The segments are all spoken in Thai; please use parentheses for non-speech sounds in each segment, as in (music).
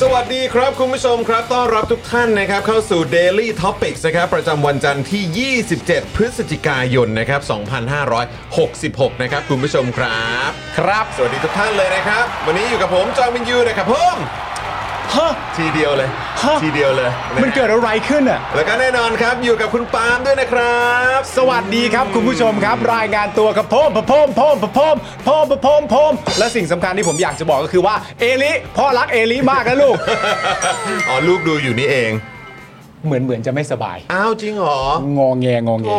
สวัสดีครับคุณผู้ชมครับ ต้อนรับทุกท่านนะครับ เข้าสู่ Daily Topics นะครับประจำวันจันทร์ที่ 27 พฤศจิกายนนะครับ 2566 นะครับ คุณผู้ชมครับ ครับ สวัสดีทุกท่านเลยนะครับ วันนี้อยู่กับผม จอห์นวินยูนะครับผม ฮะ ทีเดียวเลย ฮะ ทีเดียวเลยะ มันเกิดอะไรขึ้นอ่ะ แล้วก็แน่นอนครับอยู่กับคุณปาล์มด้วยนะครับ (laughs) สวัสดีครับคุณผู้ชมครับ รายงานตัวกับพมพะพมพมพะพมพมพะพมพมและสิ่งสำคัญที่ผมอยากจะบอกก็คือว่าเอลิพ่อรักเอลิมากนะลูก อ๋อลูกดูอยู่นี่เอง เหมือนเหมือนจะไม่สบาย อ้าวจริงเหรอง อแงงอแง โอ้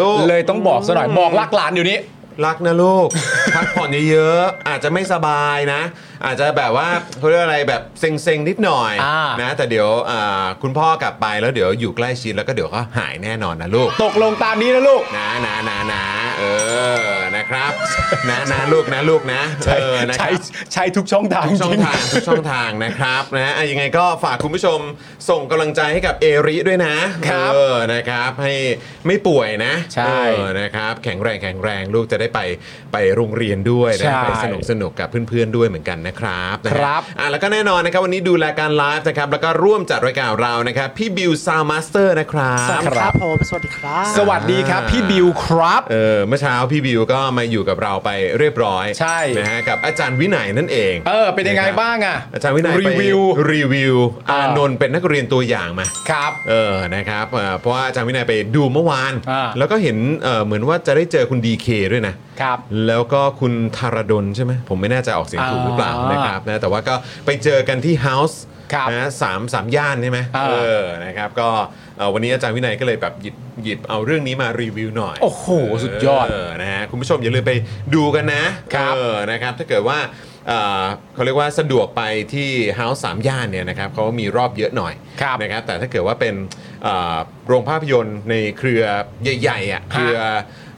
ลูก เลยต้องบอกซะหน่อยบอกรักหลานอยู่นี้ รักนะลูก พักผ่อนเยอะๆอาจจะไม่สบายนะ อาจจะแบบว่าเขาเรียกอะไรแบบเซ็งๆนิดหน่อย อ่าน นะ แต่เดี๋ยวอ่าคุณพ่อกลับไปแล้วเดี๋ยวอยู่ใกล้ชิดแล้วก็เดี๋ยวก็หายแน่นอนนะลูก ตกลงตามนี้นะลูก นะนะนะนะเออนะครับ นะนะลูกนะลูกนะ ใช้ เออนะค ใช้ รับ ใช้ทุกช่องทาง ทุกช่องทาง จริ ทุ (laughs) กช่องทางนะครับนะฮะอ่ะยังไงก็ฝากคุณผู้ชมส่งกำลังใจให้กับเอริด้วยนะครับเออนะครับให้ไม่ป่วยนะเใช่ออนะครับแข็งแรงแข็งแรงลูกจะได้ไปไปโรงเรียนด้วยนะ ใช่ ไปสนุกสนุกกับเพื่อนๆด้วยเหมือนกันนะครับนะฮะ ครับ อ่ะแล้วก็แน่นอนนะครับวันนี้ดูรายการไลฟ์นะครับแล้วก็ร่วมจัดรายการเรานะครับพี่บิวซาวมาสเตอร์นะครับ สวัสดี ครับผม สวัสดีครับ สวัสดีครับพี่บิวครับ เออเมื่อเช้าพี่บิวก็มาอยู่กับเราไปเรียบร้อย ใช่ นะฮะกับอาจารย์วินัยนั่นเอง เออเป็นยังไง ะค บ้างอ่ะ อาจารย์วินัย รีวิว ไปรีวิว อ่า อานนท์เป็นนักเรียนตัวอย่างมา ครับ เออนะครับเอ่อเพราะว่าอาจารย์วินัยไปดูเมื่อวาน อ่า แล้วก็เห็นเอ่อเหมือนว่าจะได้เจอคุณดีเคด้วยนะ ครับ แล้วก็คุณธารดลใช่ไหมผมไม่แน่ใจออกเสียงถูกหรือเปล่า อ่าน นะครับนะแต่ว่าก็ไปเจอกันที่ House ครับ นะสามสามย่านใช่ไหม อ่า เออนะครับก็เอ่อวันนี้อาจารย์วินัยก็เลยแบบหยิบหยิบเอาเรื่องนี้มารีวิวหน่อย โอ้โหสุดยอด เนะฮะคุณผู้ชมอย่าลืมไปดูกันนะครับ เออนะครับถ้าเกิดว่าเอ่อเขาเรียกว่าสะดวกไปที่ House 3 ย่านเนี่ยนะครับเขามีรอบเยอะหน่อย ครับ นะครับแต่ถ้าเกิดว่าเป็นเอ่อโรงภาพยนตร์ในเครือใหญ่ๆอ่ะเครือ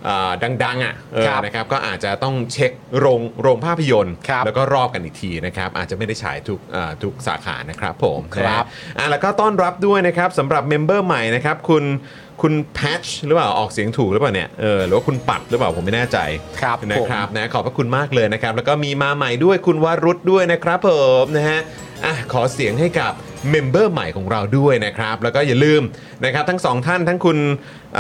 เอ่อดังๆอ่ะเออ ครับ นะครับก็อาจจะต้องเช็คโรงโรงภาพยนตร์ ครับ แล้วก็รอบกันอีกทีนะครับอาจจะไม่ได้ฉายทุกเอ่อทุกสาขานะครับผม ครับ นะฮะ อ่ะแล้วก็ต้อนรับด้วยนะครับสำหรับเมมเบอร์ใหม่นะครับคุณคุณแพชหรือเปล่าออกเสียงถูกหรือเปล่าเนี่ยเออหรือว่าคุณปัดหรือเปล่าผมไม่แน่ใจ ครับผม นะครับนะขอบพระคุณมากเลยนะครับ แล้วก็มีมาใหม่ด้วยคุณวรุษด้วยนะครับผมนะฮะอ่ะขอเสียงให้กับเมมเบอร์ใหม่ของเราด้วยนะครับ แล้วก็อย่าลืมนะครับทั้งสองท่านทั้งคุณ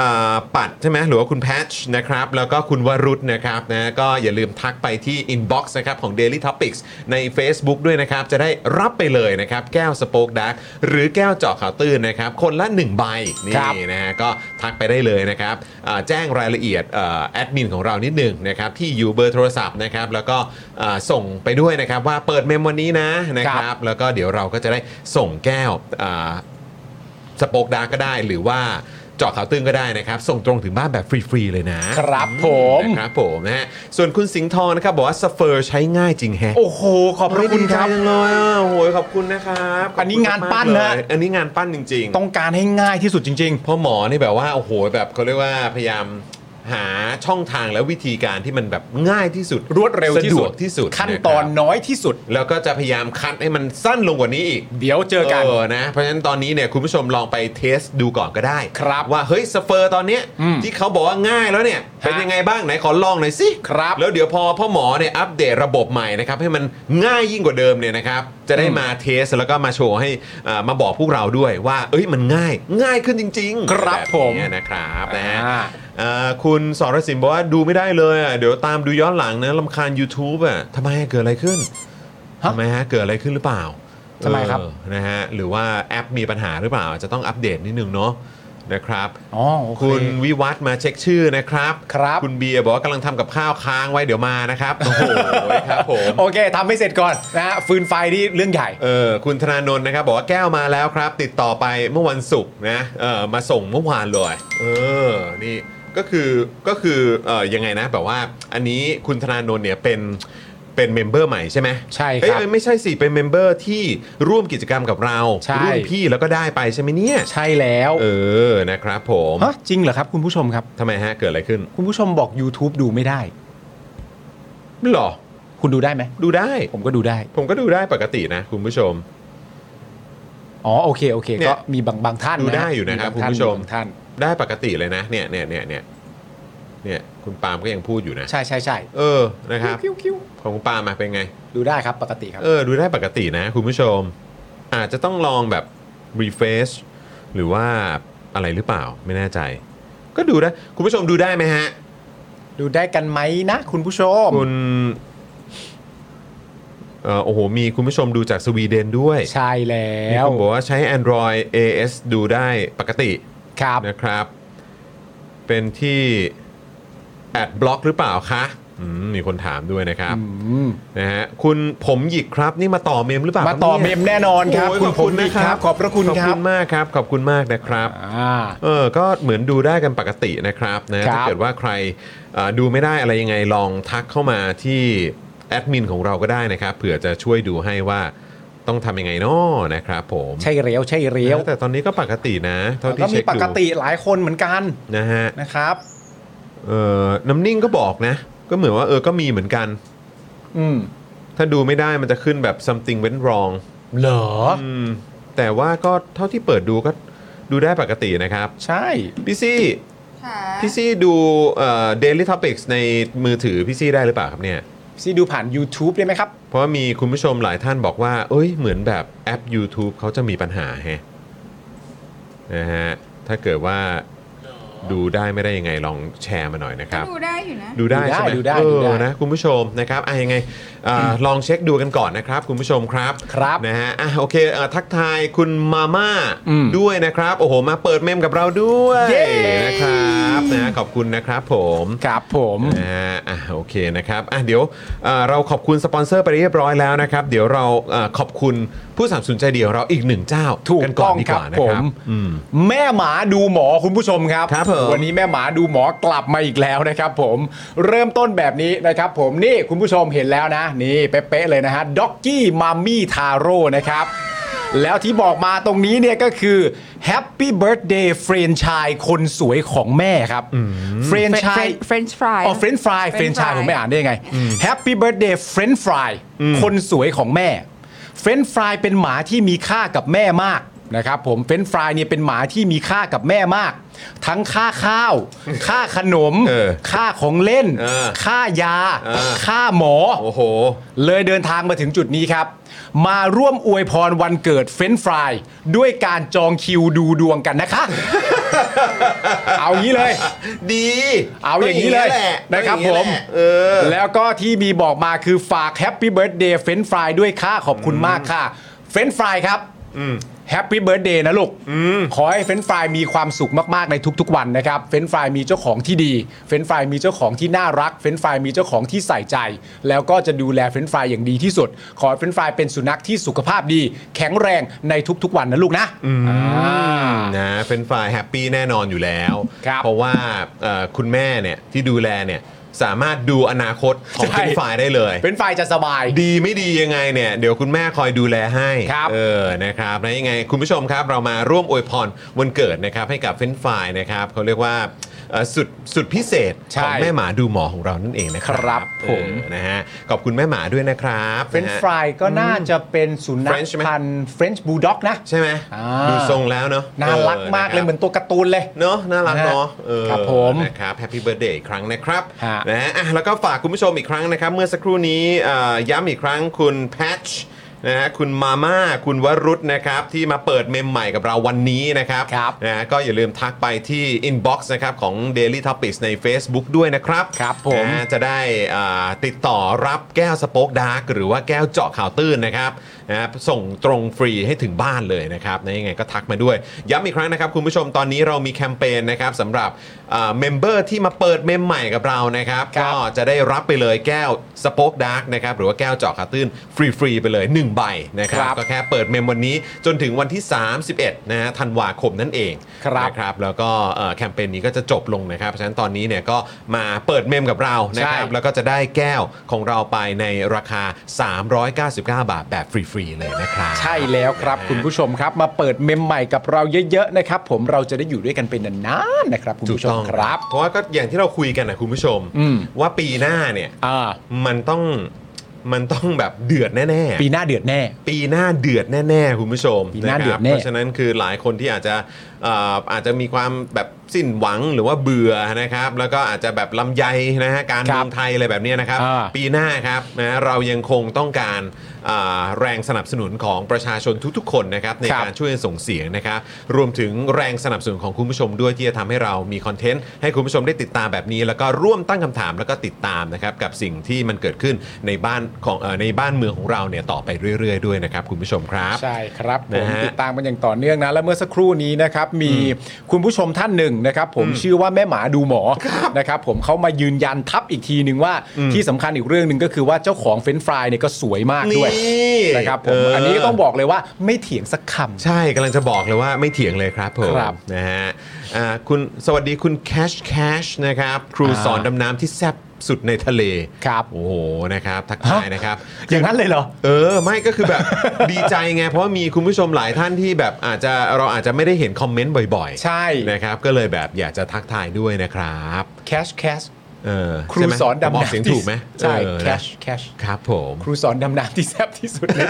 อ่าปัดใช่ไหมหรือว่าคุณแพชนะครับแล้วก็คุณวรุษนะครับนะก็อย่าลืมทักไปที่ inbox นะครับของ Daily Topics ใน Facebook ด้วยนะครับ จะได้รับไปเลยนะครับ แก้วสโป๊กดักหรือแก้วเจาะข่าวตื้นนะครับ คนละ 1 ใบนี่ ครับ นะฮะก็ทักไปได้เลยนะครับอ่าแจ้งรายละเอียดเอ่อแอดมินของเรานิดหนึ่งนะครับ ที่อยู่เบอร์โทรศัพท์นะครับ แล้วก็อ่าส่งไปด้วยนะครับ ว่าเปิดเมมวันนี้นะนะค ครั รับ บ แล้วก็เดี๋ยวเราก็จะได้ส่งแก้วอ่า สปอคดาร์กก็ได้หรือว่าเจาะข่าวตื้นก็ได้นะครับ ส่งตรงถึงบ้านแบบฟรี ๆ เลยนะครับ ผม นะครับผมนะฮะส่วนคุณสิงห์ทองนะครับ บอกว่าสเฟอร์ใช้ง่ายจริงแฮะ โอ้โหขอบพระคุณครับ โอ้ยดีใจจังเลยอ่ะโอ้ยขอบคุณนะครับขบคุณ อันนี้งานปั้น มกๆ นะ เลยอันนี้งานปั้นจริง ๆ ต้องการให้ง่ายที่สุดจริง ๆ เพราะหมอนี่แบบว่าโอ้โหแบบเขาเรียกว่าพยายาม หาช่องทางและวิธีการที่มันแบบง่ายที่สุด รวดเร็ว สะดวกที่สุด ขั้นตอน นะครับ น้อยที่สุด แล้วก็จะพยายามคัดให้มันสั้นลงกว่านี้อีก เดี๋ยวเจอกัน เออนะ เพราะฉะนั้นตอนนี้เนี่ยคุณผู้ชมลองไปเทสดูก่อนก็ได้ ครับ ว่าเฮ้ยสเปอร์ตอนเนี้ย อืม ที่เขาบอกว่าง่ายแล้วเนี่ย เป็นยังไงบ้างไหนขอลองหน่อยสิ ครับ แล้วเดี๋ยวพอพ่อหมอเนี่ยอัปเดตระบบใหม่นะครับให้มันง่ายยิ่งกว่าเดิมเนี่ยนะครับ จะได้มาเทสแล้วก็มาโชว์ให้อ่ามาบอกพวกเราด้วยว่า เอ้ยมันง่าย ง่ายขึ้นจริงๆ ครับ แ ผม เนี้ยนะครับนะฮะ อ่า อ่าคุณสรสินบอกว่าดูไม่ได้เลยอ่ะเดี๋ยวตามดูย้อนหลังนะลำคาญ YouTube อ่ะทำไมเกิดอะไรขึ้น ฮะ ทำไมฮะเกิดอะไรขึ้นหรือเปล่า ทำไมครับ เออนะฮะหรือว่าแอปมีปัญหาหรือเปล่าอาจจะต้องอัปเดตนิดนึงเนาะนะครับ อ๋อโอเ คุณวิวัฒน์มาเช็คชื่อนะครับ ครับ คุณเบียร์บอกว่ากำลังทำกับข้าวค้างไว้เดี๋ยวมานะครับ (laughs) โอ้โหครับผม โอเคทำให้เสร็จก่อนนะฮะฟืนไฟนี่เรื่องใหญ่ เออคุณธนาโนนนะครับ บอกว่าแก้วมาแล้วครับ ติดต่อไปเมื่อวันศุกร์นะเออมาส่งเมื่อวานเลยเออนี่ก็คือก็คือเออยังไงนะแบบว่า อันนี้คุณธนาโนนเนี่ยเป็นเป็นเมมเบอร์ใหม่ใช่ไหม ใช่ครับ เอ้ยเอ้ยไม่ใช่สิเป็นเมมเบอร์ที่ร่วมกิจกรรมกับเรา ใช่ รุ่นพี่แล้วก็ได้ไปใช่ไหมเนี่ย ใช่แล้ว เออนะครับผม ฮะจริงเหรอครับ คุณผู้ชมครับ ทำไมฮะเกิดอะไรขึ้น คุณผู้ชมบอก YouTube ดูไม่ได้ หรอ คุณดูได้ไหม ดูได้ ผมก็ดูได้ ผมก็ดูได้ปกตินะคุณผู้ชม อ๋อโอเคโอเค เนี่ ก็ ย มีบางบางท่าน ดูได้อยู่นะครับ างท่า คุณผู้ชม บางท่าน ได้ปกติเลยนะเนี่ยเนี่ยเนี่ยเนี่ยเนี่ยคุณปาล์มก็ยังพูดอยู่นะ ใช่ใช่ใช่ เออนะครับ คิ้วคิ้ว ของคุณปาล์มมาเป็นไง ดูได้ครับปกติครับ เออดูได้ปกตินะคุณผู้ชม อาจจะต้องลองแบบ refresh หรือว่าอะไรหรือเปล่าไม่แน่ใจ ก็ดูได้คุณผู้ชมดูได้ไหมฮะ ดูได้กันไหมนะ คุณผู้ชม คุณเออโอ้โห มีคุณผู้ชมดูจากสวีเดนด้วย ใช่แล้ มี ว คุณบอกว่าใช้ Android AS ดูได้ปกติ ครับ นะครับ เป็นที่แอดบล็อกหรือเปล่าคะอืมมีคนถามด้วยนะครับ อืม นะฮะคุณผมหยิกครับนี่มาต่อเมมหรือเปล่า มาต่อเมมแน่นอนครับ โย คุขณอบ ผมดีครับ ขอบพระคุณ ขอบ ครั คุ บ ณมากครับ ขอบคุณมากนะครับ อ่า เออ ก็เหมือนดูได้กันปกตินะครับนะครับ ถ้าเกิดว่าใครเอ่อดูไม่ได้อะไรยังไงลองทักเข้ามาที่แอดมินของเราก็ได้นะครับเผื่อจะช่วยดูให้ว่าต้องทำยังไงเนาะนะครับผม ใช่เรียวใช่เรียว แต่ตอนนี้ก็ปกตินะเท่าที่ ก็มี เช็ค ป ดู กติหลายคนเหมือนกัน นะฮะ นะครับ เออน้ำนิ่งก็บอกนะ ก็เหมือนว่าเออก็มีเหมือนกัน อืม ถ้าดูไม่ได้มันจะขึ้นแบบ something went wrong เหรอ อืมแต่ว่าก็เท่าที่เปิดดูก็ดูได้ปกตินะครับ ใช่ พี่ซี่ ค่ะ พี่ซี่ดูเอ่อ daily topics ในมือถือพี่ซี่ได้หรือเปล่าครับเนี่ย ซีดูผ่าน YouTube ได้ไหมครับ เพราะว่ามีคุณผู้ชมหลายท่านบอกว่า เอ้ยเหมือนแบบแอป YouTube เขาจะมีปัญหาแฮะนะฮะถ้าเกิดว่าดูได้ไม่ได้ยังไงลองแชร์มาหน่อยนะครับ ดูได้อยู่นะ ดูได้ใช่ไหม ดูได้ เอ ดู อ ได้ นะคุณผู้ชมนะครับอ่ะยังไงเอ่อลองเช็คดูกันก่อนนะครับ คุณผู้ชมครับ ครับ นะฮะอ่ะโอเคเอ่อทักทายคุณมาม่า อืม ด้วยนะครับ โอ้โห มาเปิดเมมกับเราด้วย เย้ นะครับนะขอบคุณนะครับผม ครับผม นะฮะอ่ะโอเคนะครับอ่ะเดี๋ยวเอ่อเราขอบคุณสปอนเซอร์ไปเรียบร้อยแล้วนะครับ เดี๋ยวเราเอ่อขอบคุณผู้สนับสนุนใจเดียวเราอีกหนึ่งเจ้า ถูก นก่อ ต้ น อง ดีกครับ ว่านะ ผ ค ม รับอืม แม่หมาดูหมอคุณผู้ชมครับ ครับผม วันนี้แม่หมาดูหมอกลับมาอีกแล้วนะครับผมเริ่มต้นแบบนี้นะครับผมนี่คุณผู้ชมเห็นแล้วนะ นี่เป๊ะๆเลยนะฮะด็อกกี้มัมมี่ทาโร่นะครับ แล้วที่บอกมาตรงนี้เนี่ยก็คือ Happy Birthday เฟรนชายคนสวยของแม่ครับเฟรนชาย เฟรนช์ฟราย อ๋อเฟรนช์ฟรายเฟรน French ช์ชาย fry ผมไม่อ่านได้ยังไงแฮปปี้เบิร์ดเดย์เฟรนช์ฟรายคนสวยของแม่เฟรนช์ฟรายเป็นหมาที่มีค่ากับแม่มากนะครับผมเฟรนช์ฟรายเนี่ยเป็นหมาที่มีค่ากับแม่มาก ทั้งค่า (laughs) ข้าว ค่าขนม เออ ค่าของเล่น เออ ค่ายา เออ ค่าหมอ โอ้โห เลยเดินทางมาถึงจุดนี้ครับ มาร่วมอวยพรวันเกิดเฟรนช์ฟรายด้วยการจองคิวดูดวงกัน (laughs) นะคะ เอางี้เลย ดี เอาอย่างนี้เลย ก็แหะ นะครับ ก็อ ผ ย่าง ม แหลเออ แล้วก็ที่มีบอกมาคือฝากแฮปปี้เบิร์ดเดย์เฟรนฟรายด้วยค่ะขอบคุณมากค่ะเฟรนฟรายครับแฮปปี้เบิร์ดเดย์นะลูกขอให้เฟรนฟรายมีความสุขมาก ๆ ในทุก ๆ วันนะครับเฟรนฟรายมีเจ้าของที่ดีเฟรนฟรายมีเจ้าของที่น่ารักเฟรนฟรายมีเจ้าของที่ใส่ใจ แล้วก็จะดูแลเฟรนฟรายอย่างดีที่สุด ขอให้เฟรนฟรายเป็นสุนัขที่สุขภาพดี แข็งแรงในทุก ๆ วันนะลูกนะอ่า นะเฟรนช์ฟรายแฮปปี้แน่นอนอยู่แล้ว ครับ เพราะว่าเอ่อคุณแม่เนี่ยที่ดูแลเนี่ยสามารถดูอนาคตของเฟใช่รนช์ฟรายได้เลย เฟรนฟรายจะสบาย ดีไม่ดียังไงเนี่ยเดี๋ยวคุณแม่คอยดูแลให้ ครับ เออนะครับนะยังไงคุณผู้ชมครับเรามาร่วมอวยพรวันเกิดนะครับให้กับเฟรนช์ฟรายนะครับเขาเรียกว่า เอ่อสุดสุดพิเศษ ใช่ ของแม่หมาดูหมอของเรานั่นเองนะครั ครับผม เออนะฮะขอบคุณแม่หมาด้วยนะครับ เฟรนช์ นะฮะ ฟรายก็น่าจะเป็นสุนัข French ไหม พันธุ์เฟรนช์บูลด็อกนะ ใช่ไหม อ่า ดูทรงแล้วเนอะ น่ารักมากเลยเหมือนตัวการ์ตูนเลย เนอะน่ารักเนอะ นะฮะ เออ ครับผม นะครับแฮปปี้เบิร์ดเดย์อีกครั้งนะครับ ฮะ นะฮะอ่ะแล้วก็ฝากคุณผู้ชมอีกครั้งนะครับ เมื่อสักครู่นี้เอ่อย้ำอีกครั้งคุณแพชนะฮะคุณมาม่าคุณวรุษนะครับ ที่มาเปิดเมมใหม่กับเราวันนี้นะครับ ครับ นะฮะก็อย่าลืมทักไปที่ inbox นะครับของ Daily Topics ใน Facebook ด้วยนะครับ ครับผม นะฮะจะได้อ่าติดต่อรับแก้วสป็อกดาร์กหรือว่าแก้วเจาะข่าวตื้นนะครับนะฮะส่งตรงฟรีให้ถึงบ้านเลยนะครับนะยังไงก็ทักมาด้วย ย้ำอีกครั้งนะครับ คุณผู้ชมตอนนี้เรามีแคมเปญนะครับสำหรับเมมเบอร์ที่มาเปิดเมมใหม่กับเรานะครับ ครับ ก็จะได้รับไปเลยแก้วสป็อกดาร์กนะครับหรือว่าแก้วเจาะข่าวตื้นฟรีๆไปเลยหนึ่งใบนะครับ ครับ ก็แค่เปิดเมมวันนี้จนถึงวันที่ 31นะฮะธันวาคมนั่นเอง ครับ นะ นะครับแล้วก็เอ่อแคมเปญนี้ก็จะจบลงนะครับ เพราะฉะนั้นตอนนี้เนี่ยก็มาเปิดเมมกับเรานะครับ ใช่ แล้วก็จะได้แก้วของเราไปในราคา 399 บาทแบบฟรีๆเลยนะครับ ใช่แล้วครับคุณผู้ชมครับ มาเปิดเมมใหม่กับเราเยอะๆนะครับ ผมเราจะได้อยู่ด้วยกันเป็นนานๆนะครับคุณ ถูก ผู้ชม ต้อง ครับ เพราะว่าก็อย่างที่เราคุยกันนะคุณผู้ชม อืม ว่าปีหน้าเนี่ย อ่า มันต้องมันต้องแบบเดือดแน่ๆ ปีหน้าเดือดแน่ ปีหน้าเดือดแน่ๆ คุณผู้ชม ปีหน้า ะครับ เดือดแน่ เพราะฉะนั้นคือหลายคนที่อาจจะเอ่ออาจจะมีความแบบสิ้นหวังหรือว่าเบื่อนะครับ แล้วก็อาจจะแบบลำไยนะฮะการ คเมืรับ องไทยอะไรแบบเนี้ยนะครับ อ่า ปีหน้าครับนะเรายังคงต้องการอ่าแรงสนับสนุนของประชาชนทุกๆ คนนะครับใน ครับ การช่วยส่งเสียงนะครับ รวมถึงแรงสนับสนุนของคุณผู้ชมด้วยที่จะทำให้เรามีคอนเทนต์ให้คุณผู้ชมได้ติดตามแบบนี้ แล้วก็ร่วมตั้งคำถามแล้วก็ติดตามนะครับกับสิ่งที่มันเกิดขึ้นในบ้านของเอ่อในบ้านเมืองของเราเนี่ยต่อไปเรื่อยๆด้วยนะครับคุณผู้ชมครับ ใช่ครับผ นะ ม ฮะ ติดตามกันอย่างต่อเนื่องนะ และเมื่อสักครู่นี้นะครับมีคุณผู้ชมท่านหนึ่งนะครับ ผมชื่อว่าแม่หมาดูหมอนะครับผมเขามายืนยันทับอีกทีหนึ่งว่าที่สำคัญอีกเรื่องหนึ่งก็คือว่าเจ้าของเฟรนช์ฟรายเนี่ยก็สวยมากด้วย นี่ นะครับผม เอออั อันนี้ต้องบอกเลยว่าไม่เถียงสักคำ ใช่กำลังจะบอกเลยว่าไม่เถียงเลยครับผม ครับ นะฮะอ่าคุณสวัสดีคุณแคชแคชนะครับ ครู อ่า สอนดำน้ำที่แซ่บสุดในทะเล ครับ โอ้โหนะครับทัก ฮะ ทายนะครับ อย่างนั้นเลยเหรอ เออ ไม่ก็คือแบบ (laughs) ดีใจไง เพราะว่ามีคุณผู้ชมหลายท่านที่แบบอาจจะเราอาจจะไม่ได้เห็นคอมเมนต์บ่อยๆ ใช่ นะครับ ก็เลยแบบอยากจะทักทายด้วยนะครับ แคชแคช เออ ครู ใช่ไหม สอน ผม ดำ ก น้ำ เสียงถูกไหม ใช่ เออนะ แคชแคช ครับผม ครูสอนดำน้ำที่แซ่บที่สุด (laughs) เลย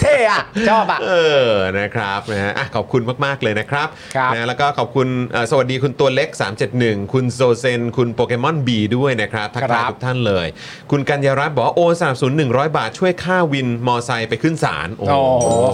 เท่อะชอบอะ เออนะครับนะฮะอ่ะขอบคุณมาก ๆ เลยนะครับ ครับ นะแล้วก็ขอบคุณเอ่อสวัสดีคุณตัวเล็ก 371 คุณโซเซน คุณโปเกมอนบีด้วยนะครับทัก ครั ทาย บ ทุกท่านเลย คุณกัญญารัตน์บอกว่าโอนสนับสนุน100 บาทช่วยค่าวินมอไซค์ไปขึ้นศาล โอ้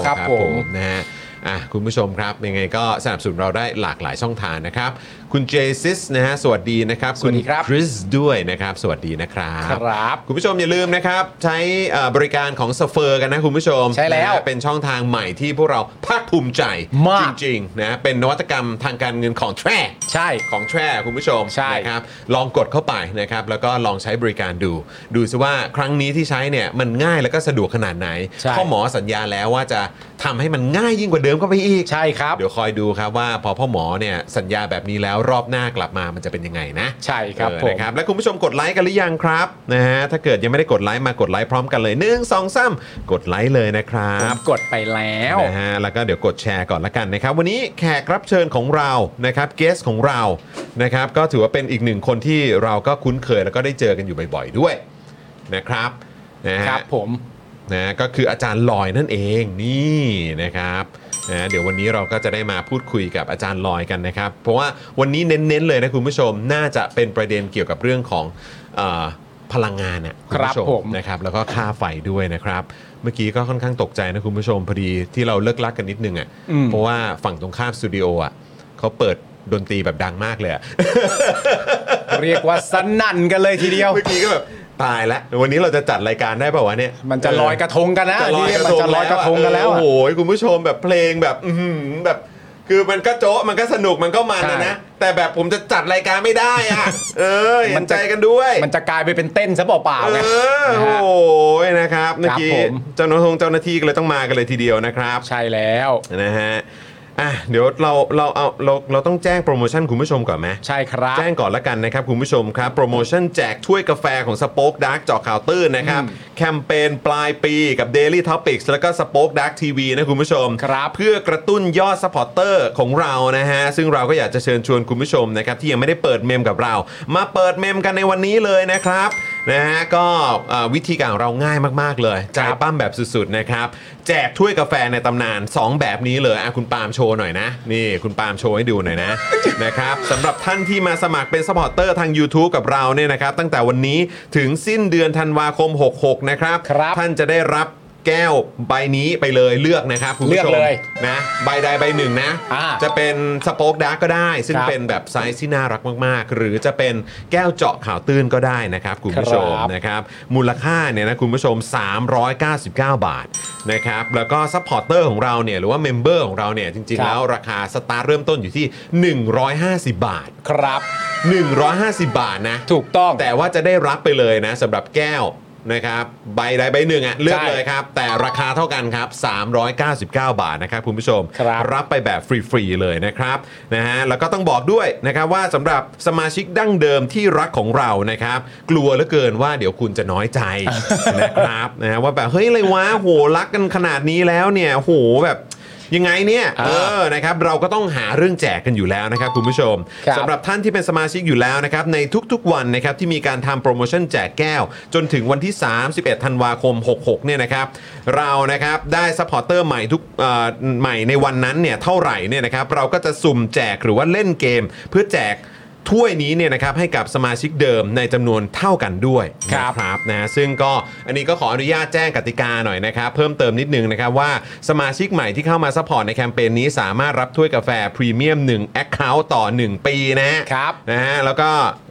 ครับผม นะฮะอ่ะคุณผู้ชมครับ ยังไงก็สนับสนุนเราได้หลากหลายช่องทางนะครับ คุณเจซิสนะฮะสวัสดีนะครับ สวัสดีครับ คริสด้วยนะครับ สวัสดีนะครับ ครับ คุณผู้ชมอย่าลืมนะครับ ใช้เอ่อบริการของสเฟอร์กันนะคุณผู้ชม ใช่แล้ว นะฮะเป็นช่องทางใหม่ที่พวกเราภาคภูมิใจ มาก จริงๆนะเป็นนวัตกรรมทางการเงินของแทร ใช่ ของแทร่คุณผู้ชม ใช่ นะครับลองกดเข้าไปนะครับแล้วก็ลองใช้บริการดู ดูซิว่าครั้งนี้ที่ใช้เนี่ยมันง่ายแล้วก็สะดวกขนาดไหน ใช่ พ่อหมอสัญญาแล้วว่าจะทำให้มันง่ายยิ่งกว่าเดิมก็ไปอีก ใช่ครับ เดี๋ยวคอยดูครับว่าพอพ่อหมอเนี่ยสัญญาแบบนี้แล้วรอบหน้ากลับมามันจะเป็นยังไงนะ ใช่ครับ เออ ผม นะครับและคุณผู้ชมกดไลค์กันหรือยังครับนะฮะถ้าเกิดยังไม่ได้กดไลค์มากดไลค์พร้อมกันเลยหนึ่งสองสามกดไลค์เลยนะครั ผ บ มกดไปแล้ว นะฮะแล้วก็เดี๋ยวกดแชร์ก่อนละกันนะครับ วันนี้แขกรับเชิญของเรานะครับเกสของเรานะครับก็ถือว่าเป็นอีกหนึ่งคนที่เราก็คุ้นเคยแล้วก็ได้เจอกันอยู่บ่อยๆด้วยนะครับนะฮะ ครับผม นะก็คืออาจารย์ลอยนั่นเองนี่นะครับนะเดี๋ยววันนี้เราก็จะได้มาพูดคุยกับอาจารย์ลอยกันนะครับ เพราะว่าวันนี้เน้นๆเลยนะคุณผู้ชมน่าจะเป็นประเด็นเกี่ยวกับเรื่องของเออพลังงานนะณผู้ช ครับผม นะครับแล้วก็ค่าไฟด้วยนะครับ เมื่อกี้ก็ค่อนข้างตกใจนะคุณผู้ชมพอดีที่เราเลิกลักกันนิดนึงอ่ะ อืม เพราะว่าฝั่งตรงข้ามสตูดิโออ่ะเขาเปิดดนตรีแบบดังมากเลยอะ เรียกว่าสนั่นกันเลยทีเดียว เมื่อกี้ก็แบบตายแล้ววันนี้เราจะจัดรายการได้ป่าวะเนี่ย มันจะลอยกระทงกันนะ จะลอยกระ มั ท น ง จะลอยกระทงกันแล้ว โอ้ อะ โหคุณผู้ชมแบบเพลงแบบอื้อหือแบบ คือมันก็โจ๊ะมันก็สนุกมันก็มันนะ ใช่ นะแต่แบบผมจะจัดรายการไม่ได้อ่ะ เออเห็นใจกันด้วย มันจะกลายไปเป็นเต้นซะเปล่าๆไง เออโอ้โหนะครับเมื่อกี้ ครับผม เจ้าหน้าที่เจ้าหน้าที่ก็เลยต้องมากันเลยทีเดียวนะครับ ใช่แล้ว นะฮะ อ่ะเดี๋ยวเราเราเอาเราเราต้องแจ้งโปรโมชั่นคุณผู้ชมก่อนไหม ใช่ครับ แจ้งก่อนละกันนะครับ คุณผู้ชมครับ โปรโมชั่นแจกถ้วยกาแฟของสป็อคดักเจาะข่าวตื้นนะครับ แคมเปญปลายปีกับ Daily Topics แล้วก็สป็อคดักทีวีนะคุณผู้ชม ครับ เพื่อกระตุ้นยอด s u p p อร์เตอร์ของเรานะฮะ ซึ่งเราก็อยากจะเชิญชวนคุณผู้ชมนะครับ ที่ยังไม่ได้เปิดเมมกับเรา มาเปิดเมมกันในวันนี้เลยนะครับนะฮะก็เอ่อวิธีการของเราง่ายมากๆเลยใจปั้มแบบสุดๆนะครับแจกถ้วยกาแฟในตำนานสองแบบนี้เลยอ่ะคุณปาล์มโชว์หน่อยนะ นี่คุณปาล์มโชว์ให้ดูหน่อยนะ นะครับสำหรับท่านที่มาสมัครเป็นสปอร์เตอร์ทาง YouTube กับเราเนี่ยนะครับ ตั้งแต่วันนี้ถึงสิ้นเดือนธันวาคม 66 นะครับ ครับ ท่านจะได้รับแก้วใบนี้ไปเลยเลือกนะครับคุณผู้ชม เลือกเลย นะใบใดใบหนึ่งนะ อ่า จะเป็นสป็อคดาร์กก็ได้ ซึ่ง ครับ เป็นแบบไซส์ที่น่ารักมาก ๆ หรือจะเป็นแก้วเจาะข่าวตื้นก็ได้นะครับ คุณผู้ชม ครับ นะครับมูลค่าเนี่ยนะคุณผู้ชม 399 บาทนะครับแล้วก็ซัพพอร์เตอร์ของเราเนี่ยหรือว่าเมมเบอร์ของเราเนี่ยจริง คๆรับ แล้วราคาสตาร์ทเริ่มต้นอยู่ที่ 150 บาท ครับ 150 บาทนะ ถูกต้อง แต่ว่าจะได้รับไปเลยนะสำหรับแก้วนะครับใบใดใบหนึ่งอะเลือกเลยครับ แต่ราคาเท่ากันครับ 399 บาทนะครับคุณผู้ชม ครับ รับไปแบบฟรีๆเลยนะครับนะฮะแล้วก็ต้องบอกด้วยนะครับว่าสำหรับสมาชิกดั้งเดิมที่รักของเรานะครับ กลัวเหลือเกินว่าเดี๋ยวคุณจะน้อยใจ นะครับ (laughs) นะฮะว่าแบบเฮ้ยอะไรวะโหรักกันขนาดนี้แล้วเนี่ยโหแบบยังไงเนี่ยเออนะครับเราก็ต้องหาเรื่องแจกกันอยู่แล้วนะครับคุณผู้ชม ครับ สำหรับ สำหรับท่านที่เป็นสมาชิกอยู่แล้วนะครับในทุกๆวันนะครับที่มีการทำโปรโมชั่นแจกแก้ว จนถึงวันที่ 31 ธันวาคม 66 เนี่ยนะครับเรานะครับได้ซัพพอร์เตอร์ใหม่ทุกเอ่อใหม่ในวันนั้นเนี่ยเท่าไหร่เนี่ยนะครับเราก็จะสุ่มแจกหรือว่าเล่นเกม เพื่อแจกถ้วยนี้เนี่ยนะครับให้กับสมาชิกเดิมในจำนวนเท่ากันด้วย ครับ นะ ครับนะซึ่งก็อันนี้ก็ขออนุญาตแจ้งกติกาหน่อยนะครับ เพิ่มเติมนิดนึงนะครับว่าสมาชิกใหม่ที่เข้ามาซัพพอร์ตในแคมเปญนี้สามารถรับถ้วยกาแฟพรีเมียม1 Account ต่อ 1 ปีนะฮะ ครับ นะฮะแล้วก็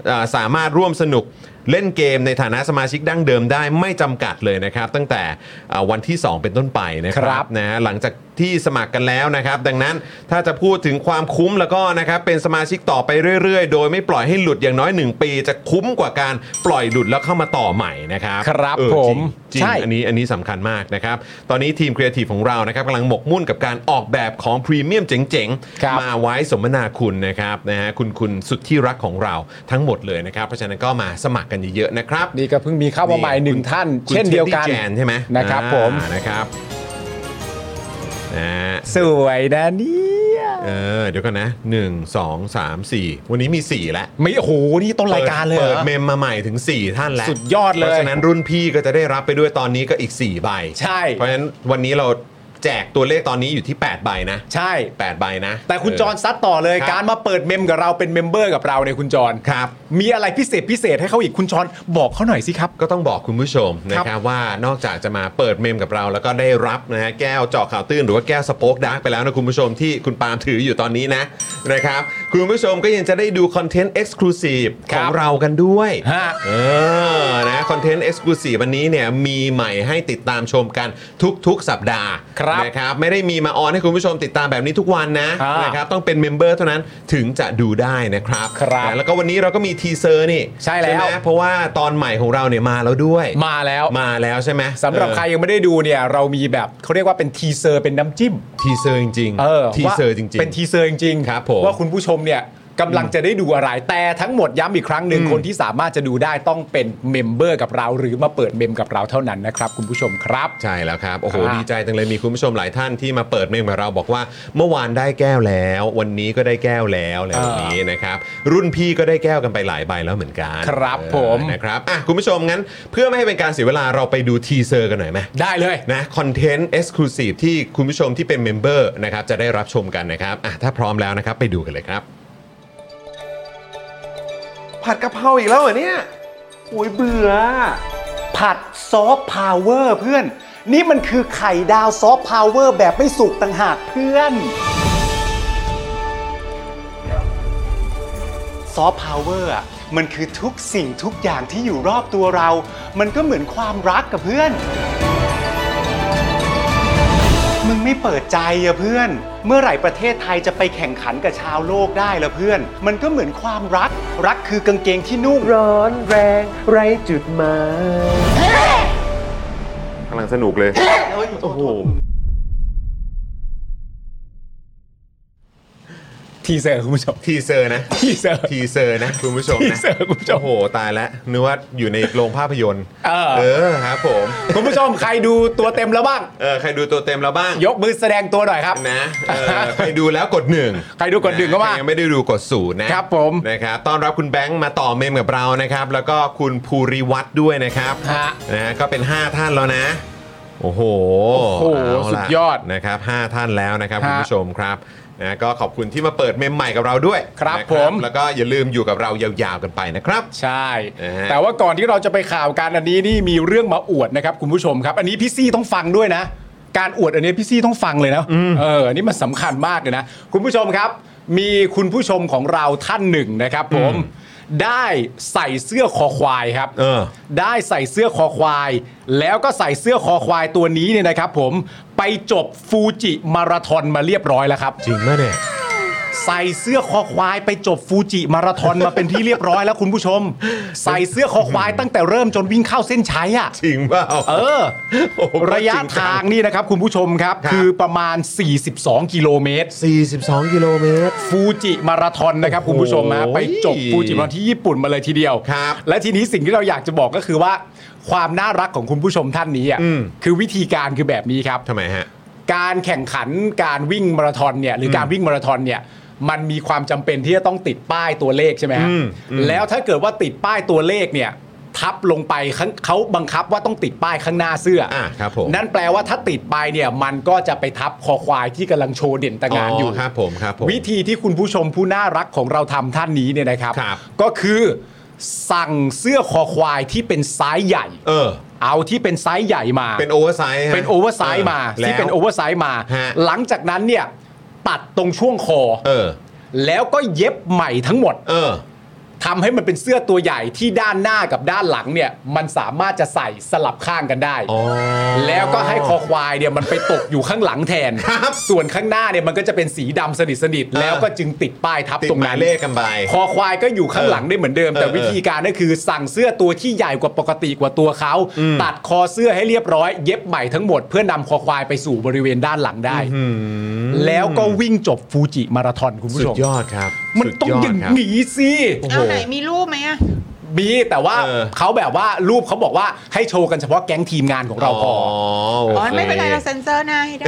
เอ่อสามารถร่วมสนุกเล่นเกมในฐานะสมาชิกดั้งเดิมได้ไม่จำกัดเลยนะครับ ตั้งแต่เอ่อวันที่ 2 เป็นต้นไปนะค ครั รับบ นะฮะหลังจากที่สมัครกันแล้วนะครับ ดังนั้นถ้าจะพูดถึงความคุ้มแล้วก็นะครับเป็นสมาชิกต่อไปเรื่อยๆ โดยไม่ปล่อยให้หลุดอย่างน้อย 1 ปี จะคุ้มกว่าการปล่อยหลุดแล้วเข้ามาต่อใหม่นะครับ ครับ เออจง ผม จริง ใช่ อันนี้อันนี้สำคัญมากนะครับ ตอนนี้ทีมครีเอทีฟของเรานะครับกำลังหมกมุ่นกับการออกแบบของพรีเมียมเจ๋ง ครับ ๆมา เอาไว้สมนาคุณนะครับนะฮะคุณคุณสุดที่รักของเราทั้งหมดเลยนะครับ เพราะฉะนั้นก็มาสมัครกันเยอะๆนะครับ นี่ก็เพิ่งมีเข้ามาใหม่หนึ่งท่าน คุณ เช่นเดียวกัน คุณ Teddy Jan ใช่ไหม นะครับ อ่า ผม นะครับนะฮะ สวยนะเนี่ย เออเดี๋ยวกันนะ 1 2 3 4 วันนี้มี 4 แล้ว ไม่โอ้โหนี่ต้นรายการเลยเหร เปิด อ เมมมาใหม่ถึง 4 ท่านแล้ว สุดยอดเลย เพราะฉะนั้นรุ่นพี่ก็จะได้รับไปด้วยตอนนี้ก็อีก 4 ใบ ใช่ เพราะฉะนั้นวันนี้เราแจกตัวเลขตอนนี้อยู่ที่ 8 ใบนะ ใช่ 8ใบนะ แต่คุณจรซัดต่อเลย การมาเปิดเมมกับเราเป็นเมมเบอร์กับเราเนี่ยคุณจร ครับ มีอะไรพิเศษพิเศษให้เขาอีกคุณจรบอกเขาหน่อยสิครับ ก็ต้องบอกคุณผู้ชมนะค ครั รับบ ว่านอกจากจะมาเปิดเมมกับเรา แล้วก็ได้รับนะฮะแก้วเจาะข่าวตื้นหรือว่าแก้วสป็อกดาร์กไปแล้วนะคุณผู้ชมที่คุณปาล์มถืออยู่ตอนนี้นะนะครับคุณผู้ชมก็ยังจะได้ดูคอนเทนต์เอ็กซ์คลูซีฟขครั อง บ เรากันด้วย ฮะ เออ นะคอนเทนต์เอ็กซ์คลูซีฟวันนี้เนี่ยมีใหม่ให้ติดตามชมกันทุกๆ สัปดาห์ ครับ นะครับ ไม่ได้มีมาออนให้คุณผู้ชมติดตามแบบนี้ทุกวันนะ อ่าน นะครับ ต้องเป็นเมมเบอร์เท่านั้นถึงจะดูได้นะครับ ครับ นะแล้วก็วันนี้เราก็มีทีเซอร์นี่ ใช่แล้ว ไหมเพราะว่าตอนใหม่ของเราเนี่ยมาแล้วด้วย มาแล้ว มาแล้วใช่ไหม สำหรับ เออ ใครยังไม่ได้ดูเนี่ย เรามีแบบเขาเรียกว่าเป็นทีเซอร์เป็นน้ำจิ้ม ทีเซอร์จริง เออ ที ว่า เซอร์จริง เป็นทีเซอร์จริงๆ ครับผม ว่าคุณผู้ชมเนี่ยกำลังจะได้ดูอะไร แต่ทั้งหมดย้ำอีกครั้งหนึ่ง อืม คนที่สามารถจะดูได้ต้องเป็นเมมเบอร์กับเรา หรือมาเปิดเมมกับเราเท่านั้นนะครับคุณผู้ชมครับ ใช่แล้วครับ โอ้โห ครับ ดีใจจังเลยมีคุณผู้ชมหลายท่านที่มาเปิดเมมกับเราบอกว่าเมื่อวานได้แก้วแล้ว วันนี้ก็ได้แก้วแล้วอะไรแบบนี้นะครับ รุ่นพี่ก็ได้แก้วกันไปหลายใบแล้วเหมือนกัน ครับ เออ ผม นะครับอ่ะคุณผู้ชมงั้นเพื่อไม่ให้เป็นการเสียเวลาเราไปดูทีเซอร์กันหน่อยไหม ได้เลย นะคอนเทนต์เอ็กซ์คลูซีฟที่คุณผู้ชมที่เป็นเมมเบอร์นะครับจะได้รับชมกันนะครับอ่ะถ้าพร้อมแล้วนะครับไปดูกันเลยครับ ผัดกะเพราอีกแล้วเหรอเนี่ยโอ้ยเบื่อ ผัดซอฟต์พาวเวอร์เพื่อน นี่มันคือไข่ดาวซอฟต์พาวเวอร์แบบไม่สุกต่างหากเพื่อนซอฟต์พาวเวอร์อ่ะมันคือทุกสิ่งทุกอย่างที่อยู่รอบตัวเรา มันก็เหมือนความรักกับเพื่อน มึงไม่เปิดใจอะเพื่อน เมื่อไหร่ประเทศไทยจะไปแข่งขันกับชาวโลกได้ละเพื่อน มันก็เหมือนความรัก รักคือกางเกงที่นุ่ง ร้อนแรงไร้จุดหมาย กำลังสนุกเลย โอ้โห ทีเซอร์คุณผู้ชม ทีเซอร์นะ ทีเซอร์ ทีเซอร์นะ คุณผู้ชม ที นะ เซอร์คุณผู้ชม โอ้โห ตายแล้วนึกว่าอยู่ในโรงภาพยนตร์ เออ เออครับผม คุณผู้ชมใครดูตัวเต็มแล้วบ้าง เออใครดูตัวเต็มแล้วบ้าง ยกมือแสดงตัวหน่อยครับ นะเออใครดูแล้วกดหนึ่ง ใครดูกดหนึ่งก็ว่า ใครยังไม่ได้ดูกดศูนย์นะครับ ผม นะครับต้อนรับคุณแบงค์มาต่อเมมกับเรานะครับ แล้วก็คุณภูริวัตรด้วยนะครับ ฮะ นะฮะก็เป็น 5 ท่านแล้วนะ โอ้โห โอ้โห เาล่ะ สุดยอด นะครับ5ท่านแล้วนะครับคุณ ฮะ ผู้ชมครับนะก็ขอบคุณที่มาเปิดเมมใหม่กับเราด้วย ครับ นะ ผม แล้วก็อย่าลืมอยู่กับเรายาวๆกันไปนะครับ ใช่ นะฮะ แต่ว่าก่อนที่เราจะไปข่าวการอันนี้นี่มีเรื่องมาอวดนะครับคุณผู้ชมครับ อันนี้พี่ซี่ต้องฟังด้วยนะ การอวดอันนี้พี่ซี่ต้องฟังเลยนะเอออันนี้มันสำคัญมากเลยนะ คุณผู้ชมครับ มีคุณผู้ชมของเราท่านหนึ่งนะครับ ผม ได้ใส่เสื้อคอควายครับ เออ ได้ใส่เสื้อคอควาย แล้วก็ใส่เสื้อคอควายตัวนี้เนี่ยนะครับ ผมไปจบฟูจิมาราธอนมาเรียบร้อยแล้วครับ จริงไหมเนี่ย ใส่เสื้อคอควายไปจบฟูจิมาราธอนมาเป็นที่เรียบร้อยแล้วคุณผู้ช (laughs) ม ใส่เสื้อคอควายตั้งแต่เริ่มจนวิ่งเข้าเส้นชัยอ่ะ จริงเปล่า เออ โอ้โห ระยะทางนี่นะครับคุณผู้ชมครับ ครับ คือประมาณ 42 กิโลเมตร 42 กิโลเมตร ฟูจิมาราธอนนะครับคุณผู้ชมมา โอ้โห ไปจบฟูจิมาราธอนที่ญี่ปุ่นมาเลยทีเดียว ครับ และทีนี้สิ่งที่เราอยากจะบอกก็คือว่า ความน่ารักของคุณผู้ชมท่านนี้อ่ะ อืม คือวิธีการคือแบบนี้ครับ ทำไมฮะ การแข่งขันการวิ่งมาราธอนเนี่ยหรือการวิ่งมาราธอนเนี่ยมันมีความจำเป็นที่จะต้องติดป้ายตัวเลขใช่ไหมฮะ อืมอืม แล้วถ้าเกิดว่าติดป้ายตัวเลขเนี่ยทับลงไปข้างเขาบังคับว่าต้องติดป้ายข้างหน้าเสื้ออ อ่ะครับผม นั่นแปลว่าถ้าติดไปเนี่ยมันก็จะไปทับคอควายที่กำลังโชว์เด่นตะงานอยู่ ครับผมครับผม วิธีที่คุณผู้ชมผู้น่ารักของเราทำท่านนี้เนี่ยนะครับ ครับ ก็คือสั่งเสื้อคอควายที่เป็นไซส์ใหญ่ เออ เอาที่เป็นไซส์ใหญ่มา เป็นโอเวอร์ไซส์ฮะ เป็นโอเวอร์ไซส์มา แล้ว ที่เป็นโอเวอร์ไซส์มา ฮะ หลังจากนั้นเนี่ยตัดตรงช่วงคอ เออ แล้วก็เย็บใหม่ทั้งหมด เออ ทำให้มันเป็นเสื้อตัวใหญ่ที่ด้านหน้ากับด้านหลังเนี่ยมันสามารถจะใส่สลับข้างกันได้ อ๋อ แล้วก็ให้คอควายเนี่ยมันไปตกอยู่ข้างหลังแทน ครับ ส่วนข้างหน้าเนี่ยมันก็จะเป็นสีดำสนิทสนิทๆ เออ แล้วก็จึงติดป้ายทับ ติด ตรง หมา นั้ ย น เลขกันไป คอควายก็อยู่ข้างหลังได้เหมือนเดิม แต่ เออเออ วิธีการก็คือสั่งเสื้อตัวที่ใหญ่กว่าปกติกว่าตัวเขา ตัดคอเสื้อให้เรียบร้อย เย็บใหม่ทั้งหมดเพื่อนำคอควายไปสู่บริเวณด้านหลังได้ ม แล้วก็วิ่งจบฟูจิมาราธอนคุณผู้ สุ ช ด ม ยอดครับ มันต้อง สุด อยดย่าง ครับ หนีสิ เอาไหนมีรูปไหมอะ มีแต่ว่า เออ เขาแบบว่ารูปเขาบอกว่าให้โชว์กันเฉพาะแก๊งทีมงานของเราพออ โอ อ๋อ ค ไม่เป็นไร เราเซ็นเซอร์หน้าให้ได้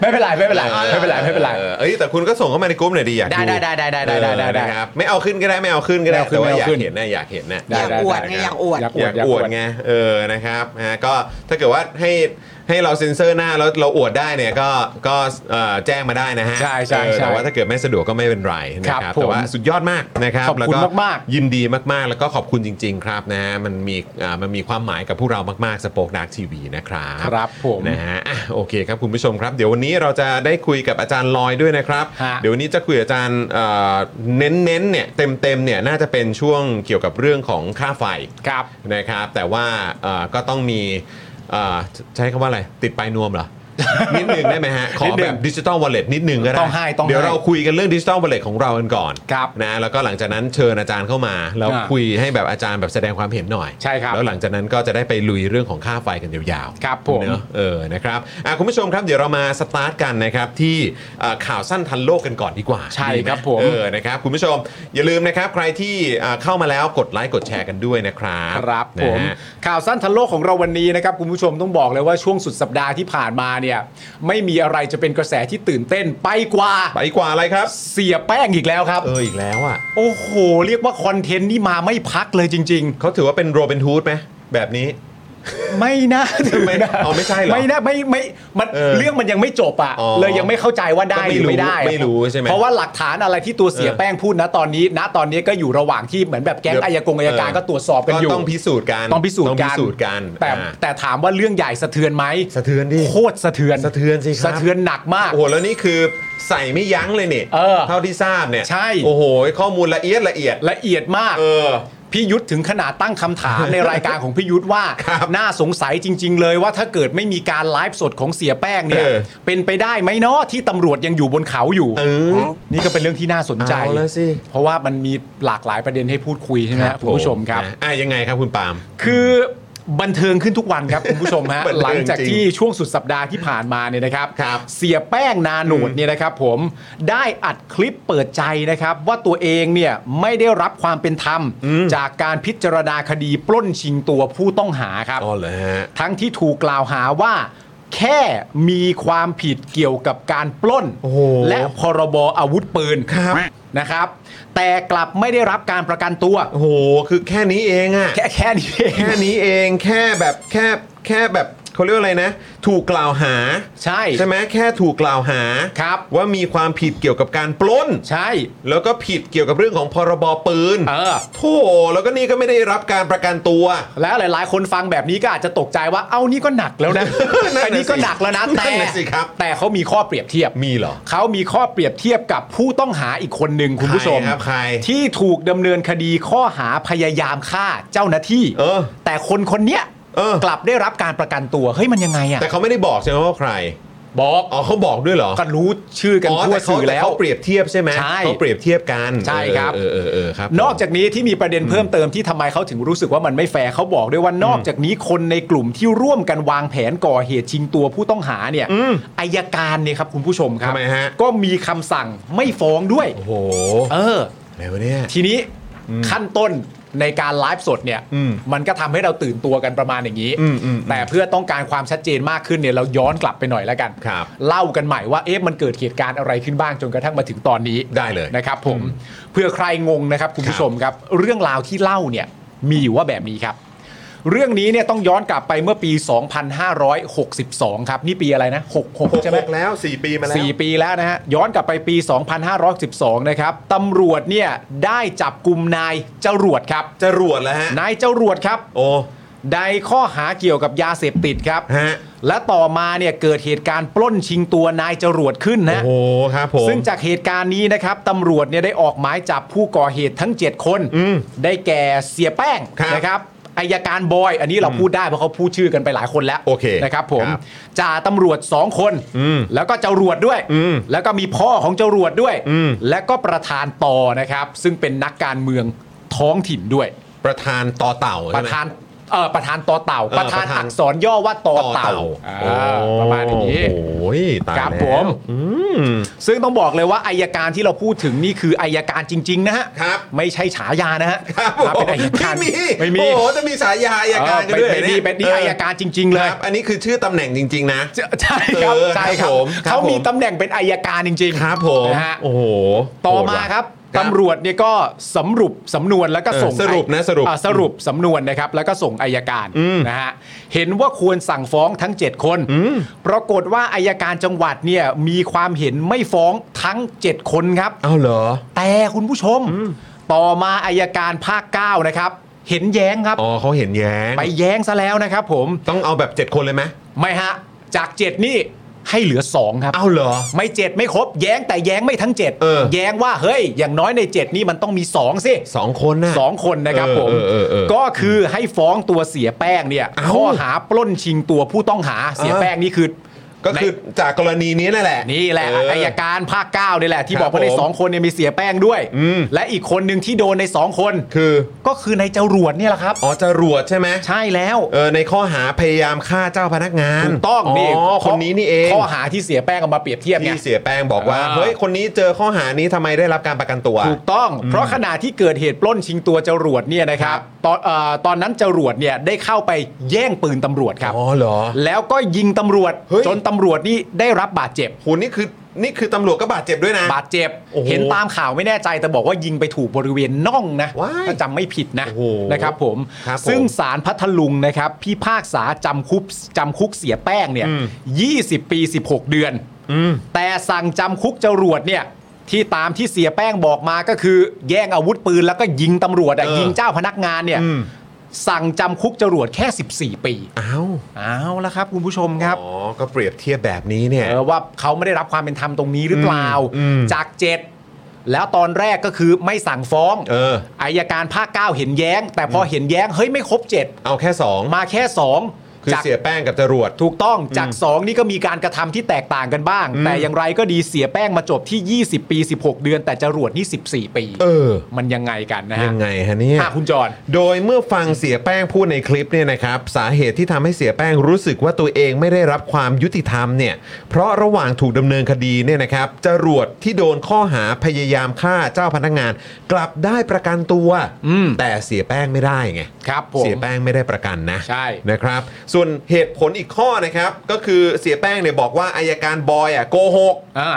ไม่เป็นไรไม่เป็นไรไม่เป็นไรไม่เป็นไร เออเอ้ยแต่คุณก็ส่งเข้ามาในกลุ่มหน่อยดีอยาก ได้ได้ได้ได้ได้ได้ได้เออได้นะครับไม่เอาขึ้นก็ได้ไม่เอาขึ้นก็ได้ ไม่เอาขึ้น แต่ว่าอยาไม่กเอาขึ้น เห็นนะอยากเห็นนะ อยากอวดไง ไ อยากอวด อยากอ อ วด ยากอวด อยากอวด ไงเออนะครับฮะก็ถ้าเกิดว่าให้ให้เราเซ็นเซอร์หน้าแล้วเราอวดได้เนี่ยก็ก็เอ่อแจ้งมาได้นะฮะ ใช่ใช่ เออ ใช่ แต่ว่าถ้าเกิดไม่สะดวกก็ไม่เป็นไรนะค ค รั รั บบ ผม แต่ว่าสุดยอดมากนะครับ ขอบคุณ แล้ว มาก ยินดีมากๆ แล้วก็ขอบคุณจริง ๆ ครับนะฮะมันมีอ่ามันมีความหมายกับพวกเรามากๆสปอคดักทีวีนะครับ ครับผม นะฮะอ่ะโอเคครับคุณผู้ชมครับ เดี๋ยววันนี้เราจะได้คุยกับอาจารย์ลอยด้วยนะครับ ฮะ เดี๋ยววันนี้จะคุยกับอาจารย์เอ่อเน้นๆเนี่ยเต็มๆเนี่ยน่าจะเป็นช่วงเกี่ยวกับเรื่องของค่าไฟ ครับ นะครับแต่ว่าเอ่อก็ต้องมีเอ่อใช้คำว่าอะไร ติดปลายนวม (laughs) เหรอ นิดหนึ่งได้ไหมฮะ ขอ นิดหนึ่ แบ ง บดิจิ t a ลวอลเล็ตนิดหนึ่งก็ได้ ต้องให้ต้องให้ เดี๋ยวเราคุยกันเรื่องดิจิ t a ลวอลเล็ตของเรากันก่อน ครับ นะแล้วก็หลังจากนั้นเชิญอาจารย์เข้ามา แล้ว อ่า คุยให้แบบอาจารย์แบบแสดงความเห็นหน่อย ใช่ครับ แล้วหลังจากนั้นก็จะได้ไปลุยเรื่องของค่าไฟกันยาวๆ ครับผม เนอะเออนะครับอ่ะคุณผู้ชมครับเดี๋ยวเรามาสตาร์ทกันนะครับที่เอ่อข่าวสั้นทันโลกกันก่อนดีกว่า ใช่ ดีไห ครับผม เออ นะครับ คุณผู้ชม อย่าลืมนะครับ ใครที่อ่าเข้ามาแล้วกดไลค์ กดแชร์กันด้วยนะครับ ครับผม นะฮะ ข่าวสั้นทันโลกของเราวันนี้นะครับคุณผู้ชมต้องบอกเลยว่าช่วงสุดสัปดาห์ที่ผ่านมาเนี่ยไม่มีอะไรจะเป็นกระแสที่ตื่นเต้นไปกว่า ไปกว่าอะไรครับ เสียแป้งอีกแล้วครับ เออ อีกแล้วอ่ะ โอ้โห เรียกว่าคอนเทนต์นี่มาไม่พักเลยจริง เขาถือว่าเป็นโรเบนทูดไหม แบบนี้ ๆ ไม่น่าถือ ไม่ นะ เอาไม่ใช่เหรอ ไม่น่าไม่ไม่มัน เออ เรื่องมันยังไม่จบอ่ะ อ๋อ เลยยังไม่เข้าใจว่าได้ ก็ไม่ หรือไม่ รู้ ได้ ไม่รู้ใช่ไหม เพราะว่าหลักฐานอะไรที่ตัวเสียแป้งพูดนะตอนนี้นะตอนนี้ก็อยู่ระหว่างที่เหมือนแบบแก๊ง เดี๋ยว อายกงอายการ เออ ก็ตรวจสอบกั ก็ นอยู่ ต้องพิสูจน์กัน ต้องพิสูจน์ ต้อง กั พิ น สูจน์กัน แต่ อ่า แต่ถามว่าเรื่องใหญ่สะเทือนไหม สะเทือนดิ โคตรสะเทือน สะเทือนสิครับ สะเทือนหนักมาก โอ้โห แล้วนี่คือใส่ไม่ยั้งเลยเนี่ย เออ เท่าที่ทราบเนี่ย ใช่ โอ้โห ข้อมูลละเอียดละเอียด ละเอียดมาก เออ พี่ยุทธถึงขนาดตั้งคำถาม ในรายการของพี่ยุทธว่า ครับ น่าสงสัยจริง ๆ เลยว่าถ้าเกิดไม่มีการไลฟ์สดของเสียแป้งเนี่ย เออ เป็นไปได้ไหมเนาะที่ตำรวจยังอยู่บนเขาอยู่ เออ นี่ก็เป็นเรื่องที่น่าสนใจ เอาแล้วสิ เพราะว่ามันมีหลากหลายประเด็นให้พูดคุยใช่ไหมครับคุณผู้ชมครับ นะอ่ะยังไงครับคุณปาล์ม คือ บันเทิงขึ้นทุกวัน (laughs) ครับ คุณผู้ชมฮะ บันเทิง หลังจาก จริง ที่ช่วงสุดสัปดาห์ที่ผ่านมาเนี่ยนะครับ ครับ เสียแป้งนาโนดเนี่ยนะครับ ผมได้อัดคลิปเปิดใจนะครับ ว่าตัวเองเนี่ยไม่ได้รับความเป็นธรรม จากการพิจารณาคดีปล้นชิงตัวผู้ต้องหาครับ อ๋อเหรอฮะ ทั้งที่ถูกกล่าวหาว่า แค่มีความผิดเกี่ยวกับการปล้น โอ้โห และพรบอาวุธปืน ครับ นะครับ แต่กลับไม่ได้รับการประกันตัว โอ้โห คือแค่นี้เองอะ แค่แค่นี้เอง แค่นี้เองแค่แบบแค่แค่แบบเขาเรียกว่าอะไรนะ ถูกกล่าวหา ใช่ ใช่ไหมแค่ถูกกล่าวหา ครับ ว่ามีความผิดเกี่ยวกับการปล้น ใช่ แล้วก็ผิดเกี่ยวกับเรื่องของพรบปืน เออ โธ่แล้วก็นี่ก็ไม่ได้รับการประกันตัว แล้วหลาย ๆ คนฟังแบบนี้ก็อาจจะตกใจว่า เอ้านี่ก็หนักแล้วนะ นั่นน่ะสิ อันนี้ก็หนักแล้วนะแต่ นั่นน่ะสิครับ แต่เขามีข้อเปรียบเทียบ มีเหรอ เขามีข้อเปรียบเทียบกับผู้ต้องหาอีกคนหนึ่งคุณผู้ชม ใครครับใคร ที่ถูกดำเนินคดีข้อหาพยายามฆ่าเจ้าหน้าที่ เออ แต่คนคนเนี้ย เออ กลับได้รับการประกันตัวเฮ้ยมันยังไงอะ แต่เขาไม่ได้บอกใช่ไหมว่าใคร บอก อ๋อเขาบอกด้วยเหรอ ก็รู้ชื่อกัน อ๋อ ทั่ว แต่เขา สื่อ แต่ แล้ว เขาเปรียบเทียบใช่ไหม ใช่ เขาเปรียบเทียบกัน ใช่ครับ เออเออเออเออครับ นอกจากนี้ที่มีประเด็นเพิ่มเติมที่ทำไมเขาถึงรู้สึกว่ามันไม่แฟร์เขาบอกด้วยว่านอกจากนี้คนในกลุ่มที่ร่วมกันวางแผนก่อเหตุชิงตัวผู้ต้องหาเนี่ยอายการเนี่ยครับคุณผู้ชมครั ทำไมฮะ ก็มีคำสั่งไม่ฟ้องด้วย โอ้โห เออ อะไรวะเนี่ย ทีนี้ขั้นต้นในการไลฟ์สดเนี่ย อืม มันก็ทำให้เราตื่นตัวกันประมาณอย่างนี้ อืมอืม แต่เพื่อต้องการความชัดเจนมากขึ้นเนี่ยเราย้อนกลับไปหน่อยแล้วกัน ครับ เล่ากันใหม่ว่าเอ๊ะมันเกิดเหตุการณ์อะไรขึ้นบ้างจนกระทั่งมาถึงตอนนี้ ได้เลย นะครับผมเพื่อใครงงนะครับคุณผู้ชมครับเรื่องราวที่เล่าเนี่ยมีอยู่ว่าแบบนี้ครับ เรื่องนี้เนี่ยต้องย้อนกลับไปเมื่อปี 2562 ครับ นี่ปีอะไรนะ หก 66 ใช่ไหม หกแล้วสี่ปีมาแล้ว สี่ปีแล้วนะฮะย้อนกลับไปปี 2512 นะครับตำรวจเนี่ยได้จับกลุ่มนายจรวดครับ จรวดแล้วฮะ นายจรวดครับ โอ้ ในข้อหาเกี่ยวกับยาเสพติดครับ ฮะ และต่อมาเนี่ยเกิดเหตุการณ์ปล้นชิงตัวนายจรวดขึ้นนะ โอ้โหครับผม ซึ่งจากเหตุการณ์นี้นะครับตำรวจเนี่ยได้ออกหมายจับผู้ก่อเหตุทั้ง 7 คน อืม ได้แก่เสียแป้ง ครับ นะครับอายการบอย อันนี้เราพูดได้เพราะเขาพูดชื่อกันไปหลายคนแล้ว โอเค นะครับผม ครับ จ่าตำรวจ 2 คน อืม แล้วก็จรวดด้วย อืม แล้วก็มีพ่อของจรวดด้วย อืม และก็ประธานปอนะครับ ซึ่งเป็นนักการเมืองท้องถิ่นด้วย ประธานต่อเต่า ป ใช่ ระ ไหม ธานเออประธานต่อเต่า เออ ประธาน ประธาน อักษรย่อว่าต่อเต่าอ่า โอ้ ประมาณอย่างนี้ โอ้ยตาย ครับ แล้ว ผม อืม ซึ่งต้องบอกเลยว่าอายการที่เราพูดถึงนี่คืออายการจริง ๆ นะฮะ ครับ ไม่ใช่ฉายานะฮะ ครับ อ่าเป็นอายการ ไม่มี ไม่มี โอ้โหจะมีสายยาอายการกันด้วย เออเป็นนี่เป็นนี่อายการจริงเลๆเลย ย ครับอันนี้คือชื่อตำแหน่งจริง ๆ นะ ใช่ครับ เออ ใช่คครัรับ บผมครับ เขามี ผม ตำแหน่งเป็นอายการจริง ครับผม นะฮะ โอ้โห ต่อมา โหดว่ะ ครับตำรวจเนี่ยก็สำรุปสำนวนแล้วก็ เออ ส่ง สรุปนะสรุป อ่าสรุปสำนวนนะครับ แล้วก็ส่งอายการ อืม นะฮะเห็นว่าควรสั่งฟ้องทั้ง 7 คน ปรากฏว่าอายการจังหวัดเนี่ยมีความเห็นไม่ฟ้องทั้ง 7 คนครับ เอ้าเหรอ แต่คุณผู้ชม ต่อมาอายการภาค 9 นะครับ เห็นแย้งครับ อ๋อเขาเห็นแย้ง ไปแย้งซะแล้วนะครับผม ต้องเอาแบบ 7 คนเลยไหม ไม่ฮะ จาก 7 นี่ให้เหลือ 2 ครับ เอ้าเหรอ ไม่เจ็ดไม่ครบ แย้งแต่แย้งไม่ทั้ง 7 เออ แย้งว่าเฮ้ย อย่างน้อยใน 7 นี่มันต้องมี 2 สิ สองคนน่ะ สองคนนะครับผม เออเออเออเออ ก็คือให้ฟ้องตัวเสียแป้งเนี่ย เอ้า ข้อหาปล้นชิงตัวผู้ต้องหาเสีย เออ แป้งนี่คือ ก็คือจากกรณีนี้นั่นแหละ นี่แหละ เอออ อายการภาคเก้านี่แหละที่ ครับ บอกว่าใน ผม สองคนเนี่ยมีเสียแป้งด้วย อืม และอีกคนหนึ่งที่โดนในสองคน คือ ก็คือในายจรวดเนี่ยแหละครับ อ๋อจะรวดใช่ไหม ใช่แล้ว เออในข้อหาพยายามฆ่าเจ้าพนักงาน ถูกต้อง อ๋ นี่ อคนนี้นี่เอง ข้อหาที่เสียแป้งเอามาเปรียบเทียบไง ที่เสียแป้งบอกว่า อ่า เฮ้ยคนนี้เจอข้อหานี้ทำไมได้รับการประกันตัว ถูกต้อง เพราะขณะที่เกิดเหตุปล้นชิงตัวจรวดเนี่ยนะครับตอนเอ่อตอนนั้นจรวดเนี่ยได้เข้าไปแย่งปืนตำรวจครับ อ๋อเหรอ แล้วก็ยิงตำรวจ เฮ้ย จนตำรวจนี่ได้รับบาดเจ็บ โหนี่คือนี่คือตำรวจก็บาดเจ็บด้วยนะ บาดเจ็บ โอ้โห เห็นตามข่าวไม่แน่ใจแต่บอกว่ายิงไปถูกบริเวณน่องนะ ว้าย ถ้าจำไม่ผิดนะ โอ้โห นะครับผม ครับผม ซึ่งสารพัทลุงนะครับพี่ภาคษาจำคุกจำคุกเสียแป้งเนี่ย อืม 20 ปี 16 เดือน อืม แต่สั่งจำคุกจรวดเนี่ยที่ตามที่เสียแป้งบอกมาก็คือ แย่งอาวุธปืนแล้วก็ยิงตำรวจอะ เออ ยิงเจ้าพนักงานเนี่ย อืม สั่งจำคุกจรวดแค่ 14 ปี อ้าว เอาละครับคุณผู้ชมครับ อ๋อ ก็เปรียบเทียบแบบนี้เนี่ย เออว่าเขาไม่ได้รับความเป็นธรรมตรงนี้หรือเปล่า อืมอืม จากเจ็ดแล้วตอนแรกก็คือไม่สั่งฟ้อง เออ ยการภาคเก้าเห็นแย้ง แต่พอเห็นแย้งเฮ้ยไม่ครบเจ็ด เอาแค่สอง มาแค่สอง คือ จาก เสียแป้งกับจรวด ถูกต้องจาก 2 นี่ก็มีการกระทำที่แตกต่างกันบ้าง แต่อย่างไรก็ดีเสียแป้งมาจบที่ 20 ปี 16 เดือน แต่จรวดนี่ 14 ปี เออ มันยังไงกันนะฮะ ยังไงฮะเนี่ย อ่ะคุณจอน โดยเมื่อฟังเสียแป้งพูดในคลิปเนี่ยนะครับสาเหตุที่ทำให้เสียแป้งรู้สึกว่าตัวเองไม่ได้รับความยุติธรรมเนี่ยเพราะระหว่างถูกดำเนินคดีเนี่ยนะครับจรวดที่โดนข้อหาพยายามฆ่าเจ้าพนักงาน กลับได้ประกันตัว อืม แต่เสียแป้งไม่ได้ไง ครับผม เสียแป้งไม่ได้ประกันนะ ใช่ นะครับ ส่วนเหตุผลอีกข้อนะครับก็คือเสียแป้งเนี่ยบอกว่าอายการบอยอ่ะโกหก อ่า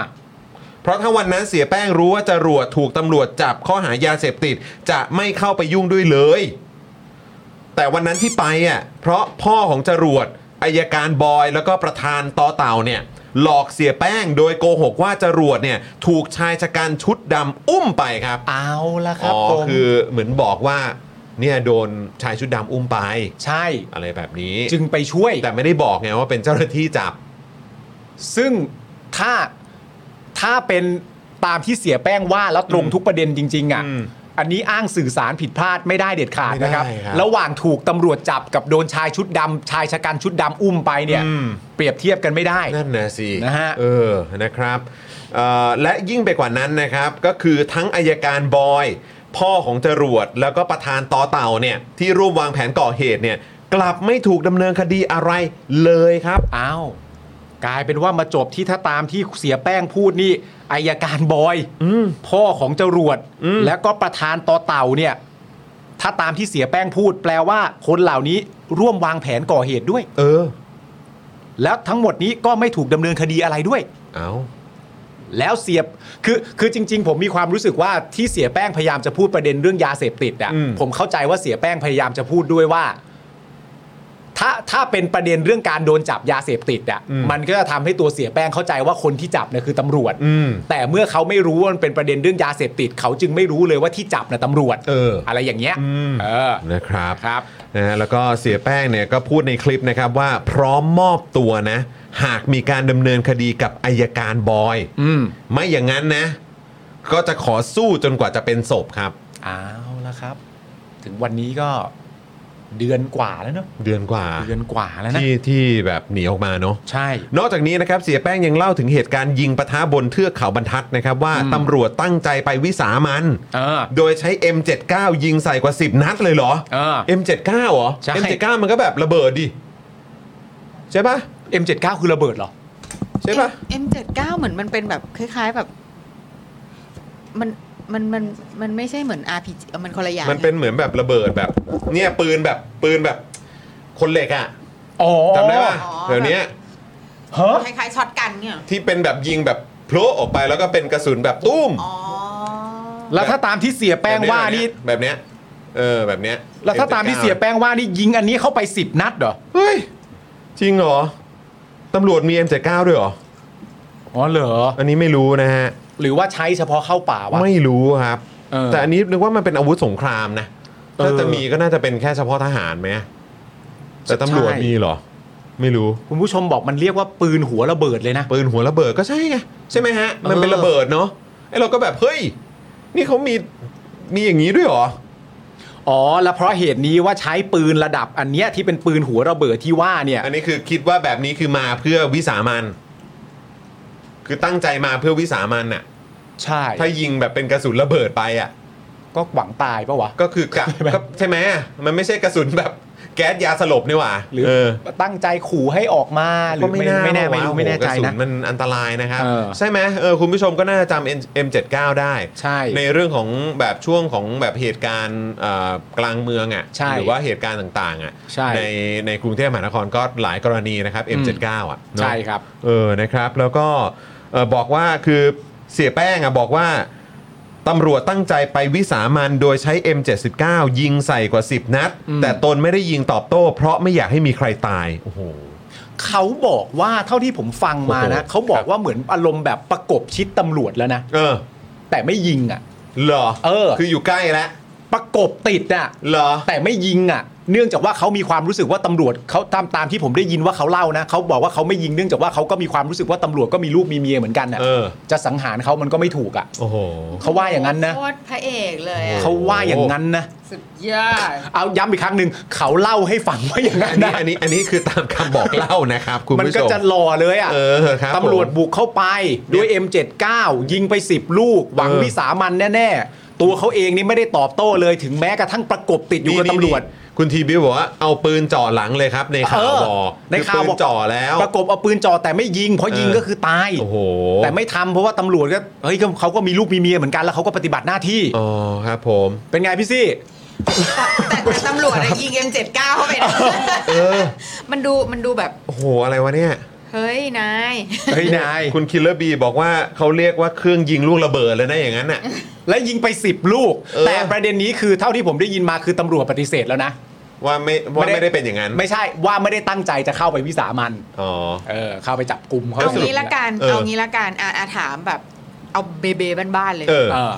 เพราะถ้าวันนั้นเสียแป้งรู้ว่าจรวดถูกตำรวจจับข้อหายาเสพติด จะไม่เข้าไปยุ่งด้วยเลย แต่วันนั้นที่ไปอ่ะเพราะพ่อของจรวดอายการบอยแล้วก็ประธานต่อเต่าเนี่ย หลอกเสียแป้งโดยโกหกว่าจรวดเนี่ยถูกชายชะกันชุดดำอุ้มไปครับ เอาละค อ๋ รับ อ ผม คือเหมือนบอกว่าเนี่ยโดนชายชุดดำอุ้มไป ใช่ อะไรแบบนี้ จึงไปช่วย แต่ไม่ได้บอกไงว่าเป็นเจ้าหน้าที่จับ ซึ่งถ้าถ้าเป็นตามที่เสียแป้งว่าแล้วตรงทุกประเด็นจริง ๆ อ่ะ อืม อันนี้อ้างสื่อสารผิดพลาดไม่ได้เด็ดขาดนะครับ ไม่ได้ครับ ระหว่างถูกตำรวจจับกับโดนชายชุดดำชายชะกันชุดดำอุ้มไปเนี่ย อืม เปรียบเทียบกันไม่ได้ นั่นนะสิ นะฮะ เออ นะครับเอ่อและยิ่งไปกว่านั้นนะครับ ก็คือทั้งอายการบอย พ่อของจรวด แล้วก็ประธานต่อเต่าเนี่ย ที่ร่วมวางแผนก่อเหตุเนี่ย กลับไม่ถูกดำเนินคดีอะไรเลยครับ อ้าวกลายเป็นว่ามาจบที่ถ้าตามที่เสียแป้งพูดนี่อายการบอยพ่อของจรวดแล้วก็ประธานต่อเต่าเนี่ย ถ้าตามที่เสียแป้งพูด แปลว่าคนเหล่านี้ร่วมวางแผนก่อเหตุด้วย เออ แล้วทั้งหมดนี้ก็ไม่ถูกดำเนินคดีอะไรด้วย เอา แล้วเสียบคือคือจริง ๆ ผมมีความรู้สึกว่าที่เสียแป้งพยายามจะพูดประเด็นเรื่องยาเสพติดอ่ะผมเข้าใจว่าเสียแป้งพยายามจะพูดด้วยว่า ถ้าถ้าเป็นประเด็นเรื่องการโดนจับยาเสพติดอ่ะมันก็จะทำให้ตัวเสียแป้งเข้าใจว่าคนที่จับน่ะคือตำรวจ อืม แต่เมื่อเขาไม่รู้ว่ามันเป็นประเด็นเรื่องยาเสพติด เขาจึงไม่รู้เลยว่าที่จับน่ะตำรวจ เอออ อะไรอย่างเงี้ยเออ นะครับ ครับ นะฮะแล้วก็เสียแป้งเนี่ยก็พูดในคลิปนะครับว่าพร้อมมอบตัวนะ หากมีการดำเนินคดีกับอายการบอย อืม ไม่อย่างนั้นนะ ก็จะขอสู้จนกว่าจะเป็นศพครับ เอาละครับ ถึงวันนี้ก็เดือนกว่าแล้วเนอะ เดือนกว่า เดือนกว่าแล้วนะ ที่ที่แบบหนีออกมาเนาะ ใช่ นอกจากนี้นะครับเสียแป้งยังเล่าถึงเหตุการณ์ยิงปะทะบนเทือกเขาบรรทัดนะครับว่าตำรวจตั้งใจไปวิสามัน เออ โดยใช้ M79 ยิงใส่กว่า 10 นัดเลยเหรอ เออ M79 เหรอ ใช่ M79 มันก็แบบระเบิดดิ ใช่ปะ M79 คือระเบิดเหรอ ใช่ปะ เอ็มเจ็ดเก้าเหมือนมันเป็นแบบคล้าย ๆแบบ มันมันมันมันไม่ใช่เหมือน RPG เออมันคนละอย่าง มันเป็นเหมือนแบบระเบิดแบบ เนี่ยปืนแบบปืนแบบคนเหล็กอะ อ๋อ จำได้ปะเดี๋ยวนี้ ฮะ คล้ายๆช็อตกันเนี่ยเหรอ ที่เป็นแบบยิงแบบโผล่ออกไปแล้วก็เป็นกระสุนแบบตุ้ม อ๋อ แล้วถ้าตามที่เสียแป้งว่านี่ แบบเนี้ยเออแบบเนี้ย แล้วถ้าตามที่ M79 เสียแป้งว่านี่ยิงอันนี้เข้าไป 10 นัดเหรอ เฮ้ย จริงเหรอ ตำรวจมี M79 ด้วยเหรอ อ๋อเหรอ อันนี้ไม่รู้นะฮะ หรือว่าใช้เฉพาะเข้าป่าวะ ไม่รู้ครับ เออ แต่อันนี้นึกว่ามันเป็นอาวุธสงครามนะ เออ ถ้าจะมีก็น่าจะเป็นแค่เฉพาะทหารไหมแต่ตำรวจ ใช่ มีเหรอ ไม่รู้ คุณผู้ชมบอกมันเรียกว่าปืนหัวระเบิดเลยนะ ปืนหัวระเบิดก็ใช่ไง ใช่ไหมฮะ มันเป็น เออ ระเบิดเนาะไอ้เราก็แบบ เฮ้ย นี่เขามี มีอย่างนี้ด้วยเหรอ อ๋อ แล้วเพราะเหตุนี้ว่าใช้ปืนระดับอันเนี้ยที่เป็นปืนหัวระเบิดที่ว่าเนี่ย อันนี้คือคิดว่าแบบนี้คือมาเพื่อวิสามัน คือตั้งใจมาเพื่อวิสามันน่ะ ใช่ ถ้ายิงแบบเป็นกระสุนระเบิดไปอ่ะ ก็หวังตายปะวะ ก็คือ (laughs) กะก็ใช่ไหมมันไม่ใช่กระสุนแบบแก๊สยาสลบนี่หว่า หรือ เออ ตั้งใจขู่ให้ออกมาหรือไม่ไม่แน่ไม่รู้ไม่แน่กใจระสุ นะ นมันอันตรายนะครับ เออ ใช่ไหมเออคุณผู้ชมก็น่าจะจำ M- M79 ได้ ใช่ ในเรื่องของแบบช่วงของแบบเหตุการณ์เอ่อกลางเมืองอ่ะ ใช่ หรือว่าเหตุการณ์ต่างๆอ่ะ ใช่ ในกรุงเทพมหานครก็หลายกรณีนะครับ M79 อ่ะเนอะ ใช่ครับ เออนะครับ แล้วก็เอ่อบอกว่าคือเสียแป้งอ่ะบอกว่า ตำรวจตั้งใจไปวิสามันโดยใช้ M79 ยิงใส่กว่า 10 นัด แต่ตนไม่ได้ยิงตอบโต้ เพราะไม่อยากให้มีใครตาย โอ้โห เขาบอกว่าเท่าที่ผมฟังมานะ โอ้โห เขาบอกว่าเหมือนอารมณ์แบบประกบชิดตำรวจแล้วนะ เออ แต่ไม่ยิงอ่ะ เหรอ เออ คืออยู่ใกล้แล้ว ประกบติดอ่ะ เหรอ แต่ไม่ยิงอ่ะ เนื่องจากว่าเขามีความรู้สึกว่าตำรวจเขาตามตามที่ผมได้ยินว่าเขาเล่านะเขาบอกว่าเขาไม่ยิงเนื่องจากว่าเขาก็มีความรู้สึกว่าตำรวจก็มีลูกมีเมียเหมือนกันน่ะ เออ จะสังหารเขามันก็ไม่ถูกอ่ะ โอ้โห เขาว่าอย่างนั้นนะ โคตรพระเอกเลยอะ เขาว่าอย่างนั้นนะ สุดยอด เอาย้ำอีกครั้งหนึ่งเขาเล่าให้ฟังว่าอย่างนั้ อั น นนี้ นะ อันนี้อันนี้คือตามคำบอกเล่านะครับ คุณ มัน ผู้ชม ก็จะหล่อเลยอ่ะ เออครับ ตำรวจ ผม บุกเข้าไปด้วย M79 ยิงไป 10 ลูก หวัง เออ วิสามันแน่ ๆ ตัวเขาเองนี่ไม่ได้ตอบโต้เลยถึงแม้กระทั่งประกบติดอยู่กับ นี่ ตำรวจ นี่คุณทีบิวบอกว่าเอาปืนจ่อหลังเลยครับในข่าว เออ บอก ในข่าว คือปื บอก นจ่อแล้ว ประกบเอาปืนจ่อแต่ไม่ยิง เพราะยิง เออ ก็คือตาย โอ้โห แต่ไม่ทำเพราะว่าตำรวจก็เฮ้ยก็เขาก็มีลูกมีเมียเหมือนกันแล้วเขาก็ปฏิบัติหน้าที่ อ๋อครับผม เป็นไงพี่ซี่ แต่แต่ตำรวจอะยิง M79 เข้าไปนะมันดูมันดูแบบ โอ้โหอะไรวะเนี่ย เฮ้ย นาย เฮ้ยนาย คุณคิลเลอร์บีบอกว่าเขาเรียกว่าเครื่องยิงลูกระเบิดเลยนะอย่างนั้น (laughs) น่ะ และยิงไป 10 ลูก เออ แต่ประเด็นนี้คือเท่าที่ผมได้ยินมาคือตำรวจปฏิเสธแล้วนะ ว่าไม่ว่าไม่ได้เป็นอย่างนั้น ไม่ใช่ว่าไม่ได้ตั้งใจจะเข้าไปวิสามัน อ๋อ เออเข้าไปจับกลุ่มเขา เอางี้ละกัน เออ เอางี้ละกันอ่ะอ่ะถามแบบ เอาเบเบ้บ้านๆเลย เออ เออ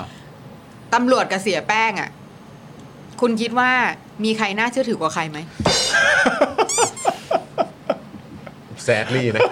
ตำรวจกับเสียแป้งอ่ะ คุณคิดว่ามีใครน่าเชื่อถือกว่าใครไหม แซดลี่ (laughs) นะ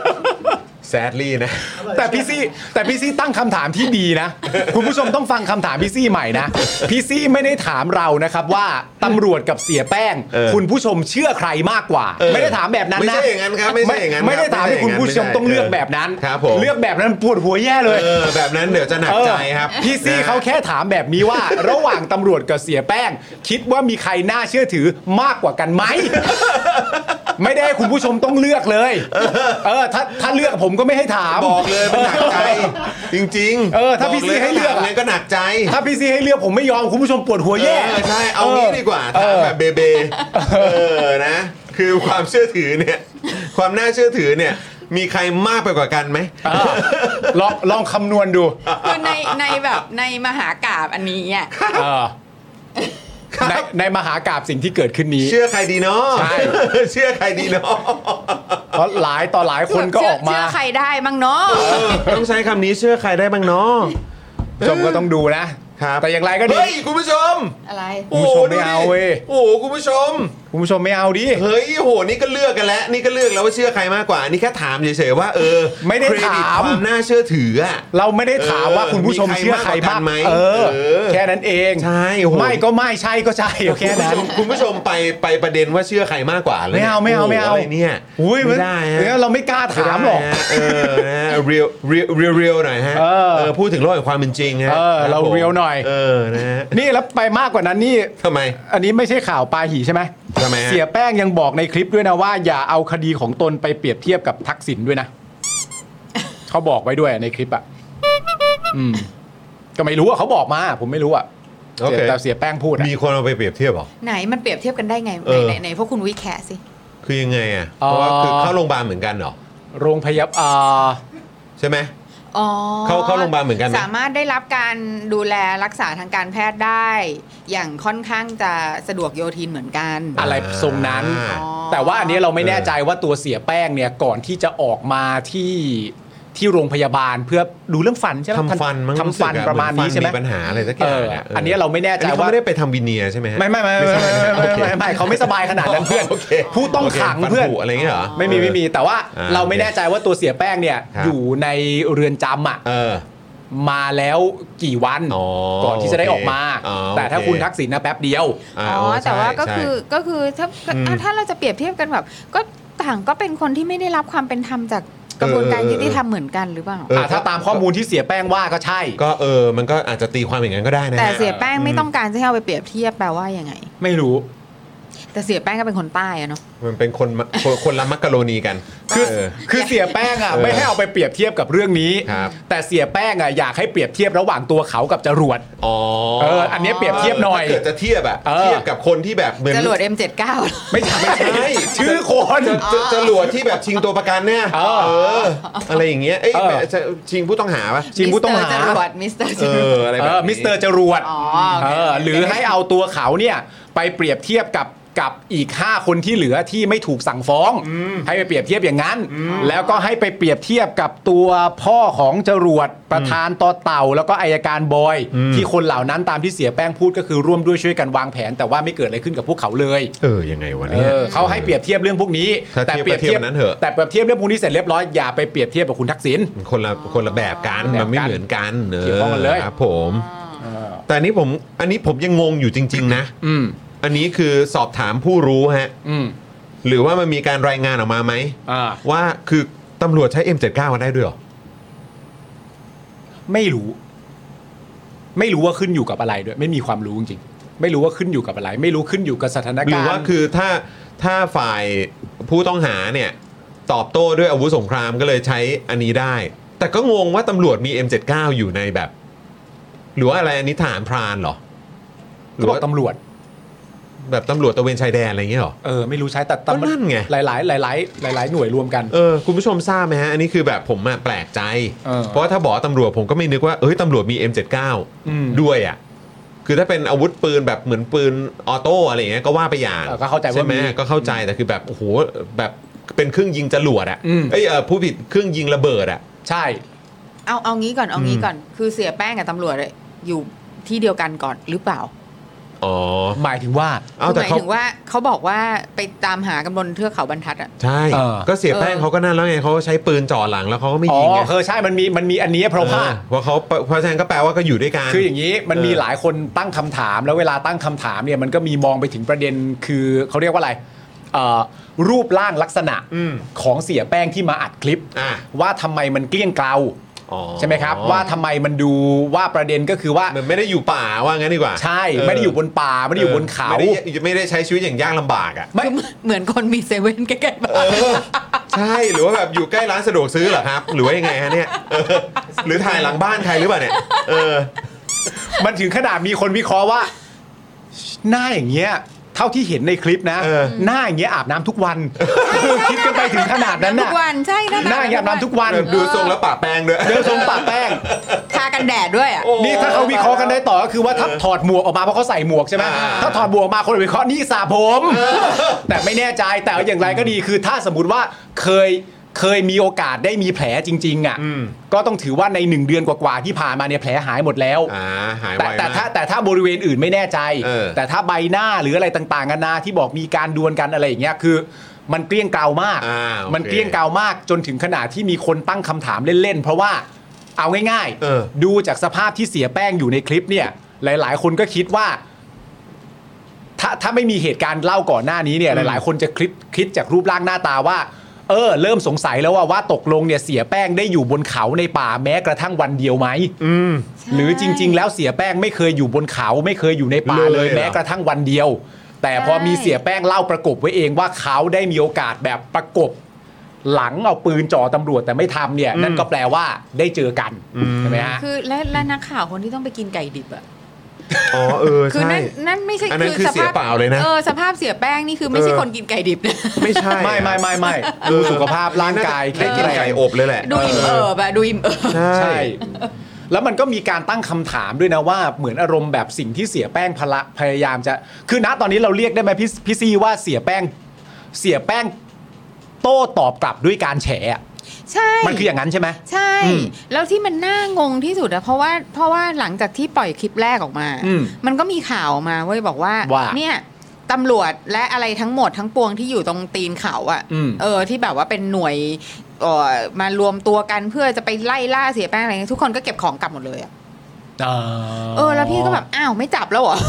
แซดลี่นะ แต่พี่ซี่แต่พี่ซี่ตั้งคำถามที่ดีนะ คุณผู้ชมต้องฟังคำถามพี่ซี่ใหม่นะพี่ซี่ไม่ได้ถามเรานะครับว่าตำรวจกับเสียแป้ง เออ คุณผู้ชมเชื่อใครมากกว่า เออ ไม่ได้ถามแบบนั้นนะ ไม่ใช่อย่างนั้นครับไม่ใช่อย่างนั้นครับ ไม่ได้ถามให้คุณผู้ชมต้องเลือกแบบนั้น ครับผม เลือกแบบนั้นปวดหัวแย่เลย เออแบบนั้นเดี๋ยวจะหนักใจครับ เออพี่ซี่ นะ เขาแค่ถามแบบนี้ว่า ระหว่างตำรวจกับเสียแป้ง คิดว่ามีใครน่าเชื่อถือมากกว่า (laughs) กันไหม ไม่ได้ให้คุณผู้ชมต้องเลือกเลย เออ ถ้าถ้าเลือกผมก็ไม่ให้ถาม บอกเลยมันหนักใจ จริงๆ เออถ้า บ พี่ซี่ให้เลือก ถามเลยก็หนักใจ ถ้าพี่ซีให้เลือกผมไม่ยอมคุณผู้ชมปวดหัวแย่ เออใช่เอางี้ดีกว่าถามแบบเบเบเออนะ คือความเชื่อถือเนี่ย ความน่าเชื่อถือเนี่ย มีใครมากไปกว่ากันไหม เออลองลองคำนวณดู คือในในแบบในมหากาบอันนี้อ่ะ เออในในมหากราบสิ่งที่เกิดขึ้นนี้ เชื่อใครดีเนาะ ใช่ เชื่อใครดีเนาะ เพราะหลายต่อหลายคนก็ออก เชื่ มา เชื่อใครได้บ้างเนาะ ต้องใช้คำนี้เชื่อใครได้บ้างเนาะ คุณผู้ชมก็ต้องดูนะ ครับ แต่อย่างไรก็ดี เฮ้ย คุณผู้ชม อะไร คุณผู้ชมไม่เอาเว้ย โอ้โหคุณผู้ชม คุณผู้ชมไม่เอาดิ เฮ้ยโหนี่ก็เลือกกันแล้ว นี่ก็เลือกแล้วว่าเชื่อใครมากกว่า นี่แค่ถามเฉยๆว่าเออ ไม่ได้ เครต ถาม ความน่าเชื่อถืออะ เราไม่ได้ถามว่าคุณผู้ชมเชื่อใครมีบ้างใครมากกว่ากันไหม เออ เออ แค่นั้นเอง ใช่โอ้โห ไม่ก็ไม่ใช่ก็ใช่แค่นั้น คุณผู้ชมไปไปประเด็นว่าเชื่อใครมากกว่าลย ไม่เอาไม่เอา โโห ไม่เอา ะรเนี่ย อุ้ย ไม่ได้ฮะ เนี่ยเราไม่กล้าถามหรอก ไม่ได้ฮะเออนะเรียวเรียวเรียวเรียวหน่อยฮะ เออ พูดถึงโลกแห่งความเป็นจริงฮะ เออเรา คบผม เรียวหน่อย เออนะฮะ นี่แล้วไปมากกว่านั้นนี่ ทำไม อันนี้ไม่ใช่ข่าวปาหีใช่ไหม ทำไมฮะ เสียแป้งยังบอกในคลิปด้วยนะว่า อย่าเอาคดีของตนไปเปรียบเทียบกับทักษิณด้วยนะ เขาบอกไว้ด้วยในคลิปอ่ะอืม ก็ไม่รู้อ่ะเขาบอกมา ผมไม่รู้อ่ะ โอ เสี เค ยแต่เสียแป้งพูดอะ มีคนเอาไปเปรียบเทียบเหรอ ไหนมันเปรียบเทียบกันได้ไง เออไหนไหนไหนพวกคุณวิแคะสิ คือยังไงอ่ะเพราะว่าคือเข้าโรงพยาบาลเหมือนกันเหรอ โรงพยาบาล ใช่ไหม อ๋อ เข้าเข้าโรงพยาบาลเหมือนกันไหม สามารถได้รับการดูแลรักษาทางการแพทย์ได้ อย่างค่อนข้างจะสะดวกโยทินเหมือนกัน อะไรทรงนั้น อ่า แต่ว่าอันนี้เราไม่แน่ใจว่าตัวเสียแป้งเนี่ยก่อนที่จะออกมาที่ที่โรงพยาบาลเพื่อดูเรื่องฟันใช่ไหม ทำฟันมั้ง ทำฟัน สึกอ ประมาณนี้ใช่ไหม ฟัมีปัญหาอะไรสักอ เอย่าง อ อะ อันนี้เราไม่แน่ อัน ใจ นี้เขา ว่า ไม่ได้ไปทำวิเนียร์ใช่ไหมฮะ ไม่ไม่ไม่ไม่ ใช่ ไม่ ไหม ไม่ โอเค ไม่ไม่เขาไม่สบายขนาดนั้นเพื่อน โอเค ผู้ต้อง โเค ขัง ฟั เพื่อน ผุอะไรย่างเงี้ยเหรอ ไม่มีไม่มีแต่ว่า อ่า เราไม่แน่ใจว่าตัวเสียแป้งเนี่ย ครับ อยู่ในเรือนจำอ่ะ เออ มาแล้วกี่วัน อ๋อ ก่อนที่จะได้ออกมา โอเคอ๋อ แต่ถ้า โอเค คุณทักษิณนะแป๊บเดียว อ๋ อ๋อ แต่ว่าก็คือก็คือถ้า อืม อ่ะถ้าเราจะเปรียบเทียบกันแบบ ก็ต่างก็เป็นคนที่ไม่ได้รับความเป็นธรรมจากกระบวนการยุติธรรมเหมือนกันหรือเปล่า เออ อ่ะถ้าตามข้อมูลที่เสียแป้งว่าก็ใช่ ก็เออ มันก็อาจจะตีความอย่างนั้นก็ได้นะ แต่ ฮะ เสียแป้งไม่ต้องการจะให้เอาไปเปรียบเทียบแปลว่ายังไง ไม่รู้ แต่เสียแป้งก็เป็นคนใต้อะเนาะ มันเป็นคนมะคนคนละมักกะโรนีกัน คือคือเสียแป้งอ่ะ เออ ไม่ให้เอาไปเปรียบเทียบกับเรื่องนี้ ครับ แต่เสียแป้งอ่ะอยากให้เปรียบเทียบระหว่างตัวเขากับจรวด อ๋อ เอออันเนี้ยเปรียบเทียบหน่อย ถ้าเกิดจะเทียบอะ เออ เทียบกับคนที่แบบเหมือน จรวด M79 ไม่ใช่ไม่ ใช่ (laughs) ใช่ชื่อคน จะจะจะหลวดที่แบบชิงตัวประกันเนี่ย เออ เออ อะไรอย่างเงี้ยเอ้ย เออ แหมจะชิงผู้ต้องหาปะ จริงผู้ต้องหา มิสเตอร์จรวดมิสเตอร์จ เอ รว อ ด อะไรแบ เอบ อ นี้อ๋อโอเคมิสเตอร์จรวดเออหรือให้เอาตัวเขาเนี่ยไปเปรียบเทียบกับ กับอีก 5 คนที่เหลือที่ไม่ถูกสั่งฟ้อง ให้ไปเปรียบเทียบอย่างนั้น แล้วก็ให้ไปเปรียบเทียบกับตัวพ่อของจรวดประธานต่อเต่า แล้วก็อายการบอย ที่คนเหล่านั้นตามที่เสียแป้งพูดก็คือร่วมด้วยช่วยกันวางแผน แต่ว่าไม่เกิดอะไรขึ้นกับพวกเขาเลย เออยังไงวะ เอ เนี่ย อเขาให้เปรียบเทียบเรื่องพวกนี้ ถ้าเทียบ เปรีบ ก็เทียบนั้นเถอะ แต่เปรียบเทียบเรื่องพวกนี้เสร็จเรียบร้อยอย่าไปเปรียบเทียบกับคุณทักษิณ คนละคนละแบบกัน แบบกัน มันไม่เหมือนกันเน เกี่ยวข้องกันเลย ครับ ผม แต่อันนี้ผมอันนี้ผมยังงงอยู่จริง ๆ นะ อืม อันนี้คือสอบถามผู้รู้ฮะ อืม หรือว่ามันมีการรายงานออกมาไหม อ่า ว่าคือตำรวจใช้ M79 มาได้ด้วยเหรอ ไม่รู้ ไม่รู้ว่าขึ้นอยู่กับอะไรด้วย ไม่มีความรู้จริงๆไม่รู้ว่าขึ้นอยู่กับอะไร ไม่รู้ขึ้นอยู่กับสถาน หรือการณ์ ว่าคือถ้าถ้าฝ่ายผู้ต้องหาเนี่ย ตอบโต้ด้วยอาวุธสงครามก็เลยใช้อันนี้ได้ แต่ก็งงว่าตำรวจมี M79 อยู่ในแบบ หรือว่าอะไรอันนี้ฐานพรานเหรอ ห ก็ รือบ อ ว่าก ตำรวจ แบบตำรวจตระเวนชายแดนอะไรอย่างเงี้ยเหรอ เออไม่รู้ใช้แต่ ก็นั่นไง หลายหลายหลายหลายๆหลาย ๆ หน่วยรวมกัน เออคุณผู้ชมทราบไหมฮะ อันนี้คือแบบผมอะแปลกใจ เออ เพราะว่าถ้าบอกว่าตำรวจผมก็ไม่นึกว่าเอ้ยตำรวจมี M79 อืม ด้วยอะคือถ้าเป็นอาวุธปืนแบบเหมือนปืนออโต้อะไรอย่างเงี้ยก็ว่าไปอย่าง เออก็เข้าใจว่า ใช่ไหม มี ก็เข้าใจแต่คือแบบโอ้โหแบบเป็นเครื่องยิงจรวดอะ อืม เอ้ยเออผู้ผิดเครื่องยิงระเบิดอะ ใช่ เอาเอางี้ก่อนเอางี้ก่อน คือเสียแป้งกับตำรวจอยู่ที่เดียวกันก่อนหรือเปล่า อ๋อ หมายถึงว่า เอา คือ แต่ หมาย เขา ถึงว่าเขาบอกว่าไปตามหากันบนเทือกเขาบรรทัดอะ ใช่ เออ ก็เสียแป้ง เออ เขาก็นั่นแล้วไงเขาใช้ปืนจ่อหลังแล้วเขาก็ไม่ อ๋อ ยิงไง เออใช่มันมีมันมีอันนี้เพราะว่า ออเพราะเขาเพราะฉะนั้นก็แปลว่าก็อยู่ด้วยกัน คืออย่างนี้มันมี เออ หลายคนตั้งคำถาม แล้วเวลาตั้งคำถามเนี่ยมันก็มีมองไปถึงประเด็นคือเขาเรียกว่าอะไรเอ่อรูปร่างลักษณะ อืม ของเสียแป้งที่มาอัดคลิป อ่ะ ว่าทำไมมันเกลี้ยงเกลา อ๋อ ใช่ไหมครับ ว่าทำไมมันดูว่าประเด็นก็คือว่า เหมือนไม่ได้อยู่ป่าว่างั้นดีกว่า ใช่ไม่ได้อยู่บนป่าไม่ได้อยู่บนเขา ไม่ได้ไม่ได้ใช้ชีวิตอย่างยากลำบากอะ ไม่ คือเหมือนคนมีเซเว่นใกล้ๆบ้าน ใช่หรือว่าแบบอยู่ใกล้ร้านสะดวกซื้อเหรอครับ หรือว่ายังไงฮะเนี่ยเออหรือถ่ายหลังบ้านใครหรือเปล่าเนี่ยเออ มันถึงขนาดมีคนวิเคราะห์ว่า หน้าอย่างเงี้ย เท่าที่เห็นในคลิปนะ เออ หน้าอย่างเงี้ยอาบน้ำทุกวัน คือคิดกันไปถึงขนาดนั้น ทุ น่ะ กวันใช่หน้า หน้าอย่างเงี้ยอาบน้ำทุกวัน แบบดูทรงแล้วปะแป้งด้วย เดินทรงปะแป้ง ทากันแดดด้วยอะ นี่ถ้าเขาวิเคราะห์กันได้ต่อก็คือว่าถ้าถอดหมวกออกมาเพราะเขาใส่หมวกใช่ไหม อ่า ถ้าถอดหมวกออกมาคนอื่นวิเคราะห์นี่สาผม แต่ไม่แน่ใจแต่อย่างไรก็ดีคือ ถ้าสมมติว่าเคยเคยมีโอกาสได้มีแผลจริง ๆ อ่ะ ก็ต้องถือว่าในหนึ่งเดือนกว่าๆที่ผ่านมาเนี่ยแผลหายหมดแล้ว อ่าหาย แต่ ไว แต่ มาก ถ้าแต่ถ้าบริเวณอื่นไม่แน่ใจ เออ แต่ถ้าใบหน้าหรืออะไรต่างๆกันานาที่บอกมีการดวลกันอะไรอย่างเงี้ยคือ มันเกลี้ยงเกลามาก อ่าโอค มันเกลี้ยงเกลามากจนถึงขนาดที่มีคนตั้งคำถามเล่น ๆ เพราะว่าเอาง่าย เออ ดูจากสภาพที่เสียแป้งอยู่ในคลิปเนี่ย หลาย ๆ คนก็คิดว่า ถ้าถ้าไม่มีเหตุการณ์เล่าก่อนหน้านี้เนี่ย หลาย ๆ คนจะคิดคิดจากรูปร่างหน้าตาว่า เออ เริ่มสงสัยแล้วว่าว่าตกลงเนี่ยเสียแป้งได้อยู่บนเขาในป่าแม้กระทั่งวันเดียวไหมหรือจริง ๆ แล้วเสียแป้งไม่เคยอยู่บนเขา ไม่เคยอยู่ในป่า เล เลย ย เหรอ แม้กระทั่งวันเดียว แต่พอมีเสียแป้งเล่าประกบไว้เองว่าเขาได้มีโอกาสแบบประกบ หลังเอาปืนจ่อตำรวจแต่ไม่ทำเนี่ย นั่นก็แปลว่าได้เจอกันใช่ไหมฮะ คือและและนักข่าวคนที่ต้องไปกินไก่ดิบอะ อ๋อเออ คือ ใช่ นั่นนั่นไม่ใช่ อันนั้นคือ ส เสีย ภาพ เปล่าเลยนะ เออสภาพเสียแป้งนี่คือไม่ใช่คนกินไก่ดิบนะ ไม่ใช่ ไม่ไม่ไม่ไม่ เอ ดู อ สุขภาพร่างกาย ได้ แข็ง กิน แรง ไก่อบเลยแหละ ดูอิ่มเอิบอะดูอิ่มเอิบ ใช่ ใช่ แล้วมันก็มีการตั้งคำถามด้วยนะว่าเหมือนอารมณ์แบบสิ่งที่เสียแป้งพละพยายามจะ คือณตอนนี้เราเรียกได้ไหมพี่พี่ซีว่าเสียแป้งเสียแป้งโต้ตอบกลับด้วยการแฉอะ ใช่ มันคืออย่างนั้นใช่ไหม ใช่ อืม แล้วที่มันน่างงที่สุดอะเพราะว่าเพราะว่าหลังจากที่ปล่อยคลิปแรกออกมา อืม มันก็มีข่าวออกมาเว้ยบอกว่า ว่า เนี่ยตำรวจและอะไรทั้งหมดทั้งปวงที่อยู่ตรงตีนเขาอะ อืม เออที่แบบว่าเป็นหน่วยเอ่อมารวมตัวกันเพื่อจะไปไล่ล่าเสียแป้งอะไรเงี้ยทุกคนก็เก็บของกลับหมดเลยอะเออแล้วพี่ก็แบบอ้าวไม่จับแล้วเหรอ (laughs)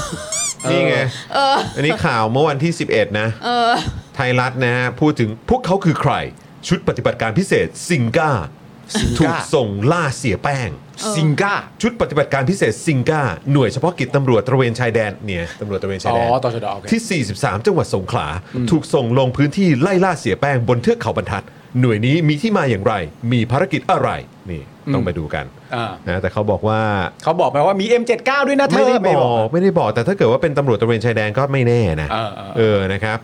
นี่ไง เออ อันนี้ข่าวเมื่อวันที่ 11 นะ เออ ไทยรัฐนะฮะพูดถึงพวกเขาคือใคร ชุดปฏิบัติการพิเศษซิงก้า ซิงก้า ถูกส่งล่าเสียแป้ง ซิงก้า ชุดปฏิบัติการพิเศษซิงก้าหน่วยเฉพาะกิจตำรวจตระเวนชายแดนเนี่ยตำรวจตระเวนชาย อ๋อ แดน ตอชดโอเค ที่ 43 จังหวัดสงขลา ถูกส่งลงพื้นที่ไล่ล่าเสียแป้งบนเทือกเขาบรรทัด หน่วยนี้มีที่มาอย่างไร มีภารกิจอะไร นี่ต้องไปดูกัน อ่า นะแต่เขาบอกว่า เขาบอกไปว่ามี M79 ด้วยนะเธ ไม่ อ ได้บอก ก ไม่ได้บอกแต่ถ้าเกิดว่าเป็นตำรวจตระเวนชายแดนก็ไม่แน่นะ เออเออ นะครับ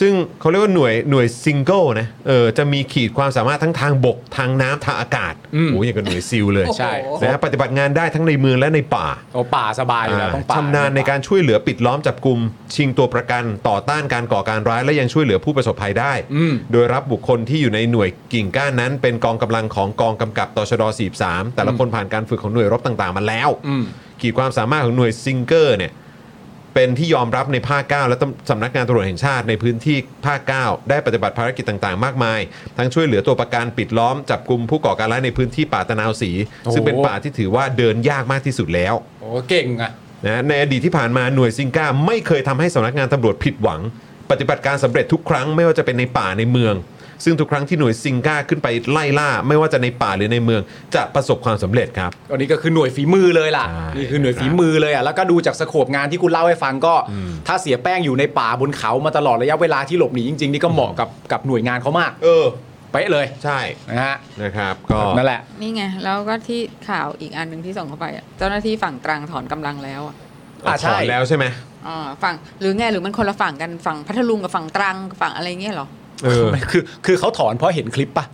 ซึ่งเขาเรียกว่าหน่วยหน่วยซิงเกิลนะเออจะมีขีดความสามารถทั้งทางบกทางน้ำทางอากาศ อืม โอ้ยอย่างกับหน่วยซิลเลย โอ้โห ใช่ นะฮะปฏิบัติงานได้ทั้งในเมืองและในป่า โอ้ป่าสบายอยู่แล้วต้องป่า ชำนาญในการช่วยเหลือปิดล้อมจับกลุ่มชิงตัวประกันต่อต้านการก่อการร้ายและยังช่วยเหลือผู้ประสบภัยได้ อืม โดยรับบุคคลที่อยู่ในหน่วยกิ่งก้านนั้น เป็นกองกำลังของกองกำกับตชด43 แต่ละคนผ่านการฝึกของหน่วยรบต่างๆมาแล้ว อืม ขีดความสามารถของหน่วยซิงเกอร์เนี่ยเป็นที่ยอมรับในภาค 9 และตำสำนักงานตำรวจแห่งชาติในพื้นที่ภาค 9 ได้ปฏิบัติภารกิจต่างๆ มากมาย ทั้งช่วยเหลือตัวประกันปิดล้อมจับกลุ่มผู้ก่อการร้ายในพื้นที่ป่าตะนาวศรีซึ่งเป็น โอ้ ป่าที่ถือว่าเดินยากมากที่สุดแล้ว โอ้เก่งอ่ะ นะในอดีตที่ผ่านมาหน่วยซิงก้าไม่เคยทำให้สำนักงานตำรวจผิดหวัง ปฏิบัติการสำเร็จทุกครั้งไม่ว่าจะเป็นในป่าในเมือง ซึ่งทุกครั้งที่หน่วยซิงก้าขึ้นไปไล่ล่า ไม่ว่าจะในป่าหรือในเมือง จะประสบความสำเร็จครับ อันนี้ก็คือหน่วยฝีมือเลยล่ะ ใช่ นี่คือหน่วยฝีมือเลยอ่ะ แล้วก็ดูจากสโคปงานที่คุณเล่าให้ฟังก็ ถ้าเสียแป้งอยู่ในป่าบนเขามาตลอดระยะเวลาที่หลบหนีจริงๆ นี่ก็เหมาะกับกับหน่วยงานเขามาก เออ เป๊ะเลย ใช่ นะฮะ นะครับ ก็ นั่นแหละ นี่ไง แล้วก็ที่ข่าวอีกอันหนึ่งที่ส่งเข้าไปอะเจ้าหน้าที่ฝั่งตรังถอนกำลังแล้วอะ อ่ะ ถ ใช่ อนแล้วใช่ไหม อ่าฝั่งหรือไงหรือมันคนละฝั่งกันฝั่งพัทลุงกับฝั่งตรังกับฝั่งอะไรเงี้ยเหรอ เออ คือคือเขาถอนเพราะเห็นคลิปป่ะ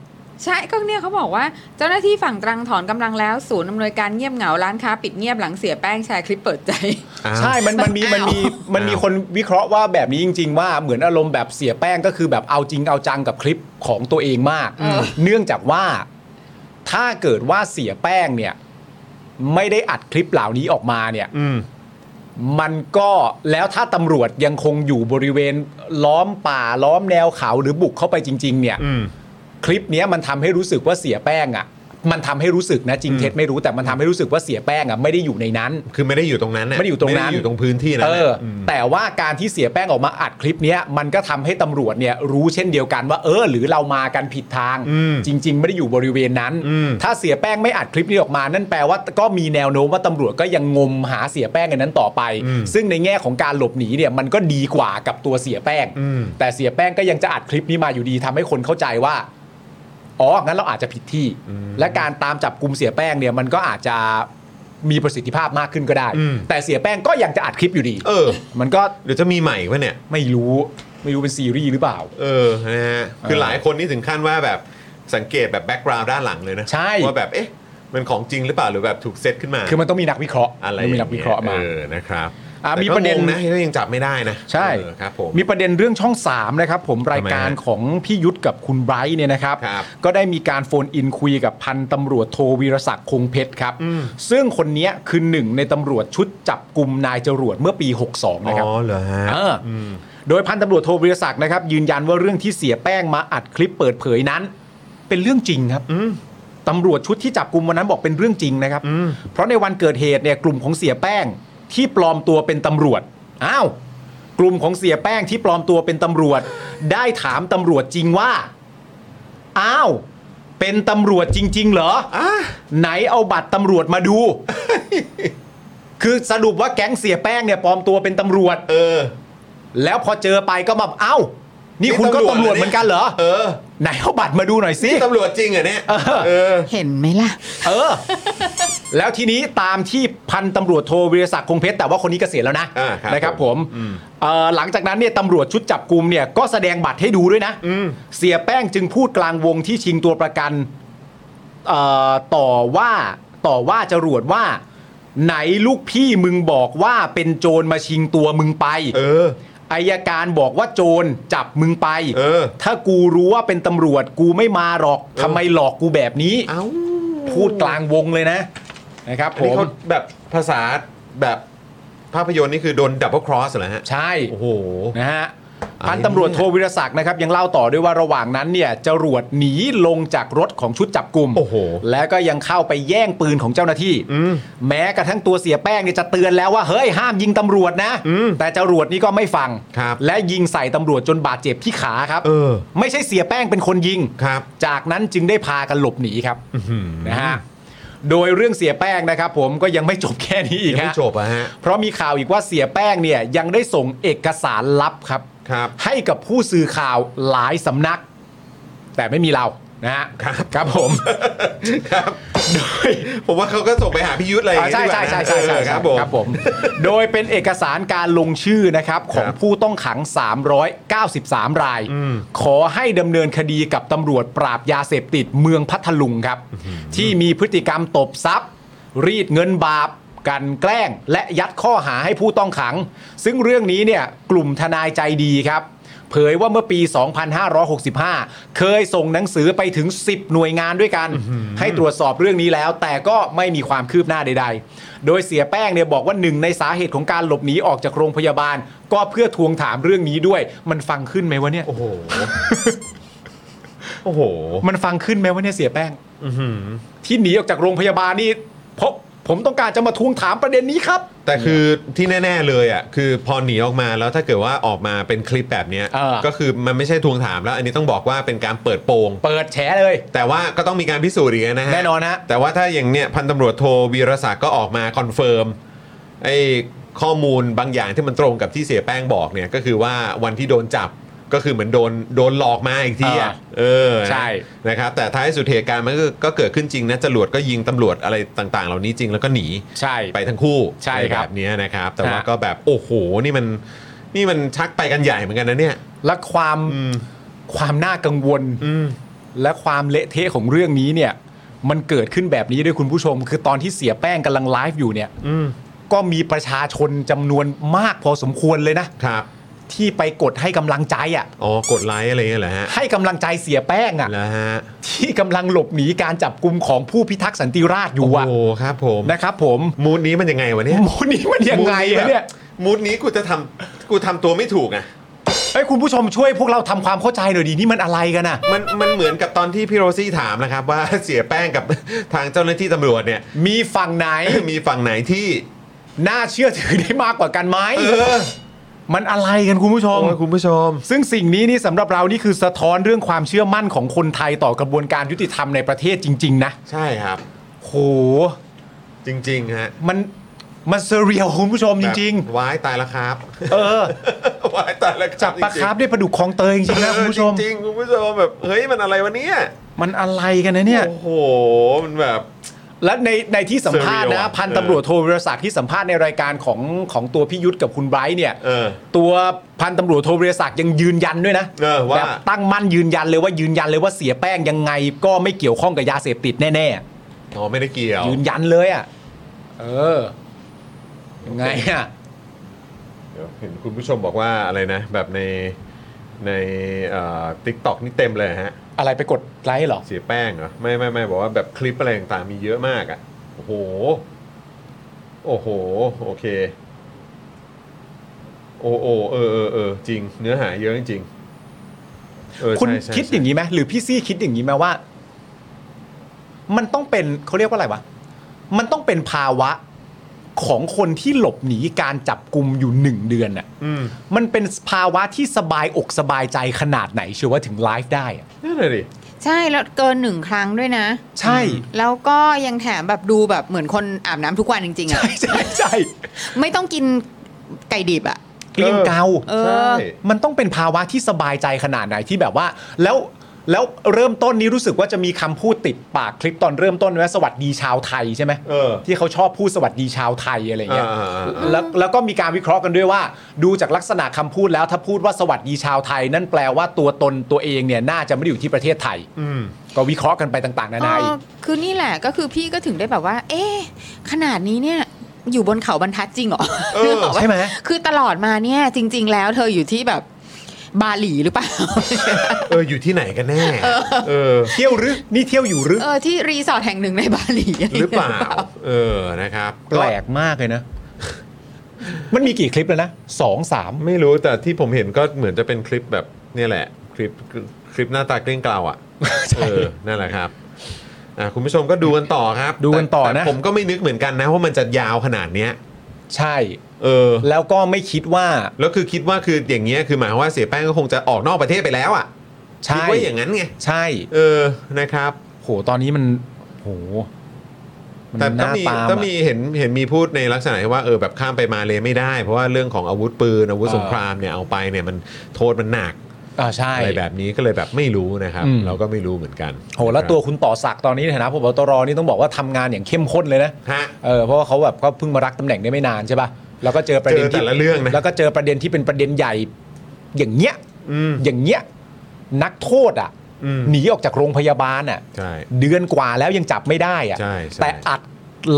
ใช่ก็เนี่ยเขาบอกว่าเจ้าหน้าที่ฝั่งตรังถอนกำลังแล้ว ศูนย์อำนวยการเงียบเหงาร้านค้าปิดเงียบหลังเสียแป้งแชร์คลิปเปิดใจ ใช่ มันมันมีมันมีมันมีคนวิเคราะห์ว่าแบบนี้จริง ๆ ว่าเหมือนอารมณ์แบบเสียแป้งก็คือแบบเอาจริงเอาจังกับคลิปของตัวเองมาก เออ เนื่องจากว่าถ้าเกิดว่าเสียแป้งเนี่ย ไม่ได้อัดคลิปเหล่านี้ออกมาเนี่ย อืม มันก็แล้วถ้าตำรวจยังคงอยู่บริเวณล้อมป่าล้อมแนวเขาหรือบุกเข้าไปจริง ๆ เนี่ย อืม คลิปเนี้ยมันทำให้รู้สึกว่าเสียแป้งอะ่ะ มันทำให้รู้สึกนะจริงเท็จไม่รู้แต่มันทำให้รู้สึกว่าเสียแป้งอะ่ะไม่ได้อยู่ในนั้น คือไม่ได้อยู่ตรงนั้นน่ะ ไม่ได้อยู่ตรงนั้ไม่นได้อยู่ตรงพื้นที่นั้น เอ น่ะ อ ม แต่ว่าการที่เสียแป้งออกมาอัดคลิปเนี้ยมันก็ทำให้ตำรวจเนี่ยรู้เช่นเดียวกันว่า เออ หรือเรามากันผิดทาง อืม จริง ๆ ไม่ได้อยู่บริเวณนั้น อืม ถ้าเสียแป้งไม่อัดคลิปนี้ออกมา นั่นแปลว่าก็มีแนวโน้มว่าตำรวจก็ยังงมหาเสียแป้งในนั้นต่อไป ซึ่งในแง่ของการหลบหนีเนี่ยมันก็ดีกว่ากับตัวเสียแป้ง อืม แต่เสียแป้งก็ยังจะอัดคลิปนี้มาอยู่ดีทำให้คนเข้าใจว่า อ๋อ งั้นเราอาจจะผิดที่ และการตามจับกลุ่มเสียแป้งเนี่ยมันก็อาจจะมีประสิทธิภาพมากขึ้นก็ได้ อืม แต่เสียแป้งก็ยังจะอัดคลิปอยู่ดี เออ มันก็ เดี๋ยวจะมีใหม่วะเนี่ย ไม่รู้ ไม่รู้เป็นซีรีส์หรือเปล่า เออนะฮะคือหลายคนนี่ถึงขั้นว่าแบบสังเกตแบบแบ็กกราวด์ด้านหลังเลยนะ ใช่ ว่าแบบเอ๊ะมันของจริงหรือเปล่าหรือแบบถูกเซตขึ้นมา คือมันต้องมีนักวิเคราะห์ อะไร มันมีนักวิเคราะห์มา เออนะครับ อ่ะ แต่ มีประเด็น ก็งงนะก็ยังจับไม่ได้นะ ใช่ เออครับผม มีประเด็นเรื่องช่อง 3 นะครับ ผมรายการ ทำไมฮะ ของพี่ยุทธกับคุณไบรท์เนี่ยนะครับ ครับ ก็ได้มีการโฟนอินคุยกับพันตำรวจโทวีรศักดิ์คงเพชรครับ ซึ่งคนเนี้ยคือหนึ่งในตำรวจชุดจับกลุ่มนายจรวดเมื่อปี 62 นะครับ อ๋อเหรอฮะ เอออโดยพันตำรวจโทวิรศักดิ์นะครับ ยืนยันว่าเรื่องที่เสียแป้งมาอัดคลิปเปิดเผยนั้น เป็นเรื่องจริงครับตำรวจชุดที่จับกลุ่มวันนั้นบอกเป็นเรื่องจริงนะครับ เพราะในวันเกิดเหตุเนี่ยกลุ่มของเสียแป้งที่ปลอมตัวเป็นตำรวจอ้าวกลุ่มของเสียแป้งที่ปลอมตัวเป็นตำรวจ ได้ถามตำรวจจริงว่าอ้าวเป็นตำรวจจริง ๆ เหรออไหนเอาบัตรตำรวจมา (laughs) ดู คือสรุปว่าแก๊งเสียแป้งเนี่ยปลอมตัวเป็นตำรวจ เออ แล้วพอเจอไปก็แบบเอ้า นี่คุณก็ นี่ตำ ตำ ร ร ว ว จเหรอเนี่ยจเหมือนกันเหรอ เออ ไหนเอาบัตรมาดูหน่อยสิ ตำรวจจริงเหรอเนี่ยเออ เห็นไหมล่ะ เออ แล้วทีนี้ตามที่พันตำรวจโทวิรศักดิ์คงเพชร แต่ว่าคนนี้เกษียณแล้วนะ อ่าครับ นะครับ ผม อืม เอ่อหลังจากนั้นเนี่ยตำรวจชุดจับกลุ่มเนี่ยก็แสดงบัตรให้ดูด้วยนะ อืม เสียแป้งจึงพูดกลางวงที่ชิงตัวประกันเอ่อต่อว่าต่อว่าจรวดว่า ไหนลูกพี่มึงบอกว่าเป็นโจรมาชิงตัวมึงไป เออ อายการบอกว่าโจรจับมึงไป เออ ถ้ากูรู้ว่าเป็นตำรวจกูไม่มาหรอกทำไมหลอกกูแบบนี้ เอ้า พูดกลางวงเลยนะ นะครับ อัน ผ นี้ ม เขาแบบภาษาแบบภาพยนตร์นี่คือโดนดับเบิลครอสเหรอฮะ ใช่ โอ้โห นะฮะ อะไร พันตำรวจโทวิรศักดิ์นะครับ ยังเล่าต่อด้วยว่าระหว่างนั้นเนี่ยจรวดหนีลงจากรถของชุดจับกลุ่ม โอ้โห แล้วก็ยังเข้าไปแย่งปืนของเจ้าหน้าที่ อืม แม้กระทั่งตัวเสียแป้งเนี่ยจะเตือนแล้วว่า เฮ้ย ห้ามยิงตำรวจนะ อืม แต่จรวดนี่ก็ไม่ฟัง ครับ และยิงใส่ตำรวจจนบาดเจ็บที่ขาครับ เออ ไม่ใช่เสียแป้งเป็นคนยิง ครับ จากนั้นจึงได้พากันหลบหนีครับ อื้อหือ นะฮะโดยเรื่องเสียแป้งนะครับ ผมก็ยังไม่จบแค่นี้อี ยั ก งไม่ ฮะ จบอะฮะ เพราะมีข่าวอีกว่าเสียแป้งเนี่ยยังได้ส่งเอกสารลับครับ ครับ ให้กับผู้สื่อข่าวหลายสำนัก แต่ไม่มีเรานะฮะ ครับ ครับผม ครับ โดยผมว่าเขาก็ส่งไปหาพี่ยุทธอะไรอย่าง อ่า เงี้ย ใช่ ดีกว่า ใช่ นะ ใช่ใช่เอใช่อครับผม ครับผม โดยเป็นเอกสารการลงชื่อนะครับ ของผู้ต้องขัง 393 ราย ขอให้ดำเนินคดีกับตำรวจปราบยาเสพติดเมืองพัทลุงครับ ที่มีพฤติกรรมตบทรัพย์ รีดเงินบาปกลันแกล้ง และยัดข้อหาให้ผู้ต้องขัง ซึ่งเรื่องนี้เนี่ยกลุ่มทนายใจดีครับ เผยว่าเมื่อปี 2565 เคยส่งหนังสือไปถึง 10 หน่วยงานด้วยกัน ให้ตรวจสอบเรื่องนี้แล้ว แต่ก็ไม่มีความคืบหน้าใด ๆ โดยเสียแป้งเนี่ยบอกว่าหนึ่งในสาเหตุของการหลบหนีออกจากโรงพยาบาล ก็เพื่อทวงถามเรื่องนี้ด้วย มันฟังขึ้นไหมวะเนี่ย โอ้โห โอ้โห มันฟังขึ้นไหมวะเนี่ยเสียแป้งที่หนีออกจากโรงพยาบาลนี่เพราะผมต้องการจะมาทวงถามประเด็นนี้ครับ แต่คือที่แน่ ๆเลยอ่ะคือพอหนีออกมาแล้วถ้าเกิดว่าออกมาเป็นคลิปแบบเนี้ย เออ ก็คือมันไม่ใช่ทวงถามแล้ว อันนี้ต้องบอกว่าเป็นการเปิดโปง เปิดแฉเลย แต่ว่าก็ต้องมีการพิสูจน์อีกนะฮะ แน่นอนฮะ แต่ว่าถ้าอย่างเนี้ยพันตำรวจโทวีรศักดิ์ก็ออกมาคอนเฟิร์มไอ้ข้อมูลบางอย่างที่มันตรงกับที่เสียแป้งบอกเนี่ยก็คือว่าวันที่โดนจับก็คือเหมือนโดนโดนหลอกมาอีกทีอ่ะเออ ใช่ นะครับแต่ท้ายสุดเหตุการณ์มันก็ก็เกิดขึ้นจริงนะจรวดก็ยิงตำรวจอะไรต่าง ๆ เหล่านี้จริงแล้วก็หนี ใช่ ไปทั้งคู่ ใช่ครับ แบบเนี้ยนะครับ แต่ว่า ฮะ ก็แบบโอ้โหนี่มันนี่มันชักไปกันใหญ่เหมือนกันนะเนี่ย และความ อืม ความน่ากังวล อืม และความเละเทะของเรื่องนี้เนี่ย มันเกิดขึ้นแบบนี้ด้วยคุณผู้ชม คือตอนที่เสียแป้งกำลังไลฟ์อยู่เนี่ย อืม ก็มีประชาชนจำนวนมากพอสมควรเลยนะ ครับ ที่ไปกดให้กำลังใจอ่ะ อ๋อกดไลค์อะไรเงี้ยเหรอฮะ ให้กำลังใจเสียแป้งอ่ะ แล้วฮะ ที่กำลังหลบหนีการจับกลุ่มของผู้พิทักษ์สันติราษฎร์อยู่อ่ะ โอ้โหครับผม นะครับผม มูดนี้มันยังไงวะเนี่ย โมนี้มันยังไงอะเนี่ย มูดนี้กูจะทำกูทำตัวไม่ถูกอ่ะ ไอ้ยคุณผู้ชมช่วยพวกเราทำความเข้าใจหน่อยดีนี่มันอะไรกันอ่ะ มันมันเหมือนกับตอนที่พี่โรซี่ถามนะครับ ว่า (laughs) เสียแป้งกับ ทางเจ้าหน้าที่ตำรวจเนี่ย (laughs) มีฝั่งไหน มีฝั่งไหนที่ น่าเชื่อถือได้มากกว่ากันไหม เออ มันอะไรกันคุณผู้ชม โอ้ยคุณผู้ชม ซึ่งสิ่งนี้นี่สำหรับเรานี่คือสะท้อนเรื่องความเชื่อมั่นของคนไทยต่อกระบวนการยุติธรรมในประเทศจริง ๆ นะ ใช่ครับ โห จริงๆฮะ มันมันเซเรียลคุณผู้ชมจริง แบบว้ายตายแล้วครับ ๆ เออ (laughs) ว้ายตายแล้ว จับปลา จงๆ คาร์ฟได้ปลาดุกคลองเตยจริงๆนะ เอ คุ อ ณผู้ชม จริงๆคุณผู้ชมแบบเฮ้ยมันอะไรวะเนี่ย มันอะไรกันนะเนี่ย โอ้โหมันแบบ และในในที่สัมภาษณ์ surreal นะ อะ พัน เออ ตำรวจโทวิรศักดิ์ที่สัมภาษณ์ในรายการของของตัวพี่ยุทธกับคุณไบรท์เนี่ย เออ ตัวพันตำรวจโทวิรศักดิ์ยังยืนยันด้วยนะ เออว่า แบบตั้งมั่นยืนยันเลยว่ายืนยันเลยว่าเสียแป้งยังไงก็ไม่เกี่ยวข้องกับยาเสพติดแน่ๆ อ๋อไม่ได้เกี่ยว ยืนยันเลยอ่ะ เออ ยังไงอ่ะ เดี๋ยวเห็นคุณผู้ชมบอกว่าอะไรนะ แบบในในติ๊กต็อกนี่เต็มเลยฮะ อะไรไปกดไลค์เหรอ เสียแป้งเหรอ ไม่ไม่ไม่บอกว่าแบบคลิปอะไรต่างๆมีเยอะมากอ่ะโอ้โห โอ้โห โอเค โอ้โอเออเออเออจริง เนื้อหาเยอะจริงๆเออ คุณ ใช่ใช่ คิด ใช่ อย่างนี้ไหมหรือพี่ซี่คิดอย่างนี้ไหมว่า มันต้องเป็นเขาเรียกว่าอะไรวะ มันต้องเป็นภาวะของคนที่หลบหนีการจับกลุ่มอยู่หนึ่งเดือนน่ะ อืม มันเป็นภาวะที่สบายอกสบายใจขนาดไหนเชื่อว่าถึงไลฟ์ได้ (laughs) อะ นั่นเลยดิ ใช่แล้วเกินหนึ่งครั้งด้วยนะ ใช่ แล้วก็ยังแถมแบบดูแบบเหมือนคนอาบน้ำทุกวันจริงๆอะ ใช่ใช่ใช่ ไม่ต้องกินไก่ดิบอะ เกลียงเกา เอ ใช่ อ มันต้องเป็นภาวะที่สบายใจขนาดไหนที่แบบว่า แล้วแล้วเริ่มต้นนี้รู้สึกว่าจะมีคำพูดติดปากคลิปตอนเริ่มต้นว่าสวัสดีชาวไทยใช่ไหม เออ ที่เขาชอบพูดสวัสดีชาวไทยอะไรเงี้ย อ่าอ่าอ่า แล้วแล้วก็มีการวิเคราะห์กันด้วยว่า ดูจากลักษณะคำพูดแล้วถ้าพูดว่าสวัสดีชาวไทย นั่นแปลว่าตัวตนตัวเองเนี่ยน่าจะไม่ได้อยู่ที่ประเทศไทย อืม ก็วิเคราะห์กันไปต่างๆนานาอีก เออคือนี่แหละก็คือพี่ก็ถึงได้แบบว่า เอ๊ะขนาดนี้เนี่ยอยู่บนเขาบรรทัดจริงเหรอ เออ นึกกปะ ใช่ไหม คือตลอดมาเนี่ยจริง ๆ แล้วเธออยู่ที่แบบบาหลีหรือเปล่า เอออยู่ที่ไหนกันแน่เออ เที่ยวหรือนี่เที่ยวอยู่หรือ เออที่รีสอร์ทแห่งหนึ่งในบาหลีะไห รือเปล่า ย่งงี้ย เออ นะครับ แปลกมากเลยนะ มันมีกี่คลิปแล้วนะสองสาม ไม่รู้แต่ที่ผมเห็นก็เหมือนจะเป็นคลิปแบบเนี่ยแหละ คลิปคลิปหน้าตาเกลี้ยงเกลาอ่ะ เออ นั่นแหละครับอ่ะคุณผู้ชมก็ดูกันต่อครับ ดูกันต่อนะ แแผมก็ไม่นึกเหมือนกันนะว่ามันจะยาวขนาดเนี้ย ใช่ เออ แล้วก็ไม่คิดว่า แล้วคือคิดว่าคืออย่างเงี้ยคือหมายความว่าเสียแป้งก็คงจะออกนอกประเทศไปแล้วอ่ะ ใช่ คิดว่าอย่างนั้นไง ใช่ เออ นะครับ โห ตอนนี้มัน โห มัน แต่ก็ น่า มี ตาม ก็ อะ มีเห็นเห็นมีพูดในลักษณะที่ว่าเออแบบข้ามไปมาเลยไม่ได้ เพราะว่าเรื่องของอาวุธปืนอาวุธ เออ สงครามเนี่ยเอาไปเนี่ยมันโทษมันหนัก อ่าใช่ อะไรแบบนี้ก็เลยแบบไม่รู้นะครับ อืม เราก็ไม่รู้เหมือนกัน โหแล้วตัวคุณต่อศักดิ์ตอนนี้ในฐานะพบตรนี่ต้องบอกว่าทำงานอย่างเข้มข้นเลยนะ ฮะ เออเพราะว่าเขาแบบก็เพิ่งมารักตำแหน่งได้ไม่นานใช่ป่ะแล้วก็เจอประเด็น เจอแต่ละเรื่องนะ แล้วก็เจอประเด็นที่เป็นประเด็นใหญ่ อย่างเงี้ย อืม อย่างเงี้ยนักโทษอ่ะ อืม หนีออกจากโรงพยาบาลอ่ะ ใช่ เดือนกว่าแล้วยังจับไม่ได้อ่ะ ใช่ใช่ แต่อัด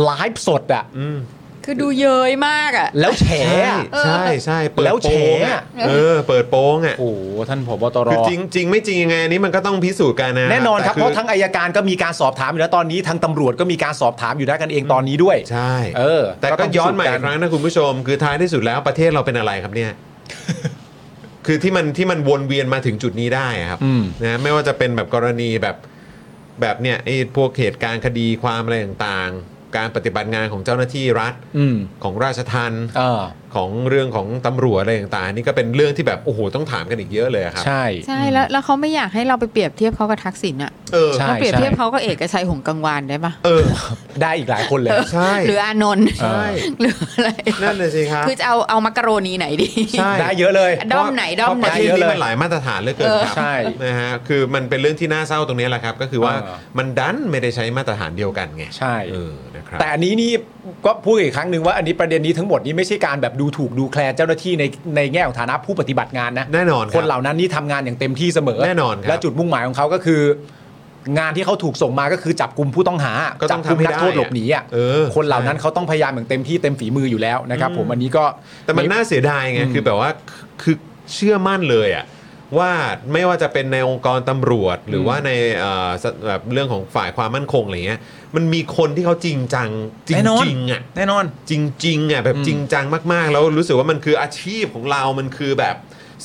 ไลฟ์สดอ่ะ อืม คือดูเย้ยมากอ่ะ แล้วแฉ ใช่ อะ ใช่ใช่เปิด แล้ว โป แฉ ง อะ อะเออ เปิดโปงอ่ะ โอ้โหท่านผบตร คือจริงจริงไม่จริงยังไงอันนี้มันก็ต้องพิสูจน์กันนะ แน่นอนครับ แต่ เพราะทั้งอายการก็มีการสอบถามอยู่แล้วตอนนี้ทางตำรวจก็มีการสอบถามอยู่ด้วยกันเองตอนนี้ด้วย ใช่ เออ แต่ ก็ต้ ก็ อง ย้อนใหม่ พิสูจน์กั อีกนครั้งนะคุณผู้ชม คือท้ายที่สุดแล้วประเทศเราเป็นอะไรครับเนี่ย คือที่มันที่มันวนเวียนมาถึงจุดนี้ได้อะครับ อืม นะไม่ว่าจะเป็นแบบกรณีแบบแบบเนี่ยไอ้พวกเหตุการณ์คดีความอะไรต่างๆ การปฏิบัติงานของเจ้าหน้าที่รัฐ อืม ของราชทัณฑ์ เออ ของเรื่องของตำรวจอะไรต่างๆนี่ก็เป็นเรื่องที่แบบโอ้โหต้องถามกันอีกเยอะเลยอะครับ ใช่ ใช่แล้วแล้วเขาไม่อยากให้เราไปเปรียบเทียบเขากับทักษิณอ่ะ เออ ใช่ เราเปรียบเทียบเขากับเอกชัยหงส์กังวานได้ปะ เออ ได้อีกหลายคนเลย ใช่ หรืออานนท์ ใช่ หรืออะไร นั่นเลยสิครับ คือจะเอาเอามักกะโรนีไหนดี ใช่ ได้เยอะเลย ด้อมไหนด้อม ป ไหน ระเทศนี้มันหลายมาตรฐานเหลือเกินครับ ใช่ นะฮะคือมันเป็นเรื่องที่น่าเศร้าตรงนี้แหละครับ ก็คือว่า เออ มันดันไม่ได้ใช้มาตรฐานเดียวกันไง ใช่ เออนะครับ แต่อันนี้นี่ก็พูดอีกครั้งหนึ่งว่าอันนี้ประเด็นนี้ทั้งหมดนี้ไม่ใช่การแบบดูถูกดูแคลนเจ้าหน้าที่ในในแง่ของฐานะผู้ปฏิบัติงานนะ แน่นอนรับ คนเหล่านั้นนี่ทำงานอย่างเต็มที่เสมอ แน่นอนครับ และจุดมุ่งหมายของเขาก็คือ งานที่เขาถูกส่งมาก็คือจับกลุ่มผู้ต้องหา ก็ต้ จั อง กลุ่ทำมให้ นั ได้ โทษหลบหนีอ่ะ เออ คนเหล่านั้นเขาต้องพยายามอย่างเต็มที่เต็มฝีมืออยู่แล้วนะครับ ผมอันนี้ก็ แต่มันน่าเสียดายไง อืม คือแบบว่าคือเชื่อมั่นเลยอะว่าไม่ว่าจะเป็นในองค์กรตำรวจ หรือว่าในเอ่อสแบบเรื่องของฝ่ายความมั่นคงอะไรเงี้ยมันมีคนที่เขาจริงจังจริ แน่ ง นอน จริงๆอ่ะ แน่นอน จริงๆอ่ะแบบ อืม จริงจังมากๆ แล้วรู้สึกว่ามันคืออาชีพของเรามันคือแบบ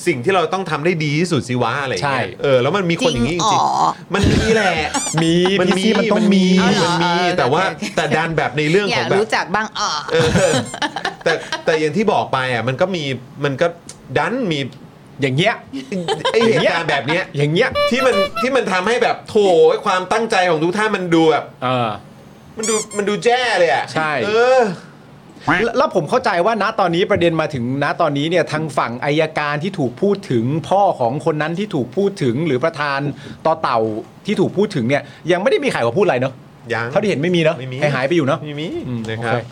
สิ่งที่เราต้องทำได้ดีที่สุดสิวะอะไรอย่างเงี้ย ใช่ เออแล้วมันมีคนอย่างนี้จ จริ ริ ง ง อ๋อ ๆมันมีแหละ มี มัน พี่ มี ซี่มันต้องมี ม เอาเหรอ มันมี เออ แต่ว่า โอเค แต่ดันแบบในเรื่อง อ ขอยาก งแบบ รู้จักบ้างอ๋อ เออแต่แต่อย่างที่บอกไปอ่ะมันก็มีมันก็ดันมี อย่างเงี้ย ไอเหตุการณ์แบบเนี้ย อย่างเงี้ย ที่มันที่มันทำให้แบบโถความตั้งใจของทุกท่านมันดูแบบ เออ มันดูมันดูแจ้เลยอ่ะ ใช่ เออ แล้วแล้วผมเข้าใจว่าณตอนนี้ประเด็นมาถึงณตอนนี้เนี่ยทางฝั่งอายการที่ถูกพูดถึงพ่อของคนนั้นที่ถูกพูดถึงหรือประธานต่อเต่าที่ถูกพูดถึงเนี่ยยังไม่ได้มีใครว่าพูดอะไรเนาะ ยัง เท่าที่เห็นไม่มีเนาะ ไม่มี หายหายไปอยู่เนาะ มีมี อืม นะครับ โอเค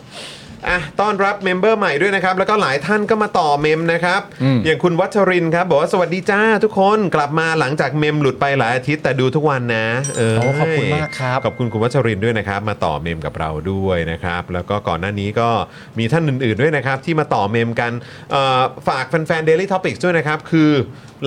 อ่ะต้อนรับเมมเบอร์ใหม่ด้วยนะครับ แล้วก็หลายท่านก็มาต่อเมมนะครับ อืม อย่างคุณวัชรินทร์ครับ บอกว่าสวัสดีจ้าทุกคนกลับมาหลังจากเมมหลุดไปหลายอาทิตย์แต่ดูทุกวันนะเออ โอ้ขอบคุณมากครับ ขอบคุณคุณวัชรินทร์ด้วยนะครับ มาต่อเมมกับเราด้วยนะครับ แล้วก็ก่อนหน้านี้ก็มีท่านอื่น ๆด้วยนะครับ ที่มาต่อเมมกันเอ่อฝากแฟนๆ Daily Topics ด้วยนะครับ คือ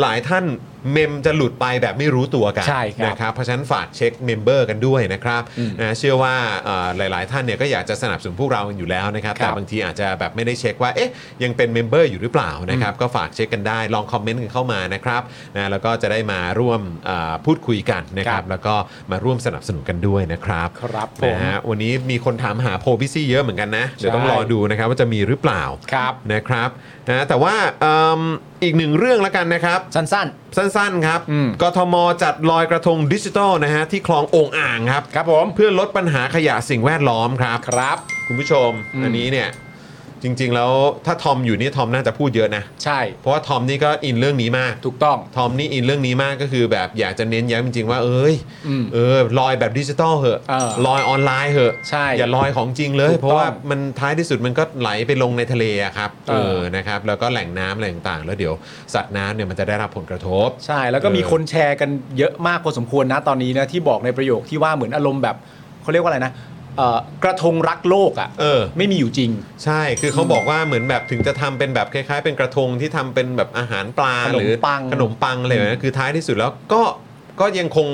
หลายท่านเมมจะหลุดไปแบบไม่รู้ตัวกัน ใช่ครับ นะครับเพราะฉะนั้นฝากเช็คเมมเบอร์กันด้วยนะครับ อืม นะเชื่อว่าเอ่อหลาย ๆ ท่านเนี่ยก็อยากจะสนับสนุนพวกเรากันอยู่แล้วนะครับ ครับ แต่บางทีอาจจะแบบไม่ได้เช็คว่าเอ๊ะยังเป็นเมมเบอร์อยู่หรือเปล่านะครับก็ฝากเช็คกันได้ลองคอมเมนต์กันเข้ามานะครับนะแล้วก็จะได้มาร่วมเอ่อพูดคุยกันนะครับ แล้วก็มาร่วมสนับสนุนกันด้วยนะครับ ครับผม นะฮะวันนี้มีคนถามหาโพลพี่ซี่เยอะเหมือนกันนะ เดี๋ยวต้องรอดูนะครับว่าจะมีหรือเปล่า ครับ นะครับนะแต่ว่าเอิ่มอีกหนึ่งเรื่องแล้วกันนะครับ สั้น สั้นๆครับ อืม กทมจัดลอยกระทงดิจิทัลนะฮะที่คลองโองอ่างครับ ๆ ครับผม เพื่อลดปัญหาขยะสิ่งแวดล้อมครับ ครับ คุณผู้ชม อืม อันนี้เนี่ยจริง ๆ แล้วถ้าทอมอยู่นี่ทอมน่าจะพูดเยอะนะ ใช่ เพราะว่าทอมนี่ก็อินเรื่องนี้มาก ถูกต้อง ทอมนี่อินเรื่องนี้มากก็คือแบบอยากจะเน้นย้ำจริงๆว่าเอ้ย อืม เออลอยแบบดิจิตอลเหอะ เออ ลอยออนไลน์เหอะ ใช่ อย่าลอยของจริงเลย ถูกต้อง เพราะว่ามันท้ายที่สุดมันก็ไหลไปลงในทะเลอะครับ เอ เอ อ อนะครับแล้วก็แหล่งน้ำอะไรต่างๆ แล้วเดี๋ยวสัตว์น้ำเนี่ยมันจะได้รับผลกระทบ ใช่แล้วก็มี เออ คนแชร์กันเยอะมากพอสมควรนะตอนนี้นะที่บอกในประโยคที่ว่าเหมือนอารมณ์แบบเขาเรียกว่าอะไรนะเอ่อกระทงรักโลกอ่ะ เออ ไม่มีอยู่จริง ใช่คือเขาบอกว่าเหมือนแบบถึงจะทำเป็นแบบคล้าย ๆ เป็นกระทงที่ทำเป็นแบบอาหารปลา ขนม หรือ ปัง ขนมปังอะไรแบบนั้นคือท้ายที่สุดแล้วก็ก็ยังคง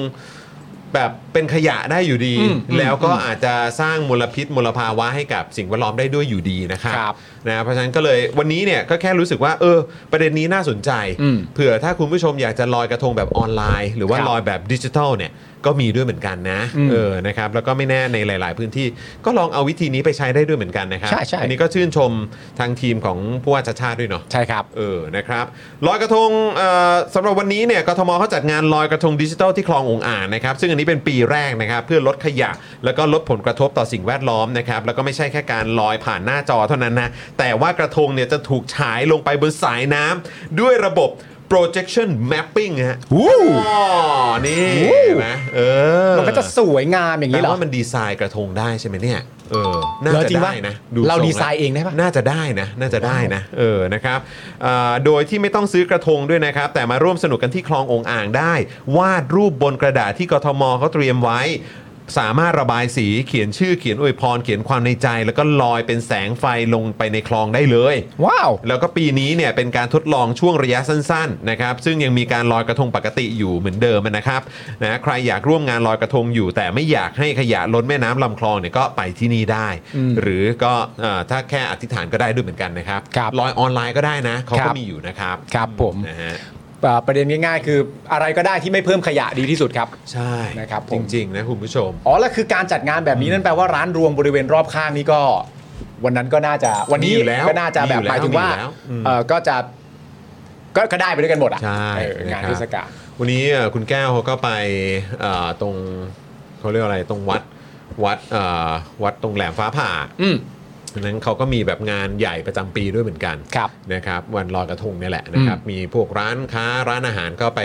แบบเป็นขยะได้อยู่ดี อืม แล้วก็อาจจะสร้างมลพิษมลภาวะให้กับสิ่งแวดล้อมได้ด้วยอยู่ดีนะครับ ครับ นะเพราะฉะนั้นก็เลยวันนี้เนี่ยก็แค่รู้สึกว่าเออ ประเด็นนี้น่าสนใจ อืม เผื่อถ้าคุณผู้ชมอยากจะลอยกระทงแบบออนไลน์ หรือว่า ครับ ลอยแบบดิจิทัลเนี่ยก็มีด้วยเหมือนกันนะ อืม เออนะครับแล้วก็ไม่แน่ในหลาย ๆ พื้นที่ก็ลองเอาวิธีนี้ไปใช้ได้ด้วยเหมือนกันนะครับ ใช่ใช่ อันนี้ ก็ชื่นชมทางทีมของผู้ว่าชาติชาติด้วยเนาะ ใช่ครับ เออนะครับลอยกระทงเอ่อสำหรับวันนี้เนี่ยกทมเขาจัดงานลอยกระทงดิจิทัลที่คลององอ่างนะครับซึ่งอันนี้เป็นปีแรกนะครับเพื่อลดขยะ แล้วก็ลดผลกระทบต่อสิ่งแวดล้อมนะครับแล้วก็ไม่ใช่แค่การลอยผ่านหน้าจอเท่านั้นนะแต่ว่ากระทงเนี่ยจะถูกฉายลงไปบนสายน้ำด้วยระบบ projection mapping ฮะ อู้ อ๋อนี่เห็นไหมเออ มันก็จะสวยงามอย่าง แป นี้ ล เหรอ ว่ามันดีไซน์กระทงได้ใช่ไหมเนี่ย เออ น่า เหรอ จะ จริงปะ ได้นะทง เรา แว ดีไซน์เองได้ปะ น่าจะได้นะ น่าจะได้นะ เออ นะครับอ่าโดยที่ไม่ต้องซื้อกระทงด้วยนะครับ แต่มาร่วมสนุกกันที่คลององอ่างได้ วาดรูปบนกระดาษที่กทมเขาเตรียมไว้ สามารถระบายสีเขียนชื่อเขียนอวยพรเขียนความในใจ แล้วก็ลอยเป็นแสงไฟลงไปในคลองได้เลย ว้าว แล้วก็ปีนี้เนี่ยเป็นการทดลองช่วงระยะสั้นๆนะครับซึ่งยังมีการลอยกระทงปกติอยู่เหมือนเดิมนะครับนะใครอยากร่วมงานลอยกระทงอยู่ แต่ไม่อยากให้ขยะล้นแม่น้ำลำคลองเนี่ยก็ไปที่นี่ได้ หรือก็เอ่อถ้าแค่อธิษฐานก็ได้ด้วยเหมือนกันนะครับ ครับ ลอยออนไลน์ก็ได้นะเขา ครั ก็ บ มีอยู่นะครับ ครับผม นะฮะ อ่าประเด็นง่ายๆ คืออะไรก็ได้ที่ไม่เพิ่มขยะดีที่สุดครับ ใช่ นะครับผ จ ม ริงๆนะคุณผู้ชม อ๋อแล้วคือการจัดงานแบบนี้นั่นแปลว่าร้านรวมบริเวณรอบข้างนี่ก็ วันนั้นก็น่าจะวันนี้ มีอยู่แล้ว ก็น่าจะแบบหมายถึงว่า มีอยู่แล้วอืม เออก็จะก็ก็ได้ไปด้วยกันหมดอ่ะ ใช่ เอองาน นะครับ เทศกาล วันนี้เอ่อคุณแก้วเขาก็ไปเอ่อตรงเขาเรียกอะไรตรงวัดวัดเอ่อวัดตรงแหลมฟ้าผ่า อืม ดังนั้นเขาก็มีแบบงานใหญ่ประจำปีด้วยเหมือนกัน ครับ นะครับวันลอยกระทงเนี่ยแหละนะครับมีพวกร้านค้าร้านอาหารก็ไป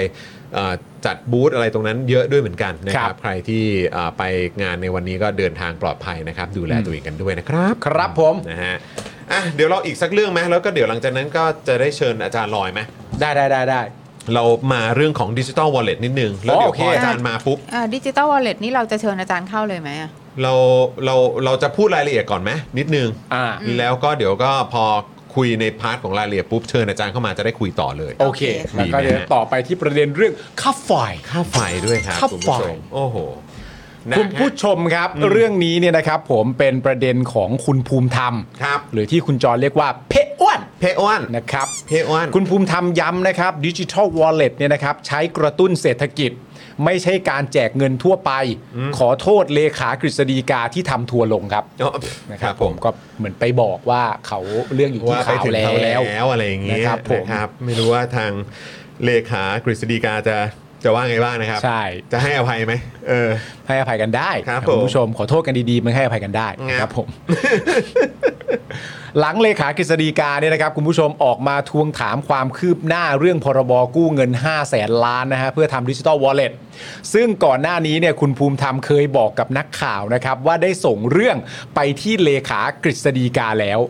เอ่อจัดบูธอะไรตรงนั้นเยอะด้วยเหมือนกันนะค ครั รับบ ใครที่เอ่อไปงานในวันนี้ก็เดินทางปลอดภัยนะครับดูแลตัวเองกันด้วยนะครับ ครับผม นะฮะอ่ะเดี๋ยวเราอีกสักเรื่องไหมแล้วก็เดี๋ยวหลังจากนั้นก็จะได้เชิญอาจารย์ลอยไหม ได้ได้ได้ได้ เรามาเรื่องของดิจิ t a ลวอลเล็ตนิดนึง แล้วเดี๋ยวพโอเค ออาจารย์มาปุ๊บ ดิจิตอลวอลเล็ตนี่เราจะเชิญอาจารย์เข้าเลยไหมอะ เราเราเราจะพูดรายละเอียดก่อนไหมนิดนึง อ่า แล้วก็เดี๋ยวก็พอคุยในพาร์ทของรายละเอียดปุ๊บเชิญอาจารย์เข้ามาจะได้คุยต่อเลย โอเค ดี แล้วไหก็ม เดี๋ยวต่อไปที่ประเด็นเรื่องค่าไฟ ค่าไฟด้วยครับ ค่า คุณ ไฟ ผู้ชมโอ้โหนะ คุณผู้ชมครับ เรื่องนี้เนี่ยนะครับ ผมเป็นประเด็นของคุณภูมิธรรม ครับ หรือที่คุณจรเรียกว่าเพะอ้วน เพอ้วน นะครับ เพอ้วน คุณภูมิธรรมย้ำนะครับดิจิทัลวอลเล็ตเนี่ยนะครับใช้กระตุ้นเศรษฐกิจ ไม่ใช่การแจกเงินทั่วไป ขอโทษเลขากฤษฎีกาที่ทำทัวร์ลงครับ อ๋อ นะ ค ค รั รั บบ ผ ผม มก็เหมือนไปบอกว่าเขาเรื่องอยู่ที่ ว่าไป เขา ถึง แล้ เขาแล้ว วอะไรอย่างเงี้ย นะครับผม นะครับไม่รู้ว่าทางเลขากฤษฎีกาจะจะว่าไงบ้างนะครับ ใช่ จะให้อภัยไหมเออ ให้อภัยกันได้ ครับ ณผู้ชมขอโทษกันดีๆมันให้อภัยกันได้ ครับ นะครับผม หลังเลขากฤษฎีกาเนี่ยนะครับ คุณผู้ชมออกมาทวงถามความคืบหน้าเรื่องพรบกู้เงิน 5 0 0แสนล้านนะฮะเพื่อทำดิจิ t a ลวอลเล็ตซึ่งก่อนหน้านี้เนี่ยคุณภูมิธรรมเคยบอกกับนักข่าวนะครับ ว่าได้ส่งเรื่องไปที่เลขากฤษฎีกาแล้ว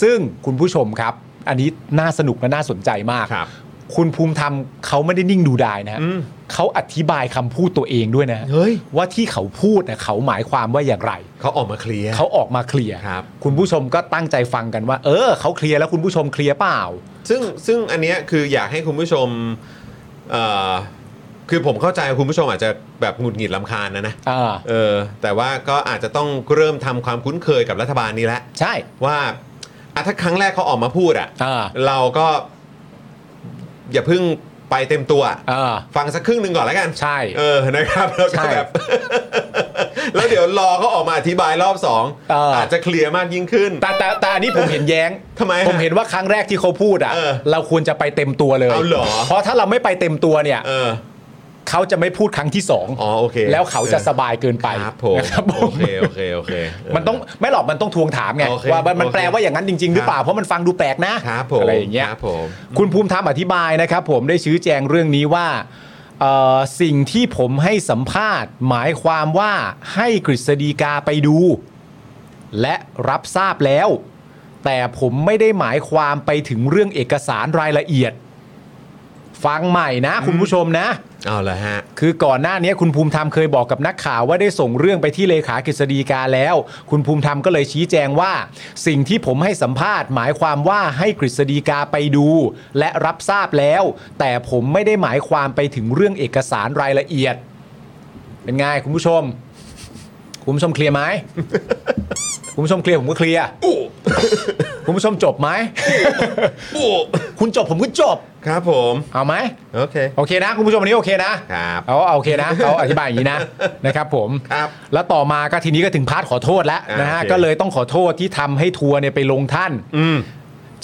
ซึ่งคุณผู้ชมครับ อันนี้น่าสนุกและน่าสนใจมาก ครับ คุณภูมิธรรมเขาไม่ได้นิ่งดูดายนะฮะเขาอธิบายคำพูดตัวเองด้วยนะฮะ เฮ้ย ว่าที่เขาพูดนะเขาหมายความว่าอย่างไร เขาออกมาเคลียร์ เขาออกมาเคลียร์ ครับ คุณผู้ชมก็ตั้งใจฟังกันว่า เออเขาเคลียร์แล้วคุณผู้ชมเคลียร์เปล่า ซึ่งซึ่งอันเนี้ยคืออยากให้คุณผู้ชมเอ่อคือผมเข้าใจคุณผู้ชมอาจจะแบบหงุดหงิดลำคาญนะนะ อ่า เออแต่ว่าก็อาจจะต้องเริ่มทำความคุ้นเคยกับรัฐบาลนี้แล้ว ใช่ ว่าอ่ะถ้าครั้งแรกเขาออกมาพูดอ่ะ อ่า เราก็อย่าเพิ่งไปเต็มตัวอะ เออ ฟังสักครึ่งหนึ่งก่อนแล้วกัน ใช่ เออนะครับแล้วก็ ใช่ แบบ (laughs) แล้วเดี๋ยวรอเขาออกมาอธิบายรอบสอง เอออ อาจจะเคลียร์มากยิ่งขึ้น แต่แต่แต่อันนี้ผมเห็นแย้ง ทำไมฮะ ผมเห็นว่าครั้งแรกที่เขาพูดอ่ะ เออ เราควรจะไปเต็มตัวเลย เอาเหรอ เพราะถ้าเราไม่ไปเต็มตัวเนี่ย เออ เขาจะไม่พูดครั้งที่สอง อ๋อโอเค แล้วเขาจะสบายเกินไป ครับผม นะครับผ โอ ม เคโอเคโอเคเ มันต้องไม่หรอกมันต้องทวงถามไง โอเค ว่ามันมัน โอเค แปลว่าอย่างนั้นจริง ๆ หรือเปล่า ครับ เพราะมันฟังดูแปลกนะครับ ผม อะไรอย่างเงี้ย ครับผม คุณภูมิธรรมอธิบายนะครับ ผมได้ชี้แจงเรื่องนี้ว่าเอ่อสิ่งที่ผมให้สัมภาษณ์ หมายความว่าให้กฤษฎีกาไปดู และรับทราบแล้ว แต่ผมไม่ได้หมายความไปถึงเรื่องเอกสารรายละเอียด ฟังใหม่นะ คุณผู้ชมนะ เอาละฮะ คือก่อนหน้านี้คุณภูมิธรรมเคยบอกกับนักข่าวว่าได้ส่งเรื่องไปที่เลขากฤษฎีกาแล้ว คุณภูมิธรรมก็เลยชี้แจงว่า สิ่งที่ผมให้สัมภาษณ์ หมายความว่าให้กฤษฎีกาไปดู และรับทราบแล้ว แต่ผมไม่ได้หมายความไปถึงเรื่องเอกสารรายละเอียด เป็นไงคุณผู้ชม คุณผู้ชมเคลียร์ไหม (laughs) คุณผู้ชมเคลียร์ผมก็เคลียร์คุณผู้ชมจบไหมคุณจบผมก็จบ ครับผม เอาไหม โอเค โอเคนะคุณผู้ชมวันนี้โอเคนะครับ เอาเอาโอเคนะเขาอธิบายอย่างนี้นะ (laughs) นะครับผม ครับ แล้วต่อมาก็ทีนี้ก็ถึงพาร์ทขอโทษแล้ว อ่า นะฮะ โอเค ก็เลยต้องขอโทษที่ทำให้ทัวร์เนี่ยไปลงท่าน อืม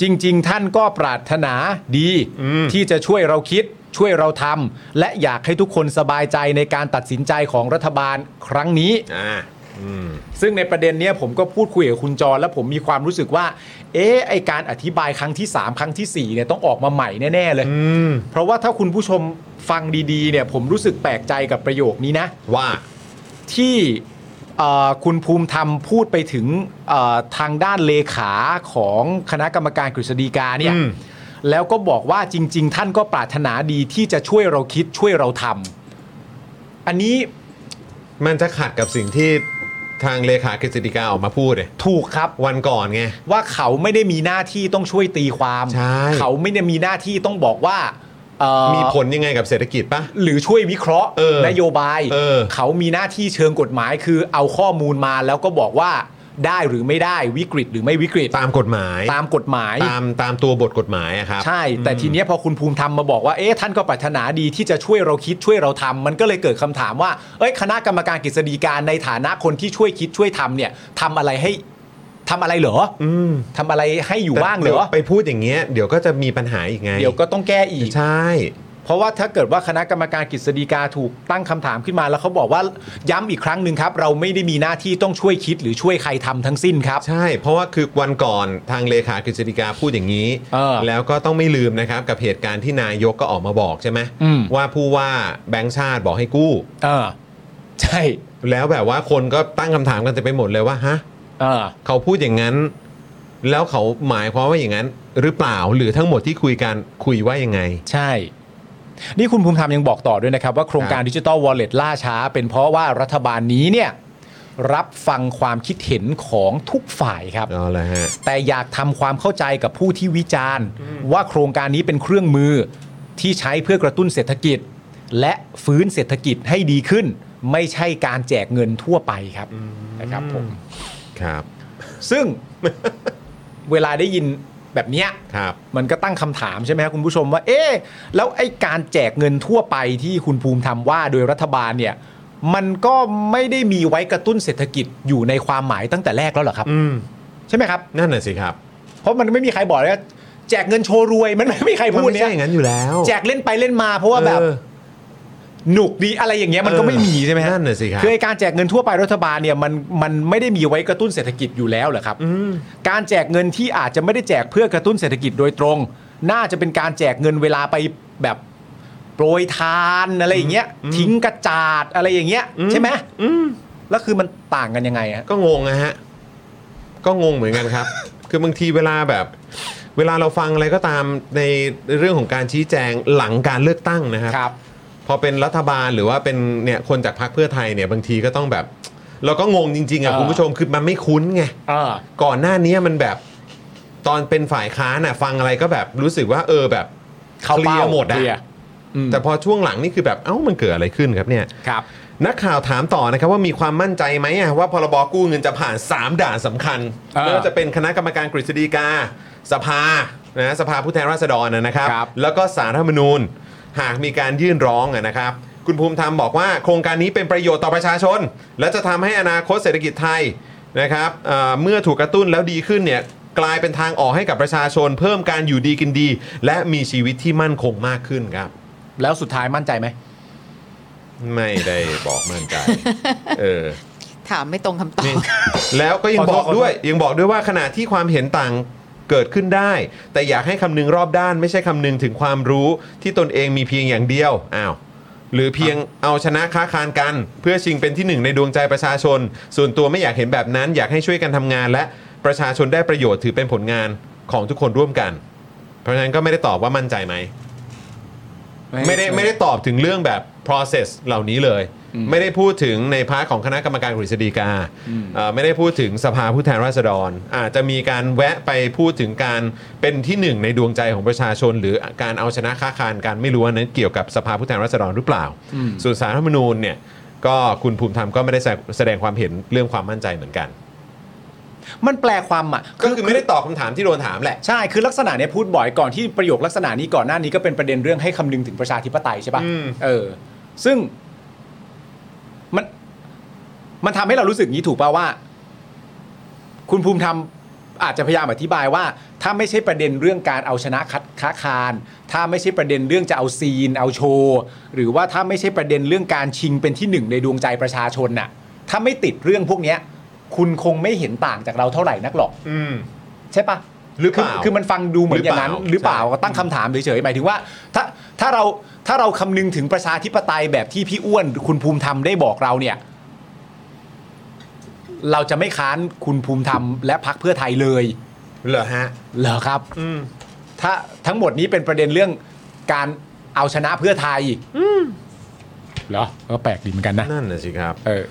จริง ๆ ท่านก็ปรารถนาดี อืม ที่จะช่วยเราคิดช่วยเราทำและอยากให้ทุกคนสบายใจในการตัดสินใจของรัฐบาลครั้งนี้ อ่า ซึ่งในประเด็นเนี้ยผมก็พูดคุยกับคุณจรแล้วผมมีความรู้สึกว่า เอ๊ะไอการอธิบายครั้งที่ 3 ครั้งทีสี่4เนี่ยต้องออกมาใหม่แน่ๆเลย เพราะว่าถ้าคุณผู้ชมฟังดีๆเนี่ยผมรู้สึกแปลกใจกับประโยคนี้นะ ว่า ที่เอ่อคุณภูมิธรรมพูดไปถึงเอ่อทางด้านเลขาของคณะกรรมการกฤษฎีกาเนี่ย อืม แล้วก็บอกว่าจริง ๆ ท่านก็ปรารถนาดีที่จะช่วยเราคิดช่วยเราทำอันนี้ มันจะขัดกับสิ่งที่ทางเลขากฤษฎิกาออกมาพูดเลย ถูกครับ วันก่อนไง ว่าเขาไม่ได้มีหน้าที่ต้องช่วยตีความ ใช่ เขาไม่ได้มีหน้าที่ต้องบอกว่า มี มี ผลยังไงกับเศรษฐกิจปะ หรือช่วยวิเคราะห์ เออน โยบาย เออ มีหน้าที่เชิงกฎหมายคือเอาข้อมูลมาแล้วก็บอกว่าได้หรือไม่ได้วิกฤตหรือไม่วิกฤต ตามกฎหมาย ตามกฎหมาย ตามตามตัวบทกฎหมายอะครับ ใช่ แต่ทีเนี้ยพอคุณภูมิธรรมมาบอกว่าเอ๊ะท่านก็ปรารถนาดีที่จะช่วยเราคิดช่วยเราทำมันก็เลยเกิดคำถามว่าเอ้ยคณะกรรมการกฤษฎีกาในฐานะคนที่ช่วยคิดช่วยทำเนี่ยทำอะไรให้ทำอะไรเหรออ ม ทำอะไรให้อยู่ แต่ ว่างเหร ดี๋ยว อ ไปพูดอย่างเงี้ยเดี๋ยวก็จะมีปัญหาอีกไง เดี๋ยวก็ต้องแก้อีก ใช่ เพราะว่าถ้าเกิดว่าคณะกรรมการกฤษฎีกาถูกตั้งคำถามขึ้นมาแล้วเขาบอกว่าย้ำอีกครั้งหนึ่งครับ เราไม่ได้มีหน้าที่ต้องช่วยคิดหรือช่วยใครทำทั้งสิ้นครับ ใช่ เพราะว่าคือวันก่อนทางเลขากฤษฎิกาพูดอย่างนี้ เออ แล้วก็ต้องไม่ลืมนะครับ กับเหตุการณ์ที่นายกก็ออกมาบอกใช่ไหม อืม ว่าผู้ว่าแบงค์ชาติบอกให้กู้ เออใช่ แล้วแบบว่าคนก็ตั้งคำถามกันเต็มไปหมดเลยว่าฮะ เออ เขาพูดอย่างนั้น แล้วเขาหมายความว่าอย่างนั้น หรือเปล่าหรือทั้งหมดที่คุยกันคุยว่ายังไง ใช่ นี่คุณภูมิธรรมยังบอกต่อด้วยนะครับ ว่าโครงการดิจิ t a ลวอลเล็ตล่าช้า เป็นเพราะว่ารัฐบาลนี้เนี่ยรับฟังความคิดเห็นของทุกฝ่ายครับ เอาละฮะ แต่อยากทำความเข้าใจกับผู้ที่วิจารณ์ ว่าโครงการนี้เป็นเครื่องมือที่ใช้เพื่อกระตุ้นเศรษฐกิจ และฟื้นเศรษฐกิจให้ดีขึ้น ไม่ใช่การแจกเงินทั่วไปครับนะครับผม ครับ ซึ่ง (laughs) เวลาได้ยินแบบเนี้ย ครับ มันก็ตั้งคำถามใช่ไหมครับคุณผู้ชมว่า เอ๊ะแล้วไอ้การแจกเงินทั่วไปที่คุณภูมิทำว่าโดยรัฐบาลเนี่ย มันก็ไม่ได้มีไว้กระตุ้นเศรษฐกิจอยู่ในความหมายตั้งแต่แรกแล้วเหรอครับ อืม ใช่ไหมครับ นั่นน่ะสิครับ เพราะมันไม่มีใครบอกเลยว่าแจกเงินโชว์รวยมันไม่มีใคร มัน พูด ไม่ เนี่ ใช่ ย อย่างนั้นอยู่แล้ว แจกเล่นไปเล่นมา เพราะว่าแบบ เออ หนุกดีอะไรอย่างเงี้ยมันก็ไม่มีใช่ไหมฮะ นั่นน่ะสิครับ คือไอ้การแจกเงินทั่วไปรัฐบาลเนี่ยมันมันไม่ได้มีไว้กระตุ้นเศรษฐกิจอยู่แล้วเหรอครับ อืม การแจกเงินที่อาจจะไม่ได้แจกเพื่อกระตุ้นเศรษฐกิจโดยตรง น่าจะเป็นการแจกเงินเวลาไปแบบโปรยทานอะไรอย่างเงี้ยทิ้งกระจาดอะไรอย่างเงี้ยใช่ไหมแล้วคือมันต่างกันยังไงฮะ ก็งงนะฮะ ก็งงเหมือนกันครับ (laughs) คือบางทีเวลาแบบ เวลาเราฟังอะไรก็ตามในเรื่องของการชี้แจงหลังการเลือกตั้งนะครับ พอเป็นรัฐบาลหรือว่าเป็นเนี่ยคนจากพรรคเพื่อไทยเนี่ยบางทีก็ต้องแบบ เราก็งงจริงๆอ่ะ เออ คุณผู้ชมคือมันไม่คุ้นไง อ่า ก่อนหน้านี้มันแบบ ตอนเป็นฝ่ายค้านอ่ะฟังอะไรก็แบบรู้สึกว่า เออแบบ เข้า คลี เป้าย ร์หมดอ่ะ เคลียร์อืม แต่พอช่วงหลังนี่คือแบบเอ้ามันเกิดอะไรขึ้นครับเนี่ย ครับ นักข่าวถามต่อนะครับว่ามีความมั่นใจไหมอะว่าพรบกู้เงินจะผ่าน 3 ด่านสำคัญ เออ ไม่ว่าจะเป็นคณะกรรมการกฤษฎีกา สภานะสภาผู้แทนราษฎรนะนะครับ ครับ แล้วก็สารรัฐธรรมนูญ หากมีการยื่นร้องอะนะครับ คุณภูมิธรรมบอกว่าโครงการนี้เป็นประโยชน์ต่อประชาชน และจะทำให้อนาคตเศรษฐกิจไทยนะครับเอ่อเมื่อถูกกระตุ้นแล้วดีขึ้นเนี่ยกลายเป็นทางออกให้กับประชาชน เพิ่มการอยู่ดีกินดี และมีชีวิตที่มั่นคงมากขึ้นครับ แล้วสุดท้ายมั่นใจไหม ไม่ได้บอกมั่นใจเออ ถามไม่ตรงคำตอบ นี่แล้วก็ยัง ขอโท บ ษ อกด้วยยังบอกด้วยว่าขณะที่ความเห็นต่างเกิดขึ้นได้ แต่อยากให้คำนึงรอบด้าน ไม่ใช่คำนึงถึงความรู้ที่ตนเองมีเพียงอย่างเดียวอ้าวหรือเพียงเอาชนะค้าคานกัน เพื่อชิงเป็นที่หนึ่งในดวงใจประชาชน ส่วนตัวไม่อยากเห็นแบบนั้น อยากให้ช่วยกันทำงาน และประชาชนได้ประโยชน์ถือเป็นผลงานของทุกคนร่วมกัน เพราะฉะนั้นก็ไม่ได้ตอบว่ามั่นใจไหม ไม่ได้ไม่ได้ตอบถึงเรื่องแบบ process เหล่านี้เลย ไม่ได้พูดถึงในพาร์ทของคณะกรรมการกฤษฎีกาเอ่อไม่ได้พูดถึงสภาผู้แทนราษฎร อาจจะมีการแวะไปพูดถึงการเป็นที่หนึ่งในดวงใจของประชาชน หรือการเอาชนะค้าคานการไม่รู้ว่านั้นเกี่ยวกับสภาผู้แทนราษฎรหรือเปล่า ส่วนสารรัฐธรรมนูญเนี่ยก็คุณภูมิธรรมก็ไม่ได้แสดงความเห็นเรื่องความมั่นใจเหมือนกัน มันแปลความอ่ะ ก็คือไม่ได้ตอบคำถามที่โดนถามแหละ ใช่คือลักษณะเนี้ยพูดบ่อยก่อนที่ประโยคลักษณะนี้ก่อนหน้านี้ก็เป็นประเด็นเรื่องให้คำนึงถึงประชาธิปไตยใช่ อืม ปะ่ะเออ ซึ่งมันมันทำให้เรารู้สึกอย่างนี้ถูกป่าว่า คุณภูมิธรรมอาจจะพยายามอธิบายว่า ถ้าไม่ใช่ประเด็นเรื่องการเอาชนะคัดค้าคาน ถ้าไม่ใช่ประเด็นเรื่องจะเอาซีน เอาโชว์ หรือว่าถ้าไม่ใช่ประเด็นเรื่องการชิงเป็นที่หนึ่งในดวงใจประชาชนน่ะ ถ้าไม่ติดเรื่องพวกเนี้ย คุณคงไม่เห็นต่างจากเราเท่าไหร่นักหรอก อืม ใช่ปะ หรือเปล่า คืคือมันฟังดูเหมือนอย่างนั้น ห ห รื รือ อ เป เป ล่า ล่าก็ตั้งคำถามเฉยๆหมายถึงว่า ถ้าถ้าเราถ้าเราคำนึงถึงประชาธิปไตยแบบที่พี่อ้วนหรือคุณภูมิธรรมได้บอกเราเนี่ย เราจะไม่ค้านคุณภูมิธรรมและพักเพื่อไทยเลย เหรอฮะ เหรอครับ อืม ถ้าทั้งหมดนี้เป็นประเด็นเรื่องการเอาชนะเพื่อไทยเหรอก็แปลกดีเหมือนกันนะ นั่นน่ะสิครับ เออ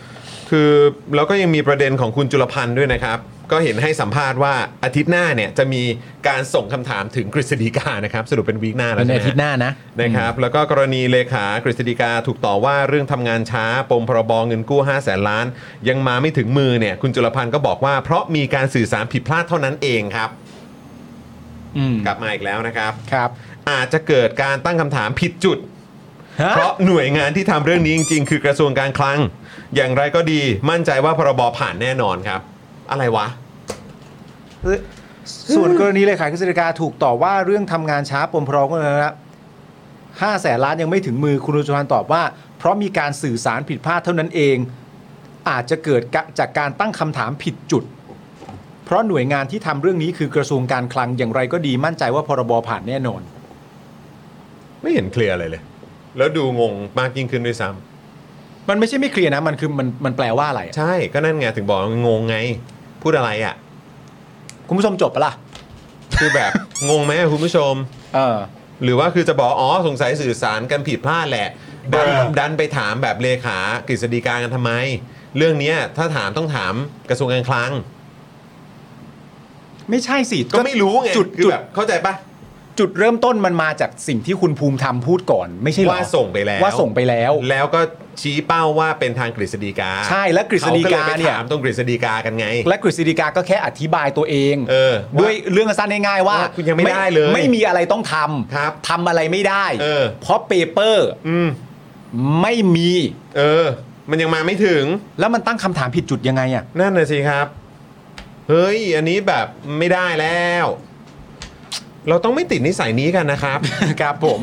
คือแล้วก็ยังมีประเด็นของคุณจุลพันธ์ด้วยนะครับ ก็เห็นให้สัมภาษณ์ว่าอาทิตย์หน้าเนี่ยจะมีการส่งคำถามถึงกฤษฎีกานะครับ สรุปเป็นวีคหน้าแล้ว เป็น ใช่ไหม อาทิตย์หน้านะ นะครับ แล้วก็กรณีเลขากฤษฎีกาถูกต่อว่าเรื่องทำงานช้า ปมพรบเงินกู้5 0 0แสนล้าน ยังมาไม่ถึงมือเนี่ย คุณจุลพันธ์ก็บอกว่าเพราะมีการสื่อสารผิดพลาดเท่านั้นเองครับ อืม กลับมาอีกแล้วนะครับ ครับ อาจจะเกิดการตั้งคำถามผิดจุด เพราะหน่วยงานที่ทำเรื่องนี้จริงๆ คือกระทรวงการคลัง อย่างไรก็ดีมั่นใจว่าพรบผ่านแน่นอนครับ อะไรวะ ส่วนกรณีเลขายกฤษฎีกาถูกต่อว่าเรื่องทำงานช้าปมพร้องนะครับห้าแสนล้านยังไม่ถึงมือคุณรุจพันธ์ตอบว่า เพราะมีการสื่อสารผิดพลาดเท่านั้นเอง อาจจะเกิดกะจากการตั้งคำถามผิดจุด เพราะหน่วยงานที่ทำเรื่องนี้คือกระทรวงการคลังอย่างไรก็ดีมั่นใจว่าพรบผ่านแน่นอน ไม่เห็นเคลียร์อะไรเลย แล้วดูงงมากยิ่งขึ้นด้วยซ้ มันไม่ใช่ไม่เคลียร์นะ มันคือมันมันแปลว่าอะไร ำ อะ ใช่ก็นั่นไงถึงบอกว่างงไง พูดอะไรอะ่ะ คุณผู้ชมจบปะล่ะ คือแบบ (laughs) งงไหมคุณผู้ชม เออ หรือว่าคือจะบอกอ๋อสงสัยสื่อสารกันผิดพลาดแหละดันดันไปถามแบบเลขากฤษฎีกากันทำไม เรื่องเนี้ยถ้าถามต้องถามกระทรวงการคลัง ไม่ใช่สิ ก็ไม่รู้ไง จุด คือ จุด แบบเข้าใจปะ จุดเริ่มต้นมันมาจากสิ่งที่คุณภูมิธรรมพูดก่อน ไม่ใช่เหรอ ว่าส่งไปแล้ว ว่าส่งไปแล้ว แล้วก็ชี้เป้าว่าเป็นทางกฤษฎีกา ใช่และกฤษฎีขลกาไป เนี่ย ถามตรงกฤษฎีกากันไง และกฤษฎีกาก็แค่อธิบายตัวเอง เออว่า ด้วยเรื่องสั้นง่ายๆว่า ว่าคุณยังไม่ได้เลย ไม่มีอะไรต้องท ครับ ำทำอะไรไม่ได้ เออ เพราะเปเปอร์ อืม ไม่มี เออ มันยังมาไม่ถึง แล้วมันตั้งคำถามผิดจุดยังไงอ่ะ นั่นน่ะสิครับ เฮ้ย อันนี้แบบไม่ได้แล้ว เราต้องไม่ติดนิสัยนี้กันนะครับ (laughs) ครับ (laughs) ผม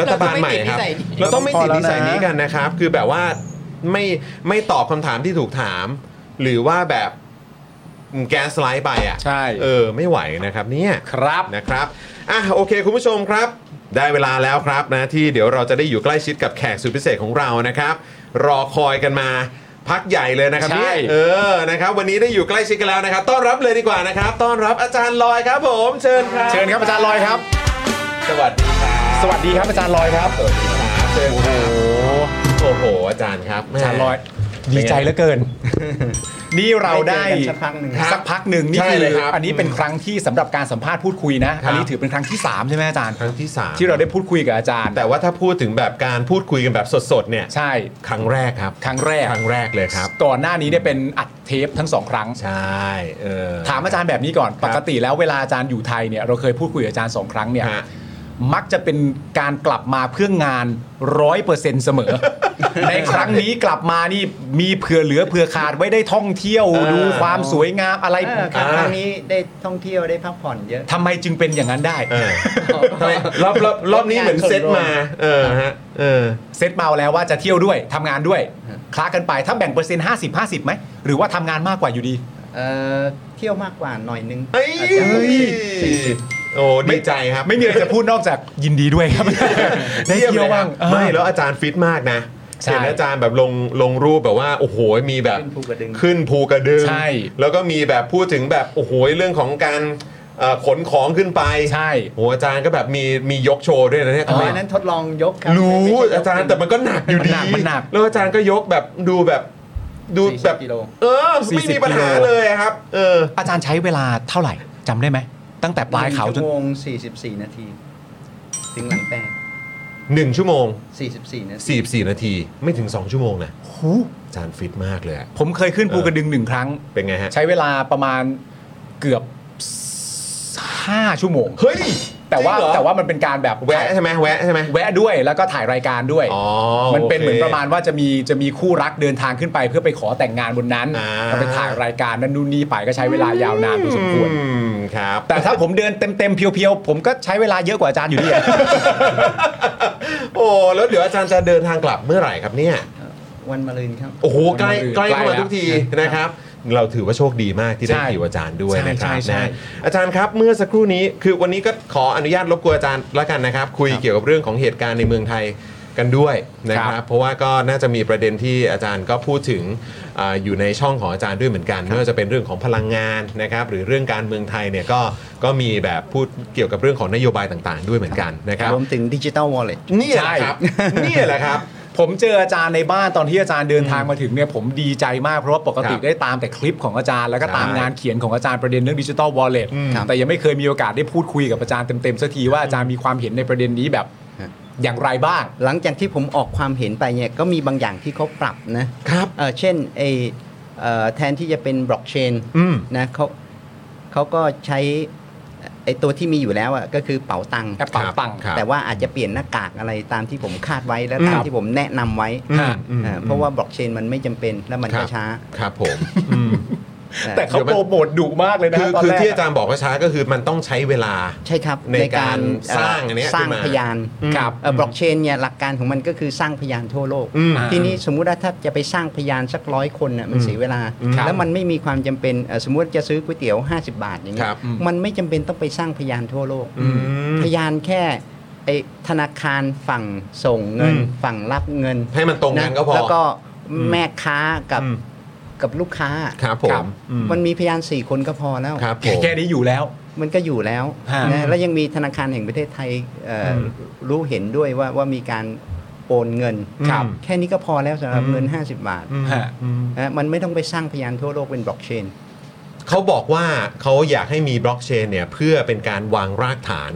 รัฐบาลใหม่ครับ เรา เราต้ ต้อ อง งไม่ ไม่ ติ ติด ดนิ นิ สั สัย ยนี้ นี้ กั กัน น นะครับ คือแบบว่าไม่ไม่ตอบคำถามที่ถูกถาม หรือว่าแบบแกสไลด์ไปอ่ะ ใช่ เออ ไม่ไหวนะครับเนี่ย ครับ นะครับอ่ะโอเค คุณผู้ชมครับ ได้เวลาแล้วครับนะที่เดี๋ยวเราจะได้อยู่ใกล้ชิดกับแขกสุดพิเศษของเรานะครับ รอคอยกันมาพักใหญ่เลยนะครับ ใช่ เนี่ยเออนะครับ วันนี้ได้อยู่ใกล้ชิดกันแล้วนะครับ ต้อนรับเลยดีกว่านะครับ ต้อนรับอาจารย์ลอยครับ ผมเชิญครับ เชิญครับอาจารย์ลอยครับ สวัสดีครับ สวัสดีครับอาจารย์ลอยครับ สวัสดีครับเชิญครับโอ้โหอาจารย์ครับ อาจารย์ลอย ป็นไง ดีใจเหลือเกิน นี่เราได้ ม่เจอกันสักพักหนึ่ง สักพักหนึ่งนี่ ใช่ คื เล อย ครับ อันนี้เป็นครั้งที่สำหรับการสัมภาษณ์พูดคุยนะ ครับ อันนี้ถือเป็นครั้งที่สามใช่ไหมอาจารย์ ครั้งที่สาม ที่เราได้พูดคุยกับอาจารย์ แต่ว่าถ้าพูดถึงแบบการพูดคุยกันแบบสดๆเนี่ย ใช่ ครั้งแรกครับ ครั้งแรก ครั้งแรกเลยครับ ก่อนหน้านี้เนี่ยเป็นอัดเทปทั้งสองครั้ง ใช่เออ ถามอาจารย์แบบนี้ก่อน ครับ ปกติแล้วเวลาอาจารย์อยู่ไทยเนี่ยเราเคยพูดคุยกับอาจารย์สองครั้งเนี่ย ฮะ มักจะเป็นการกลับมาเพื่องานร้อยเปอร์เซ็นต์เส (laughs) มอ ในครั้งนี้กลับมานี่มีเผื่อเหลือเผื่อขาดไว้ได้ท่องเที่ยวดูความสวยงามอะไร เออครั้ง อ่า ครั้งนี้ได้ท่องเที่ยวได้พักผ่อนเยอะ ทำไมจึงเป็นอย่างนั้นได้ เออ (laughs) ทำไมรอบรอบรอบนี้เหมือนเซตมา เออฮะ เออ เซ็ตเมาแล้วว่าจะเที่ยวด้วยทำงานด้วยคล้ากันไปถ้าแบ่งเปอร์เซ็นต์ห้าสิบห้าสิบไหมหรือว่าทำงานมากกว่าอยู่ดี เออเที่ยวมากกว่าหน่อยนึง เฮ้ย อาจจะ โอ้ดีใจครับ ไม่มีอะไรจะพูดนอกจากยินดีด้วยครับ ได้ ม เที่ยวบ้าง ลค เอ รับ อ ไม่ แล้วอาจารย์ฟิตมากนะ ใช่ เห็นอาจารย์แบบลงลงรูปแบบว่า โอ้โห มีแบบ เป็นภูกระดึง ขึ้นภูกระดึง ใช่ แล้วก็มีแบบพูดถึงแบบ โอ้โห เรื่องของการเอ่อขนของขึ้นไป ใช่ โอ้โหอาจารย์ก็แบบมีมียกโชว์ด้วยนะเนี่ย ทำ ทำ ไม ไม อันนั้นทดลองยกครั รู้ ไม่ใช่ก อาจารย์ เป็ แต่มันก็หนักอยู่ดี มันหนักมันหนัก แล้วอาจารย์ก็ยกแบบดูแบบดู 40 แบบ กิโล เออไม่มี 40 ปัญหา กิโล เลยครับ เออ อาจารย์ใช้เวลาเท่าไหร่จำได้ไหมตั้งแต่ปลายเขาจ ชั่ น วโมง44 นาที ถึงหลังแปด 1 ชั่วโมง 44 นาที 44 นาที ไม่ถึง 2 ชั่วโมงนะ หู อาจารย์ฟิตมากเลยอะ ผมเคยขึ้นภูกระดึงหนึ่งครั้ง เป็นไงฮะ ใช้เวลาประมาณเกือบห้าชั่วโมง เฮ้ย แต่ว่า จริงเหรอ แต่ว่ามันเป็นการแบบ แวะใช่ไหมแวะใช่ไหม แวะด้วยแล้วก็ถ่ายรายการด้วย อ๋อ มันเป็น โอเค เหมือนประมาณว่าจะมีจะมีคู่รักเดินทางขึ้นไป เพื่อไปขอแต่งงานบนนั้น อ่า ก็ไปถ่ายรายการนั่นนู่นนี่ไปก็ใช้เวลายาวนานพอสมควร อืมครับ แต่ถ้าผมเดินเต็มๆเพียวๆ ผมก็ใช้เวลาเยอะกว่าอาจารย์อยู่ดีอะ โอ้แล้วเดี๋ยวอาจารย์จะเดินทางกลับเมื่อไหร่ครับเนี่ย วันมะรืนครับ โอ้โหใกล้ใกล้เข้ามา ใกล้แล้ว ทุกทีนะครับ เราถือว่าโชคดีมากที่ได้ ใช่ อยู่อาจารย์ด้วย ใช่ นะครับ ใช่ใช่ นะอาจารย์ครับเมื่อสักครู่นี้คือวันนี้ก็ขออนุญาตรบกวนอาจารย์ละกันนะครับ คุยเกี่ยวกับเรื่องของเหตุการณ์ในเมืองไทยกันด้วยนะครับ เพราะว่าก็น่าจะมีประเด็นที่อาจารย์ก็พูดถึงอาอยู่ในช่องของอาจารย์ด้วยเหมือนกันไม่ว่าจะเป็นเรื่องของพลังงานนะครับหรือเรื่องการเมืองไทยเนี่ยก็ก็มีแบบพูดเกี่ยวกับเรื่องของนโยบายต่าง ๆ ด้วยเหมือนกันนะครับ รวมถึงดิจิตอลวอลเล็ต เนี่ยแหละครับเนี่ยแหละครับ ผมเจออาจารย์ในบ้านตอนที่อาจารย์เดินทางมาถึงเนี่ยผมดีใจมากเพราะว่าปกติ ครับ ได้ตามแต่คลิปของอาจารย์แล้วก็ตาม ใช่ งานเขียนของอาจารย์ประเด็นเรื่องดิจิทัลวอลเล็ตแต่ยังไม่เคยมีโอกาสได้พูดคุยกับอาจารย์เต็มๆสักทีว่าอาจารย์มีความเห็นในประเด็นนี้แบบ ฮะ อย่างไรบ้าง หลังจากที่ผมออกความเห็นไปเนี่ยก็มีบางอย่างที่เขาปรับนะครับเอ่อเช่นไอเอ่อแทนที่จะเป็นบล็อกเชน อืม นะเขาเขาก็ใช้ไอตัวที่มีอยู่แล้วอะก็คือเป๋าตังค์ แอปเป๋าตังค์ ครับ แต่ว่าอาจจะเปลี่ยนหน้ากากอะไรตามที่ผมคาดไว้และตามที่ผมแนะนำไว้ อืม อืม อ่าเพราะว่าบล็อกเชนมันไม่จำเป็นและมัน ครั ก็ บ ช้า ครับผมอืม นะ แต่เขาโปรโมทดุมากเลยนะ คือ ตน คือ แรก ที่อาจารย์บอกว่าช้าก็คือมันต้องใช้เวลา ใช่ครับ ในการสร้างอันเนี้ย สร้าง ขึ้นมา พยาน ครับ บล็อกเชนเนี่ยหลักการของมันก็คือสร้างพยานทั่วโลก อืม ทีนี้สมมุติว่าถ้าจะไปสร้างพยานสักร้อยคนน่ะมันเสียเวลา ครับ แล้วมันไม่มีความจำเป็นเอ่อสมมุติจะซื้อก๋วยเตี๋ยว 50 บาทอย่าง ค เงี้ รั ย บ มันไม่จำเป็นต้องไปสร้างพยานทั่วโลก อืม พยานแค่ไอธนาคารฝั่งส่งเงิน อืม ฝั่งรับเงิน ให้มันตรงกันะ ก็พอ แล้วก็แม่ค้ากับ อืม กับลูกค้า ครับผม ครับ อื มันมีพยานสี่คนก็พอแล้ว ครับผม แค่นี้อยู่แล้ว มันก็อยู่แล้ว ฮะ นะแล้วยังมีธนาคารแห่งประเทศไทยเอ่ออรู้เห็นด้วยว่าว่ามีการโอนเงิน ครับ แค่นี้ก็พอแล้วสำหรับเงิน 50 บาท ฮะ นะมันไม่ต้องไปสร้างพยานทั่วโลกเป็นบล็อกเชน เขาบอกว่าเขาอยากให้มีบล็อกเชนเนี่ยเพื่อเป็นการวางรากฐาน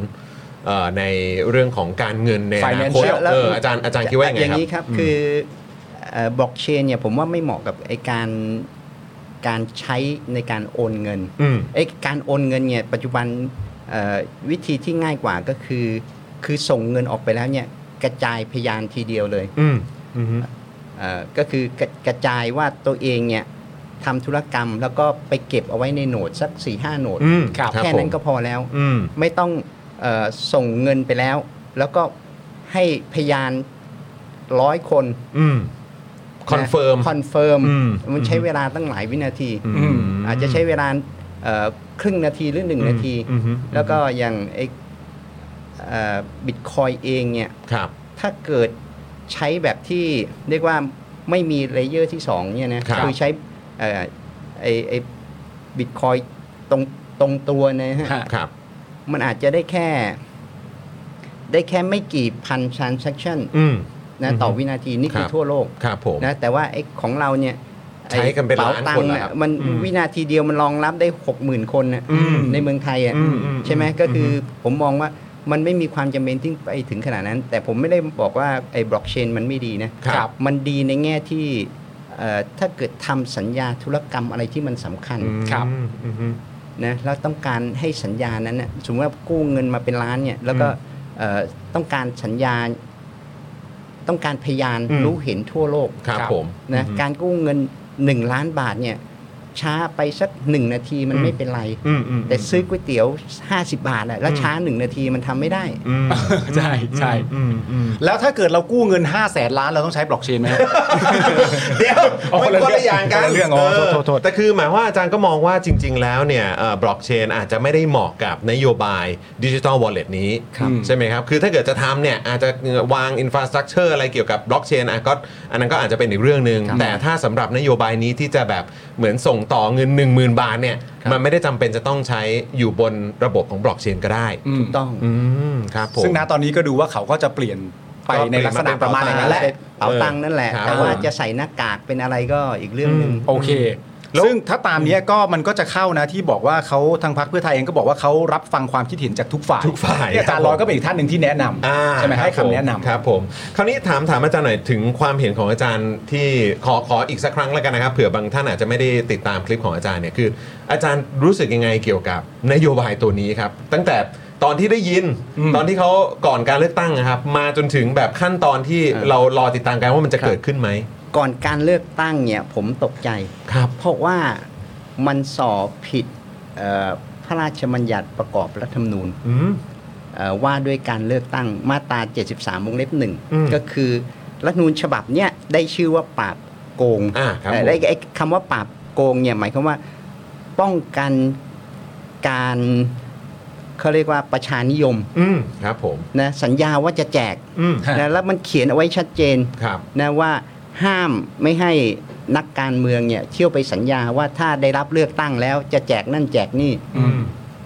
เอ่อในเรื่องของการเงินในอนาคต Financial เอออาจารย์อาจารย์คิดว่ายังไง อย่า ค ง รับ นี้ครับ คือบล็อกเชนเนี่ยผมว่าไม่เหมาะกับไอการการใช้ในการโอนเงิน อืม ไอการโอนเงินเนี่ยปัจจุบันเอ่อวิธีที่ง่ายกว่าก็คือ คือส่งเงินออกไปแล้วเนี่ยกระจายพยานทีเดียวเลย อืมอืม เอ่อก็คือกระกระจายว่าตัวเองเนี่ยทำธุรกรรมแล้วก็ไปเก็บเอาไว้ในโหนดสัก4ี่ห้าโหนด อืมครับ แค่นั้ ผม นก็พอแล้ว อืม ไม่ต้องเออส่งเงินไปแล้ว แล้วก็ให้พยานร้อยคน อืม คอนเฟิร์ม คอนเฟิร์ม อืม มันใช้เวลาตั้งหลายวินาที อืม อาจจะใช้เวลาเอ่อครึ่งนาทีหรือหนึ่งนาที อืมอืม แล้วก็อย่างไอบิตคอยเองเนี่ย ครับ ถ้าเกิดใช้แบบที่เรียกว่าไม่มีเลเยอร์ที่สองเนี่ยนะครับ อใช้เอ่อไอไอบิตคอยตรงตรงตัวเนะฮะ ฮะ ครับ มันอาจจะได้แค่ ได้แค่ไม่กี่พัน transaction อืม นะต่อวินาทีนี่คคือ รับ ทั่วโลก ครับผม นะแต่ว่าไอ้ของเราเนี่ยไอ้ ใช้กันเป็นล้าน ป๋ตัง คน ค์ แล้วครับ มัน อืม วินาทีเดียวมันรองรับได้ 6 0,000 คนนะ อืม ในเมืองไทยอ่ะ อืมอืม ใช่ไหม อืม ก็คือผมมองว่ามันไม่มีความจำเป็นที่ไปถึงขนาดนั้น แต่ผมไม่ได้บอกว่าไอ้บล็อกเชนมันไม่ดีนะ ครับ มันดีในแง่ที่เอ่อถ้าเกิดทำสัญญาธุรกรรมอะไรที่มันสำคัญ ครับ อืมอืม นะแล้วต้องการให้สัญญานั้นนะสมมติว่ากู้เงินมาเป็นล้านเนี่ยแล้วก็ อืม เอ่อต้องการสัญญา ต้องการพยาน อืม รู้เห็นทั่วโลก ครับผม นะ อืม การกู้เงิน 1 ล้านบาทเนี่ยช้าไปสัก 1 นาทีมันไม่เป็นไร อืมอืม แต่ซื้อก๋วยเตี๋ยว 50 บาทแหละแล้วช้า 1 นาทีมันทำไม่ได้ ม ใช่ใช่ อืมอืม แล้วถ้าเกิดเรากู้เงิน 5 0 0แสนล้านเราต้องใช้บล็อกเชนไหม เดี๋ยวมันคนละอย่างกัน คนละเรื่องอ๋อโทษโทษโทษ แต่คือหมายว่าอาจารย์ก็มองว่าจริง ๆ แล้วเนี่ยบล็อกเชนอาจจะไม่ได้เหมาะกับนโยบายดิจิทัลวอลเล็ตนี้ ครับ ใช่ไหมครับ คือถ้าเกิดจะทำเนี่ยอาจจะวางอินฟราสตรักเจอร์อะไรเกี่ยวกับบล็อกเชนก็อันนั้นก็อาจจะเป็นอีกเรื่องหนึ่งแต่ถ้าสำหรับนโยบายนี้ที่จะแบบเหมือนส่งต่อเงิน 1 0,000 บาทเนี่ยมันไม่ได้จำเป็นจะต้องใช้อยู่บนระบบของบล็อกเชนก็ได้ อืม ต้อง อืมครับผม ซึ่งณตอนนี้ก็ดูว่าเขาก็จะเปลี่ยนไปในลักษณะประมาณอย่างนั้นแหละ เอาตังค์นั่นแหละ ครับ แต่ว่าจะใส่หน้ากากเป็นอะไรก็อีกเรื่องหนึ่ง โอเค ซึ่งถ้าตามเนี้ยก็มันก็จะเข้านะที่บอกว่าเขาทางพรรคเพื่อไทยเองก็บอกว่าเขารับฟังความคิดเห็นจากทุกฝ่าย ทุกฝ่าย เนี่ยอาจารย์ลอยก็เป็นอีกท่านหนึ่งที่แนะน อ่า ำใช่ไหมให้ รับ คำแนะ ผม นำ ครับผมคราวนี้ถามถามอาจารย์หน่อยถึงความเห็นของอาจารย์ที่ขอขออีกสักครั้งแล้วกันนะครับเผื่อบางท่านอาจจะไม่ได้ติดตามคลิปของอาจารย์เนี่ยคือ อาจารย์รู้สึกยังไงเกี่ยวกับนโยบายตัวนี้ครับ ตั้งแต่ตอนที่ได้ยิน อืม ตอนที่เขาก่อนการเลือกตั้งนะครับ มาจนถึงแบบขั้นตอนที่เรารอติดตามกันว่ามันจะเกิดขึ้นไหม ก่อนการเลือกตั้งเนี่ยผมตกใจ ครับ เพราะว่ามันสอบผิดเอ่อพระราชบัญญัติประกอบรัฐธรรมนูญ อืม เอ่อว่าด้วยการเลือกตั้งมาตรา 73วงเล็บหนึ่ง อืม ก็คือ รัฐธรรมนูญฉบับเนี้ยได้ชื่อว่าปราบโกง อ่าครับผม เอ่อและไอ้คำว่าปราบโกงเนี่ยหมายความว่าป้องกันการเขาเรียกว่าประชานิยม อืมครับผม นะสัญญาว่าจะแจก อืม นะแล้วมันเขียนเอาไว้ชัดเจน ครับ นะว่าห้ามไม่ให้นักการเมืองเนี่ยเที่ยวไปสัญญาว่าถ้าได้รับเลือกตั้งแล้วจะแจกนั่นแจกนี่ อืม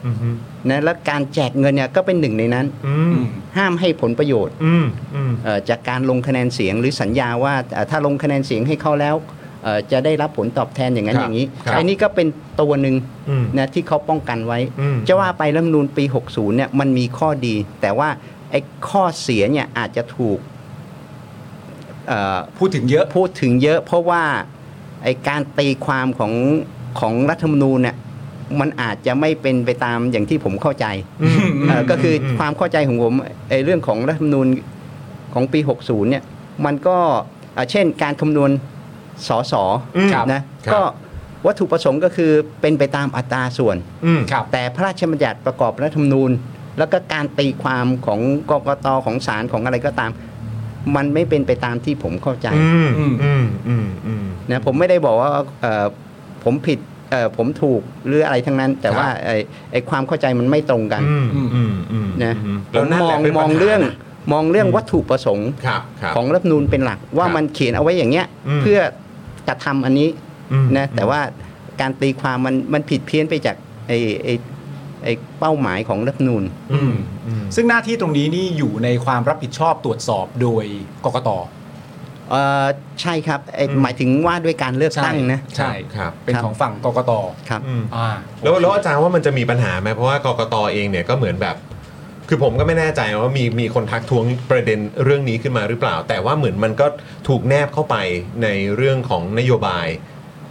อืม นะแล้วการแจกเงินเนี่ยก็เป็นหนึ่งในนั้น อืม ห้ามให้ผลประโยชน์ อืมอืม เอ่อจากการลงคะแนนเสียงหรือสัญญาว่าเอ่อถ้าลงคะแนนเสียงให้เขาแล้วเอ่อจะได้รับผลตอบแทนอย่างนั้นอย่างนี้ ครับ อันนี้ก็เป็นตัวหนึ่ง อืม นะที่เขาป้องกันไว้ อืม จะว่าไปรัฐธรรมนูญปี 60เนี่ยมันมีข้อดี แต่ว่าไอ้ข้อเสียเนี่ยอาจจะถูกเอ่อ พูดถึงเยอะ พูดถึงเยอะ เพราะว่าไอ้การตีความของของรัฐธรรมนูญเนี่ยมันอาจจะไม่เป็นไปตามอย่างที่ผมเข้าใจ อืมม เอ่อก็คืออ ม ความเข้าใจของผมไอ้เรื่องของรัฐธรรมนูญของปี 60 เนี่ย มันก็อ่ะเช่นการคำนวณสอสอ อืม นะ ครับ ก็วัตถุประสงค์ก็คือเป็นไปตามอัตราส่วน อืม ครับ แต่พระราชบัญญัติประกอบรัฐธรรมนูญ แล้วก็การตีความของกกตของศาลของอะไรก็ตาม มันไม่เป็นไปตามที่ผมเข้าใจ อืมอืมอืมอืมอืม นะผมไม่ได้บอกว่าเอ่อผมผิดเอ่อผมถูกหรืออะไรทั้งนั้น แต่ ครับ ว่าไอ้ไอ้ความเข้าใจมันไม่ตรงกัน อืมอืมอืม นะ อื ผ แล้ว ม นั่น ม แห อ ละ ง ป็น ม ปั อ ญ ง หา เรื่อง นะ มองเรื่อง อืม วัตถุประสงค์ ครับครับ ของรัฐธรรมนูนเป็นหลัก ว่ามันเขียนเอาไว้อย่างเงี้ย อืม เพื่อกระทำอันนี้ อืม นะแต่ว่าการตีความมันมันผิดเพี้ยนไปจากไอ้ไอ้ไอ้เป้าหมายของรัฐธรรมนูน อืมอืม ซึ่งหน้าที่ตรงนี้นี่อยู่ในความรับผิดชอบตรวจสอบโดยกกต เอ่อใช่ครับไอ้ อืม หมายถึงว่าด้วยการเลือกตั้งนะ ใช่ ครับ เป็น ครับ ของฝั่งกกต ครับ อืม อ่า แล้วแล้วอาจารย์ว่ามันจะมีปัญหาไหมเพราะว่ากกตเองเนี่ยก็เหมือนแบบ คือผมก็ไม่แน่ใจว่ามีมีคนทักท้วงประเด็นเรื่องนี้ขึ้นมาหรือเปล่า แต่ว่าเหมือนมันก็ถูกแนบเข้าไปในเรื่องของนโยบาย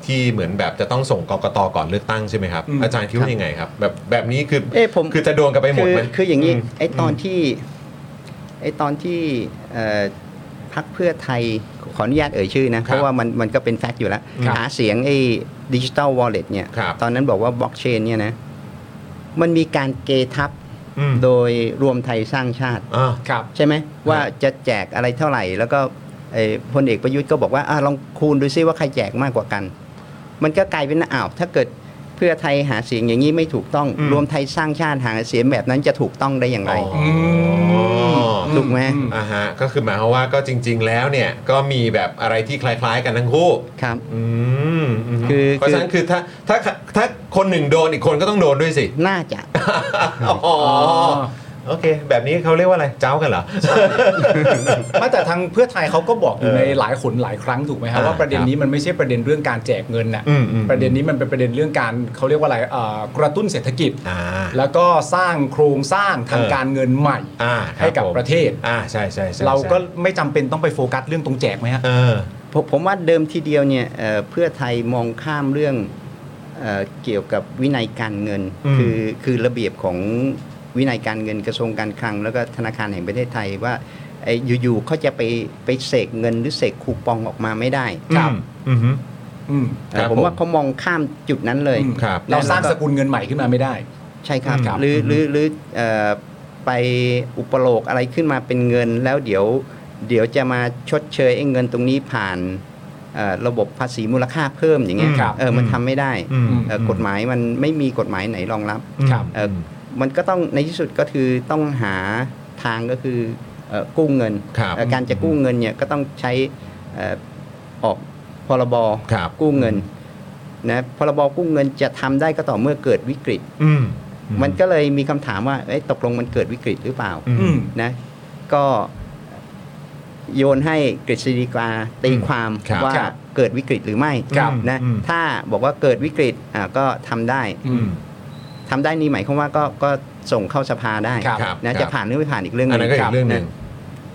ที่เหมือนแบบจะต้องส่งกกตก่อนเลือกตั้งใช่ไหมครับ อืม อาจารย์คิดว่ายังไงครับ แบบแบบนี้คือ เอ้ผม คือจะโดนกันไปหมด คือ ไหม คืออย่างนี้ อืม ไอ้ตอน อืม ที่ไอ้ตอนที่เอ่อพักเพื่อไทยขออนุญาตเอ่ยชื่อนะ เพราะว่ามันมันก็เป็นแฟกต์อยู่แล้ว ครับ หาเสียงไอ้ดิจิตอลวอลเล็ตเนี่ย ครับ ตอนนั้นบอกว่าบล็อกเชนเนี่ยนะ มันมีการเกทับ อืม โดยรวมไทยสร้างชาติ อ่า ครับ ใช่ไหมว่าจะแจกอะไรเท่าไหร่ แล้วก็เอ่อพลเอกประยุทธ์ก็บอกว่าอะลองคูณดูซิว่าใครแจกมากกว่ากัน มันก็กลายเป็นอ้าวถ้าเกิดเพื่อไทยหาเสียงอย่างนี้ไม่ถูกต้อง อืม รวมไทยสร้างชาติหาเสียงแบบนั้นจะถูกต้องได้อย่างไร อ๋ออ ถูกไหม อื อ่าฮะก็คือหมายความว่าก็จริง ๆ แล้วเนี่ยก็มีแบบอะไรที่คล้าย ๆ กันทั้งคู่ ครับ อืมอืม คือ เพราะ คือ ฉะนั้นคือถ้าถ้าถ้าคนหนึ่งโดนอีกคนก็ต้องโดนด้วยสิ น่าจะ อ๋อโอเค แบบนี้เขาเรียกว่าอะไรเจ้ากัน (laughs) เหรอ ไมาแต่ทางเพื่อไทยเขาก็บอกอยู่ เออ ในหลายขนหลายครั้งถูกไหมครับ อ่า ว่าประเด็น ครับ นี้มันไม่ใช่ประเด็นเรื่องการแจกเงินน่ะ อืมอืม ประเด็นนี้มันเป็นประเด็นเรื่องการเขาเรียกว่าอะไรเอ่อกระตุ้นเศรษฐกิจ อ่า แล้วก็สร้างโครงสร้างทาง เออ การเงินใหม่ อ่าค ให้กับ ผม ประเทศ อ่าใช่ใช่ใช่ เราก็ ใช่ ไม่จำเป็นต้องไปโฟกัสเรื่องตรงแจกไหมฮะ เออ ผมผมว่าเดิมทีเดียวเนี่ยเอ่อเพื่อไทยมองข้ามเรื่องเอ่อเกี่ยวกับวินัยการเงิน อืม คือคือระเบียบของวินัยการเงินกระทรวงการคลัง แล้วก็ธนาคารแห่งประเทศไทยว่าไอ้อยู่ๆเขาจะไปไปเสกเงินหรือเสกคูปองออกมาไม่ได้ ครับ อืมอืม อืมคเอ่อรับ ผมว่า ผม เขามองข้ามจุดนั้นเลย อืม ครับ เราสร้างสกุลเงินใหม่ขึ้นมาไม่ได้ ใช่ครับ ครับ หรือหรือหรือเอ่อไปอุปโลกอะไรขึ้นมาเป็นเงินแล้วเดี๋ยว เดี๋ยวจะมาชดเชยไอ้เงินตรงนี้ผ่านเอ่อระบบภาษีมูลค่าเพิ่มอย่างเงี้ย ครับ เออมันทำไม่ได้ อืม เอ่อกฎหมายมันไม่มีกฎหมายไหนรองรับ ครับ เอ่อมันก็ต้องในที่สุดก็คือต้องหาทางก็คือเอ่อกู้เงิน ครับ เอ่อการจะกู้เงินเนี่ยก็ต้องใช้เอ่อออกพรบ ครับ กู้เงินนะพรบกู้เงินจะทำได้ก็ต่อเมื่อเกิดวิกฤต อืม มันก็เลยมีคำถามว่าเอ้ยตกลงมันเกิดวิกฤตหรือเปล่า อืม อืม นะ ก็โยนให้กฤษฎีกาตีความ ครับ ว่า ครับ เกิดวิกฤตหรือไม่ ครับ นะ อืม ถ้าบอกว่าเกิดวิกฤตอ่าก็ทำได้ อืม ทำได้นี่หมายความว่าก็ก็ส่งเข้าสภาได้ ครับ ครับ นะครับ จะผ่านหรือไม่ผ่านอีกเรื่องห อัน นึ นั้น ง ก็อีกเรื่องหนึ่ง นะ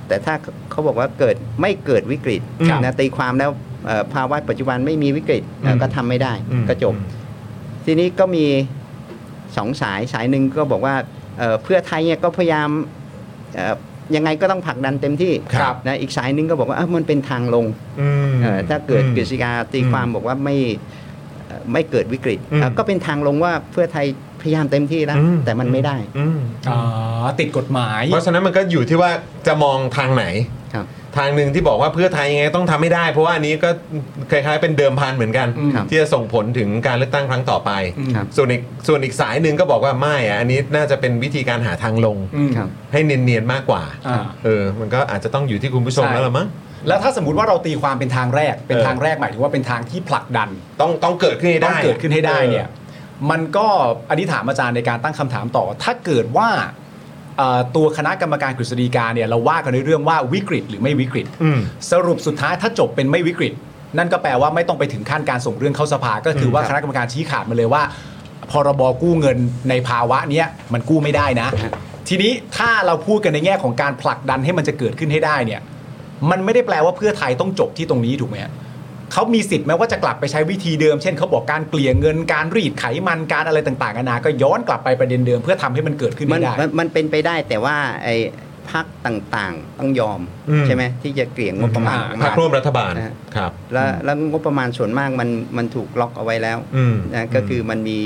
แต่ถ้าเขาบอกว่าเกิดไม่เกิดวิกฤต ครับ นะตีความแล้วเอ่อภาวะปัจจุบันไม่มีวิกฤต อืม ก็ทำไม่ได้ อืม ก็จบ ทีนี้ก็มีสองสายสายหนึ่งก็บอกว่าเอ่อเพื่อไทยเนี่ยก็พยายามเอ่อยังไงก็ต้องผลักดันเต็มที่ ครับ นะอีกสายหนึ่งก็บอกว่าเอ้ามันเป็นทางลง อืม เอ่อถ้าเกิดกฤษฎีกาตีความบอกว่าไม่เอ่อไม่เกิดวิกฤต อืม เอ่อก็เป็นทางลงว่าเพื่อไทยพยายามเต็มที่แล้ว อืม แต่มันไม่ได้ อืม อ่าติดกฎหมาย เพราะฉะนั้นมันก็อยู่ที่ว่าจะมองทางไหน ครับ ทางหนึ่งที่บอกว่าเพื่อไทยยังไงต้องทำไม่ได้ เพราะว่าอันนี้ก็คล้ายๆเป็นเดิมพันเหมือนกัน ครับ ที่จะส่งผลถึงการเลือกตั้งครั้งต่อไป ครับ ส่วนอีกส่วนอีกสายหนึ่งก็บอกว่าไม่อะอันนี้น่าจะเป็นวิธีการหาทางลง ครับ ให้เนียนๆมากกว่า อ่า เออ มันก็อาจจะต้องอยู่ที่คุณผู้ชมแล้วละมั้ง แล้วถ้าสมมติว่าเราตีความเป็นทางแรก เป็น เออ ทางแรกหมายถึงว่าเป็นทางที่ผลักดัน ต้องต้องเกิดขึ้นให้ ต้อ ได้ งเกิดขึ้นให้ได้เนี่ย มันก็อันนี้ถามอาจารย์ในการตั้งคำถามต่อ ถ้าเกิดว่าเอ่อตัวคณะกรรมการกฤษฎีกาเนี่ยเราว่ากันในเรื่องว่าวิกฤตหรือไม่วิกฤต อืม สรุปสุดท้ายถ้าจบเป็นไม่วิกฤต นั่นก็แปลว่าไม่ต้องไปถึงขั้นการส่งเรื่องเข้าสภาก็คือว่าคณะกรรมการชี้ขาดมาเลยว่า พรบกู้เงินในภาวะเนี้ยมันกู้ไม่ได้นะ ทีนี้ถ้าเราพูดกันในแง่ของการผลักดันให้มันจะเกิดขึ้นให้ได้เนี่ย มันไม่ได้แปลว่าเพื่อไทยต้องจบที่ตรงนี้ถูกไหมฮะเขามีสิทธิ์ไหมว่าจะกลับไปใช้วิธีเดิม เช่นเขาบอกการเกลี่ยเงินการรีดไขมันการอะไรต่างๆนานาก็ย้อนกลับไปประเด็นเดิม เพื่อทำให้มันเกิดขึ้น มัน ไม่ได้ มันมันเป็นไปได้แต่ว่าไอ้พักต่างๆ ต้องยอม อืม ใช่ไหมที่จะเกลี่ยงงบประมาณ อ่า ออก พรรคมาร่วมรัฐบาล นะฮะ ครับ แล้วแล้วงบประมาณส่วนมากมันมันถูกล็อกเอาไว้แล้ว อืม นะก็คือมันมี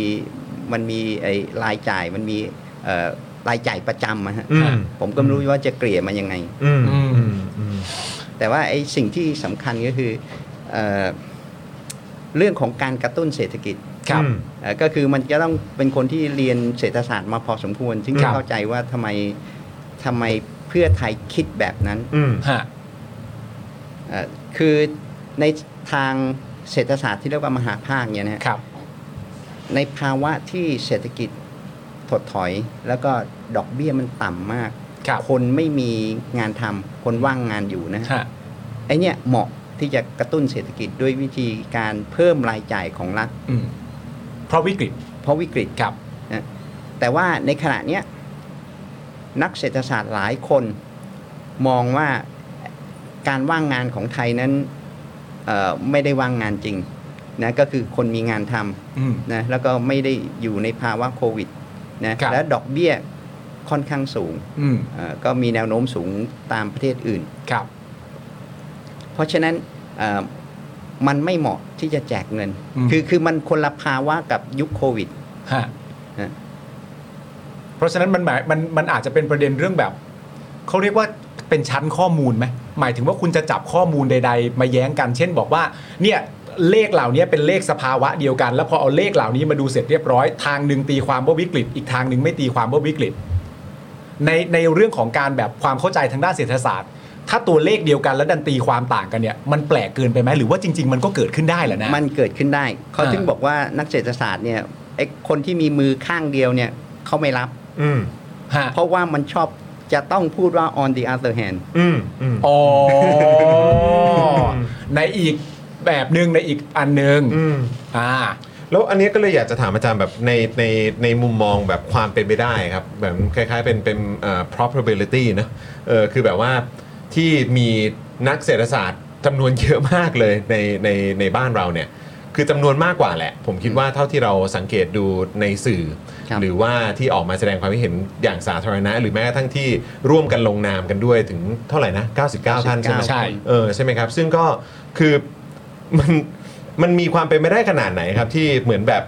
มันมีไอ้รายจ่ายมันมีเอ่อรายจ่ายประจำอะฮะ อืม ผมก็ไม่รู้ว่าจะเกลี่ยมันยังไง อืม อืม อืมอืม แต่ว่าไอ้สิ่งที่สำคัญก็คือเอ่อเรื่องของการกระตุ้นเศรษฐกิจ ครับ อืม เอ่อก็คือมันจะต้องเป็นคนที่เรียนเศรษฐศาสตร์มาพอสมควรถึง ครับจะเข้าใจว่าทำไมทำไมเพื่อไทยคิดแบบนั้น อืม ฮะ เอ่อคือในทางเศรษฐศาสตร์ที่เรียกว่ามหาภาคเนี่ยนะฮะ ครับ ในภาวะที่เศรษฐกิจถดถอย แล้วก็ดอกเบี้ยมันต่ำมาก ครับ คนไม่มีงานทำคนว่างงานอยู่นะ ฮะ ไอเนี้ยเหมาะที่จะกระตุ้นเศรษฐกิจด้วยวิธีการเพิ่มรายจ่ายของรัฐ อืมเพราะวิกฤต เพราะวิกฤต ครับ นะแต่ว่าในขณะเนี้ยนักเศรษฐศาสตร์หลายคนมองว่าการว่างงานของไทยนั้นเอ่อไม่ได้ว่างงานจริงนะก็คือคนมีงานทำ อืม นะแล้วก็ไม่ได้อยู่ในภาวะโควิดนะครับ และดอกเบี้ยค่อนข้างสูง อืม เอ่อก็มีแนวโน้มสูงตามประเทศอื่น ครับ เพราะฉะนั้นเอ่อมันไม่เหมาะที่จะแจกเงิน อืม คือคือมันคนละภาวะกับยุคโควิด ฮะ ฮะ เพราะฉะนั้นมันหมายมันมันอาจจะเป็นประเด็นเรื่องแบบ เขาเรียกว่าเป็นชั้นข้อมูลไหมหมายถึงว่าคุณจะจับข้อมูลใด ๆ มาแย้งกัน เช่นบอกว่า เนี่ยเลขเหล่านี้เป็นเลขสภาวะเดียวกัน แล้วพอเอาเลขเหล่านี้มาดูเสร็จเรียบร้อย ทางหนึ่งตีความว่าวิกฤต อีกทางหนึ่งไม่ตีความว่าวิกฤต ในในเรื่องของการแบบความเข้าใจทางด้านเศรษฐศาสตร์ ถ้าตัวเลขเดียวกันแล้วดันตีความต่างกันเนี่ย มันแปลกเกินไปไหมหรือว่าจริง ๆ มันก็เกิดขึ้นได้แหละนะ มันเกิดขึ้นได้ เขา อ่า ถึงบอกว่านักเศรษฐศาสตร์เนี่ยไอ้คนที่มีมือข้างเดียวเนี่ยเขาไม่รับ อืม ฮะ เพราะว่ามันชอบจะต้องพูดว่า on the other hand อืมอืม อ๋อในอีกแบบหนึ่งในอีกอันหนึ่ง อืม อ่า แล้วอันนี้ก็เลยอยากจะถามอาจารย์แบบในในในมุมมองแบบความเป็นไปได้ครับแบบคล้ายๆเป็นเป็นเอ่อ probability นะเออคือแบบว่าที่มีนักเศรษฐศาสตร์จำนวนเยอะมากเลยในในในบ้านเราเนี่ย คือจำนวนมากกว่าแหละ ผมคิดว่าเท่าที่เราสังเกตดูในสื่อ ครับ หรือว่าที่ออกมาแสดงความคิดเห็นอย่างสาธารณะ หรือแม้กระทั่งที่ร่วมกันลงนามกันด้วยถึงเท่าไหร่นะ 99 ท่านใช่ไหม ใช่ เออใช่ไหมครับ ซึ่งก็คือ (laughs) มันมันมีความเป็นไปได้ขนาดไหนครับ ที่เหมือนแบบ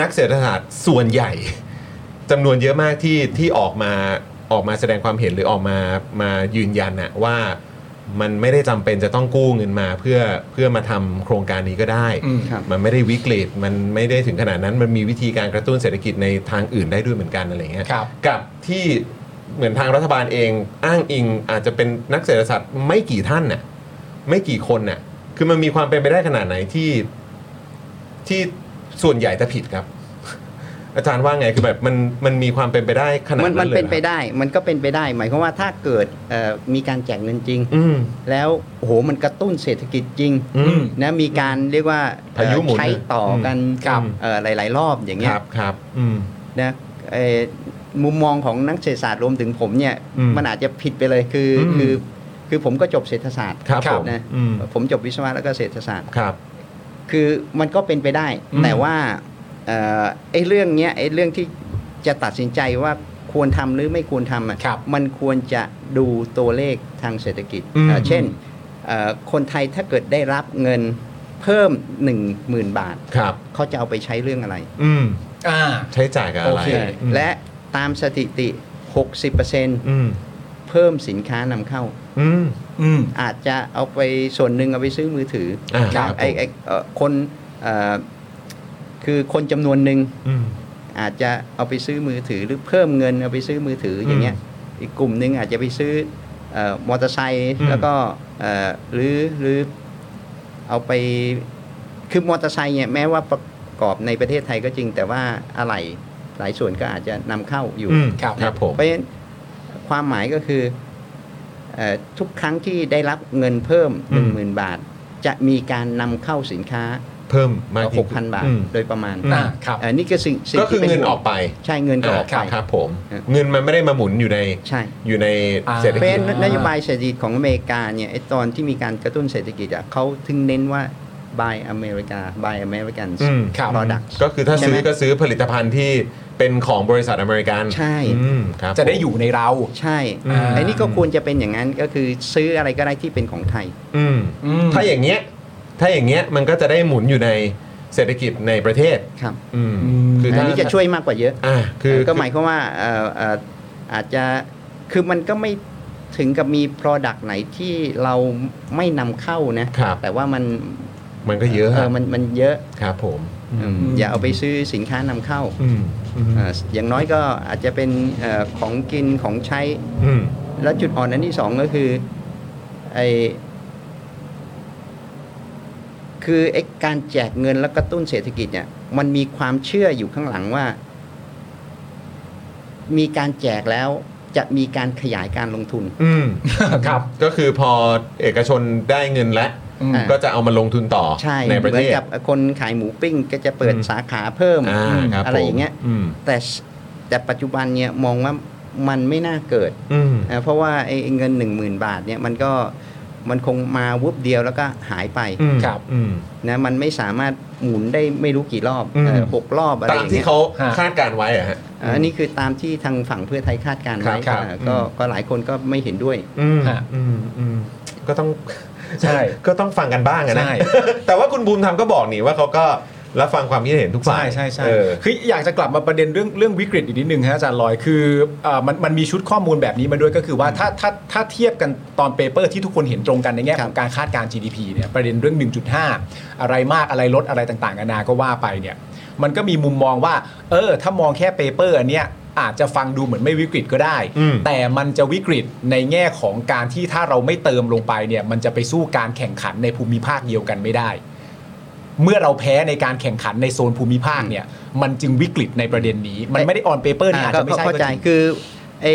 นักเศรษฐศาสตร์ส่วนใหญ่ (laughs) จำนวนเยอะมากที่ที่ออกมาออกมาแสดงความเห็นหรือออกมามายืนยันนะว่ามันไม่ได้จำเป็นจะต้องกู้เงินมาเพื่อเพื่อมาทำโครงการนี้ก็ได้ อืม ครับ มันไม่ได้วิกฤตมันไม่ได้ถึงขนาดนั้นมันมีวิธีการกระตุ้นเศรษฐกิจในทางอื่นได้ด้วยเหมือนกันอะไรอย่างเงี้ย ครับ กับที่เหมือนทางรัฐบาลเองอ้างอิงอาจจะเป็นนักเศรษฐศาสตร์ไม่กี่ท่านน่ะไม่กี่คนน่ะคือมันมีความเป็นไปได้ขนาดไหนที่ที่ส่วนใหญ่จะผิดครับ (laughs) อาจารย์ว่าไงคือแบบมันมันมีความเป็นไปได้ขนาด มันมั นั้น นเลย เป็นไป หรอครับ ได้มันก็เป็นไปได้ หมายความว่าถ้าเกิดเอ่อมีการแจกเงินจริง อืม แล้วโอ้โหมันกระตุ้นเศรษฐกิจจริง อืม นะมีการเรียกว่า พายุหมุน เอ่อใช้ต่อกัน ครับ เอ่อหลาย ๆ รอบอย่างเงี้ ค ย รับครับอืม นะเอ่อมุมมองของนักเศรษฐศาสตร์รวมถึงผมเนี่ย อืม มันอาจจะผิดไปเลยคืออ ม คือคือผมก็จบเศรษฐศาสตร์ ครับผม นะ อืม ผมจบวิศวะแล้วก็เศรษฐศาสตร์ ครับ คือมันก็เป็นไปได้ อืม แต่ว่าเอ่อไอ้เรื่องเนี้ยไอ้เรื่องที่จะตัดสินใจว่าควรทำหรือไม่ควรทำอะ ครับ มันควรจะดูตัวเลขทางเศรษฐกิจ อืม เอ่อเช่นเอ่อคนไทยถ้าเกิดได้รับเงินเพิ่ม 10,000 บาท ครับ เขาจะเอาไปใช้เรื่องอะไร อืม ่า ใช้จ่ายกับอะไร เออ อืม และตามสถิติ 60% อืม เพิ่มสินค้านำเข้า อืม อืม อาจจะเอาไปส่วนหนึ่งเอาไปซื้อมือถืออา ครับ ไอ้ไอ้เอ่อคนเอ่อคือคนจำนวนหนึ่งอาจจะเอาไปซื้อมือถือหรือเพิ่มเงินเอาไปซื้อมือถืออย่างเงี้ยอีกกลุ่มหนึ่งอาจจะไปซื้อเอ่อมอเตอร์ไซค์ อืม แล้วก็เอ่อหรือหรือเอาไปคือมอเตอร์ไซค์เนี่ยแม้ว่าประกอบในประเทศไทยก็จริง แต่ว่าอะไหล่หลายส่วนก็อาจจะนำเข้าอยู่ อืม ครับ ครับผม เพราะฉะนั้นความหมายก็คือเออทุกครั้งที่ได้รับเงินเพิ่ม อืม 10,000 บาท จะมีการนำเข้าสินค้า เพิ่มมากยิ่งขึ้ 6,000 บาท อืม โดยประมาณ อ่า ครับ เอ่อนี่ก็สิ่งสิ่ง ก็คือ ที่ป็ เงินออกไป ใช่เงินก็ออกไป าครับผม ครับ เงินมันไม่ได้มาหมุนอยู่ใน ใช่ อยู่ในเศรษฐ เป็ กิจ นนโยบายเศรษฐกิจของอเมริกาเนี่ยไอ้ตอนที่มีการกระตุ้นเศรษฐกิจอ่ะเขาถึงเน้นว่า buy America buy American อืม product ก็คือถ้าซื้อ ใช่ไหม ก็ซื้อผลิตภัณฑ์ที่เป็นของบริษัทอเมริกัน ใช่ อืมครับ จะได้ ผม อยู่ในเรา ใช่ อืม ไอ้นี่ก็ควรจะเป็นอย่างนั้นก็คือซื้ออะไรก็ได้ที่เป็นของไทย อืม อืม ถ้าอย่างเงี้ย ถ้าอย่างเงี้ยมันก็จะได้หมุนอยู่ในเศรษฐกิจในประเทศ ครับ อืม อืม คือ อั ถ้าน นี้จะช่วยมากกว่าเยอะ อ่าคือ ก็หมายความว่าเอ่อเอ่ออาจจะคือมันก็ไม่ถึงกับมี Product ไหนที่เราไม่นำเข้านะ ครับ แต่ว่ามัน มันก็เยอะ เออมันมันเยอะ ครับผม อืมอย่าเอาไปซื้อสินค้านำเข้า อืมอืม เอ่ออย่างน้อยก็อาจจะเป็นเอ่อของกินของใช้ อืม แล้วจุดอ่อนนั้นที่สองก็คือไอคือไอการแจกเงินแล้วกระตุ้นเศรษฐกิจเนี่ย มันมีความเชื่ออยู่ข้างหลังว่า มีการแจกแล้วจะมีการขยายการลงทุน อืม ครับ ก็คือพอเอกชนได้เงินแล้ว อืม ก็จะเอามาลงทุนต่อ ใช่ ในประ เหมื เท อน ศ กับคนขายหมูปิ้งก็จะเปิด อืม สาขาเพิ่ม อ่าครับ อะไร ผม อย่างเงี้ย อืม แต่สแต่ปัจจุบันเนี่ยมองว่ามันไม่น่าเกิด อืม นะเพราะว่าไอไอ้เงินหนึ่งหมื่นบาทเนี่ยมันก็มันคงมาวุบเดียวแล้วก็หายไป อืม ครับ อืม นะมันไม่สามารถหมุนได้ไม่รู้กี่รอบ อืม เอ่อหกรอบอะไรอ ตาม ย่าง ที่ เงี้ย เขาคาดการณ์ไว้อะฮะ อ่าอันนี้คือตามที่ทางฝั่งเพื่อไทยคาดการณ์ไว้ ครับครับ อ่าก็ก็หลายคนก็ไม่เห็นด้วย อืม ฮะ อืมอืมก็ต้อง ใช่ (laughs) ก็ต้องฟังกันบ้างอะนะ ใช่ (laughs) แต่ว่าคุณบูมทำก็บอกนี่ว่าเขาก็รับฟังความคิดเห็นทุกฝ่า ใช่ ย ใช่ใช่ เออ คืออยากจะกลับมาประเด็นเรื่องเรื่องวิกฤตอีกนิดนึงฮะอาจารย์ลอยคือเอ่อมันมันมีชุดข้อมูลแบบนี้มาด้วยก็คือว่าถ้าถ้าถ้าเทียบกันตอนเปเปอร์ที่ทุกคนเห็นตรงกันในแง่ของการคาดการณ์ GDP เนี่ยประเด็นเรื่อง 1.5 อะไรมากอะไรลดอะไรต่างๆนานาก็ว่าไปเนี่ยมันก็มีมุมมองว่า เออ ถ้ามองแค่เปเปอร์อันเนี้ยอาจจะฟังดูเหมือนไม่วิกฤตก็ได้ อืม แต่มันจะวิกฤตในแง่ของการที่ถ้าเราไม่เติมลงไปเนี่ยมันจะไปสู้การแข่งขันในภูมิภาคเดียวกันไม่ได้ เมื่อเราแพ้ในการแข่งขันในโซนภูมิภาคเนี่ย มันจึงวิกฤตในประเด็นนี้ มันไม่ได้ออนเปเปอร์นี่ อ่า อาจ ก็ จะไม่ใช่ก็เข้าใจ ก็จริง คือไอ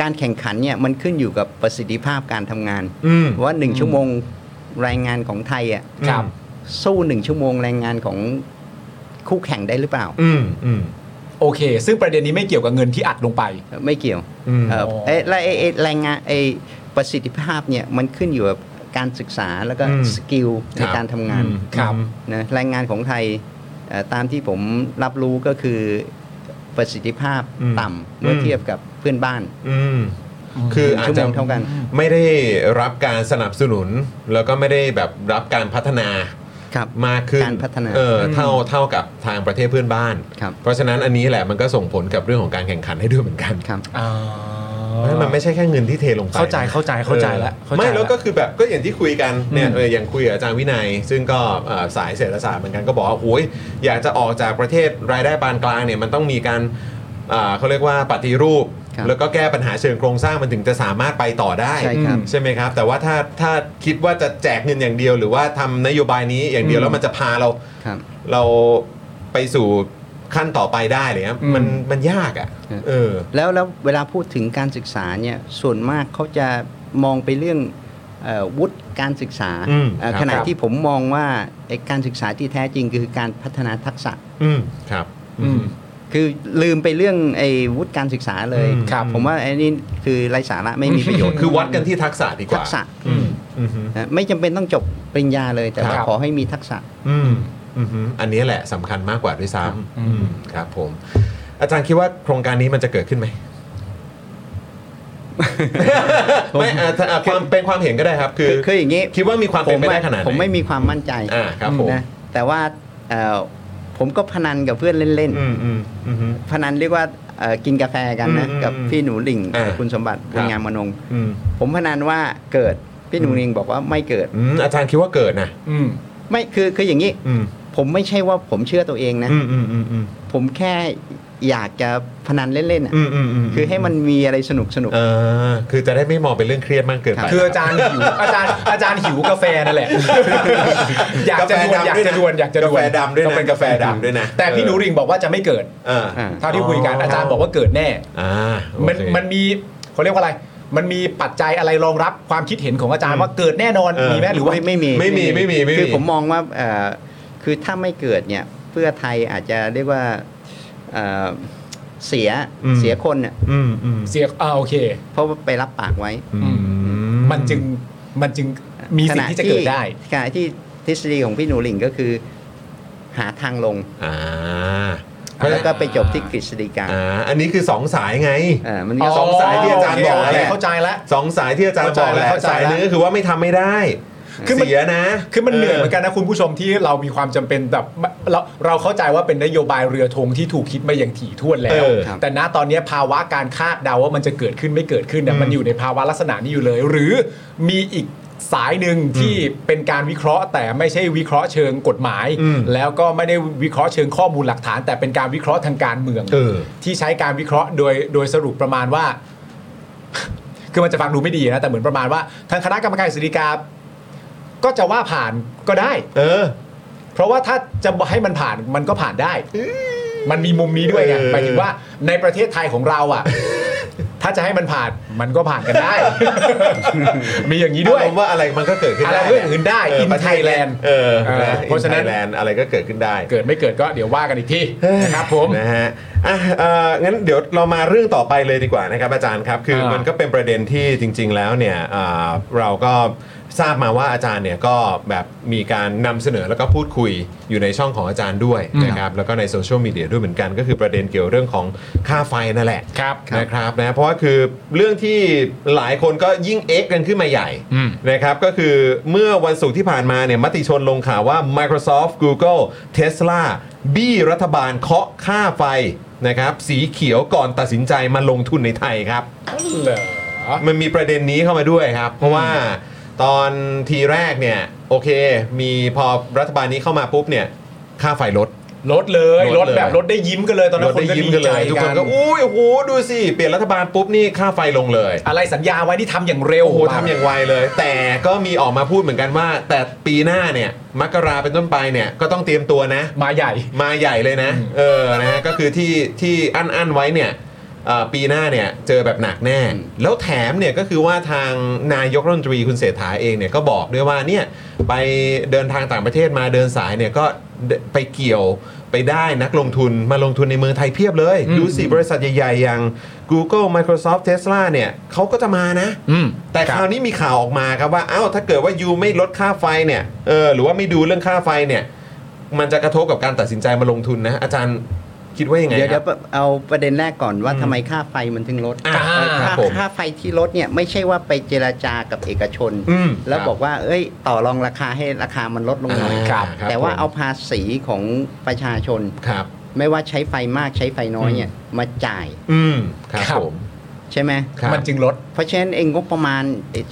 การแข่งขันเนี่ยมันขึ้นอยู่กับประสิทธิภาพการทำงาน อืม ว่าหนึ่งชั่วโมงแรงงานของไทยอ่ะ ครับ สู้หนึ่งชั่วโมงแรงงานของคู่แข่งได้หรือเปล่า อืมอืม โอเค ซึ่งประเด็นนี้ไม่เกี่ยวกับเงินที่อัดลงไป ไม่เกี่ยว อืม เอ่อเอ๊ะและไอ้ไอ้แรงงานไอ้ประสิทธิภาพเนี่ยมันขึ้นอยู่กับการศึกษาแล้วก็ อืม สกิล ค ใน รับ การทำงาน อืมครับ นะแรงงานของไทยเอ่อตามที่ผมรับรู้ก็คือประสิทธิภาพ อืม ต่ำเมื่อมอเทียบกับเพื่อนบ้าน อืมคืออาจ ชั่วโม จะ งเท่ากัน ไม่ได้รับการสนับสนุน แล้วก็ไม่ได้แบบรับการพัฒนา ครับ มากขึ้น การพัฒนา เออเท่าเท่ากับทางประเทศเพื่อนบ้าน ครับ เพราะฉะนั้นอันนี้แหละมันก็ส่งผลกับเรื่องของการแข่งขันให้ด้วยเหมือนกัน ครับ เพราะฉะนั้นมันไม่ใช่แค่เงินที่เทลงไป เข้าใจเข้าใจเข้าใจแล้วเข้าใจ ไม่แล้ว แล้ว ก็คือแบบก็อย่างที่คุยกันเนี่ยเอออย่างคุยกับอาจารย์วินัย ซึ่งก็เอ่อสายเศรษฐศาสตร์เหมือนกันก็บอกว่าโอ้ยอยากจะออกจากประเทศรายได้ปานกลางเนี่ยมันต้องมีการเอ่อเขาเรียกว่าปฏิรูป ครับ แล้วก็แก้ปัญหาเชิงโครงสร้างมันถึงจะสามารถไปต่อได้ ใช่ครับ ใช่ไหมครับ แต่ว่าถ้าถ้าคิดว่าจะแจกเงินอย่างเดียว หรือว่าทำนโยบายนี้อย่างเดียวแล้วมันจะพาเรา ครับ เราไปสู่ขั้นต่อไปได้เลยครับมันมันยากอ่ะ ครับ เออ แล้วแล้วเวลาพูดถึงการศึกษาเนี่ยส่วนมากเขาจะมองไปเรื่องเอ่อวุฒิการศึกษา อืม เอ่อ ครับ ขณะที่ผมมองว่าไอ้การศึกษาที่แท้จริงคือการพัฒนาทักษะ อืมครับ อืม คือลืมไปเรื่องไอ้วุฒิการศึกษาเลย อืมครับ ผมว่าไอ้นี่คือไร้สาระไม่มีประโยชน์ คือวัดกันที่ทักษะดีกว่า ทักษะ อืมอืม นะไม่จำเป็นต้องจบปริญญาเลยแต่ว่า ครับ ขอให้มีทักษะ อืมอืมอันนี้แหละสำคัญมากกว่าด้วยซ้ำอืมครับผม อาจารย์คิดว่าโครงการนี้มันจะเกิดขึ้นไหม ไม่อ่ะถ้าอ่ะความเป็นความเห็นก็ได้ครับ คือ คืออย่างนี้ คิดว่ามีความเป็นไปได้ อะ ขนาดไหน ผมไม่มีความมั่นใจ อ่าครับผม นะแต่ว่าเอ่อผมก็พนันกับเพื่อนเล่น อืมอืมอืม ๆพนันเรียกว่าเอ่อกินกาแฟกันนะ อืม กับพี่หนูหลิง อ่า คุณสมบัติ ครับ คุณงามมนง อืม ผมพนันว่าเกิด พี่หนุ่มนิงบอกว่าไม่เกิด อืมอาจารย์คิดว่าเกิดนะ อืม ไม่คือคืออย่างนี้ อืม ผมไม่ใช่ว่าผมเชื่อตัวเองนะ อืมอืมอืมอืม ผมแค่อยากจะพนันเล่นๆอะ อืมอืมอืม คือให้มันมีอะไรสนุกสนุก เออคือจะได้ไม่มองเป็นเรื่องเครียดมากเกินไป คืออาจารย์หิว (laughs) อาจารย์อาจารย์หิวกาแฟนั่นแหละ อยากจะดวนอยากจะดวนอยากจะดกาวนแฟดำด้วย ต้ นะ องเป็นกาแฟดำ ด้วยนะ แต่พี่หนูริงบอกว่าจะไม่เกิด เออ อ่า เท่าที่คุยกันอาจารย์บอกว่าเกิดแน่ อ่า มั มัน มันมีเขาเรียกว่าอะไร มันมีปัจจัยอะไรรองรับความคิดเห็นของอาจารย์ว่าเกิดแน่นอนมีไหมหรือว่า ไม่ไม่มี ไม่มีไม่มีไม่มี คือผมมองว่าเอ่อคือถ้าไม่เกิดเนี่ยเพื่อไทยอาจจะเรียกว่าเอ่อเสีย อืม เสียคนเนี่ย อืมอืม เสียอ่าโอเค เพราะว่าไปรับปากไว้ อืม มันจึงมันจึงมีสิ่งที่จะเกิดได้ ขณะที่ทฤษฎีของพี่หนูหลิงก็คือ หาทางลง อ่า แล้วก็ไปจบที่กฤษฎีกา อ่าอันนี้คือสองสายไง เออมันก็ สองสายที่อาจารย์บอก โอเค แหละ เข้าใจแล้ว สองสายที่อาจารย์บอกแหละ เข้าใจ สาย แล้ว หนึงก็คือว่าไม่ทำไม่ได้ คือมัน เสียนะ คือมันเหนื่อยเหมือนกันนะคุณผู้ชมที่เรามีความจำเป็นแบบเราเราเข้าใจว่าเป็นนโยบายเรือธงที่ถูกคิดมาอย่างถี่ถ้วนแล้ เอ ว อ แต่ณตอนนี้ภาวะการคาดเดาว่ามันจะเกิดขึ้นไม่เกิดขึ้นเนี่ย อืม มันอยู่ในภาวะลักษณะนี้อยู่เลย หรือมีอีกสายหนึ่งที่เป็นการวิเคราะห์ แต่ไม่ใช่วิเคราะห์เชิงกฎหมาย อืม แล้วก็ไม่ได้วิเคราะห์เชิงข้อมูลหลักฐาน แต่เป็นการวิเคราะห์ทางการเมือง เออ ที่ใช้การวิเคราะห์โดยโดยสรุปประมาณว่า (laughs) คือมันจะฟังดูไม่ดีนะแต่เหมือนประมาณว่าทางคณะกรรมการกฤษฎีกาก็จะว่าผ่านก็ได้ เออ เพราะว่าถ้าจะให้มันผ่านมันก็ผ่านได้ มันมีมุมนี้ด้วยไง เออ หมายถึงว่าในประเทศไทยของเราอ่ะ (laughs) ถ้าจะให้มันผ่านมันก็ผ่านกันได้ (laughs) มีอย่างนี้ด้วย ผมว่าอะไรมันก็เกิดขึ้น อะไร ได้ เรื่องอื่นได้ in เประเทศ Thailand เออ เออ เพ เพ ราะ ราะ ฉะ ฉะนั้ นั้น น แลนด์อะไรก็เกิดขึ้นได้ เกิดไม่เกิดก็เดี๋ยวว่ากันอีกทีนะครับผม นะฮะอ่ะเอ่องั้นเดี๋ยวเรามาเรื่องต่อไปเลยดีกว่านะครับอาจารย์ครับ คือ อ่ามั มันก็เป็นประเด็นที่จริง ๆ แล้วเนี่ยอ่าเราก็ทราบมาว่าอาจารย์เนี่ยก็แบบมีการนำเสนอแล้วก็พูดคุยอยู่ในช่องของอาจารย์ด้วย อืม นะครับแล้วก็ในโซเชียลมีเดียด้วยเหมือนกัน ก็คือประเด็นเกี่ยวเรื่องของค่าไฟนั่นแหละ ครับ นะครับนะเพราะว่าคือเรื่องที่หลายคนก็ยิ่งเอ็กกันขึ้นมาใหญ่ อืม นะครับก็คือเมื่อวันศุกร์ที่ผ่านมาเนี่ยมติชนลงข่าวว่า Microsoft Google Tesla บี้รัฐบาลเคาะค่าไฟนะครับสีเขียวก่อนตัดสินใจมาลงทุนในไทยครับ เหรอ มันมีประเด็นนี้เข้ามาด้วยครับ เพราะว่าตอนทีแรกเนี่ยโอเค มีพอรัฐบาลนี้เข้ามาปุ๊บเนี่ยค่าไฟลด ลดเลย ล ล ด ด เลย แบบลดได้ยิ้มกันเลยตอน ล นั้ ด นคน ได้ ก็ ยิ้ม ดี กัน ใจ เลยทุกคนก็อุ้ยโอ้โหดูสิเปลี่ยนรัฐบาลปุ๊บนี่ค่าไฟลงเลย อะไรสัญญาไว้ที่ทำอย่างเร็ว โอ้โหทำอย่างไวเลย แต่ก็มีออกมาพูดเหมือนกันว่า แต่ปีหน้าเนี่ยมกราเป็นต้นไปเนี่ยก็ต้องเตรียมตัวนะ มาใหญ่ มาใหญ่เลยนะ เออนะฮะก็คือที่ที่อั้นอั้นๆไว้เนี่ยเอ่อปีหน้าเนี่ยเจอแบบหนักแน่ แล้วแถมเนี่ยก็คือว่าทางนายกรัฐมนตรีคุณเศรษฐาเองเนี่ยก็บอกด้วยว่าเนี่ยไปเดินทางต่างประเทศมาเดินสายเนี่ยก็เดไปเกี่ยวไปได้นักลงทุนมาลงทุนในเมืองไทยเพียบเลย อืม ดูสิบริษัทใหญ่ๆอย่าง Google Microsoft Tesla เนี่ยเขาก็จะมานะ อืม แต่คราวนี้มีข่าวออกมาครับว่าอ้าวถ้าเกิดว่ายูไม่ลดค่าไฟเนี่ยเออหรือว่าไม่ดูเรื่องค่าไฟเนี่ย มันจะกระทบกับการตัดสินใจมาลงทุนนะ อาจารย์คิดว่ายังไง เดี๋ยว ค เดี๋ รั ยว บ เอาประเด็นแรกก่อนว่า อืม ทำไมค่าไฟมันถึงลด อ่าครับ ค่า ผม ค่าไฟที่ลดเนี่ยไม่ใช่ว่าไปเจรจากับเอกชน อืม แล้ว ครับ บอกว่า เอ้ย ต่อรองราคาให้ราคามันลดลงหน่อย อ่าครับ แต่คว่ารับผม เอาภาษีของประชาชน ครับ ไม่ว่าใช้ไฟมากใช้ไฟน้อยเนี่ยมาจ่าย อืมครับ ครับ ผม ใช่ไหม ครับ มันจึงลด เพราะฉะนั้นเองงบประมาณ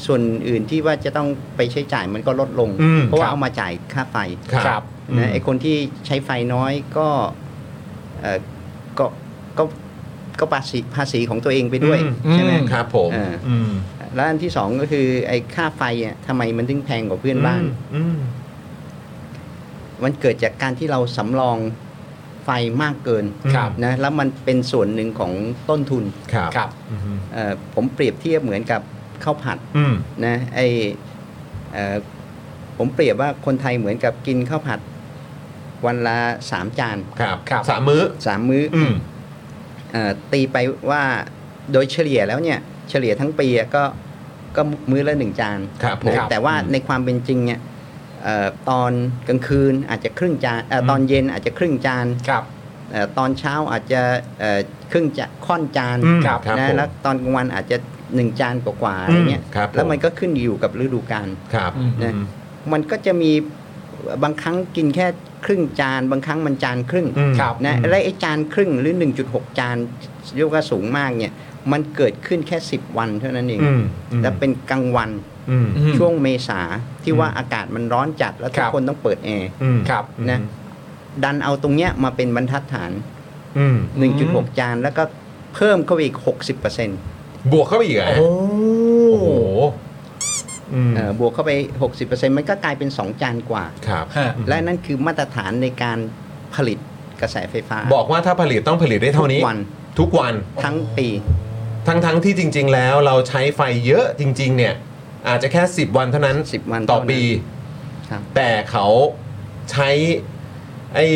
ส่วนอื่นที่ว่าจะต้องไปใช้จ่ายมันก็ลดลง อืม เพราะว่า คบ เอามาจ่ายค่าไฟ ค ครั รับบ นะไอคนที่ใช้ไฟน้อยก็เอ่อก็ก็ก็ภาษีภาษีของตัวเองไปด้วย อื ใช่ไหม ครับผม เออ อืม แล้วอันที่สองก็คือไอค่าไฟอ่ะทำไมมันถึงแพงกว่าเพื่อนบ้าน อืม มันเกิดจากการที่เราสำรองไฟมากเกิน ครับ นะแล้วมันเป็นส่วนหนึ่งของต้นทุน ครับ ครับ อืม เอ่อผมเปรียบเทียบเหมือนกับข้าวผัด อืม นะไอเอ่อผมเปรียบว่าคนไทยเหมือนกับกินข้าวผัดวันละสามจาน ครับ ครับ สามมื้อ สามมื้อ อืม เออตีไปว่าโดยเฉลี่ยแล้วเนี่ยเฉลี่ยทั้งปีอะก็ก็มื้อละหนึ่งจาน ครับผม นะแต่ว่าในความเป็นจริงเนี่ยเอ่อตอนกลางคืนอาจจะครึ่งจานเอ่อ อืม ตอนเย็นอาจจะครึ่งจาน ครับ เอ่อตอนเช้าอาจจะเอ่อครึ่งจานค่อนจาน อืมครับครับ นะ ผม แล้วตอนกลางวันอาจจะหนึ่งจานกว่าๆอะไรเงี้ย อืมครับผม แล้วมันก็ขึ้นอยู่กับฤดูกาล ครับ อืม อื นะ ม มันก็จะมีบางครั้งกินแค่ครึ่งจาน บางครั้งมันจานครึ่ง อืม ครับ นะและไอ้จานครึ่งหรือ 1.6 จานเรียกว่าสูงมากเนี่ย มันเกิดขึ้นแค่ 10 วันเท่านั้นเอง อืมอืม และเป็นกลางวัน อืม อืม ช่วงเมษาที่ว่าอากาศมันร้อนจัดแล้วทุ ค ก รับ คนต้องเปิดแอร์ อืม ครับ นะดันเอาตรงเนี้ยมาเป็นบรรทัดฐาน อืม 1.6 จานแล้วก็เพิ่มเข้าไปอีก 60%เ บวกเข้าไปอีกเหรอฮะ โอ้ โอ้โหอืม อ่อบวกเข้าไป 60%มันก็กลายเป็น 2 จานกว่า ครับ ฮะ และนั่นคือมาตรฐานในการผลิตกระแสไฟฟ้า บอกว่าถ้าผลิตต้องผลิตได้เท่านี้ ทุกวัน ทุกวัน ทั้งปี ทั้งทั้งๆที่จริง ๆ แล้วเราใช้ไฟเยอะจริง ๆ เนี่ย อาจจะแค่ 10 วันเท่านั้น 10วัน ต่อ เท่านั้น ปี ครับ แต่เขาใช้ไอ้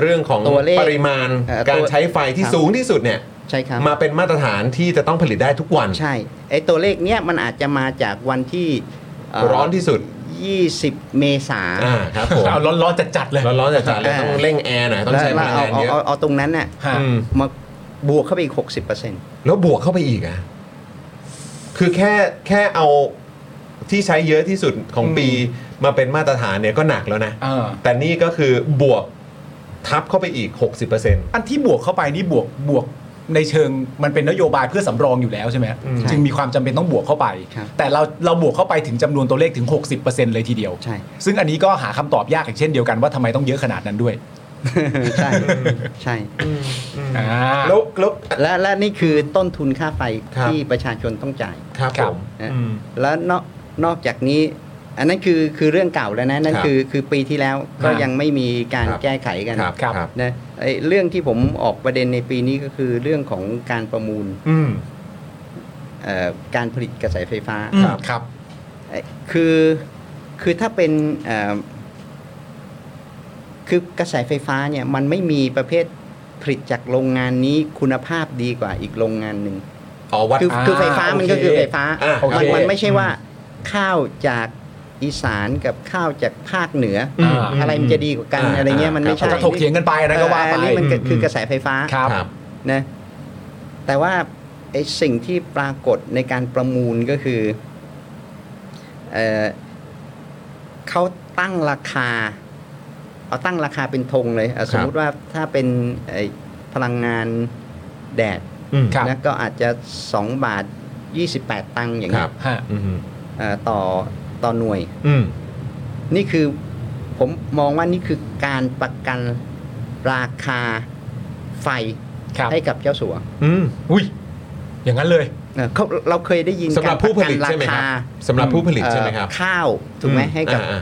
เรื่องของ ตัวเลข ปริมาณ เอ่อ การ ตัว ใช้ไฟที่ ครับ สูงที่สุดเนี่ย ใช่ครับ มาเป็นมาตรฐานที่จะต้องผลิตได้ทุกวัน ใช่ไอตัวเลขเนี้ยมันอาจจะมาจากวันที่เ ร้อนที่สุด 20 เมษา อ่าครับผม เอาร้อนๆจัดๆเลย ร้อนๆจัดๆเลยต้องเร่งแอร์หน่อยต้องใช้พ แล้ว ลัง เอา งาน เอา เยอะ เอาเอาตรงนั้นน่ะ ฮะ อืม มาบวกเข้าไปอีก 60% แล้วบวกเข้าไปอีกอ่ะคือแค่แค่เอาที่ใช้เยอะที่สุดของปีมาเป็นมาตรฐานเนี่ยก็หนักแล้วนะ เออ แต่นี่ก็คือบวกทับเข้าไปอีก 60%อ อันที่บวกเข้าไปนี่บวกบวกในเชิงมันเป็นนโยบายเพื่อสำรองอยู่แล้วใช่ไหม อืม จึงมีความจำเป็นต้องบวกเข้าไป ครับ แต่เราเราบวกเข้าไปถึงจำนวนตัวเลขถึง 60%เลยทีเดียว ใช่ (laughs) ซึ่งอันนี้ก็หาคำตอบยากอย่างเช่นเดียวกันว่าทำไมต้องเยอะขนาดนั้นด้วย ใช่ใช่ อ่า แล้วแล้ว และและนี่คือต้นทุนค่าไฟ ครับ ที่ประชาชนต้องจ่าย ครับ ค ผ รับ ม นะ อืม แล้วนอกนอกจากนี้ อันนั้นคือคือเรื่องเก่าแล้วนะนั่น ครับ คือคือปีที่แล้วก็ยังไม่มีการ ครับ แก้ไขกัน ครับ ครับ ครับ นะไอ้เรื่องที่ผมออกประเด็นในปีนี้ก็คือเรื่องของการประมูล อืม เอ่อการผลิตกระแสไฟฟ้า อืม ครับ ครับ เอ่อคือคือถ้าเป็นเอ่อคือกระแสไฟฟ้าเนี่ยมันไม่มีประเภทผลิตจากโรงงานนี้คุณภาพดีกว่าอีกโรงงานหนึ่ง อ๋อวัด คือคือไฟฟ้ามันก็คือไฟฟ้า อ่าโอเค มันมันไม่ใช่ว่าข้าวจากอีสานกับข้าวจากภาคเหนืออ อ่า อืม อะไรมันจะดีกว่ากัน อ่า อะไรเงี้ยมันไม่ ครับใช่จะถกเถียงกันไปนะก็ว่าไป อันนี้มันก็ อืม คือกระแสไฟฟ้า ครับ ครับ นะแต่ว่าไอ้สิ่งที่ปรากฏในการประมูลก็คือเอ่อ เขาตั้งราคา เอาตั้งราคาเป็นธงเลยอ่ะสมมุติว่าถ้าเป็นไอ้พลังงานแดด อืม ครับ นะก็อาจจะ 2 บาท 28 ตังค์อย่าง ค นี้ รั ย บ ฮะ อืม เอ่อต่อต่อหน่วย อืม นี่คือผมมองว่านี่คือการประกันราคาไฟ ครับ ให้กับเจ้าสัว อืม อุ้ยอย่างนั้นเลย เอ่อเขาเราเคยได้ยิน สำหรับ กา ผู้ผลิต ปะกัน ใช่ไหมครับ าา สำหรับผู้ผลิตใช่ไหมครับ เอ่อข้าวถูกไหม อื ให้กับ อ่า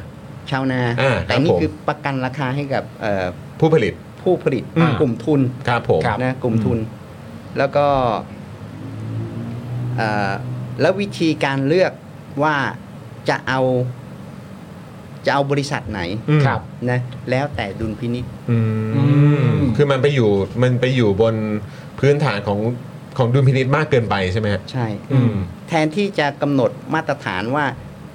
ชาวนา อ่าครับ แต่นี่ ผม คือประกันราคาให้กับเอ่อ ๆผู้ผลิต ผู้ผลิต อืม กลุ่มทุน ครับผม ครับ นะกลุ่มทุน แล้วก็เอ่อแล้ววิธีการเลือกว่าจะเอาจะเอาบริษัทไหน อืม ครับ นะแล้วแต่ดุลพินิษ อืม อืม คือมันไปอยู่มันไปอยู่บนพื้นฐานของของดุลพินิษมากเกินไปใช่ไหมฮะ ใช่ อืม แทนที่จะกำหนดมาตรฐานว่า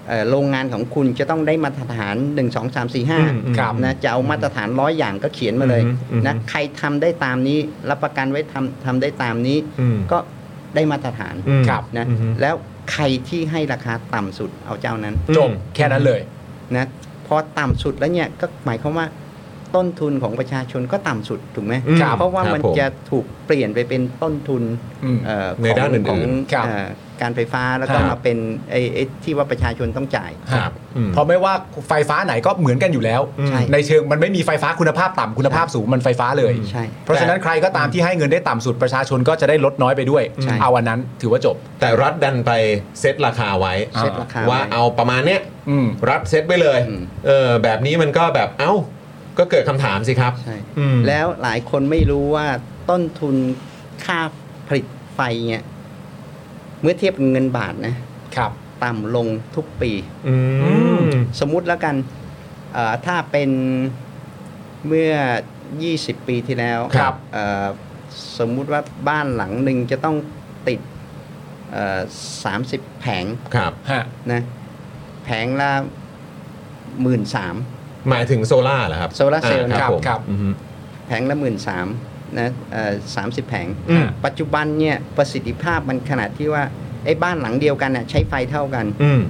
เอ่อโรงงานของคุณจะต้องได้มาตรฐาน 1 2 3 4 อืม 5 ครับ นะจะเอามาตรฐานร้อยอย่างก็เขียนมาเลย อืมอืม นะใครทำได้ตามนี้ รับประกันไว้ทำทำได้ตามนี้ อืม ก็ได้มาตรฐาน อืม ครับ นะ อืม แล้วใครที่ให้ราคาต่ำสุดเอาเจ้านั้น จบแค่นั้นเลย นะพอต่ำสุดแล้วเนี่ยก็หมายความว่าต้นทุนของประชาชนก็ต่ำสุดถูกไหม อืม เพราะว่า ครับ มัน ผม จะถูกเปลี่ยนไปเป็นต้นทุน อืม เอ่อ ใน ของ ด้านอื่นๆ ของ ครับ เอ่อการไฟฟ้าแล้วคก็รับ มาเป็นไอ้ไอ้ที่ว่าประชาชนต้องจ่าย ครับอืม เพราะไม่ว่าไฟฟ้าไหนก็เหมือนกันอยู่แล้ว ใช่ ในเชิงมันไม่มีไฟฟ้าคุณภาพต่ำคุณภาพสูงมันไฟฟ้าเลย ใช่ เพราะฉะนั้นใครก็ตามที่ให้เงินได้ต่ำสุดประชาชนก็จะได้ลดน้อยไปด้วย ใช่ เอาวันนั้นถือว่าจบ แต่รัฐดันไปเซตราคาไว้ อ่ เซ็ตราคา ว่า ไว้ เอาประมาณเนี้ย อืม รัฐเซตไว้เลย อืม เออแบบนี้มันก็แบบเอ้าก็เกิดคำถามสิครับ ใช่ อืม แล้วหลายคนไม่รู้ว่าต้นทุนค่าผลิตไฟเนี่ยเมื่อเทียบกับเงินบาทนะครับ ต่ำลงทุกปี อืม สมมุติแล้วกันเอ่อถ้าเป็นเมื่อ 20 ปีที่แล้ว ครับ เอ่อสมมุติว่าบ้านหลังหนึ่งจะต้องติดเอ่อ30 แผง ครับ ฮะ นะแผงละหมื่นสาม หมายถึงโซล่าเหรอครับ โซลาร์เซลล์ อ่ ครับ ผม ครับ อืม แผงละหมื่นสามนะสามสิบแผง อืม ปัจจุบันเนี่ยประสิทธิภาพมันขนาดที่ว่าไอ้บ้านหลังเดียวกันน่ะใช้ไฟเท่ากัน อืม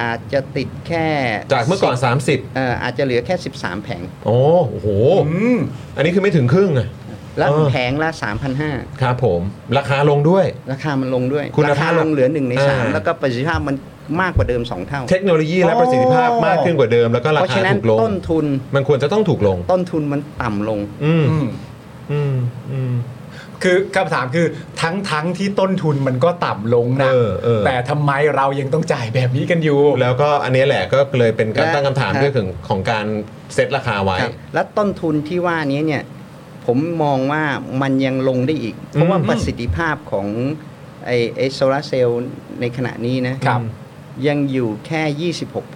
อาจจะติดแค่ จากเมื่อก่อน 30 เอ่ออาจจะเหลือแค่ 13 แผง โอ้โห อืม อันนี้คือไม่ถึงครึ่งอะ และ เออ แผงละ 3,500 ครับผมราคาลงด้วย ราคามันลงด้วย คุณภาพ ราคาลงเหลือหนึ่งในสาม อ่า แล้วก็ประสิทธิภาพมันมากกว่าเดิมสองเท่า เทคโนโลยีและประสิทธิภาพมากขึ้นกว่าเดิม แล้วก็รา เพราะ คา ฉะนั้น ถูกลง ต้นทุน มันควรจะต้องถูกลง ต้นทุนมันต่ำลง อืม อืม อืมอืม คือคำถามคือทั้งทั้งที่ต้นทุนมันก็ต่ำลงนะ เออเออ แต่ทำไมเรายังต้องจ่ายแบบนี้กันอยู่ แล้วก็อันนี้แหละก็เลยเป็นการ และ ตั้งคำถาม ครับ เรื่องของของการเซตราคาไว้ ครับและต้นทุนที่ว่านี้เนี่ยผมมองว่ามันยังลงได้อีก เพราะว่าประสิทธิภาพของไอ้ไอ้โซลาร์เซลล์ในขณะนี้นะครับ ยังอยู่แค่ 26%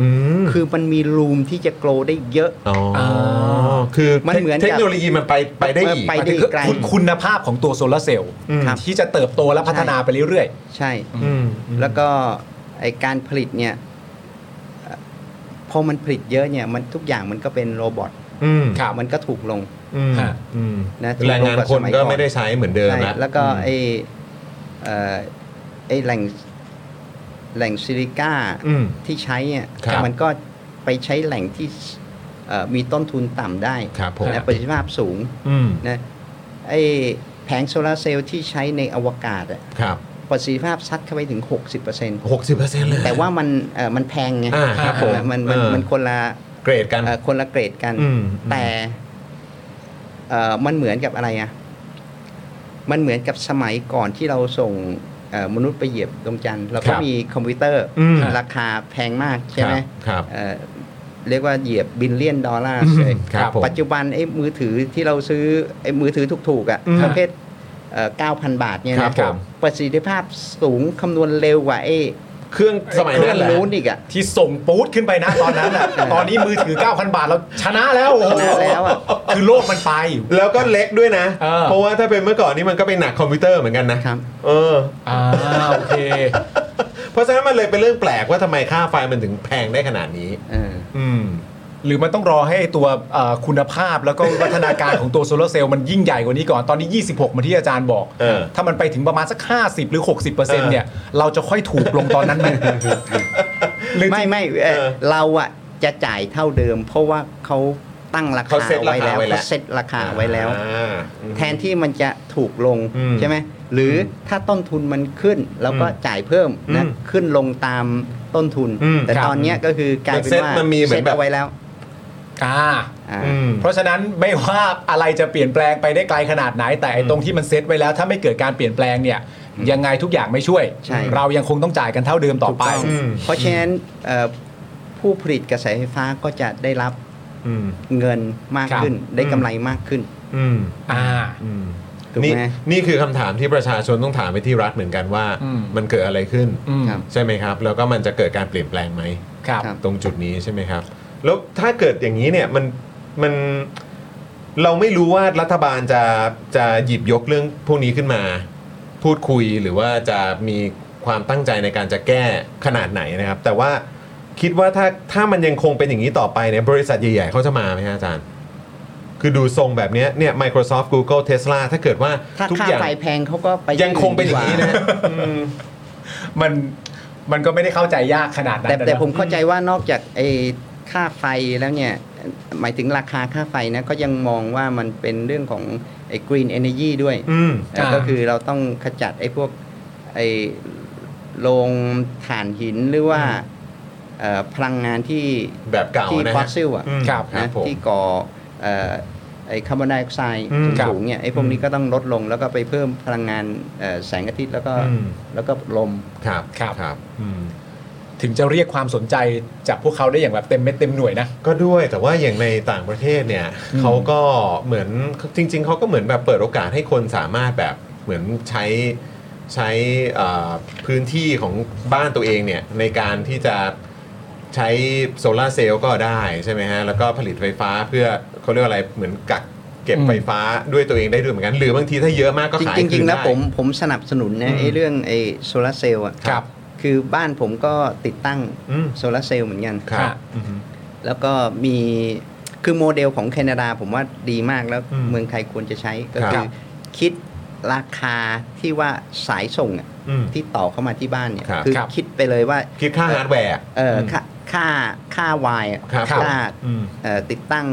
อืม คือมันมีรูมที่จะโกลได้เยอะ อ๋อคือ มันเหมือนกับ เทคโนโลยีมันไปไปได้อีก ไปได้ กล คุณคุณภาพของตัวโซลาร์เซลล์ อืม ที่จะเติบโตและพัฒนาไปเรื่อย ใช่ อืม แล้วก็ไอ้การผลิตเนี่ยเอ่อพอมันผลิตเยอะเนี่ยมันทุกอย่างมันก็เป็นโรบอท อืม ครับ มันก็ถูกลง อืม ฮะ อืม นะ แรงงานคนก็ไม่ได้ใช้เหมือนเดิม ใช่ ละ แล้วก็ อืม ไอเอ่อไอแหล่งแหล่งซิลิก้า อืม ที่ใช้เนี่ย ครับ มันก็ไปใช้แหล่งที่เอ่อมีต้นทุนต่ำได้ ครับผม และประสิทธิภาพสูง อืม นะไอแผงโซลาร์เซลล์ที่ใช้ในอวกาศอะ ครับ ประสิทธิภาพซัดเข้าไปถึง 60% หกสิบเปอร์เซ็นต์เลย แต่ว่ามันเอ่อมันแพงไง อ่าครับผม มันมัน เออ มันคนละ เกรดกัน เอ่อคนละเกรดกัน อืม แต่เอ่อมันเหมือนกับอะไรอะมันเหมือนกับสมัยก่อนที่เราส่งเอ่อมนุษย์ไปเหยียบดวงจันทร์เรา ครั ก็ บ มีคอมพิวเตอร์ อืม ราคาแพงมากใช่ไหม ครับ เอ่อเรียกว่าเหยียบบิลเลียนดอลลาร์ อืม เลย ครับผม ปัจจุบันไอ้มือถือที่เราซื้อไอ้มือถือถูกๆอะ อืม ประเภทเอ่อ9,000 บาทเนี่ย ครับ นะ ผม ประสิทธิภาพสูงคำนวณเร็วกว่าไอ้ เครื่องสมัย เครื่ นั้ อแหน งละ นู้นอีกอะ ๆ ที่ส่งปูดขึ้นไปนะตอนนั้นน่ะ ตอนนี้มือถือ 9,000 บาทเราชนะแล้วโอ้โห ชนะแล้วอะ คือโลกมันไป แล้วก็เล็กด้วยนะ เออ เพราะว่าถ้าเป็นเมื่อก่อนนี่มันก็เป็นหนักคอมพิวเตอร์เหมือนกันนะครับ เออ อ่าโอเค เพราะฉะนั้นมันเลยเป็นเรื่องแปลกว่าทำไมค่าไฟมันถึงแพงได้ขนาดนี้ เออ อืม หรือมันต้องรอให้ตัวเอ่อคุณภาพแล้วก็ วัฒนาการของตัวโซลาร์เซลล์มันยิ่งใหญ่กว่านี้ก่อนตอนนี้ 26เหมาที่อาจารย์บอก เออ ถ้ามันไปถึงประมาณสัก 50 หรือ 60%เนี่ย เราจะค่อยถูกลงตอนนั้นไหม หรือ ไม่ไม่เอ่อเราอะจะจ่ายเท่าเดิม เพราะว่าเขาตั้งราคา เขาเซ็ตรา ไว้ คา แล้ว ไว้แล้ว เขาเซ็ตราคาไว้แล้ว อ่า แทนที่มันจะถูกลง อืม ใช่ไหมหรืออถ้าต้นทุนมันขึ้นเราก็จ่ายเพิ่มนะ อืม ขึ้นลงตามต้นทุน อืม แต่ ครับ ตอนเนี้ยก็คือกลายเป็นว่า เซ็ตมันมีเหมือนแบบ เอาไว้แล้ว อ่า อ่า อืม เพราะฉะนั้นไม่ว่าอะไรจะเปลี่ยนแปลงไปได้ไกลขนาดไหน แต่ไอ้ตรงที่มันเซตไว้แล้ว ถ้าไม่เกิดการเปลี่ยนแปลงเนี่ยยังไงทุกอย่างไม่ช่วย ใช่ เรายังคงต้องจ่ายกันเท่าเดิมต่อไป ถูกต้ง อืม เพราะฉะนั้นเอ่อผู้ผลิตกระแสไฟฟ้าก็จะได้รับ อืม เงินมาก ครับ ขึ้น ได้กำไรมากขึ้น อืม อ่า อืม ถูกไหม นี่นี่คือคำถามที่ประชาชนต้องถามไปที่รัฐเหมือนกันว่า อืม มันเกิดอะไรขึ้น อืม ครับ ใช่ไหมครับ แล้วก็มันจะเกิดการเปลี่ยนแปลงไหม ครับ ครับ ตรงจุดนี้ใช่ไหมครับ แล้วถ้าเกิดอย่างนี้เนี่ยมันมันเราไม่รู้ว่ารัฐบาลจะจะหยิบยกเรื่องพวกนี้ขึ้นมา พูดคุยหรือว่าจะมีความตั้งใจในการจะแก้ขนาดไหนนะครับ แต่ว่าคิดว่าถ้าถ้ามันยังคงเป็นอย่างนี้ต่อไปเนี่ยบริษัทใหญ่ๆเขาจะมาไหมฮะอาจารย์ คือดูทรงแบบเนี้ยเนี่ย Microsoft Google Tesla ถ้าเกิดว่า ถ้า ทุก ค่า อย่าง ไฟแพงเขาก็ไป ยังคงเป็นอย่างนี้นะ ดีกว่ อืม มันมันก็ไม่ได้เข้าใจยากขนาดนั้น แต่แต่ นะ ผมเข้าใจว่านอกจากไอ้ค่าไฟแล้วเนี่ย หมายถึงราคาค่าไฟนะก็ยังมองว่ามันเป็นเรื่องของไอ้กรีนเอเนจีด้วย อืม เอ่ออา ก็คือเราต้องขจัดไอ้พวกไอ้โรงถ่านหินหรือว่าเอ่อพลังงานที่ แบบเก่า ที่ นะ ฟอ ฮะ สซิลอะ อืม ครับ ครับ นะ ผม ที่ก่อเอ่อไอ้คาร์บอนไดออกไซด์ อืม สูงๆเนี่ยไอ้พวกนี้ก็ต้องลดลงแล้วก็ไปเพิ่มพลังงานเอ่อแสงอาทิตย์แล้วก็ อืม แล้วก็ลม ครับ ครับ ครับอืม ถึงจะเรียกความสนใจจากพวกเขาได้อย่างแบบเต็มเม็ดเต็มหน่วยนะ ก็ด้วยแต่ว่าอย่างในต่างประเทศเนี่ยเขาก็เหมือนจริง ๆเขาก็เหมือนแบบเปิดโอกาสให้คนสามารถแบบเหมือนใช้ใช้เอ่อพื้นที่ของบ้านตัวเองเนี่ยในการที่จะใช้โซลาร์เซลล์ก็ได้ใช่ไหมฮะแล้วก็ผลิตไฟฟ้าเพื่อเขาเรียกว่าอะไรเหมือนกักเก็บ อืม ไฟฟ้าด้วยตัวเองได้ด้วยเหมือนกัน หรือบางทีถ้าเยอะมากก็ จริง ขาย จริ คื ง น ๆนะ ได้ ผมผมสนับสนุน อื นะ ม ไอ้เรื่องไอ้โซลาร์เซลล์อ่ะ ครับ คือบ้านผมก็ติดตั้ง อืม โซลาร์เซลล์เหมือนกัน ครับอืม แล้วก็มีคือโมเดลของแคนาดาผมว่าดีมากแล้ว อืม เมืองไทยควรจะใช้ก็ ครับ คือคิดราคาที่ว่าสายส่งอะ อืม ที่ต่อเข้ามาที่บ้านเนี่ย ครับ อ ครับ คิดไปเลยว่า คิดค่าฮาร์ดแวร์ เออ อืม ค่ะ ค่าค่าวาย ครับ ค่า อืม เอ่อติดตั้ง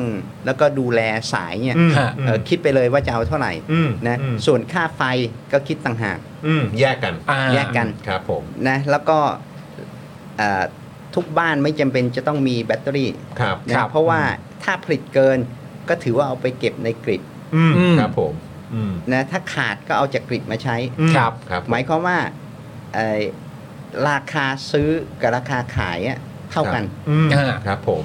แล้วก็ดูแลสายเนี่ย อืม ฮะ เอ่อคิดไปเลยว่าจะเอาเท่าไหร่ อืม นะ อืม ส่วนค่าไฟก็คิดต่างหาก อืมแยกกัน อ่า แยกกัน ครับผม นะแล้วก็เอ่อทุกบ้านไม่จำเป็นจะต้องมีแบตเตอรี่ ครับ นะเพราะว่าถ้าผลิตเกินก็ถือว่าเอาไปเก็บในกริด อืม อืม ครับผมอืม นะถ้าขาดก็เอาจากกริดมาใช้ อืม ครับ ครับผ หมายความว่าเอ่อราคาซื้อกับราคาขายอะเท่ากัน อืม อ่า ครับผม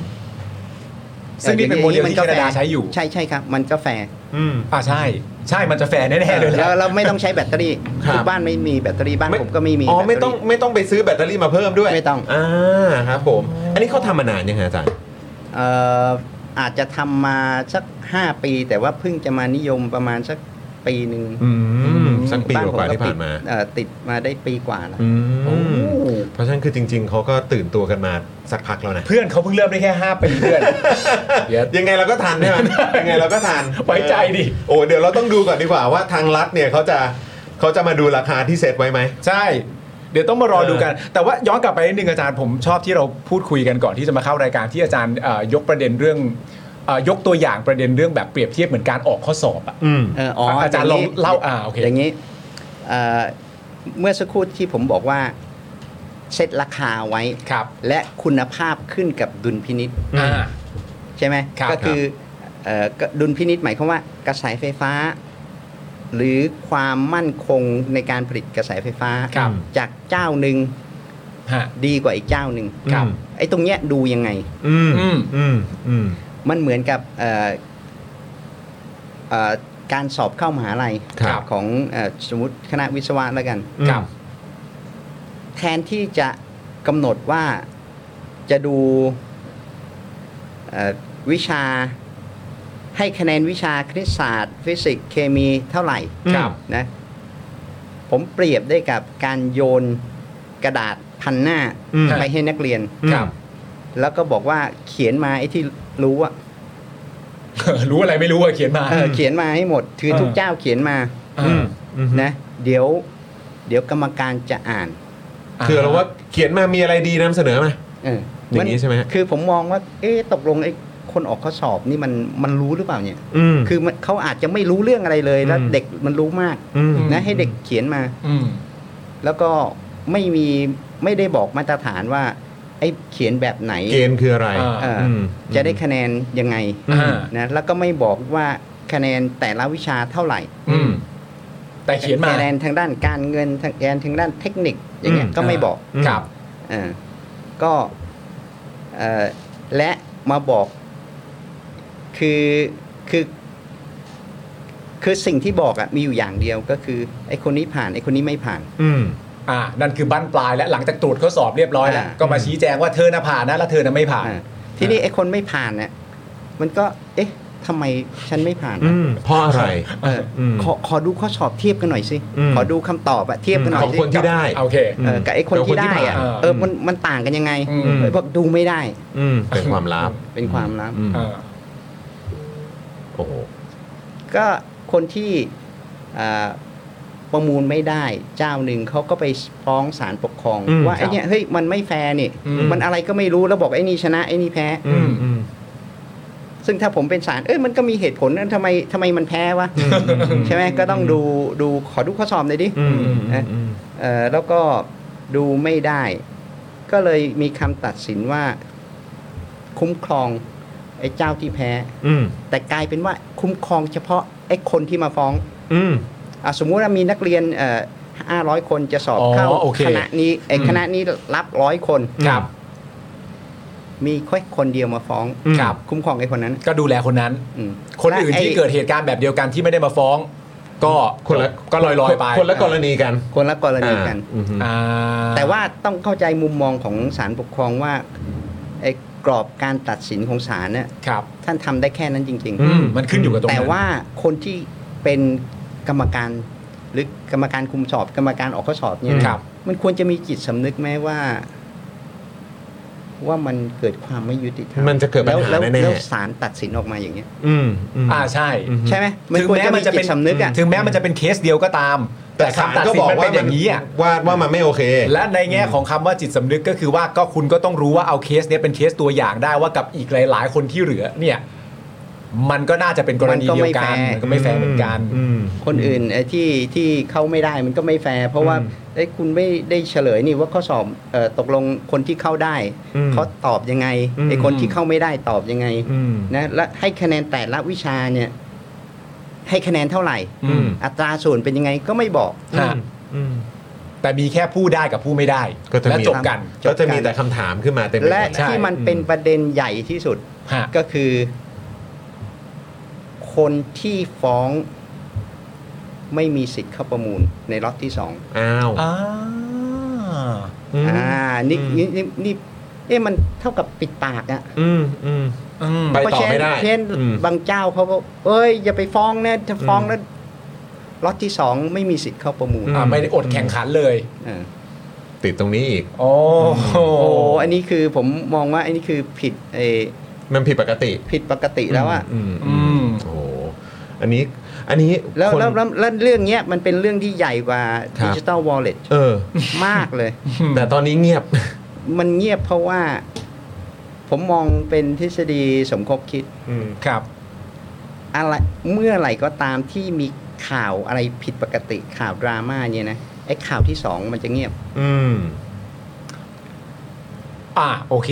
ซึ่งนี่เป็นโมเดลที่แค แฟ นาดาใช้อยู่ ใช่ใช่ครับ มันก็แฟร์ อืม อ่าใช่ ใช่มันจะแฟร์แน่ๆเลยแห แล้ ละ วเราไม่ต้องใช้แบตเตอรี่ ครับ ทุกบ้านไม่มีแบตเตอรี่บ้าน ไม่ ผมก็ไม่มี อ๋อ แบตเตรี่ ไม่ต้องไม่ต้องไปซื้อแบตเตอรี่มาเพิ่มด้วย ไม่ต้อง อ่าครับผม อันนี้เขาทำมานานยังไงอาจารย์ เอ่ออาจจะทำมาสัก 5 ปี แต่ว่าเพิ่งจะมานิยมประมาณสักปีหนึ่ง อืมสักปี บ้น กว่าๆ ผ ที่ผ่านมา เอ่อติดมาได้ปีกว่าแล้ว อืมเพราะฉะนั้นคือจริง ๆเขาก็ตื่นตัวกันมาสักพักแล้วนะ เพื่อนเขาเพิ่งเริ่มได้แค่ 5 ปีเพื่อน (laughs) เดี๋ยว ยังไงเราก็ทันใช่ไห (laughs) มยังไงเราก็ทัน ไว้ใจดิ โอ้เดี๋ยวเราต้องดูก่อนดีกว่าว่าทางรัฐเนี่ยเขาจะเขาจะมาดูราคาที่เซตไว้ไหม ใช่ เดี๋ยวต้องมารอดูกัน แต่ว่าย้อนกลับไปนิดนึงอาจารย์ผมชอบที่เราพูดคุยกันก่อนที่จะมาเข้ารายการที่อาจารย์เอ่อยกประเด็นเรื่องเอ่อยกตัวอย่างประเด็นเรื่องแบบเปรียบเทียบเหมือนการออกข้อสอบอะ อืม เอออ๋อ อาจารย์ลองเล่าอ่าโอเค อย่างนี้เอ่อเมื่อสักครู่ที่ผมบอกว่าเซตราคาไว้ ครับ และคุณภาพขึ้นกับดุลพินิษ อ่า ใช่ไหม ครับ ก็คือเอ่อก็ดุลพินิษหมายความว่ากระแสไฟฟ้า หรือความมั่นคงในการผลิตกระแสไฟฟ้า ครับ จากเจ้าหนึ่ง ฮะ ดีกว่าอีกเจ้าหนึ่ง ครับ ไอ้ตรงเนี้ยดูยังไง อืม อืม อืมอืม มันเหมือนกับเอ่อเอ่อการสอบเข้ามหาลัย ครับ ของเอ่อสมมติคณะวิศวะแล้วกัน อืม ครับ แทนที่จะกำหนดว่าจะดูเอ่อวิชาให้คะแนนวิชาคณิตศาสตร์ ฟิสิกส์เคมีเท่าไหร่ ครับ นะผมเปรียบได้กับการโยนกระดาษพันหน้า อืม ไปให้นักเรียน ครับ (laughs) แล้วก็บอกว่าเขียนมาไอ้ที่รู้อะ รู้อะไรไม่รู้อะเขียนมา เออเขียนมาให้หมดคือ เออ ทุกเจ้าเขียนมา อืมอืม นะเดี๋ยว เดี๋ยวกรรมการจะอ่าน คือเราว่าเขียนมามีอะไรดีนำเสนอมา เออ อ มั ย่างนี้ใช่ไหมฮะ คือผมมองว่า เอ๊ะตกลงไอ้คนออกข้อสอบนี่มันมันรู้หรือเปล่าเนี่ย อืม คือมันเขาอาจจะไม่รู้เรื่องอะไรเลยแล้ว อืม เด็กมันรู้มาก อืม นะให้เด็กเขียนมา อืม แล้วก็ไม่มีไม่ได้บอกมาตรฐานว่าไอ้เขียนแบบไหน เกณฑ์คืออะไร อ่า เอออ ม จะได้คะแนนยังไง อ่า นะแล้วก็ไม่บอกว่าคะแนนแต่ละวิชาเท่าไหร่ อืม แต่เขียนมา คะแนนทางด้านการเงินทางแนนทางด้านเทคนิคอย่างเงี้ย อืม ก็ไม่บอก อืม ครับ เออก็เอ่อและมาบอกคือคือ คือสิ่งที่บอกอะมีอยู่อย่างเดียวก็คือไอ้คนนี้ผ่านไอ้คนนี้ไม่ผ่าน อืม อ่า นั่นคือบั้นปลายและหลังจากตรวจข้อสอบเรียบร้อยแล้ว อ่า ก็มาชี้แจงว่าเธอน่ะผ่านนะแล้วเธอน่ะไม่ผ่าน อ่าทีนี้ไอ้คนไม่ผ่านเนี่ยมันก็ เอ๊ะทำไมฉันไม่ผ่าน อื อะ มเพราะอะไร เอออ ม ขอขอดูข้อสอบเทียบกันหน่อยสิ อืม ขอดูคำตอบอะเทียบกันหน่ ข อ อยง สิ คนที่ได้ โอเค เออกับไอ้คน กับคน ที่ ที่ ได้อะ ผ่าน เออ เออ มันมันต่างกันยังไง อืม เออบอกดูไม่ได้ อืมเป็นความลับ เป็นความลับ อืม อ่า โอ้โห ก็คนที่เอ่อประมูลไม่ได้เจ้าหนึ่งเขาก็ไปฟ้องศาลปกครอง อืม ว่า ครั ไอ้ บ เนี่ยเฮ้ยมันไม่แฟร์นี่ อืม มันอะไรก็ไม่รู้แล้วบอกไอ้นี่ชนะไอ้นี่แพ้ อืมอืม ซึ่งถ้าผมเป็นศาลเอ้ยมันก็มีเหตุผลนะทำไมทำไมมันแพ้วะใช่ไหมก็ต้องดูดูขอดูข้อสอบหน่อยดิ อืมอืมอืมอืม เอ่อแล้วก็ดูไม่ได้ ก็เลยมีคำตัดสินว่า คุ้มครองไอ้เจ้าที่แพ้ อืม แต่กลายเป็นว่าคุ้มครองเฉพาะไอ้คนที่มาฟ้อง อืม อะสมมุติว่ามีนักเรียนเอ่อ500 คนจะสอบ อ๋อ เข้า โอเค คณะนี้ไอ้ อืม คณะนี้รับร้อยคน ครับ มีแค่คนเดียวมาฟ้อง ครับ คุ้มครองไอ้คนนั้น ก็ดูแลคนนั้น อืม คนอื่น และไ ที่เกิดเหตุการณ์แบบเดียวกันที่ไม่ได้มาฟ้อง ก็ คนละ ก็ลอยลอยๆไป คนละกรณีกัน คนละกรณีกัน อ่าอืมอืม อ่า แต่ว่าต้องเข้าใจมุมมองของศาลปกครองว่าไอ้กรอบการตัดสินของศาลเนี่ย ครับ ท่านทำได้แค่นั้นจริง อืมมันขึ้นอยู่กับตรง ๆ แต่ นั้น ว่าคนที่เป็นกรรมการหรือกรรมการคุมสอบ กรรมการออกข้อสอบเนี่ยนะครับ มันควรจะมีจิตสำนึกไหมว่า ว่ามันเกิดความไม่ยุติธรรม มันจะเกิดปัญหา แล้วแล้ว แน่ๆ แล้วศาลตัดสินออกมาอย่างเงี้ย อืมอืม อ่าใช่ อืม ใช่ไหมมัน ถึง ควร แม้ จะ มั มี นจะ จิ เป็น ตสำนึกอ่ะ ถึงแม้มันจะเป็นเคสเดียวก็ตาม แต่ ศล คำตัดสินมันเป็นอย่างนี้อ่ะ ว่าว่ามันไม่โอเค และในแง่ของคำว่าจิตสำนึกก็คือว่าก็คุณก็ต้องรู้ว่าเอาเคสเนี้ยเป็นเคสตัวอย่างได้ว่ากับอีกหลาย ๆ คนที่เหลือเนี่ย มันก็น่าจะเป็นกรณีเดียวกัน มั มัน นก็ ก็ ไม่ ไม่ แฟ แฟ ร์ ร์เหมือนกัน อืม คนอื่นเอ่อที่ที่เข้าไม่ได้มันก็ไม่แฟร์เพราะว่า อืม เอ้ยคุณไม่ได้เฉลยนี่ว่าข้อสอบเอ่อตกลงคนที่เข้าได้ อืม เขาตอบยังไง อืม ไอ้คนที่เข้าไม่ได้ตอบยังไง อืม นะและให้คะแนนแต่ละวิชาเนี่ยให้คะแนนเท่าไหร่ อืม อัตราส่วนเป็นยังไงก็ไม่บอก ฮะ อืม แต่มีแค่ผู้ได้กับผู้ไม่ได้ ก็จะมี และจบกัน ก็จะมีแต่คำถามขึ้นมาเต็มไปหมด และ แหล ที่มันเป็นประเด็นใหญ่ที่สุด ฮะ ก็คือ คนที่ฟ้องไม่มีสิทธิ์เข้าประมูลในล็อตที่สอง อ้าว อ่า อ่านี่ อืม นี่นี่นี่เอ๊ะมันเท่ากับปิดปากอะ อืมอืม ไปต่อไม่ได้ เพราะเช่นเช่น อืม บางเจ้าเขาก็เอ้ย อย่าไปฟ้องนะถ้าฟ้อง อืม แล้วล็อตที่สองไม่มีสิทธิ์เข้าประมูล อืม อ่าไม่ได้อดแข่งขันเลย อ่า ติดตรงนี้อีก โอ้โห โอ้อันนี้คือผมมองว่าอันนี้คือผิดเออ มันผิดปกติ ผิดปกติแล้วอะ มอืม อืม โอ้โหอันนี้ อันนี้ แล้ว คน แล้วแล้วแล้วเรื่องเนี้ยมันเป็นเรื่องที่ใหญ่กว่า ครับ ดิจิ t a ลวอลเล็ต เออ มากเลย แต่ตอนนี้เงียบ มันเงียบเพราะว่า ผมมองเป็นทฤษฎีสมคบคิด ครับ อะไรเมื่อไหร่ก็ตามที่มีข่าวอะไรผิดปกติข่าวดราม่าเนี่ยนะไอ้ข่าวที่สองมันจะเงียบ อืม อ่าโอเค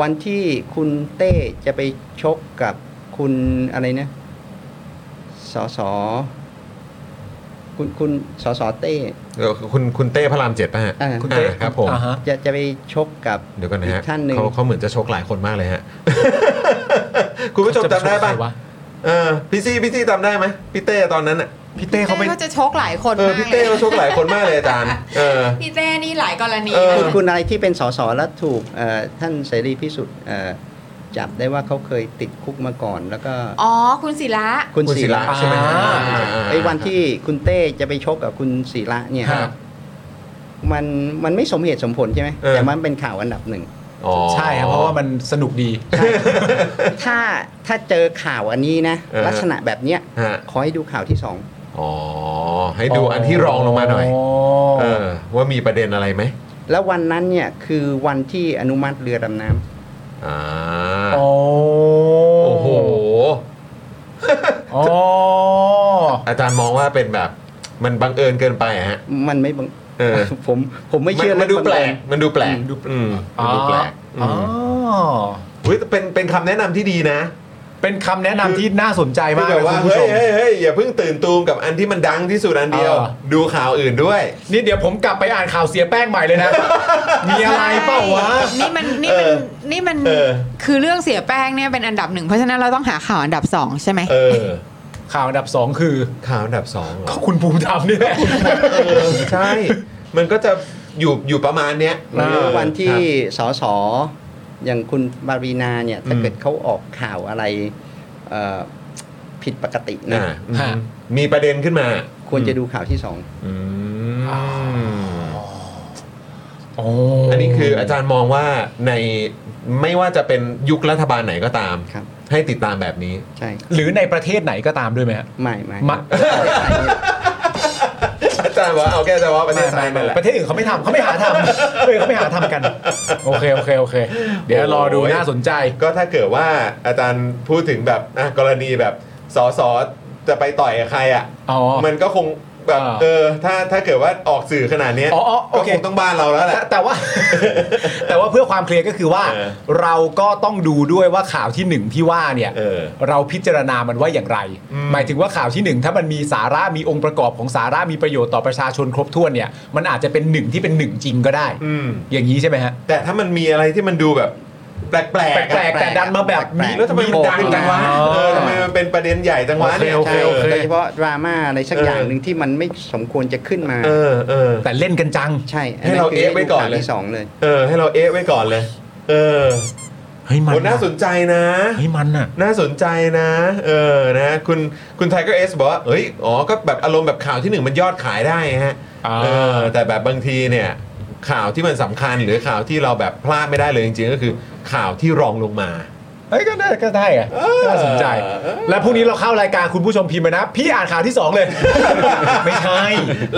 วันที่คุณเต้จะไปชกกับคุณอะไรนะสอสอคุณคุณสอสอเต้ เออคุณคุณเต้พระรามเจ็ดป่ะฮะ อ่า คุณเต้ อ่าครับผม อ่าฮะ จะจะไปชกกับ เดี๋ยวกันนะฮะ อีกท่านหนึ่ง เขาเขาเหมือนจะชกหลายคนมากเลยฮะ คุณผู้ชมจำได้ป่ะ ใครวะ เออพี่ซี่พี่ซี่จำได้ไหมพี่เต้ตอนนั้นอ่ะ พี่เต้เขาไป เต้เขาจะชกหลายคน เออ มาก พี่เต้ ล เขา ย ชกหลายคนมากเลยอาจารย์เออ พี่เต้นี่หลายกรณี เออ คุณคุณอะไรที่เป็นสอสอแล้วถูกเอ่อท่านเสรีพิสุทธิ์เอ่อจับได้ว่าเขาเคยติดคุกมาก่อน แล้วก็ อ๋อคุณศิระ คุณศิระ ใช่ไหมฮะ อ่า อ่าา ไอ้วันที่คุณเต้จะไปชกกับคุณศิระเนี่ย ครับ มันมันไม่สมเหตุสมผลใช่ไหม เออ แต่มันเป็นข่าวอันดับหนึ่ง อ๋อ ใช่ครับเพราะว่ามันสนุกดี (laughs) ถ้าถ้าเจอข่าวอันนี้นะ เออ ลักษณะแบบเนี้ย ฮะ ขอให้ดูข่าวที่สอง อ๋อ ให้ดูอันที่รองลงมาหน่อย เออ ว่ามีประเด็นอะไรไหม แล้ววันนั้นเนี่ยคือวันที่อนุมัติเรือดำน้ำ อ่า โอ้ โอ้โห โอ้ อาจารย์มองว่าเป็นแบบ มันบังเอิญเกินไปอะฮะ มันไม่บัง เออ (laughs) ผมผมไม่เชื่อน มันดู เรื่อง แปล บักงเอิญ มันดูแปลก อืม อืมมันดูแปลกอื อ๋อ มอุ้ยแต่เป็นเป็นคำแนะนำที่ดีนะ เป็นคำแนะนำที่น่าสนใจ คื มา อก แบ เลย บว่า คุณผู้ เฮ้ยชม เฮ้ยเฮ้ยอย่าเพิ่งตื่นตูมกับอันที่มันดังที่สุดอันเดียว เออ ดูข่าวอื่นด้วย นี่เดี๋ยวผมกลับไปอ่านข่าวเสียแป้งใหม่เลยนะ มีอะไรเปล่า (laughs) วะ นี่มันนี่มันนี่มัน เออ คือเรื่องเสียแป้งเนี่ยเป็นอันดับหนึ่งเพราะฉะนั้นเราต้องหาข่าวอันดับสองใช่ไหม เออ ข่าวอันดับ 2 คือ ข่าวอันดับสองเหรอ ก็คุณภูมิธรรมนี่แหละ เออใช่ มันก็จะอยู่อยู่ประมาณเนี้ย หรือวัน ค ที่ รับ สสอย่างคุณบารีนาเนี่ยถ้า อืม เกิดเขาออกข่าวอะไรเอ่อผิดปกตินะ อ่าอืม ฮะ มีประเด็นขึ้นมา ควรจะดูข่าวที่สอง อืม โอ้ อันนี้คืออาจารย์มองว่าในไม่ว่าจะเป็นยุครัฐบาลไหนก็ตาม ครับ ให้ติดตามแบบนี้ ใช่ หรือในประเทศไหนก็ตามด้วยไหมฮะ ไม่ไม่ มา อาจารย์บอกว่าเอาแค่เฉพาะประเทศไทยนั่นแหละ ประเทศอื่นเขาไม่ทำเขาไม่หาทำเออเขาไม่หา (laughs) ทำกัน โอเค โอเค โอเค เดี๋ยวรอดู โอ้ย น่าสนใจ ก็ถ้าเกิดว่าอาจารย์พูดถึงแบบอ่ะกรณีแบบสอสอจะไปต่อยกับใครอ่ะ อ๋อ มันก็คงแบบ อ่า เออถ้าถ้าเกิดว่าออกสื่อขนาดเนี้ย อ๋ออ๋อโอ ก็ เค คงต้องบ้านเราแล้วแห แต่ ละ แต่ว่า (laughs) แต่ว่าเพื่อความเคลียร์ก็คือว่า เออ เราก็ต้องดูด้วยว่าข่าวที่หนึ่งที่ว่าเนี่ย เออ เราพิจารณามันว่าอย่างไร อืม หมายถึงว่าข่าวที่หนึ่งถ้ามันมีสาระมีองค์ประกอบของสาระมีประโยชน์ต่อประชาชนครบถ้วนเนี่ย มันอาจจะเป็นหนึ่งที่เป็นหนึ่งจริงก็ได้ อืม อย่างนี้ใช่ไหมฮะ แต่ถ้ามันมีอะไรที่มันดูแบบแปลกๆ แป อะ ลกๆแต่ดันมาแบบ มีแล้วทำไมมันดังจังวะ เออทำไมมันเป็นประเด็นใหญ่จังวะเนี่ย โอเคโอเค โดยเฉพาะดราม่าอะไรสักอย่างหนึ่งที่มันไม่สมควรจะขึ้นมา เออเออ แต่เล่นกันจัง ใช่ ให้เราเอฟไว้ก่อน ข่าว เลย ที่สองเลย เออ ให้เราเอ๊ะไว้ก่อนเลย เออ เฮ้ยมัน โหน่าสนใจนะ เฮ้ยมันอะ น่าสนใจนะ เออนะคุณคุณไทเกอร์เอสบอกว่าเฮ้ยอ๋อก็แบบอารมณ์แบบข่าวที่หนึ่งมันยอดขายได้ฮะ อ่า เออแต่แบบบางทีเนี่ย ข่าวที่มันสำคัญหรือข่าวที่เราแบบพลาดไม่ได้เลยจริงๆ ก็คือข่าวที่รองลงมา เฮ้ยก็ได้ก็ได้อะน่าสนใจ และพรุ่งนี้เราเข้ารายการคุณผู้ชมพิมพ์มานะ พี่อ่านข่าวที่ 2 (laughs) เลย ไม่ใช่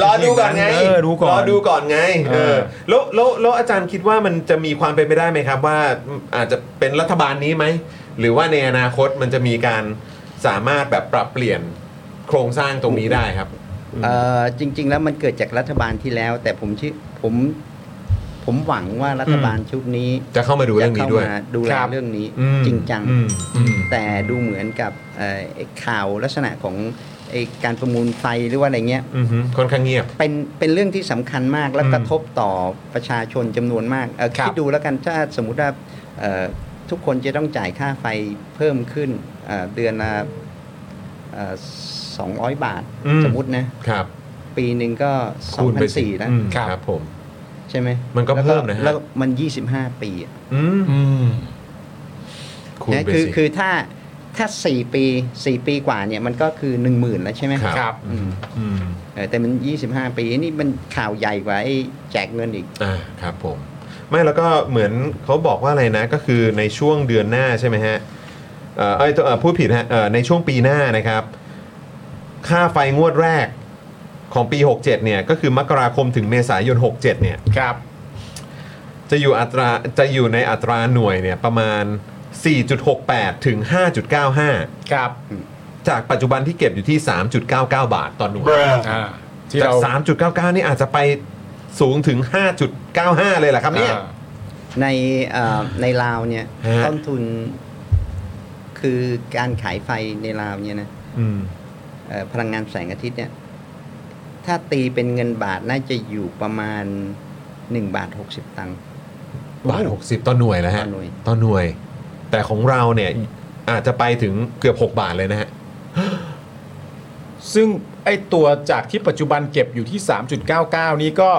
รอดูก่อนไง เออดูก่อน รอดูก่อนไงเอ เอ อ อ แล้วแล้วแล้วอาจารย์คิดว่ามันจะมีความเป็นไปได้ไหมครับ ว่าอาจจะเป็นรัฐบาลนี้ไหม หรือว่าในอนาคตมันจะมีการสามารถแบบปรับเปลี่ยนโครงสร้างตรงนี้ได้ครับ เอ่อจริง ๆ แล้วมันเกิดจากรัฐบาลที่แล้ว แต่ผมชื่อผมผมหวังว่ารัฐบาลชุดนี้ จะเข้ามาดูเรื่อง จะ นี้ เข้า ด้วย มาดูแล ครับ เรื่องนี้ อืม จริงจัง อืมอืม แต่ดูเหมือนกับเอ่อไอ้ข่าวลักษณะของไอ้การประมูลไฟหรือว่าอะไรเงี้ย อือฮึค่อนข้างเงียบ เป็นเป็นเรื่องที่สำคัญมากและ อืม กระทบต่อประชาชนจำนวนมากเอ่อ ครับ คิดดูแล้วกันถ้าสมมุติว่าเอ่อทุกคนจะต้องจ่ายค่าไฟเพิ่มขึ้นเอ่อเดือนละสองร้อยบาท สมมตินะครับ ปีหนึ่งก็สอง คูณ พั ไป นสี่นะ อืมครับผม ใช่ไหม มันก็ แล้ว เพิ่มนะฮะ แล้วมัน 25 ปีอะ อืม อืม คูณ นะ ไป คือ สิ คือถ้าถ้า 4 ปี 4 ปีกว่าเนี่ยมันก็คือ 1 0,000 แล้วใช่ไหม ครับ อืม อืม เออแต่มัน 25 ปีนี่มันข่าวใหญ่กว่าไอ้แจกเงินอีก อ่าครับผม ไม่แล้วก็เหมือนเขาบอกว่าอะไรนะ ก็คือในช่วงเดือนหน้าใช่ไหมฮะเอ่อเอ้ยตัวเอ่อพูดผิดฮะเอ่อในช่วงปีหน้านะครับ ค่าไฟงวดแรกของปี 67 เนี่ย ก็คือมกราคมถึงเมษายน 67 เนี่ย ครับ จะอยู่อัตราจะอยู่ในอัตราหน่วยเนี่ยประมาณ 4.68 ถึง 5.95 ครับ จากปัจจุบันที่เก็บอยู่ที่ 3.99 บาทต่อหน่วย อ่า ที่ จาก เรา 3.99 นี่อาจจะไปสูงถึง 5.95 เลยแหละครับเนี่ย อ่า ในเอ่อในลาวเนี่ย ฮะ ต้นทุนคือการขายไฟในลาวเนี่ยนะ อืม เอ่อพลังงานแสงอาทิตย์เนี่ยถ้าตีเป็นเงินบาทน่าจะอยู่ประมาณ1บาท60 ตังค์ บาท 60 ต่อหน่วยแล้วฮะ ต่อหน่วย ต่อหน่วย แต่ของเราเนี่ยอาจจะไปถึงเกือบ 6 บาทเลยนะฮะ ซึ่งไอตัวจากที่ปัจจุบันเก็บอยู่ที่ 3.99 นี้ก็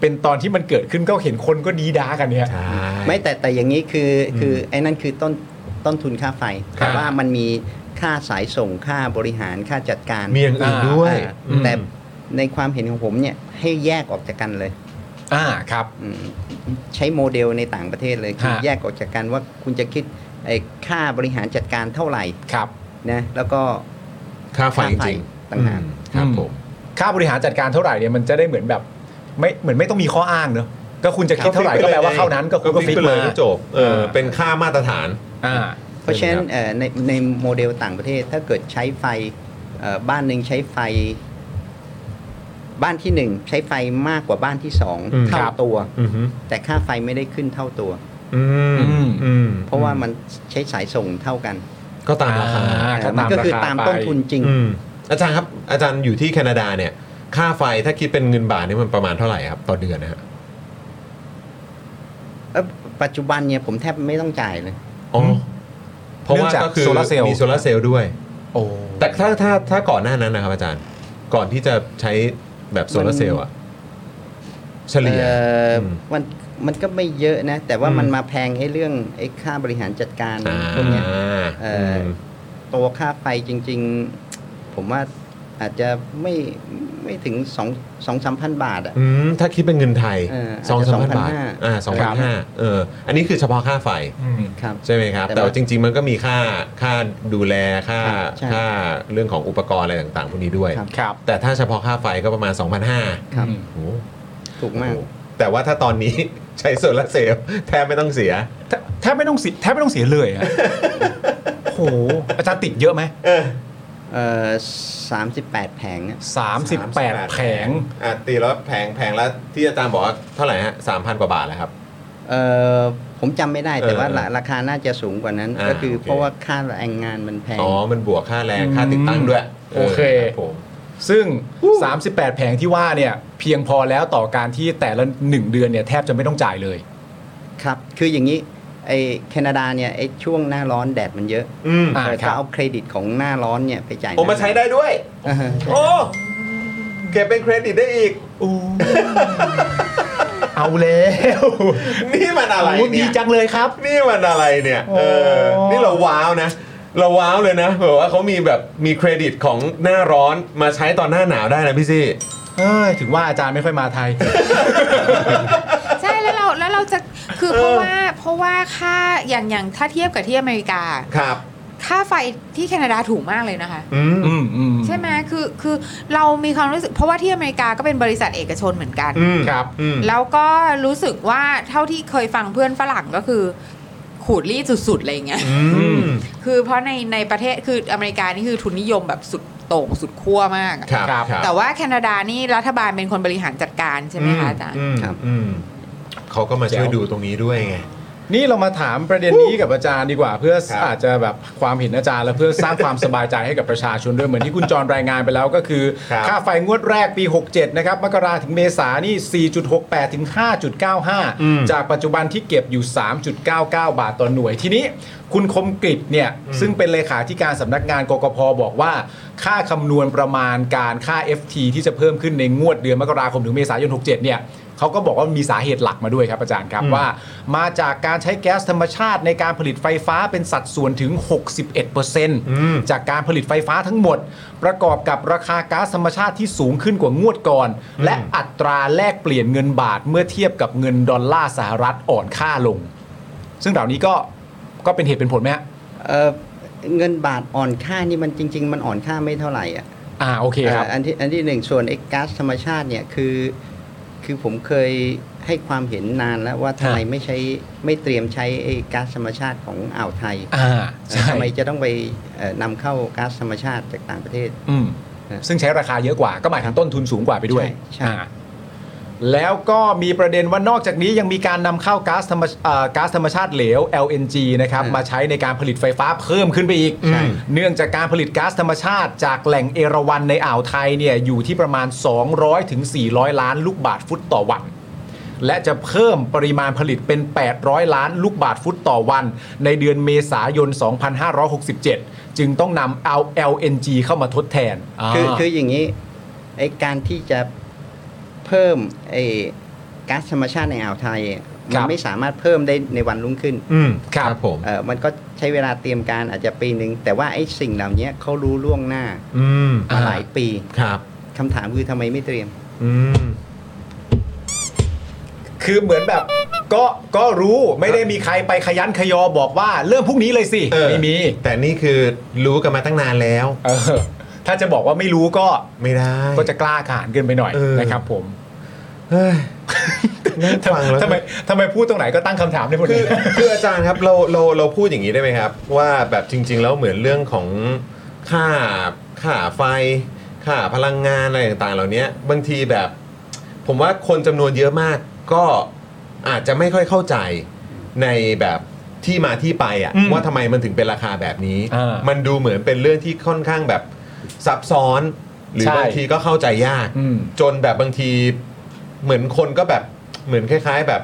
เป็นตอนที่มันเกิดขึ้นก็เห็นคนก็ดีด้ากันเนี่ย ใช่ ไม่แต่แต่อย่างนี้คืออ ม คือไอ้นั่นคือต้นต้นทุนค่าไฟ ครับ แต่ว่ามันมีค่าสายส่งค่าบริหารค่าจัดการ มีอย่างอื่น อ่า ด้วย อ่า อืม แต่ในความเห็นของผมเนี่ยให้แยกออกจากกันเลย อ่าครับ อืมใช้โมเดลในต่างประเทศเลยคือ ฮะ แยกออกจากกันว่าคุณจะคิดไอ้ค่าบริหารจัดการเท่าไหร่ ครับ นะแล้วก็ ค่าไฟจริง ต่างหาก อืมครับผม ค่าบริหารจัดการเท่าไหร่เนี่ยมันจะได้เหมือนแบบ ไม่เหมือนไม่ต้องมีข้ออ้างเนอะก็คุณจะคิดเท่าไหร่ก็แปลว่าเท่านั้นก็คุณก็ฟิก ไปเล มาย ก็จบเออเป็นค่ามาตรฐาน อ่า เพราะฉะนั้นเอ่อในในโมเดลต่างประเทศถ้าเกิดใช้ไฟเอ่อบ้านหนึ่งใช้ไฟ บ้านที่หนึ่งใช้ไฟมากกว่าบ้านที่สอง อืม เท่า ครับ ตัว อือฮึ แต่ค่าไฟไม่ได้ขึ้นเท่าตัว อืม อืม อืม เพราะว่ามันใช้สายส่งเท่ากัน ก็ตามราคา อ่าก็ เอ่อมั ตาม ก็คื ราคา ตาม ไป ต้นทุนจริง อืมอาจารย์ครับอาจารย์อยู่ที่แคนาดาเนี่ย ค่าไฟถ้าคิดเป็นเงินบาทนี่มันประมาณเท่าไหร่ครับ ต่อเดือนนะฮะ เอ่อปัจจุบันเนี่ยผมแทบไม่ต้องจ่ายเลย อ๋อ ม เพราะว่าก็คือ เนื่องจากโซลาร์เซลล์ มีโซลาร์เซลล์ด้วย โอ้ แต่ถ้าถ้าถ้าก่อนหน้านั้นนะครับอาจารย์ก่อนที่จะใช้แบบโซลาร์เซลล์อะเฉลี่ย เอ่ออ ม มันมันก็ไม่เยอะนะ แต่ว่า อืม มันมาแพงไอ้เรื่องไอ้ค่าบริหารจัดการ อ่า พวกเนี้ย เอ่อมอืตัวค่าไฟจริง ๆ ผมว่าอาจจะไม่ไม่ถึงสองสองสามพันบาทอะ อืมถ้าคิดเป็นเงินไทย เออ สอง อาจจะ สามพันบาท 2,500 อ่าสองพันห้าเอออันนี้คือเฉพาะค่าไฟ อืม ครับ ใช่ไหมครับ แต่ว่า แต่ว่าจริง ๆ มันก็มีค่าค่าดูแลค่า ครับใช่ ค่าเรื่องของอุปกรณ์อะไรต่างๆพวกนี้ด้วย ครับ ครับ แต่ถ้าเฉพาะค่าไฟก็ประมาณ 2,500 ครับ อืม โอ้โห ถูกมาก แต่ว่าถ้าตอนนี้ (laughs) ใช้โซลาร์เซลล์แทบไม่ต้องเสีย แทบแทบไม่ต้องเสียแทบไม่ต้องเสียเลยอะ โอ้โหอาจารย์ติดเยอะไหม เอ่อสามสิบแปดแผงอะ สามสิบแปด 38 แผง อ่ะตีแล้วแผงแผงแล้วที่อาจารย์บอกว่าเท่าไหร่ฮะสามพันกว่าบาทแล้วครับ เอ่อผมจำไม่ได้แต่ว่า เออ ราราคาน่าจะสูงกว่านั้น อ่า ก็คือ โอเค เพราะว่าค่าแรงงานมันแพง อ๋อ มันบวกค่าแรงค่าติดตั้งด้วย โอเค รับผม ซึ่ง 38 แผงที่ว่าเนี่ย เพียงพอแล้วต่อการที่แต่ละ 1 เดือนเนี่ย แทบจะไม่ต้องจ่ายเลย ครับ คืออย่างนี้ไอ้แคนาดาเนี่ยไอ้ช่วงหน้าร้อนแดดมันเยอะ อืม อ่า เออ ครั ก็ บ เอาเครดิตของหน้าร้อนเนี่ยไปจ่าย ผมมาใช้ได้ด้วย อ่าฮะ โอ้เก็บเป็นเครดิตได้อีก เอาแล้ว นี่มันอะไร โอ้ดี เนี่ย จังเลยครับ นี่มันอะไรเนี่ย เออ โอ้ นี่เราว้าวนะ เราว้าวเลยนะแบบว่าเขามีแบบมีเครดิตของหน้าร้อนมาใช้ตอนหน้าหนาวได้นะพี่ซี่ เอ้ยถึงว่าอาจารย์ไม่ค่อยมาไทย เราจะคือ เออเพราะว่าเพราะว่าค่าอย่างอย่างถ้าเทียบกับที่อเมริกา ครับ ค่าไฟที่แคนาดาถูกมากเลยนะคะ อืม อืมอืม ใช่ไหมคือคือเรามีความรู้สึกเพราะว่าที่อเมริกาก็เป็นบริษัทเอกชนเหมือนกัน อืม ครับ อืม แล้วก็รู้สึกว่าเท่าที่เคยฟังเพื่อนฝรั่งก็คือขูดรีดสุดๆอะไรอย่างเงี้ย อืม คือเพราะในในประเทศคืออเมริกานี่คือทุนนิยมแบบสุดโต่งสุดขั้วมากอะ ครับครับ แต่ว่าแคนาดานี่รัฐบาลเป็นคนบริหารจัดการใช่ไหมคะอาจารย์ ม ครับ อืมเขาก็มาช่วยดูตรงนี้ด้วยไง นี่เรามาถามประเด็นนี้กับอาจารย์ดีกว่า เพื่อ ครับ อาจจะแบบความเห็นอาจารย์ และเพื่อ (laughs) สร้างความสบายใจให้กับประชาชนด้วยเหมือนที่คุณจรรายงานไปแล้วก็คือ ค่าไฟงวดแรกปี 67 นะครับ มกราถึงเมษานี่ 4.68 ถึง 5.95 จากปัจจุบันที่เก็บอยู่ 3.99 บาทต่อหน่วย ทีนี้คุณคมกริตเนี่ย ซึ่งเป็นเลขาธิการสำนักงานกกพบอกว่า ค่าคำนวณประมาณการค่า FT ที่จะเพิ่มขึ้นในงวดเดือนมกราคมถึงเมษายน 67 เนี่ย เขาก็บอกว่ามีสาเหตุหลักมาด้วยครับอาจารย์ครับว่า มาจากการใช้แก๊สธรรมชาติในการผลิตไฟฟ้าเป็นสัดส่วนถึง ม 61%จากการผลิตไฟฟ้าทั้งหมด ประกอบกับราคาก๊าซธรรมชาติที่สูงขึ้นกว่างวดก่อน และอัตราแลกเปลี่ยนเงินบาทเมื่อเทียบกับเงินดอลลาร์สหรัฐอ่อนค่าลง ซึ่งเหล่านี้ก็ก็เป็นเหตุเป็นผลไหมฮะ เอ่อเงินบาทอ่อนค่านี่มันจริง ๆ มันอ่อนค่าไม่เท่าไหร่อ่ะ อ่าโอเคครับ เอ่ออันที่อันที่หนึ่งส่วนไอ้ก๊าซธรรมชาติเนี่ยคือคือผมเคยให้ความเห็นนานแล้วว่าทำไม ฮะ ไม่ใช้ไม่เตรียมใช้ไอ้ก๊าซธรรมชาติของอ่าวไทย อ่าใช่ ทำไมจะต้องไปเอ่อนำเข้าก๊าซธรรมชาติจากต่างประเทศ อืม ฮะ ซึ่งใช้ราคาเยอะกว่าก็หมายถึงต้นทุนสูงกว่าไปด้วย ใช่ใช่ อ่าแล้วก็มีประเด็นว่านอกจากนี้ยังมีการนำเข้าก๊าซธรรมชอ่าก๊าซธรรมชาติเหลว LNG นะครับมาใช้ในการผลิตไฟฟ้าเพิ่มขึ้นไปอีก เนื่องจากการผลิตก๊าซธรรมชาติจากแหล่งเอราวัณในอ่าวไทยเนี่ยอยู่ที่ประมาณ 200ถึง400 ล้านลูกบาทฟุตต่อวัน และจะเพิ่มปริมาณผลิตเป็น 800 ล้านลูกบาทฟุตต่อวัน ในเดือนเมษายน 2567 จึงต้องนำเอา LNG เข้ามาทดแทน คือ อ่า คืออย่างนี้ไอ้การที่จะเพิ่มไอ้ก๊าซธรรมชาติในอ่าวไทยอะ ค มั รั น บ ไม่สามารถเพิ่มได้ในวันรุ่งขึ้น อืม ครับ ผม เอ่อมันก็ใช้เวลาเตรียมการอาจจะปีหนึ่งแต่ว่าไอ้สิ่งเหล่านี้เขารู้ล่วงหน้า อืม มา อ่า หลายปี ครับ คำถามคือทำไมไม่เตรียม อืม คือเหมือนแบบก็ก็รู้ไม่ได้มีใครไปขยันขยอบอกว่าเริ่มพรุ่งนี้เลยสิ เออ ไม่มี แต่นี่คือรู้กันมาตั้งนานแล้ว เออถ้าจะบอกว่าไม่รู้ก็ ไม่ได้ ก็จะกล้าขานเกินไปหน่อย เออ นะครับผม เฮ้ยนั่งฟังแล้ว ทำไมทำไมพูดตรงไหนก็ตั้งคำถามได้หมดเล คือย คืออาจารย์ครับเราเราเราพูดอย่างนี้ได้ไหมครับ ว่าแบบจริง ๆ แล้วเหมือนเรื่องของค่าค่าไฟ ค่าพลังงานอะไรต่างๆ เหล่านี้บางทีแบบ ผมว่าคนจำนวนเยอะมากก็อาจจะไม่ค่อยเข้าใจในแบบที่มาที่ไปอะ อืม ว่าทำไมมันถึงเป็นราคาแบบนี้ อ่ามั มันดูเหมือนเป็นเรื่องที่ค่อนข้างแบบซับซ้อน หรือ ใช่ บางทีก็เข้าใจยาก อืม จนแบบบางทีเหมือนคนก็แบบเหมือนคล้าย ๆแบบ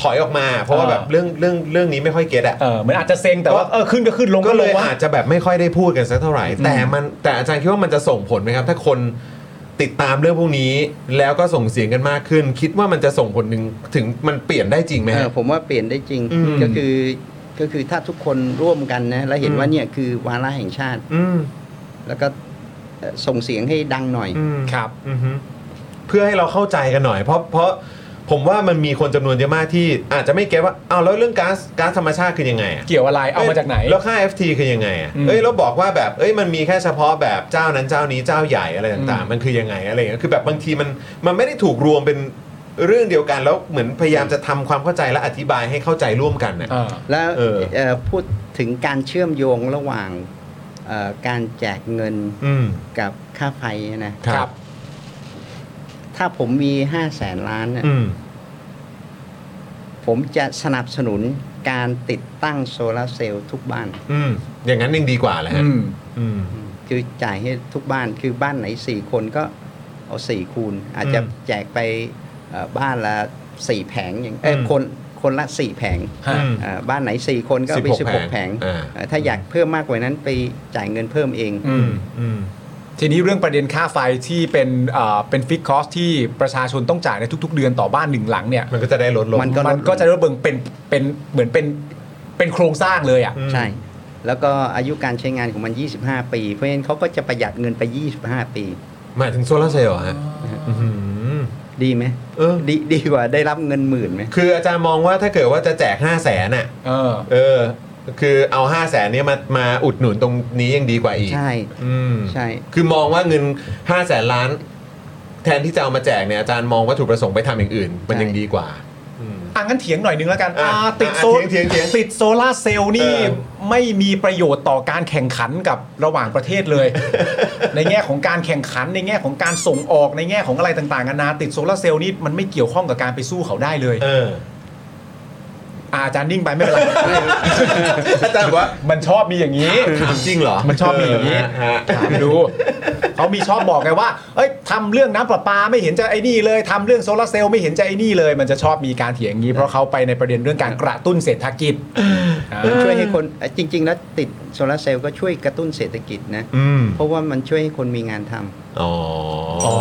ถอยออกมาเพราะว่า เออ แบบเรื่องเรื่องเรื่องนี้ไม่ค่อยเก็ตอ่ะ เออเหมือนอาจจะเซ็งแต่ว่าเออขึ้นก็ขึ้นลง ก็ ก็ล เลย งว่า อาจจะแบบไม่ค่อยได้พูดกันสักเท่าไหร่ อืม แต่มันแต่อาจารย์คิดว่ามันจะส่งผลไหมครับ ถ้าคนติดตามเรื่องพวกนี้ แล้วก็ส่งเสียงกันมากขึ้น คิดว่ามันจะส่งผลถึงถึงมันเปลี่ยนได้จริงไหม เอ ฮะ อผมว่าเปลี่ยนได้จริง อืม ก็คือก็คือถ้าทุกคนร่วมกันนะแล้วเห็นว่าเนี่ยคือวาระแห่งชาติ อืม แล้วก็เอ่อส่งเสียงให้ดังหน่อย อืม ครับ อือฮึเพื่อให้เราเข้าใจกันหน่อย เพราะเพราะผมว่ามันมีคนจำนวนเยอะมากที่อาจจะไม่เก็ตว่าอ้าวแล้วเรื่องก๊าซก๊าซธรรมชาติคือยังไงอะ เกี่ยวอะไรเอามาจากไหน แล้วค่า FT คือยังไงอ่ะ อืม เอ้ยเราบอกว่าแบบ เอ้ยมันมีแค่เฉพาะแบบเจ้านั้นเจ้านี้เจ้าใหญ่อะไรต่าง อืๆมมันคือยังไงอะไรอย่างเงี้ย คือแบบบางทีมันมันไม่ได้ถูกรวมเป็นเรื่องเดียวกันแล้วเหมือนพยายามจะทำความเข้าใจและอธิบายให้เข้าใจร่วมกันน่ะ อ่า แล้ว เออ เอ่อพูดถึงการเชื่อมโยงระหว่างเอ่อการแจกเงิน อืม กับค่าไฟเนี่ยนะครับ ถ้าผมมี 5 0 0แสนล้านเนี่ย อืม ผมจะสนับสนุนการติดตั้งโซลาร์เซลล์ทุกบ้าน อืมอย่างนั้นยังดีกว่าแหละฮะ อืม อืม คือจ่ายให้ทุกบ้านคือบ้านไหน 4 คนก็เอา 4 คูณ อาจจะ อืม แจกไปเอ่อบ้านละ 4 แผงอย่างเอ้ย อืม คนคนละ 4 แผง ฮะ อืม เอ่อบ้านไหน 4 คนก็เอาไป 16 16 แผง อ่า เอ่อถ้าอยากเพิ่มมากกว่านั้นไปจ่ายเงินเพิ่มเองอือืม มอืม ทีนี้เรื่องประเด็นค่าไฟที่เป็นเอ่อเป็นฟิกคอสที่ประชาชนต้องจ่ายในทุก ๆ เดือนต่อบ้านหนึ่งหลังเนี่ย มันก็จะได้ลดลง มัน ก็ลด มันก็จะลดเบิงเป็นเป็นเหมือนเป็นเป็นโครงสร้างเลยอ่ะ อืม ใช่ แล้วก็อายุการใช้งานของมัน 25 ปี เพราะฉะนั้นเขาก็จะประหยัดเงินไป 25 ปี หมายถึงโซลาร์เซลล์อะฮะอืม ดีไหม เออ ดีดีกว่าได้รับเงินหมื่นไหม คืออาจารย์มองว่าถ้าเกิดว่าจะแจก 5 0 0แสนอ่ะ เออ เออ คือเอา 5 0 0แสนเนี้ยมามาอุดหนุนตรงนี้ยังดีกว่าอีก ใช่ อืม ใช่ คือมองว่าเงิน 5 0 0แสนล้าน แทนที่จะเอามาแจกเนี่ยอาจารย์มองวัตถุประสงค์ไปทำอย่างอื่น มัน ใช่ ยังดีกว่า อ่ะงั้นเถียงหน่อยหนึงแล้วกัน อ่ะ อ่าติด อ่ะ โซ เถียงเถียงเถียง ติดโซลาร์เซลล์นี่ เออ ไม่มีประโยชน์ต่อการแข่งขันกับระหว่างประเทศ (laughs) เลย ในแง่ของการแข่งขันในแง่ของการส่งออกในแง่ของอะไรต่างๆนานาติดโซลาร์เซลล์นี่มันไม่เกี่ยวข้องกับการไปสู้เขาได้เลย เออ อะอาจารย์นิ่งไป (laughs) ไม่เป็นไร อาจารย์บอกว่า มันชอบมีอย่างนี้ ถามจริงเหรอ มันชอบมีอย่างนี้ ฮะ ถามดู เขามีชอบบอกไงว่า เอ้ยทำเรื่องน้ำประปาไม่เห็นจะไอ้นี่เลยทำเรื่องโซลาร์เซลล์ไม่เห็นจะไอ้นี่เลย มันจะชอบมีการเถียงอย่างนี้ เพราะเขาไปในประเด็นเรื่องการกระตุ้นเศรษฐกิจอ่า ช่วยให้คนเอ่อจริง ๆ แล้วติดโซลาร์เซลล์ก็ช่วยกระตุ้นเศรษฐกิจนะ อืม เพราะว่ามันช่วยให้คนมีงานท อ๋อ อ๋อ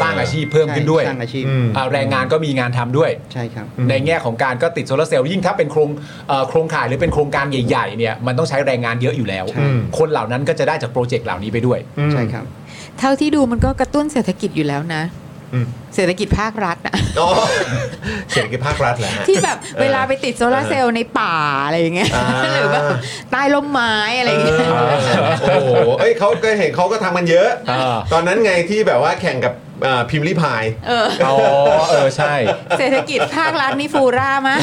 สร้างอาชีพเพิ่ ำ มขึ้นด้วย ใช่สร้างอาชีพ อืม อ่าแรงงานก็มีงานทำด้วย ใช่ครับ ในแง่ของการก็ติดโซลาร์เซลล์ยิ่งถ้าเป็นโครงเอ่อโครงข่ายหรือเป็นโครงการใหญ่ๆเนี่ยมันต้องใช้แรงงานเยอะอยู่แล้ว ใช่ คนเหล่านั้นก็จะได้จากโปรเจกต์เหล่านี้ไปด้วย ใช่ครับ เท่าที่ดูมันก็กระตุ้นเศรษฐกิจอยู่แล้วนะ อืม เศรษฐกิจภาครัฐนะ อ๋อ (laughs) เศรษฐกิจภาครัฐแหละ ที่แบบเวลาไปติดโซลาร์เซลล์ในป่าอะไรอย่างเงี้ย อ่า หรือแบบใต้ร่มไม้อะไรอย่างเงี้ย โอ้โห เอ้ยเขาก็เห็นเขาก็ทำกันเยอะ อ่า ตอนนั้นไงที่แบบว่าแข่งกับอ่าพิมพ์ลิพาย เออ อ๋อเออใช่ เศรษฐกิจภาครัฐนี่ฟูร่ามาก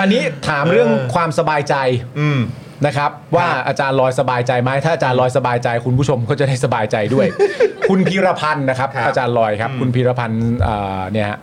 อันนี้ถามเรื่องความสบายใจ อืม นะครับ ว่าอาจารย์ลอยสบายใจไหมถ้าอาจารย์ลอยสบายใจ คุณผู้ชมก็จะได้สบายใจ (laughs) ด้วย คุณพีรพันธ์นะครับ ครับ อาจารย์ลอยครับ คุณพีรพันธ์อ่าเนี่ยฮะ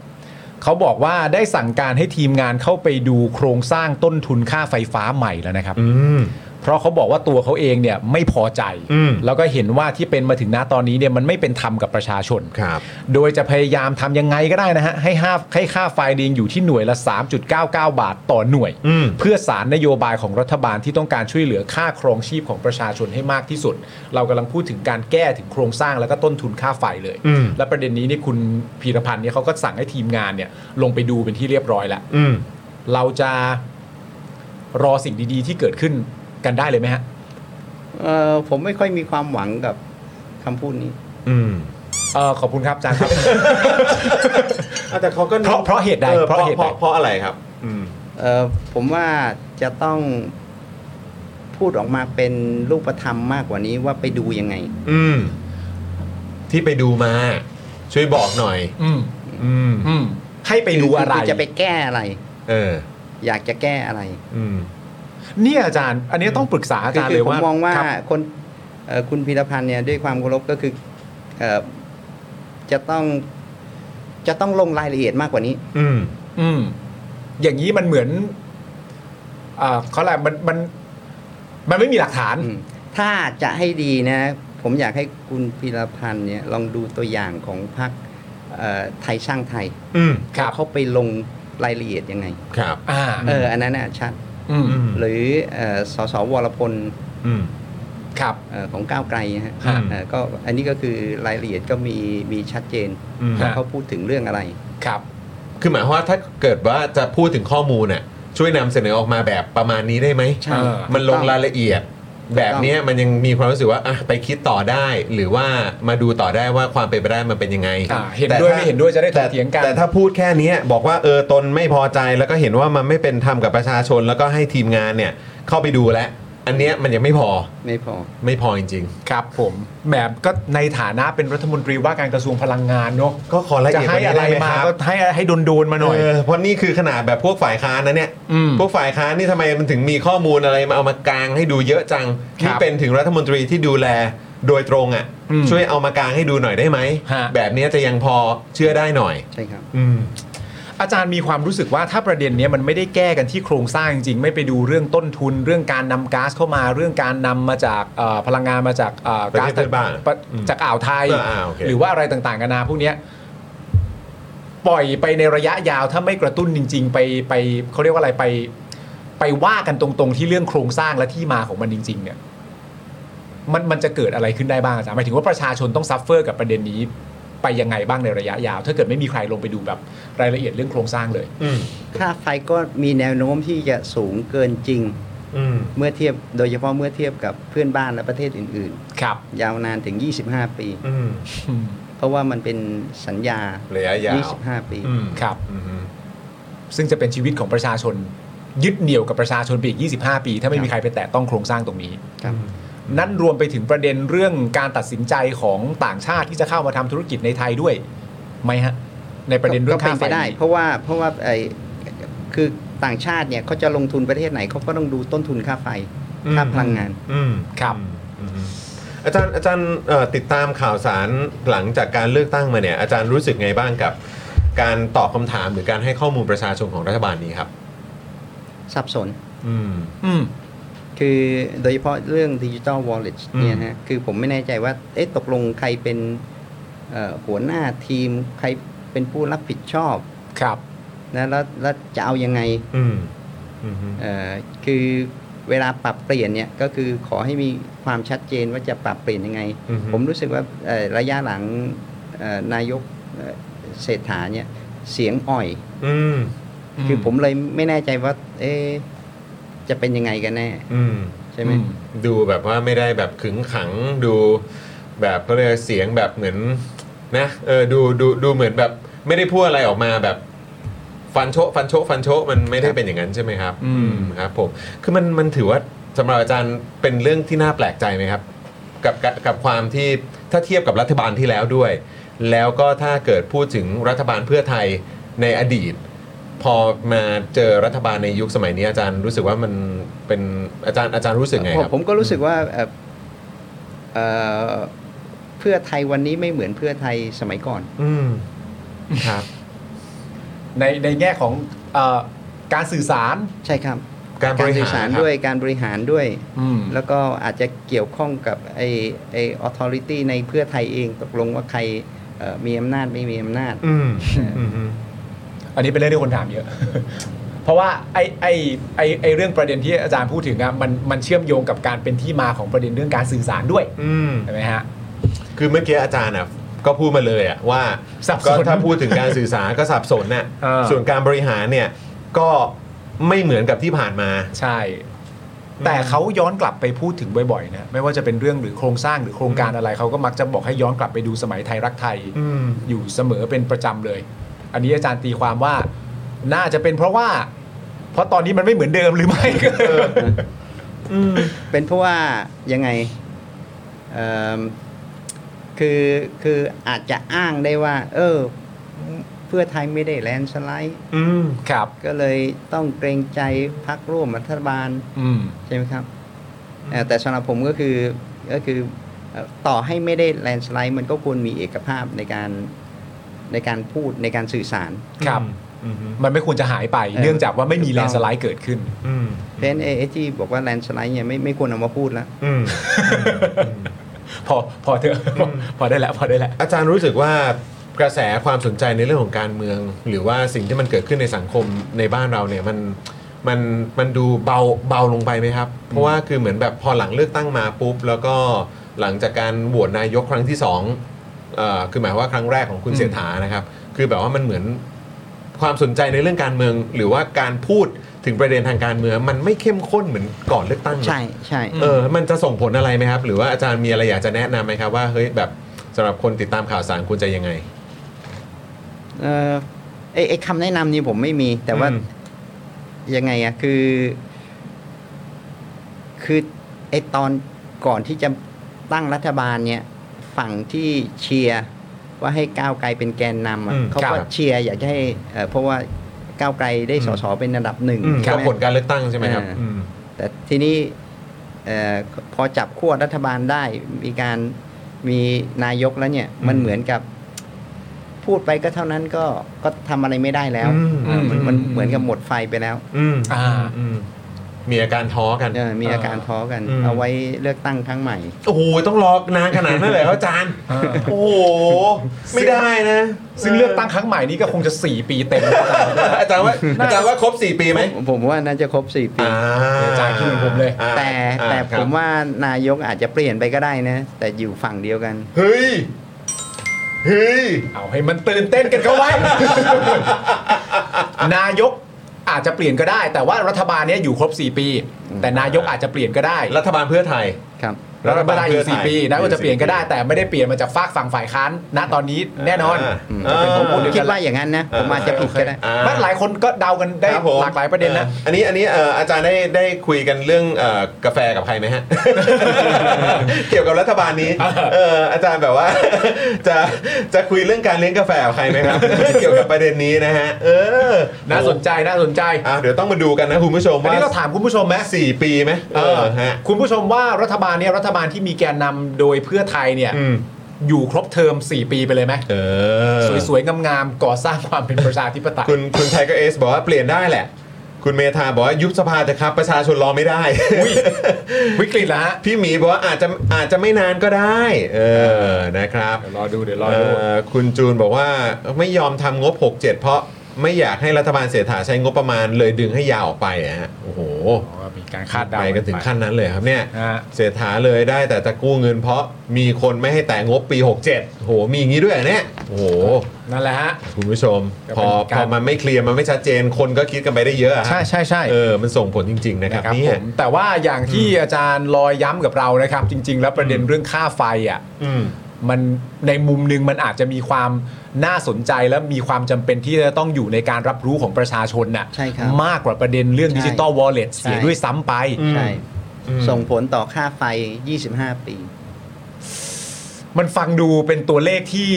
เขาบอกว่าได้สั่งการให้ทีมงานเข้าไปดูโครงสร้างต้นทุนค่าไฟฟ้าใหม่แล้วนะครับ อืม เพราะเขาบอกว่าตัวเขาเองเนี่ยไม่พอใจ อืม แล้วก็เห็นว่าที่เป็นมาถึงณตอนนี้เนี่ยมันไม่เป็นธรรมกับประชาชน ครับ โดยจะพยายามทำยังไงก็ได้นะฮะ ให้ห้าให้ค่าไฟเดงอยู่ที่หน่วยละ 3.99 บาทต่อหน่วย อืม เพื่อสารนโยบายของรัฐบาลที่ต้องการช่วยเหลือค่าครองชีพของประชาชนให้มากที่สุด เรากำลังพูดถึงการแก้ถึงโครงสร้างแล้วก็ต้นทุนค่าไฟเลย อืม และประเด็นนี้นี่คุณพีรพันธ์เนี่ยเขาก็สั่งให้ทีมงานเนี่ยลงไปดูเป็นที่เรียบร้อยแล้ว อืม เราจะรอสิ่งดีๆ ที่เกิดขึ้นกันได้เลยไหมฮะ เอ่อผมไม่ค่อยมีความหวังกับคำพูดนี้ อืม เออขอบคุณครับอาจารย์ครับ แต่เขาก็ เพราะเพราะเหตุใด ออ เพราะเหตุใด เพราะอะไรครับ อืม เอ่อผมว่าจะต้องพูดออกมาเป็นรูปธรรมมากกว่านี้ว่าไปดูยังไง อืม ที่ไปดูมา ช่วยบอกหน่อย อืม อืม อืมให้ไปดูอะไร คืจะไปแก้อะไร เออ อยากจะแก้อะไร อืม เนี่ยอาจารย์ อันนี้ต้องปรึกษาอาจารย์ คื เลย ผม ว่าม องว่า ครับ คนเอ่อคุณพีรพันธ์เนี่ยด้วยความเคารพก็คือเอ่อจะต้องจะต้องลงรายละเอียดมากกว่านี้ อืม อืม อย่างนี้มันเหมือนอ่าเขาอะไรมันมัน มันไม่มีหลักฐาน อืมถ้าจะให้ดีนะ ผมอยากให้คุณพีรพันธ์เนี่ยลองดูตัวอย่างของพรรคเอ่อไทยสร้างไทย อืม ครับ เขาไปลงรายละเอียดยังไง ครับ อ่า เอออันนั้นน่ะชัด อืม อืม หรือเอ่อสสวรพล อืม ครับ เอ่อของก้าวไกลนะฮะ ฮะ เอ่อก็อันนี้ก็คือรายละเอียดก็มีมีชัดเจน อืม ว่า ฮะ เขาพูดถึงเรื่องอะไร ครับ คือหมายความว่าถ้าเกิดว่าจะพูดถึงข้อมูลน่ะ ช่วยนำเสนอออกมาแบบประมาณนี้ได้ไหม ใช่ เออ มันลงรายละเอียด แบบเนี้ยมันยังมีความรู้สึกว่าอ่ะไปคิดต่อได้ หรือว่ามาดูต่อได้ว่าความเป็นไปได้มันเป็นยังไง อ่าเห็นด้วย แต่ถ้า ไม่เห็นด้วยจะได้ถกเถียงกัน แต่ถ้าพูดแค่เนี้ยบอกว่าเออตนไม่พอใจแล้วก็เห็นว่ามันไม่เป็นธรรมกับประชาชน แล้วก็ให้ทีมงานเนี่ยเข้าไปดูแล้ว อันเนี้ยมันยังไม่พอ ไม่พอ ไม่พอจริง ครับผมแบบก็ในฐานะเป็นรัฐมนตรีว่าการกระทรวงพลังงานเนาะ ก็ขอละเอียด จะให้ กว่านี้ อะไร ได้ไหมคมารับ ก็ให้ให้โดนโดนๆมา ๆ หน่อย เเพราะนี่คือขนาดแบบพวกฝ่ายค้านนะเนี่ย อืม พวกฝ่ายค้านนี่ทำไมมันถึงมีข้อมูลอะไรมาเอามากางให้ดูเยอะจัง ครับ นี่เป็นถึงรัฐมนตรีที่ดูแลโดยตรงอ่ะ อืม ช่วยเอามากางให้ดูหน่อยได้ไหม ฮะ แบบเนี้ยจะยังพอเชื่อได้หน่อย ใช่ครับ อืม อาจารย์มีความรู้สึกว่าถ้าประเด็นเนี้ยมันไม่ได้แก้กันที่โครงสร้างจริงๆ ไม่ไปดูเรื่องต้นทุน เรื่องการนำก๊าซเข้ามาเรื่องการนำมาจากเอ่อพลังงานมาจากเอ่อ ประ ก๊า เท ซ ศเพื่อนบ้าน ปะ อืม จากอ่าวไทย อ่าโอเค หรือว่าอะไรต่างๆกันานาพวกเนี้ยปล่อยไปในระยะยาวถ้าไม่กระตุ้นจริง ๆ ไปไปเขาเรียกว่าอะไรไป ไปว่ากันตรงๆ ที่เรื่องโครงสร้างและที่มาของมันจริง ๆ เนี่ย มันมันจะเกิดอะไรขึ้นได้บ้างอาจารย์หมายถึงว่าประชาชนต้องซัฟเฟอร์กับประเด็นนี้ ไปยังไงบ้างในระยะยาว ถ้าเกิดไม่มีใครลงไปดูแบบรายละเอียดเรื่องโครงสร้างเลย อืม ค่าไฟก็มีแนวโน้มที่จะสูงเกินจริง อืม เมื่อเทียบโดยเฉพาะเมื่อเทียบกับเพื่อนบ้านและประเทศอื่น ครับ ๆ ยาวนานถึง 25 ปี อืม เพราะว่ามันเป็นสัญญา ระยะยาว 25 ปี อืม ครับ อืม ซึ่งจะเป็นชีวิตของประชาชน ยึดเหนี่ยวกับประชาชนไปอีก 25 ปี ถ้าไม่มีใครไปแตะต้องโครงสร้างตรงนี้ ครับ นั่นรวมไปถึงประเด็นเรื่องการตัดสินใจของต่างชาติที่จะเข้ามาทำธุรกิจในไทยด้วยไหมฮะ ในประเด็นเรื่อง ก็ ค่า เป็น ไฟ ไปได้ เพราะว่าเพราะว่าไอ้คือต่างชาติเนี่ยเขาจะลงทุนประเทศไหนเขาก็ต้องดูต้นทุนค่าไฟค่าพลังงาน อืม ครับ อืมอาจารย์อาจารย์เอ่อติดตามข่าวสารหลังจากการเลือกตั้งมาเนี่ย อาจารย์รู้สึกไงบ้างกับ การตอบคำถามหรือการให้ข้อมูลประชาชนของรัฐบาลนี้ครับ สับสน อืม อืม คือโดยเฉพาะเรื่องดิจิ t a ลวอลเล็ต อืม เนี่ยนะฮะคือผมไม่แน่ใจว่าเอ๊ะตกลงใครเป็นเอ่อหัวหน้าทีม ใครเป็นผู้รับผิดชอบ ครับ นะแล้วแล้วจะเอายังไง อืมอืม เอ่อคือเวลาปรับเปลี่ยนเนี่ยก็คือขอให้มีความชัดเจนว่าจะปรับเปลี่ยนยังไง อื ผมรู้สึกว่าเอ่อระยะหลังเอ่อนายกเอ่อเศรษฐาเนี่ยเสียงอ่อย อืม คือผมเลยไม่แน่ใจว่าเอ๊ะจะเป็นยังไงกันแน่ อืม ใช่ไหม ดูแบบว่าไม่ได้แบบขึงขังดูแบบก็เลยกเสียงแบบเหมือนนะเออดูดูดูเหมือนแบบไม่ได้พูดอะไรออกมาแบบฟันโชะฟันโชะฟันโชะมันไม่ได้เป็นอย่างนั้นใช่ไหมครับ อืม ครับผมคือมันมันถือว่าสำหรับอาจารย์เป็นเรื่องที่น่าแปลกใจไหมครับ กับกับกับความที่ถ้าเทียบกับรัฐบาลที่แล้วด้วย แล้วก็ถ้าเกิดพูดถึงรัฐบาลเพื่อไทยในอดีต พอมาเจอรัฐบาลในยุคสมัยนี้อาจารย์รู้สึกว่ามันเป็นอาจารย์อาจารย์รู้สึกไงครับ ผมผมก็รู้สึกว่าเอ่อเอ่อเพื่อไทยวันนี้ไม่เหมือนเพื่อไทยสมัยก่อน อืม ครับ ในในแง่ของเอ่อการสื่อสาร ใช่ครับ การบริ สื่อ หา สาร ร คบ ด้วยการบริหารด้วย อืม แล้วก็อาจจะเกี่ยวข้องกับไอไอออทอริตี้ในเพื่อไทยเองตกลงว่าใครเอ่อมีอำนาจไม่มีอำนาจ อืมอืมอืม อันนี้เป็นเรื่องที่คนถามเยอะ (laughs) เพราะว่าไอ้ไอ้ไอ้ไอ้เรื่องประเด็นที่อาจารย์พูดถึงอะมันมันเชื่อมโยงกับการเป็นที่มาของประเด็นเรื่องการสื่อสารด้วย อืม ใช่ไหมฮะ คือเมื่อกี้อาจารย์อ่ะ ก็พูดมาเลยอ่ะว่า สับสน ก็ถ้าพูดถึงการสื่อสารก็สับสนน่ะ เออ ส่วนการบริหารเนี่ย ก็ไม่เหมือนกับที่ผ่านมา ใช่ แต่เขาย้อนกลับไปพูดถึงบ่อยๆนะไม่ว่าจะเป็นเรื่องหรือโครงสร้างหรือโครงการอะไรเขาก็มักจะบอกให้ย้อนกลับไปดูสมัยไทยรักไทย อืม อยู่เสมอเป็นประจำเลย อันนี้อาจารย์ตีความว่า น่าจะเป็นเพราะว่า เพราะตอนนี้มันไม่เหมือนเดิมหรือไม่ก็ เป็นเพราะว่ายังไงเอิ่มคือคืออาจจะอ้างได้ว่า เออ เพื่อไทยไม่ได้แลนสไลด์ อืม ครับ ก็เลยต้องเกรงใจพักร่วมรัฐบาล อืม ใช่ไหมครับเอ่อแต่สำหรับผมก็คือก็คือเอ่อต่อให้ไม่ได้แลนสไลด์มันก็ควรมีเอกภาพในการในการพูดในการสื่อสาร ครับ อืม มันไม่ควรจะหายไป เออ เนื่องจากว่าไม่มีแลนด์สไลด์เกิดขึ้น อืม เพราะฉะนั้นเอเอจีบอกว่าแลนสไลด์เนี่ยไม่ไม่ควรเอามาพูดแล้ว อืม พอพอเถอะพอพอได้แล้วพอได้แล้ว อาจารย์รู้สึกว่ากระแสความสนใจในเรื่องของการเมือง หรือว่าสิ่งที่มันเกิดขึ้นในสังคมในบ้านเราเนี่ยมันมันมันดูเบาเบาลงไปไหมครับ เพราะว่าคือเหมือนแบบพอหลังเลือกตั้งมาปุ๊บ แล้วก็หลังจากการโหวตนายกครั้งที่สองเอ่อคือหมายว่าครั้งแรกของคุณ อืม เศรษฐานะครับ คือแบบว่ามันเหมือนความสนใจในเรื่องการเมือง หรือว่าการพูดถึงประเด็นทางการเมือง มันไม่เข้มข้นเหมือนก่อนเลือกตั้งนะ ใช่ใช่ เออ มันจะส่งผลอะไรไหมครับ หรือว่าอาจารย์มีอะไรอยากจะแนะนำไหมครับว่าเฮ้ยแบบสำหรับคนติดตามข่าวสารควรจะยังไง เออไอ้ไอ้คำแนะนำนี่ผมไม่มี แต่ว่า อืม ยังไงอะคือ คือไอ้ตอนก่อนที่จะตั้งรัฐบาลเนี่ย ฝั่งที่เชียร์ว่าให้ก้าวไกลเป็นแกนนำอะ อืม เขาก็ ครับ เชียร์อยากจะให้เอ่อเพราะว่าก้าวไกลได้สสเป็นอันดับหนึ่ง กั ใช่ บ ไหม ผลการเลือกตั้งใช่ไหมครับ เอออื ม แต่ทีนี้เอ่อพอจับขั้วรัฐบาลได้มีการมีนายกแล้วเนี่ย มัน อืม เหมือนกับพูดไปก็เท่านั้นก็ก็ทำอะไรไม่ได้แล้ว อืม เออมัน อืม มันเหมือนกับหมดไฟไปแล้ว อืม อ่า อืมมีอาการท้อกัน เออมีอาการท้อกัน อืม เอาไว้เลือกตั้งครั้งใหม่ โอ้โหต้องรอนานขนาดนั้นเลยเหรออาจารย์ โอ้โห ไม่ได้นะ ซึ่งเลือกตั้งครั้งใหม่นี้ก็คงจะ 4 ปีเต็มแล้วอาจารย์ เอออาจารย์ว่าอาจารย์ว่าครบ 4 ปีไหม ผมผมว่าน่าจะครบสี่ปี อาจารย์คิดเหมือนผมเลย อ่า แต่ อ่า แต่ ครับ ผมว่านายกอาจจะเปลี่ยนไปก็ได้นะ แต่อยู่ฝั่งเดียวกัน เฮ้ย เฮ้ย เอาให้มันตื่นเต้นกันเข้าไว้ (laughs) นายกอาจจะเปลี่ยนก็ได้ แต่ว่ารัฐบาลเนี้ยอยู่ครบ 4 ปี แต่นายกอาจจะเปลี่ยนก็ได้ รัฐบาลเพื่อไทย ครับ รัฐบาลได้อรัฐบาลยู่เพื่อไทย สี่ปีนะก็จะเปลี่ยนก็อได้ยู่สี่ปี แต่ไม่ได้เปลี่ยนมาจากฝากฝั่งฝ่ายค้านณตอนนี้แน่นอน เออ เป็นของ ผม เดีย คิดว่าอย่างนั้นนะ ผมอาจจะผิดก็ได้ อ่า ไม่หลายคนก็เดากันได้ ครับผม หลากหลายประเด็นนะ อ่าอันนี้อันนี้เอ่ออาจารย์ได้ได้คุยกันเรื่องเอ่อกาแฟกับใครไหมฮะ (laughs) เกี่ยวกับรัฐบาล (laughs) นี้เอออาจารย์แบบว่า (laughs) จะจะคุยเรื่องการเลี้ยงกาแฟกับใครไหม (laughs) ครับ เกี่ยวกับประเด็นนี้นะฮะเออ น่าสนใจน่าสนใจ อ่ะเดี๋ยวต้องมาดูกันนะคุณผู้ชม อัน ว่า นี้เราถามคุณผู้ชมไหม สี่ปีไหม เอ เอ อ อฮะ คุณผู้ชมว่ารัฐบาลเนี่ยรัฐบาลที่มีแกนนำโดยเพื่อไทยเนี่ย อืม อยู่ครบเทอม 4 ปีไปเลยไหม เออ สวยๆงามๆก่อสร้างความเป็นประชาธิปไตย คุณคุณไทเกอร์เอสบอกว่าเปลี่ยนได้แหละ คุณเมธาบอกว่ายุบสภาจะครับ ประชาชนรอไม่ได้ อุ๊ย วิกฤตแล้วฮะ พี่หมีบอกว่าอาจจะอาจจะไม่นานก็ได้ เออนะครับ เดี๋ยวรอดูเดี๋ยวรอ เอ ดู อคุณจูนบอกว่าไม่ยอมทำงบ 67 เพราะไม่อยากให้รัฐบาลเสถาใช้งบประมาณเลยดึงให้ยาวออกไปอะฮะโอ้โห อ๋อมีการคาดเดา ไปกันถึงขั้นนั้นเลยครับเนี่ย ฮะ เสถาเลยได้แต่จะกู้เงินเพราะมีคนไม่ให้แต่งบปี 67โอ้โหมีอย่างนี้ด้วยเหรอเนี่ยโอ้โห นั่นแหละฮะ คุณผู้ชมพก็อนเป็พ การ อมันไม่เคลียร์มันไม่ชัดเจนคนก็คิดกันไปได้เยอะอะฮะ ใช่ใช่ใช่ เออมันส่งผลจริง ๆ นะครับ นะครับ เนี่ ผ ย มแต่ว่าอย่างที่อาจารย์ลอยย้ำกับเรานะครับ จริง ๆ แล้วประเด็นเรื่องค่าไฟอ่ะ อืม มันในมุมหนึงมันอาจจะมีความน่าสนใจและมีความจำเป็นที่จะต้องอยู่ในการรับรู้ของประชาชนน่ะ ใช่ครับ มากกว่าประเด็นเรื่อง ใช่ ดิจิตอลวอลเล็ตเสีย ใช่ ด้วยซ้ำไป ใช่ อืม ส่งผลต่อค่าไฟ 25 ปี มันฟังดูเป็นตัวเลขที่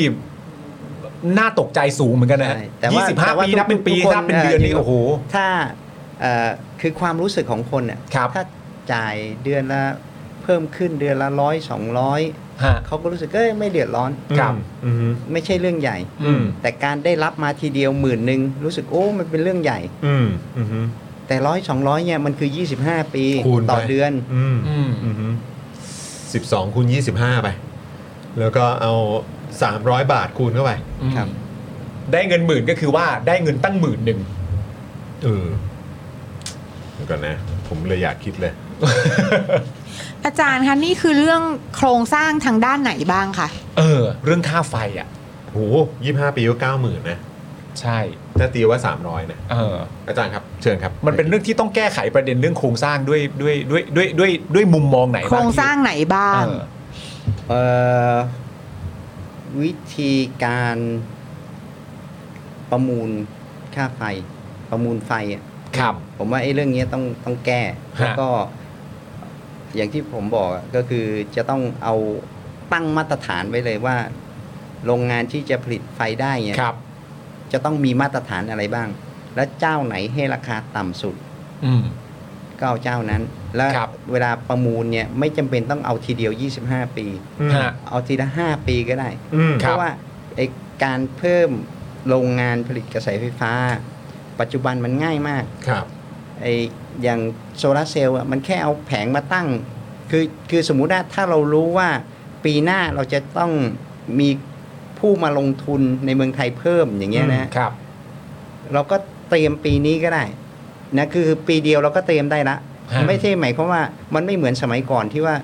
น่าตกใจสูงเหมือนกันนะฮะ ใช่แต่ว่าแต่ 25 ว่า ปี ทุก นับเป็นปี ทุกคน นับเป็นเดือน เอ่อ นี่โอ้โห ถ้าเอ่อคือความรู้สึกของคนน่ะ ครับ ถ้าจ่ายเดือนละเพิ่มขึ้นเดือนละร้อยสองร้อย ฮะ เขาก็รู้สึกเอ้ยไม่เดือดร้อน ครับ อืม ไม่ใช่เรื่องใหญ่ อืม แต่การได้รับมาทีเดียวหมื่นหนึ่งรู้สึกโอ้มันเป็นเรื่องใหญ่ อืมอืมอืม แต่ร้อยสองร้อยเนี่ยมันคือ 25 ปี คูณไป ต่อเดือน อืม อืม สิบสองคูณยี่สิบห้าไป แล้วก็เอาสามร้อยบาทคูณเข้าไป ครับ ได้เงินหมื่นก็คือว่าได้เงินตั้งหมื่นหนึ่ง เออเดี๋ยวก่อนนะ ผมเลยอยากคิดเลย อาจารย์คะนี่คือเรื่องโครงสร้างทางด้านไหนบ้างคะ เออ เรื่องค่าไฟอ่ะ โหยี่ห้าปีก็เก้าหมื่นนะ ใช่ ถ้าตีว่าสามร้อยนะ เออ อาจารย์ครับ เชิญครับ มันเป็นเรื่องที่ต้องแก้ไขประเด็นเรื่องโครงสร้างด้วยด้วยด้วยด้วยด้วยด้วยมุมมองไหน โครงสร้างไหนบ้า บ้าง งที่ เอ่อวิธีการประมูลค่าไฟ ประมูลไฟอะ ครับ ผมว่าไอ้เรื่องเนี้ยต้องต้องแก้ ฮะ แล้วก็อย่างที่ผมบอกอะก็คือจะต้องเอาตั้งมาตรฐานไว้เลยว่า โรงงานที่จะผลิตไฟได้เนี่ย ครับ จะต้องมีมาตรฐานอะไรบ้าง และเจ้าไหนให้ราคาต่ำสุด อืม ก็เอาเจ้านั้น และ ครับ เวลาประมูลเนี่ยไม่จำเป็นต้องเอาทีเดียว 25 ปี ฮะ เอาทีละ5ปีก็ได้ อืม เพ ครับ ราะว่าไอการเพิ่มโรงงานผลิตกระแสไฟฟ้า ปัจจุบันมันง่ายมาก ครับ ไออย่างโซลาร์เซลล์อะมันแค่เอาแผงมาตั้ง คือคือสมมุติว่าถ้าเรารู้ว่าปีหน้าเราจะต้องมีผู้มาลงทุนในเมืองไทยเพิ่มอย่างเงี้ยนะ ครับ เราก็เตรียมปีนี้ก็ได้นะคือปีเดียวเราก็เตรียมได้ละ ฮะ ไม่ใช่หมายความว่ามันไม่เหมือนสมัยก่อนที่ว่า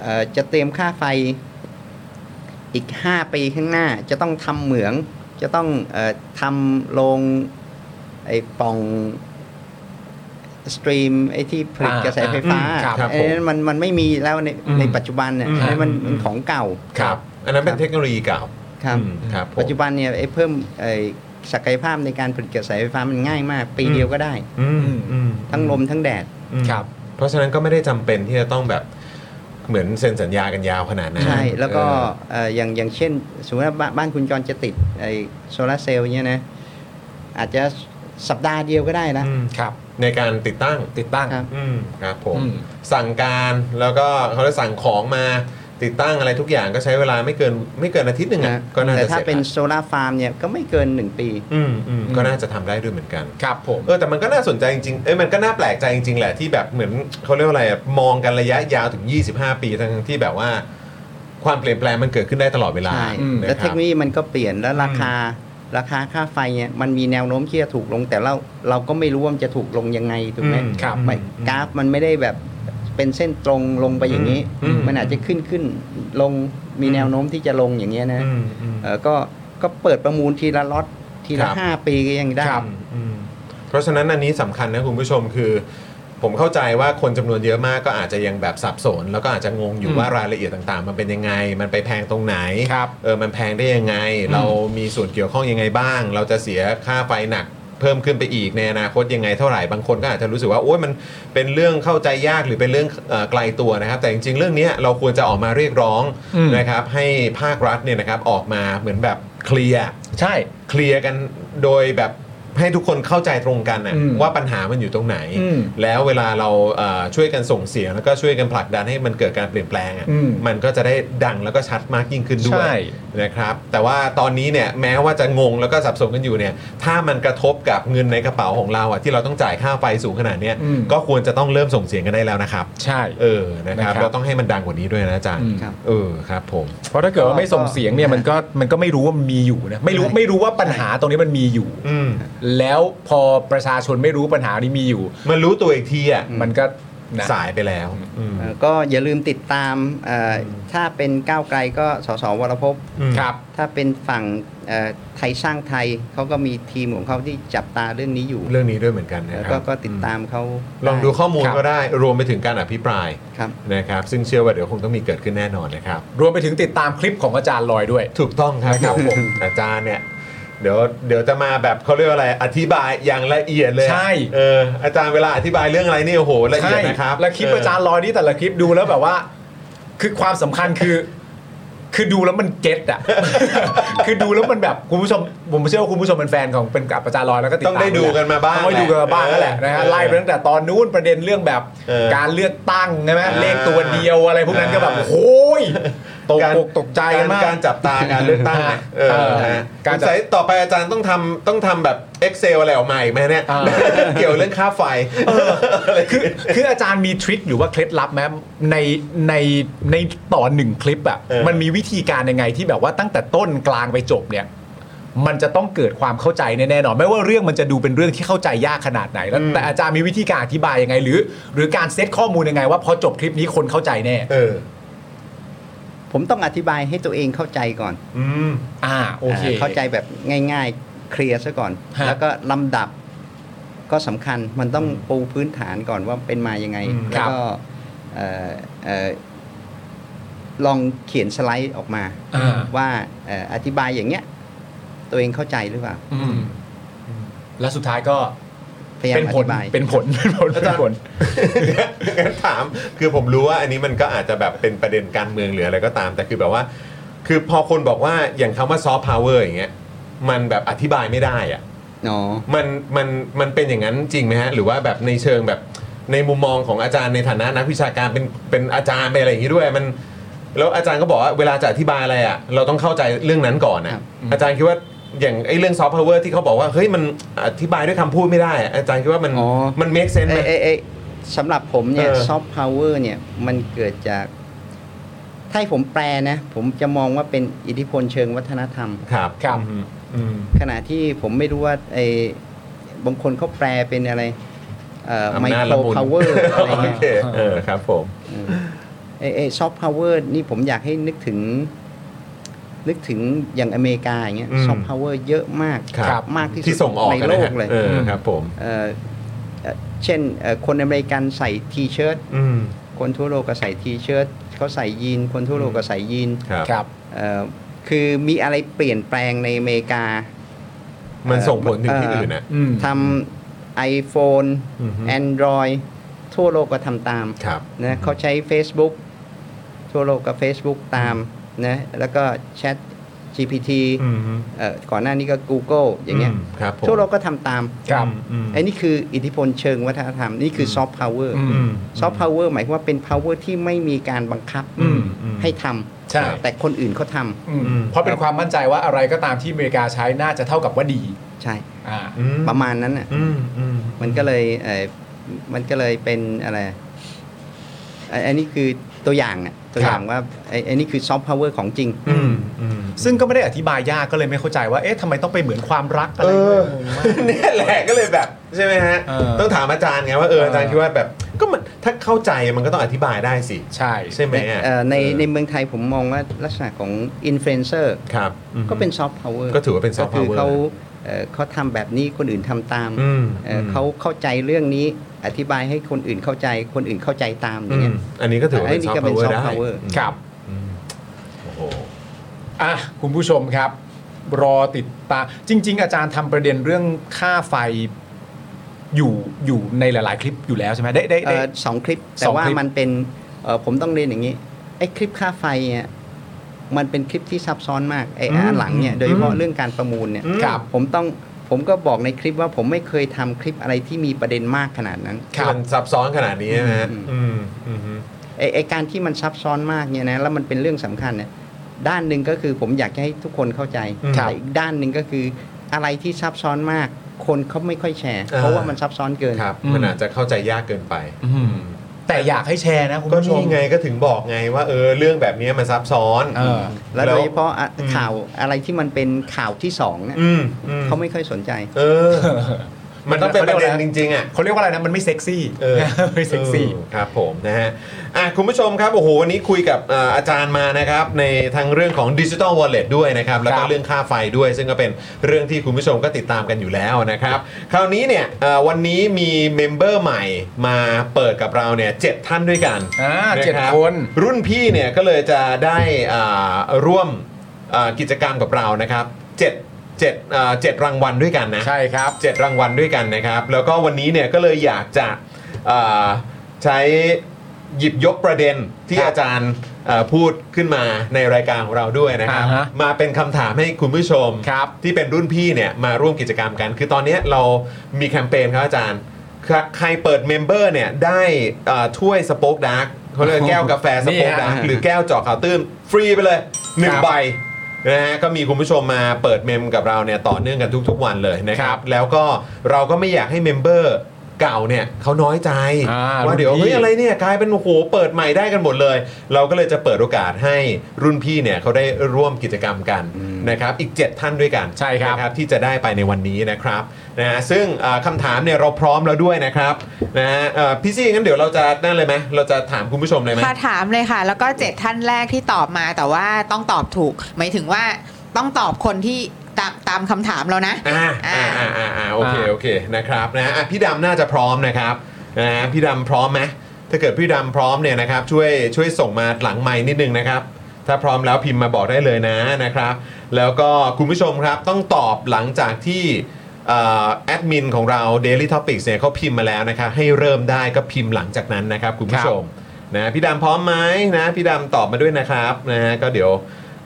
เอ่อจะเตรียมค่าไฟอีก 5 ปีข้างหน้า จะต้องทำเหมือง จะต้องเออทำโรงไอ้ปล่องสตรีมไอ้ที่ผลิต อ่าก ระแสไฟฟ้า อืมครับ ไอ้นั้นมันมันไม่มีแล้วใน อืม ในปัจจุบันเนี่ย อืม ไอ้มันมันของเก่า ครับ อันนั้นเป็นเทคโนโลยีเก่า ครับ อืมครับผม ปัจจุบันเนี่ยไอ้เพิ่มไอ้ศักยภาพในการผลิตกระแสไฟฟ้ามันง่ายมาก ปีเดียวก็ได้ อืมอืม ทั้งลมทั้งแดด อืม ครับ เพราะฉะนั้นก็ไม่ได้จำเป็นที่จะต้องแบบเหมือนเซ็นสัญญากันยาวขนาดนั้น ใช่ แล้วก็ เออ เอ่ออย่างอย่างเช่น สมมติว่าบ้านบ้านคุณจรจะติดไอ้โซลาร์เซลล์เนี่ยนะ อาจจะสัปดาห์เดียวก็ได้นะ อืม ครับ ในการติดตั้ง ติดตั้ง ครับ อืมครับผม อืม สั่งการแล้วก็เขาจะสั่งของมาติดตั้งอะไรทุกอย่างก็ใช้เวลาไม่เกินไม่เกินอาทิตย์หนึ่งอะ นะ ก็น่า แต่ จะ ถ้า เสร็จ เป็น ละ โซลาร์ฟาร์มเนี่ยก็ไม่เกิน 1 ปี อืมอืมก็น่าจะทำได้ด้วยเหมือนกัน ครับผม เออแต่มันก็น่าสนใจจริงๆเอ้ยมันก็น่าแปลกใจจริงๆแหละที่แบบเหมือนเขาเรียกว่าอะไรอะมองกันระยะยาวถึง 25 ปีทั้งที่แบบว่า ความเปลี่ยนแปลงมันเกิดขึ้นได้ตลอดเวลา ใช่ อืม แล้ว นะค เท รั ค บ โนโลยีมันก็เปลี่ยนแล้วราคาราคาค่าไฟเนี่ยมันมีแนวโน้มที่จะถูกลง แต่เราเราก็ไม่รู้ว่ามันจะถูกลงยังไงถูกไหม อื ครับ ไม่กราฟมันไม่ได้แบบเป็นเส้นตรงลงไปอย่างนี้ อืม มันอาจจะขึ้นขึ้นลงมีแนวโน้มที่จะลงอย่างเงี้ยนะ อืมอืม เออก็ก็เปิดประมูลทีละล็อตที ค ละ รับ ห้าปีก็ยังได้ อืมเพราะฉะนั้นอันนี้สำคัญนะคุณผู้ชมคือ ผมเข้าใจว่าคนจำนวนเยอะมากก็อาจจะยังแบบสับสน แล้วก็อาจจะงงอยู่ว่ารายละเอียดต่างๆ มันเป็นยังไง มันไปแพงตรงไหน ครับ เออมันแพงได้ยังไง เรามีส่วนเกี่ยวข้องยังไงบ้าง เราจะเสียค่าไฟหนักเพิ่มขึ้นไปอีกในอนาคตยังไงเท่าไหร่บางคนก็อาจจะรู้สึกว่าโอ๊ยมันเป็นเรื่องเข้าใจยากหรือเป็นเรื่องเอ่อไกลตัวนะครับ แต่จริงๆเรื่องเนี้ยเราควรจะออกมาเรียกร้อง อืม นะครับให้ภาครัฐเนี่ยนะครับออกมาเหมือนแบบเคลียร์ ใช่ เคลียร์กันโดยแบบให้ทุกคนเข้าใจตรงกันนะ อืม ว่าปัญหามันอยู่ตรงไหน อืม แล้วเวลาเราเอ่อช่วยกันส่งเสียง แล้วก็ช่วยกันผลักดันให้มันเกิดการเปลี่ยนแปลงอะ อืม มันก็จะได้ดังแล้วก็ชัดมากยิ่งขึ้นด้ว ใช่ ยนะครับแต่ว่าตอนนี้เนี่ยแม้ว่าจะงงแล้วก็สับสนกันอยู่เนี่ยถ้ามันกระทบกับเงินในกระเป๋าของเราอะที่เราต้องจ่ายค่าไฟสูงขนาดเนี้ยก็ควรจะต้องเริ่มส่งเสียงกันได้แล้วนะครับ ใช่ เออนะครับ นะครับ เราต้องให้มันดังกว่านี้ด้วยนะอาจารย์ อืม ครับ เออครับผม เพราะถ้าเกิดว่าไม่ส่งเสียงเนี่ยมันก็มันก็ไม่รู้ว่ามันมีอยู่นะไม่รู้ไม่รู้ว่าปัญหาตรงนี้มันมีอยู่ อืม แล้วพอประชาชนไม่รู้ปัญหานี้มีอยู่ มันรู้ตัวอีกทีอ่ะ มันก็นะ สายไปแล้วอืม เอ่อก็อย่าลืมติดตามเอ่อถ้าเป็นก้าวไกลก็สสวรพพ อืม ครับ ถ้าเป็นฝั่งเอ่อไทยสร้างไทยเขาก็มีทีมของเขาที่จับตาเรื่องนี้อยู่ เรื่องนี้ด้วยเหมือนกันนะ แล้ว ค ก็ รับ ก็ติดตามเขา ลองดูข้อมูล ครับ ก็ได้รวมไปถึงการอภิปราย ครับ นะครับ ซึ่งเชื่อว่าเดี๋ยวคงต้องมีเกิดขึ้นแน่นอนนะครับ รวมไปถึงติดตามคลิปของอาจารย์ลอยด้วย ถูกต้องครับครับ (laughs) ผมอาจารย์เนี่ย เดี๋ยวเดี๋ยวจะมาแบบเขาเรียกว่าอะไรอธิบายอย่างละเอียดเลย ใช่ เอออาจารย์เวลาอธิบายเรื่องอะไรนี่โอ้โหละเอียดนะครับ และคลิป เ อาจารย์ลอยนี่แต่ละคลิปดูแล้วแบบว่า คือความสำคัญคือ คือดูแล้วมันเก็ตอ่ะ (laughs) คือดูแล้วมันแบบคุณผู้ชมผมเชื่อว่าคุณผู้ชมเป็นแฟนของเป็นกับอาจารย์ลอยแล้วก็ติดตาต้มองได้ดูกันมาบ้าง ต้องได้ดูกันมาบ้างนั่นแหละนะฮะ เออ ไล่ไปตั้งแต่ตอนนู้นประเด็นเรื่องแบบ เออ การเลือกตั้งใช่ไหม อ่า เลขตัวเดียวอะไรพวกนั้นก็แบบ อ่า โอ้ยตก าร อกตกใจกันมาก การจับตาการเลือกตั้งเนี่ยเออ เออ นะฮะ กา การ ร จับ ใช้ต่อไปอาจารย์ต้องทำต้องทำแบบ Excel อะไรออกมาอีกไหมเนี่ย เกี่ยวเรื่องค่าไฟ คือคืออาจารย์มีทริคหรือว่าเคล็ดลับไหมในในในต่อหนึ่งคลิปอ่ะ เออ มันมีวิธีการยังไงที่แบบว่าตั้งแต่ต้นกลางไปจบเนี่ย มันจะต้องเกิดความเข้าใจแน่ๆหนอนไม่ว่าเรื่องมันจะดูเป็นเรื่องที่เข้าใจยากขนาดไหนแล้วแต่อาจารย์มีวิธีการอธิบายยังไง หรือ หรือการเซตข้อมูลยังไง ว่าพอจบคลิปนี้คนเข้าใจแน่ เออ ผมต้องอธิบายให้ตัวเองเข้าใจก่อน อืม อ่าโอเค าเข้าใจแบบง่ายๆ เคลียร์ซะก่อน ฮะ แล้วก็ลำดับก็สำคัญมันต้องปูพื้นฐานก่อนว่าเป็นมายังไง อืม แล้วก็ ครับ เอ่อเอ่อลองเขียนสไลด์ออกมา อ่า ว่าเอ่ออธิบายอย่างเงี้ย ตัวเองเข้าใจหรือเปล่า อืมแล้วสุดท้ายก็ พยายาม เป็น อ ผล ธิบาย เป็นผล (laughs) เป็นผลเป็นผล (laughs) งั้นถามคือผมรู้ว่าอันนี้มันก็อาจจะแบบเป็นประเด็นการเมืองหรืออะไรก็ตาม แต่คือแบบว่า คือพอคนบอกว่าอย่างคำว่าซอฟต์พาวเวอร์อย่างเงี้ยมันแบบอธิบายไม่ได้อะ อ๋อ มันมันมันเป็นอย่างนั้นจริงไหมฮะ หรือว่าแบบในเชิงแบบในมุมมองของอาจารย์ในฐานะนักวิชาการเป็นเป็นอาจารย์เป็นอะไรอย่างนี้ด้วยมัน แล้วอาจารย์ก็บอกว่าเวลาจะอธิบายอะไรอ่ะเราต้องเข้าใจเรื่องนั้นก่อน ครั นะ บ อาจารย์คิดว่าอย่างไอ้เรื่องซอฟต์พาวเวอร์ที่เขาบอกว่าเฮ้ยมันอธิบายด้วยคำพูดไม่ได้อะอาจารย์คิดว่ามัน อ๋อ มันเมคเซนไหม เอ้ยเอ้ยเอ้ยสำหรับผมเนี่ย เออ ซอฟต์พาวเวอร์เนี่ย มันเกิดจากถ้าให้ผมแปลนะ ผมจะมองว่าเป็นอิทธิพลเชิงวัฒนธรรม ครับ ครับ อืมอืม ขณะที่ผมไม่รู้ว่าไอ้บางคนเขาแปลเป็นอะไรไม อำนาจ โคละรมุน พาวเวอร์อะไร โอ เงี้ย (laughs) เคเออครับผม ไอ้ซอฟต์พาวเวอร์นี่ผมอยากให้นึกถึง นึกถึงอย่างอเมริกาอย่างเงี้ย อืม ซอฟต์พาวเวอร์เยอะมาก ครับ มากที่ ที่ สุ ส่ ด งออก ใน กัน โล นะ ก ฮะ เลย เออครับผม เอ่อเอ่อเช่นเอ่อคนอเมริกันใส่ทีเชิ้ต อืม คนทั่วโลกก็ใส่ทีเชิ้ตเขาใส่ยีน คนทั่วโลกก็ใส่ยีน ครับ ครับ เอ่อคือมีอะไรเปลี่ยนแปลงในอเมริกา มันส่งผลถึงที่อื่นนะ อืม ทำ iPhone อือฮึ Android ทั่วโลกก็ทำตาม ครับ นะเขาใช้ Facebook ทั่วโลกก็ Facebook ตามนะแล้วก็ Chat GPT อืม เอ่อก่อนหน้านี้ก็ Google อย่างเงี้ย มครับผม ทั่วโลกก็ทำตาม ครับ อืม ไอ้นี่คืออิทธิพลเชิงวัฒนธรรม นี่คือซอฟต์พาวเวอร์ อื อื ม ม ซอฟต์พาวเวอร์หมายความว่าเป็นพาวเวอร์ที่ไม่มีการบังคับ อืม ให้ท ใช่ ำแต่คนอื่นเขาท อืม อืม เพราะเป็นความมั่นใจว่าอะไรก็ตามที่อเมริกาใช้น่าจะเท่ากับว่าดี ำใช่ อ่า อืม ประมาณนั้นน่ะ อืมอืม มันก็เลยเอ่อมันก็เลยเป็นอะไรไอ้ไอันนี้คือตัวอย่างอะตัวอย่างว่าไอ้ไอ้นี่คือซอฟต์พาวเวอร์ของจริง อืมอืม ซึ่งก็ไม่ได้อธิบายยากก็เลยไม่เข้าใจว่าเอ๊ะทำไมต้องไปเหมือนความรักอะไร เออ เออ เนี่ยแหละก็เลยแบบใช่ไหมฮะ เออ ต้องถามอาจารย์ไงว่าเออ เอออ อาจารย์คิดว่าแบบก็มันถ้าเข้าใจมันก็ต้องอธิบายได้สิ ใช่ ใช่ไหม ใน อะ เอ่อใน เออ ในเมืองไทยผมมองว่าลักษณะของอินฟลูเอนเซอร์ ครับอืม ก็เป็นซอฟต์พาวเวอร์ ก็ถือว่าเป็น soft ก็คื power เขาเอ่อเขาทำแบบนี้คนอื่นทำตาม อืม เอ่ออ ม เขาเข้าใจเรื่องนี้ อธิบายให้คนอื่นเข้าใจคนอื่นเข้าใจตามออืย่างเงี้ ม ย อันนี้ก็ถือว่า อั เป็น น นี้ ซอฟต์ก็เป็ พานวเวอร์ได้ soft power ครับ อืมโอ้โห อ่ะคุณผู้ชมครับ รอติดตามจริง ๆ อาจารย์ทำประเด็นเรื่องค่าไฟอยู่อยู่ในหลาย ๆ คลิปอยู่แล้วใช่ไหมได้ได้ เอ่ ได้ อสองคลิป ส แต่ อง ว่า คลิป มันเป็นเอ่อผมต้องเรียนอย่างนี้ไอ้คลิปค่าไฟเนี่ยมันเป็นคลิปที่ซับซ้อนมากไอ้ อืม อันหลังเนี่ยโดยเฉพาะ อืม เรื่องการประมูลเนี่ย อืมครับ ผมต้องผมก็บอกในคลิปว่าผมไม่เคยทำคลิปอะไรที่มีประเด็นมากขนาดนั้น มันซับซ้อนขนาดนี้นะฮะอืมอืมอืม ไอ้ไอ้การที่มันซับซ้อนมากเนี่ยนะแล้วมันเป็นเรื่องสำคัญเนี่ยด้านหนึ่งก็คือผมอยากจะให้ทุกคนเข้าใจ ครับ แต่อีกด้านหนึ่งก็คืออะไรที่ซับซ้อนมาก คนเขาไม่ค่อยแชร์ เพราะ อ่า ว่ามันซับซ้อนเกิน ครับ มันอาจจะเข้าใจยากเกินไป แต่อยากให้แชร์นะคุณ ก็ ผู้ชม นี่ไงก็ถึงบอกไงว่าเออเรื่องแบบนี้มันซับซ้อน เออ แล้ว แล้ว โดยเฉพาะอ่ะข่าวอะไรที่มันเป็นข่าวที่สองเนี่ย อืมอืม เขาไม่ค่อยสนใจ เออ มันต้องเป็นประเด็นจริงๆอ่ะ (laughs) เขาเรียกว่าอะไรนะมันไม่เซ็กซี่ เออ (laughs) ไม่เซ็กซี่ ออครับผมนะฮะอ่ะคุณผู้ชมครับโอ้โหวันนี้คุยกับเอ่ออาจารย์มานะครับในทางเรื่องของดิจิ t a ลวอลเล็ตด้วยนะครับ แล้วก็ ครับ เรื่องค่าไฟด้วย ซึ่งก็เป็นเรื่องที่คุณผู้ชมก็ติดตามกันอยู่แล้วนะครับ คราวนี้เนี่ยเอ่อวันนี้มีเมมเบอร์ใหม่มาเปิดกับเราเนี่ยเจ็ดท่านด้วยกัน อ่าเจ็ด ะรับ คน รุ่นพี่เนี่ยก็เลยจะได้อ่าร่วมอ่ากิจกรรมกับเรานะครับเจ็ดเจ็ดอ่าเจ็ดรางวัลด้วยกันนะ ใช่ครับ เจ็ดรางวัลด้วยกันนะครับ แล้วก็วันนี้เนี่ยก็เลยอยากจะเอ่อใช้หยิบยกประเด็นที่ ครับ อาจารย์เอ่อพูดขึ้นมาในรายการของเราด้วยนะครับ อ่าฮะ มาเป็นคำถามให้คุณผู้ชม ครับ ที่เป็นรุ่นพี่เนี่ยมาร่วมกิจกรรมกัน คือตอนเนี้ยเรามีแคมเปญครับอาจารย์ใครใครเปิดเมมเบอร์เนี่ยได้เอ่อถ้วยสป็อกดาร์กเขาเรียกแก้วกาแฟส นี่ ป็อก ฮะ ดา (laughs) ร์กหรือแก้วเจาะข่าวตื้นฟรีไปเลยหนึ่ง ครับ ใบ นะฮะก็มีคุณผู้ชมมาเปิดเมมกับเราเนี่ยต่อเนื่องกันทุกๆวันเลยนะค ค รั รับ บ แล้วก็เราก็ไม่อยากให้เมมเบอร์เก่าเนี่ยเขาน้อยใจ อ่า ว่าเดี๋ยว รุ่นเฮ้พี่ยอะไรเนี่ยกลายเป็นโอ้โหเปิดใหม่ได้กันหมดเลย เราก็เลยจะเปิดโอกาสให้รุ่นพี่เนี่ยเขาได้ร่วมกิจกรรมกันนะครับอีก 7 ท่านด้วยกัน ใช่ครับ นะที่จะได้ไปในวันนี้นะครับนะฮะซึ่งเอ่อคำถามเนี่ยเราพร้อมแล้วด้วยนะครับนะฮะเอ่อพี่ซี่งั้นเดี๋ยวเราจะนั่นเลยไหมเราจะถามคุณผู้ชมเลยไหม ค่ะถามเลยค่ะ แล้วก็เจ็ดท่านแรกที่ตอบมาแต่ว่าต้องตอบถูก หมายถึงว่าต้องตอบคนที่ตามตามคำถามเรานะ อ่าอ่าอ่าอ่าอ่าโอเคโอเคนะครับนะอ่ะพี่ดำน่าจะพร้อมนะครับนะฮะพี่ดำพร้อมไหมถ้าเกิดพี่ดำพร้อมเนี่ยนะครับช่วยช่วยส่งมาหลังไม้นิดนึงนะครับ ถ้าพร้อมแล้วพิมพ์มาบอกได้เลยนะนะครับ แล้วก็คุณผู้ชมครับต้องตอบหลังจากที่เอ่อแอดมินของเรา Daily Topics เนี่ยเขาพิมพ์มาแล้วนะครับให้เริ่มได้ก็พิมพ์หลังจากนั้นนะครับคุณผู้ชมนะพี่ดำพร้อมไหมนะพี่ดำตอบมาด้วยนะครับนะฮะก็เดี๋ยว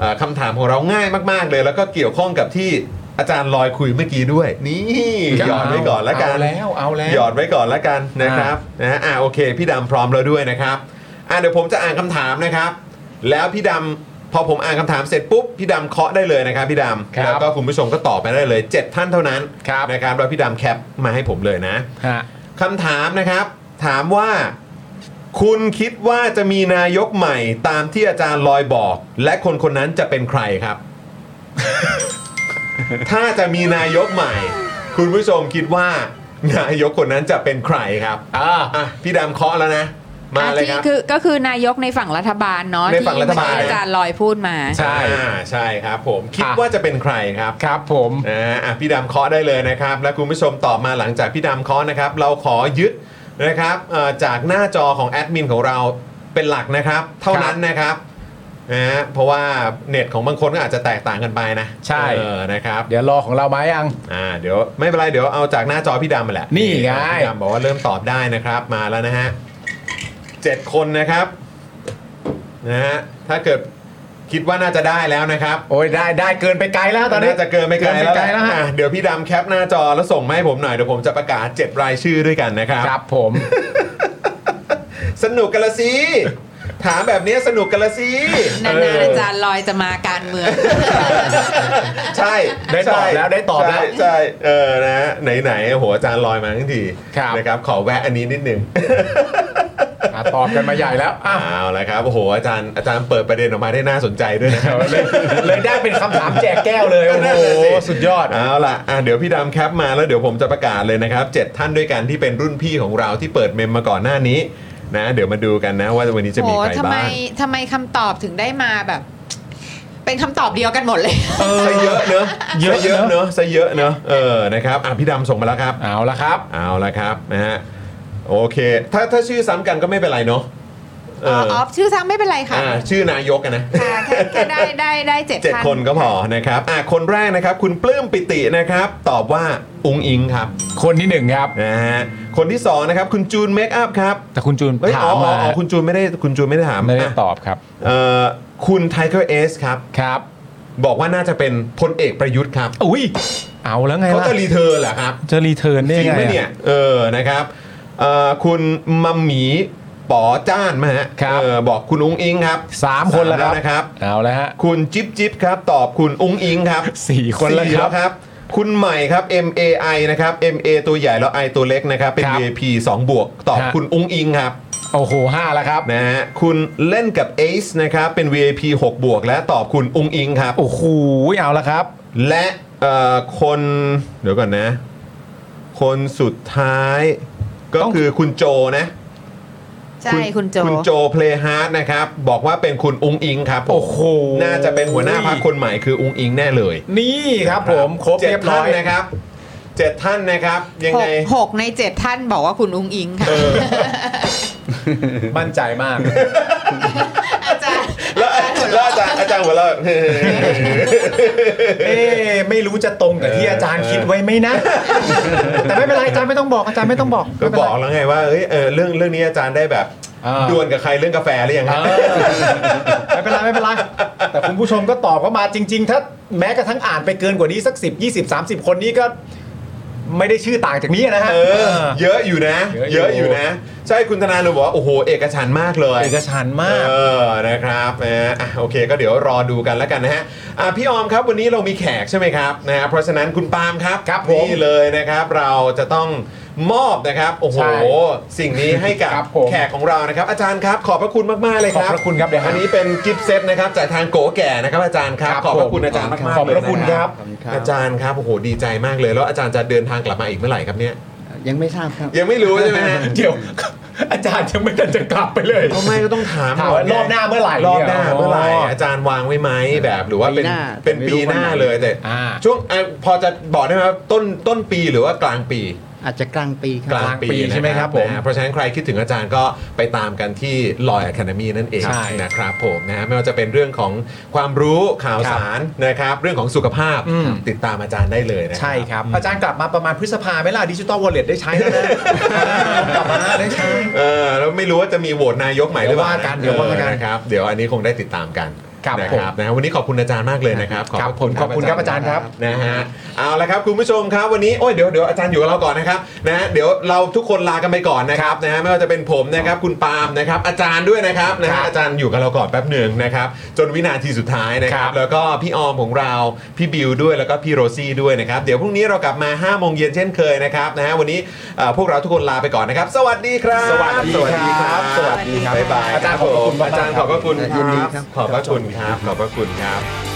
เอ่อคำถามของเราง่ายมาก ๆ เลย แล้วก็เกี่ยวข้องกับที่อาจารย์ลอยคุยเมื่อกี้ด้วย นี่หยอดไว้ก่อนละกัน เอาแล้วเอาแล้ว หยอดไว้ก่อนละกันนะครับนะฮะอ่าโอเค พี่ดำพร้อมแล้วด้วยนะครับอ่าเดี๋ยวผมจะอ่านคำถามนะครับ แล้วพี่ดำพอผมอ่านคำถามเสร็จปุ๊บพี่ดำเคาะได้เลยนะครับ พี่ด คำรับ แล้วก็คุณผู้ชมก็ตอบไปได้เลย 7 ท่านเท่านั้น ครับ นะครับแล้วพี่ดำแคปมาให้ผมเลยนะ ฮะ คำถามนะครับ ถามว่า คุณคิดว่าจะมีนายกใหม่ตามที่อาจารย์ลอยบอก และคนคนนั้นจะเป็นใครครับ (laughs) ถ้าจะมีนายกใหม่ คุณผู้ชมคิดว่า นายกคนนั้นจะเป็นใครครับ อ่า อ่ะพี่ดำเคาะแล้วนะ มา อ่ะ เลย ที่ ครับ คือก็คือนายกในฝั่งรัฐบาลเนาะ ในฝั่งรัฐบาล ที่อาจารย์ลอยพูดมา ใช่ อ่าใช่ครับ ผมคิด อ่ะ ว่าจะเป็นใครครับ ครับผม อ่าอ่ะพี่ดำเคาะได้เลยนะครับ และคุณผู้ชมตอบมาหลังจากพี่ดำเคาะนะครับ เราขอยึดนะครับเอ่อจากหน้าจอของแอดมินของเราเป็นหลักนะครับ เท่านั้นนะครับนะฮะเพราะว่าเน็ตของบางคนก็อาจจะแตกต่างกันไปนะ ใช่ เออนะครับ เดี๋ยวรอของเราไหมยัง อ่าเดี๋ยวไม่เป็นไรเดี๋ยวเอาจากหน้าจอพี่ดำมาแหละ นี่ไง พี่ดำบอกว่าเริ่มตอบได้นะครับมาแล้วนะฮะเจ็ดคนนะครับนะฮะถ้าเกิดคิดว่าน่าจะได้แล้วนะครับ โอ้ยได้ได้เกินไปไกลแล้วตอนนี้ น่าจะเกินไปไกลแล้ว เกินไปไกลแล้วฮะ อ่ะเดี๋ยวพี่ดำแคปหน้าจอแล้วส่งมาให้ผมหน่อย เดี๋ยวผมจะประกาศ 7 รายชื่อด้วยกันนะครับ ครับผม สนุกกันละสิ ถามแบบนี้สนุกกันละสิ นานๆอาจารย์ลอยจะมาการเมือง ใช่ ได้ตอบแล้วได้ตอบแล้ว ใช่ใช่เออนะฮะไหนๆโอ้โหอาจารย์ลอยมาทั้งที ครับ นะครับ ขอแวะอันนี้นิดนึง อ่ะตอบกันมาใหญ่แล้วอ่ะ เอาละครับโอ้โหอาจารย์อาจารย์เปิดประเด็นออกมาได้น่าสนใจด้วยนะครับ เลยเลยได้เป็นคำถามแจกแก้วเลยโอ้ นั่น โห น่ะสิ สุดยอด เอาล่ะอ่ะ เดี๋ยวพี่ดำแคปมาแล้วเดี๋ยวผมจะประกาศเลยนะครับ 7 ท่านด้วยกันที่เป็นรุ่นพี่ของเราที่เปิดเมมมาก่อนหน้านี้นะ เดี๋ยวมาดูกันนะว่าวันนี้จะมี โห ใคร ทำไม บ้าง ทำไมคำตอบถึงได้มาแบบ เป็นคำตอบเดียวกันหมดเลย ซะเยอะเนอะ เยอะ ซเยอะเนอะซะเยอะเนอะเออนะครับอ่ะพี่ดำส่งมาแล้วครับ เอาละครับ เอาละครับนะฮะ โอเค ถ้าถ้าชื่อซ้ำกันก็ไม่เป็นไรเนาะเอ อ๋อ อ ออฟชื่อซ้ำไม่เป็นไรค่ะ อ่าชื่อนายกอะนะ ค่ะแค่แค่ได้ได้ได้เจ็ด เจ็ด ท่า คนก็พอนะครับอ่ะคนแรกนะครับ คุณปลื้มปิตินะครับ ตอบว่าอุงอิงครับ คนที่หนึ่งครับ นะฮะคนที่สองนะครับ คุณจูนเมคอัพครับ แต่คุณจูน เอ้ย ถา อ๋อ ม อ๋อ มา อ๋อคุณจูนไม่ได้คุณจูนไม่ได้ถาม ไม่ได้ต ะ อบครับ เอ่อคุณไทเกอร์เอสครับ ครับ บอกว่าน่าจะเป็นพลเอกประยุทธ์ครับ อุ้ยเอาแล้วไง เขา ล่ะ จะรีเทอร์นเหรอครับ จะรีเทิร์นได้ จริ ยังง ไหม ไง เนี่ อะ ยเออนะครับเอ่อคุณมัมหมีป๋อจ้านมาฮะ ครับ เออบอกคุณอุ้งอิงครับ สามคนแล้วครับ นะครับ เอาแล้วฮะ คุณจิ๊บจิ๊บครับ ตอบคุณอุ้งอิงครับ สี่คนแล้วครับ สี่คุณใหม่ครับ M A I นะครับ M A ตัวใหญ่แล้ว I ตัวเล็กนะครับ เป็น ครับ V P 2 บวก ตอบ ฮะ คุณอุ้งอิงครับ โอ้โหห้าแล้วครับ นะฮะคุณเล่นกับ Ace นะครับเป็น V P 6 บวก และตอบคุณอุ้งอิงครับ โอ้โหเอาแล้วครับ และเอ่อคนเดี๋ยวก่อนนะ คนสุดท้าย ก็ ต้อง คือคุณโจนะ ใช่คุณโจ คุณโจเพลย์ฮาร์ดนะครับ บอกว่าเป็นคุณอุ้งอิงครับผม โอ้โห น่าจะเป็นหัวหน้าพรรคคนใหม่คืออุ้งอิงแน่เลย นี่ครับผมครบ เจ็ด เรียบร้ ท่า อน ย นะครับเจ็ดท่านนะครับ ยัง ห ไง กหกในเจ็ดท่านบอกว่าคุณอุ้งอิงค่ะ เออ มั่นใจมาก อาจารย์ แล้วแล้วอาจารย์อาจารย์หัวเราะ (laughs) เอ๊ะไม่รู้จะตรงกับที่อาจารย์คิดไว้ไหมนะ แต่ไม่เป็นไรอาจารย์ไม่ต้องบอกอาจารย์ไม่ต้องบอก ก็บอกแล้วไงว่าเอ้ยเออเรื่องเรื่องนี้อาจารย์ได้แบบดวลกับใครเรื่องกาแฟหรือยัง เอ ฮะ อไม่เป็นไรไม่เป็นไรแต่คุณผู้ชมก็ตอบเข้ามาจริง ๆ ถ้าแม้กระทั่งอ่านไปเกินกว่านี้สัก 10 20 30 คนนี้ก็ ไม่ได้ชื่อต่างจากนี้นะฮะ เออเยอะอยู่นะ เย เย อะ อะ ออยู่ยู่นะ ใช่คุณธนาเลยบอกว่า โอ้โห เอกฉันท์มากเลย เอกฉันท์มาก เออนะครับนะฮะอ่ะโอเคก็เดี๋ยวรอดูกันแล้วกันนะฮะอ่ะพี่ออมครับวันนี้เรามีแขกใช่ไหมครับนะฮะเพราะฉะนั้นคุณปาล์มครับ ครับผม นี่เลยนะครับ เราจะต้องมอบนะครับ โอ้โห ใช่ สิ่งนี้ให้กับ ครับผม แขกของเรานะครับ อาจารย์ครับขอบพระคุณมากๆเลยครับ ขอบพระคุณครับเดี๋ยวหา อันนี้เป็นกิฟต์เซตนะครับจากทางโกแก่นะครับอาจารย์ครับขอบพระคุณอาจารย์มากๆ ขอบ เลย พระ นะ คุณครับ ขอบคุณครับ อาจารย์ครับโอ้โหดีใจมากเลยแล้วอาจารย์จะเดินทางกลับมาอีกเมื่อไหร่ครับเนี่ย ยังไม่ทราบครับ ยังไม่รู้ใช่ไหมฮะ เดี๋ยว อาจารย์ยังไม่ทันจะกลับไปเลย ก็ไม่ก็ต้องถาม ถามว่ารอบหน้าเมื่อไหร่ รอบหน้าเมื่อไหร่ อ๋ออ อาจารย์วางไว้ไหมแบบหรือว่าเป็น ปีหน้า เป็น ไม่ปีรู้หน้า วันไหน เลยแต่ อ่า ช่วงอ่ะพอจะบอกได้ไหมว่าต้นต้นปีหรือว่ากลางปี อาจจะกลางปีค ก รับ ลางปี กลางปีใช่ไหมครับ นะ ผม เพราะฉะนั้นใครคิดถึงอาจารย์ก็ไปตามกันที่ลอย Academy นั่นเองนะครับผมนะไม่ว่าจะเป็นเรื่องของความรู้ข่าวสารนะครับ เรื่องของสุขภาพติดตามอาจารย์ได้เลยนะ ใช่ครับ อาจารย์กลับมาประมาณพฤษภาไหมล่ะดิจิตอลวอลเล็ตได้ใช้แล้วนะกลับมาได้ใช้ เออแล้วไม่รู้ว่าจะมีโหวตนายกใหม่หรือเปล่า เดี๋ยวว่ากันเดี๋ยวว่ากัน ออครับเดี๋ยวอันนี้คงได้ติดตามกัน ครับ นะ ผ ค ม รับนะวันนี้ขอบคุณอาจารย์มากเลยนะครับ ครับผมขอบคุณครับอาจารย์ครับ นะฮะเอาละครับคุณผู้ชมครับวันนี้โอ้ยเดี๋ยวเดี๋ยวอาจารย์อยู่กับเราก่อนนะครับนะเดี๋ยวเราทุกคนลากันไปก่อนนะครับนะฮะไม่ว่าจะเป็นผมนะครับคุณปาล์มนะครับอาจารย์ด้วยนะครับนะฮะอาจารย์อยู่กับเราก่อนแป๊บหนึ่งนะครับจนวินาทีสุดท้ายนะค ครั รับบ แล้วก็พี่ออมของเราพี่บิวด้วยแล้วก็พี่โรซี่ด้วยนะครับเดี๋ยวพรุ่งนี้เรากลับมา5้าโมงเย็นเช่นเคยนะครับนะฮะวันนี้เอ่อพวกเราทุกคนลาไปก่อนนะครับสวัสดีครับ สวัสดีครับ สวัสดีครับบ๊ายบาย อาจารย์ขอบพระคุณมากๆ อาจารย์ขอบพระคุณ ยินดี ค ครั รับ บขอบพระคุณครับขอบพระคุณครับ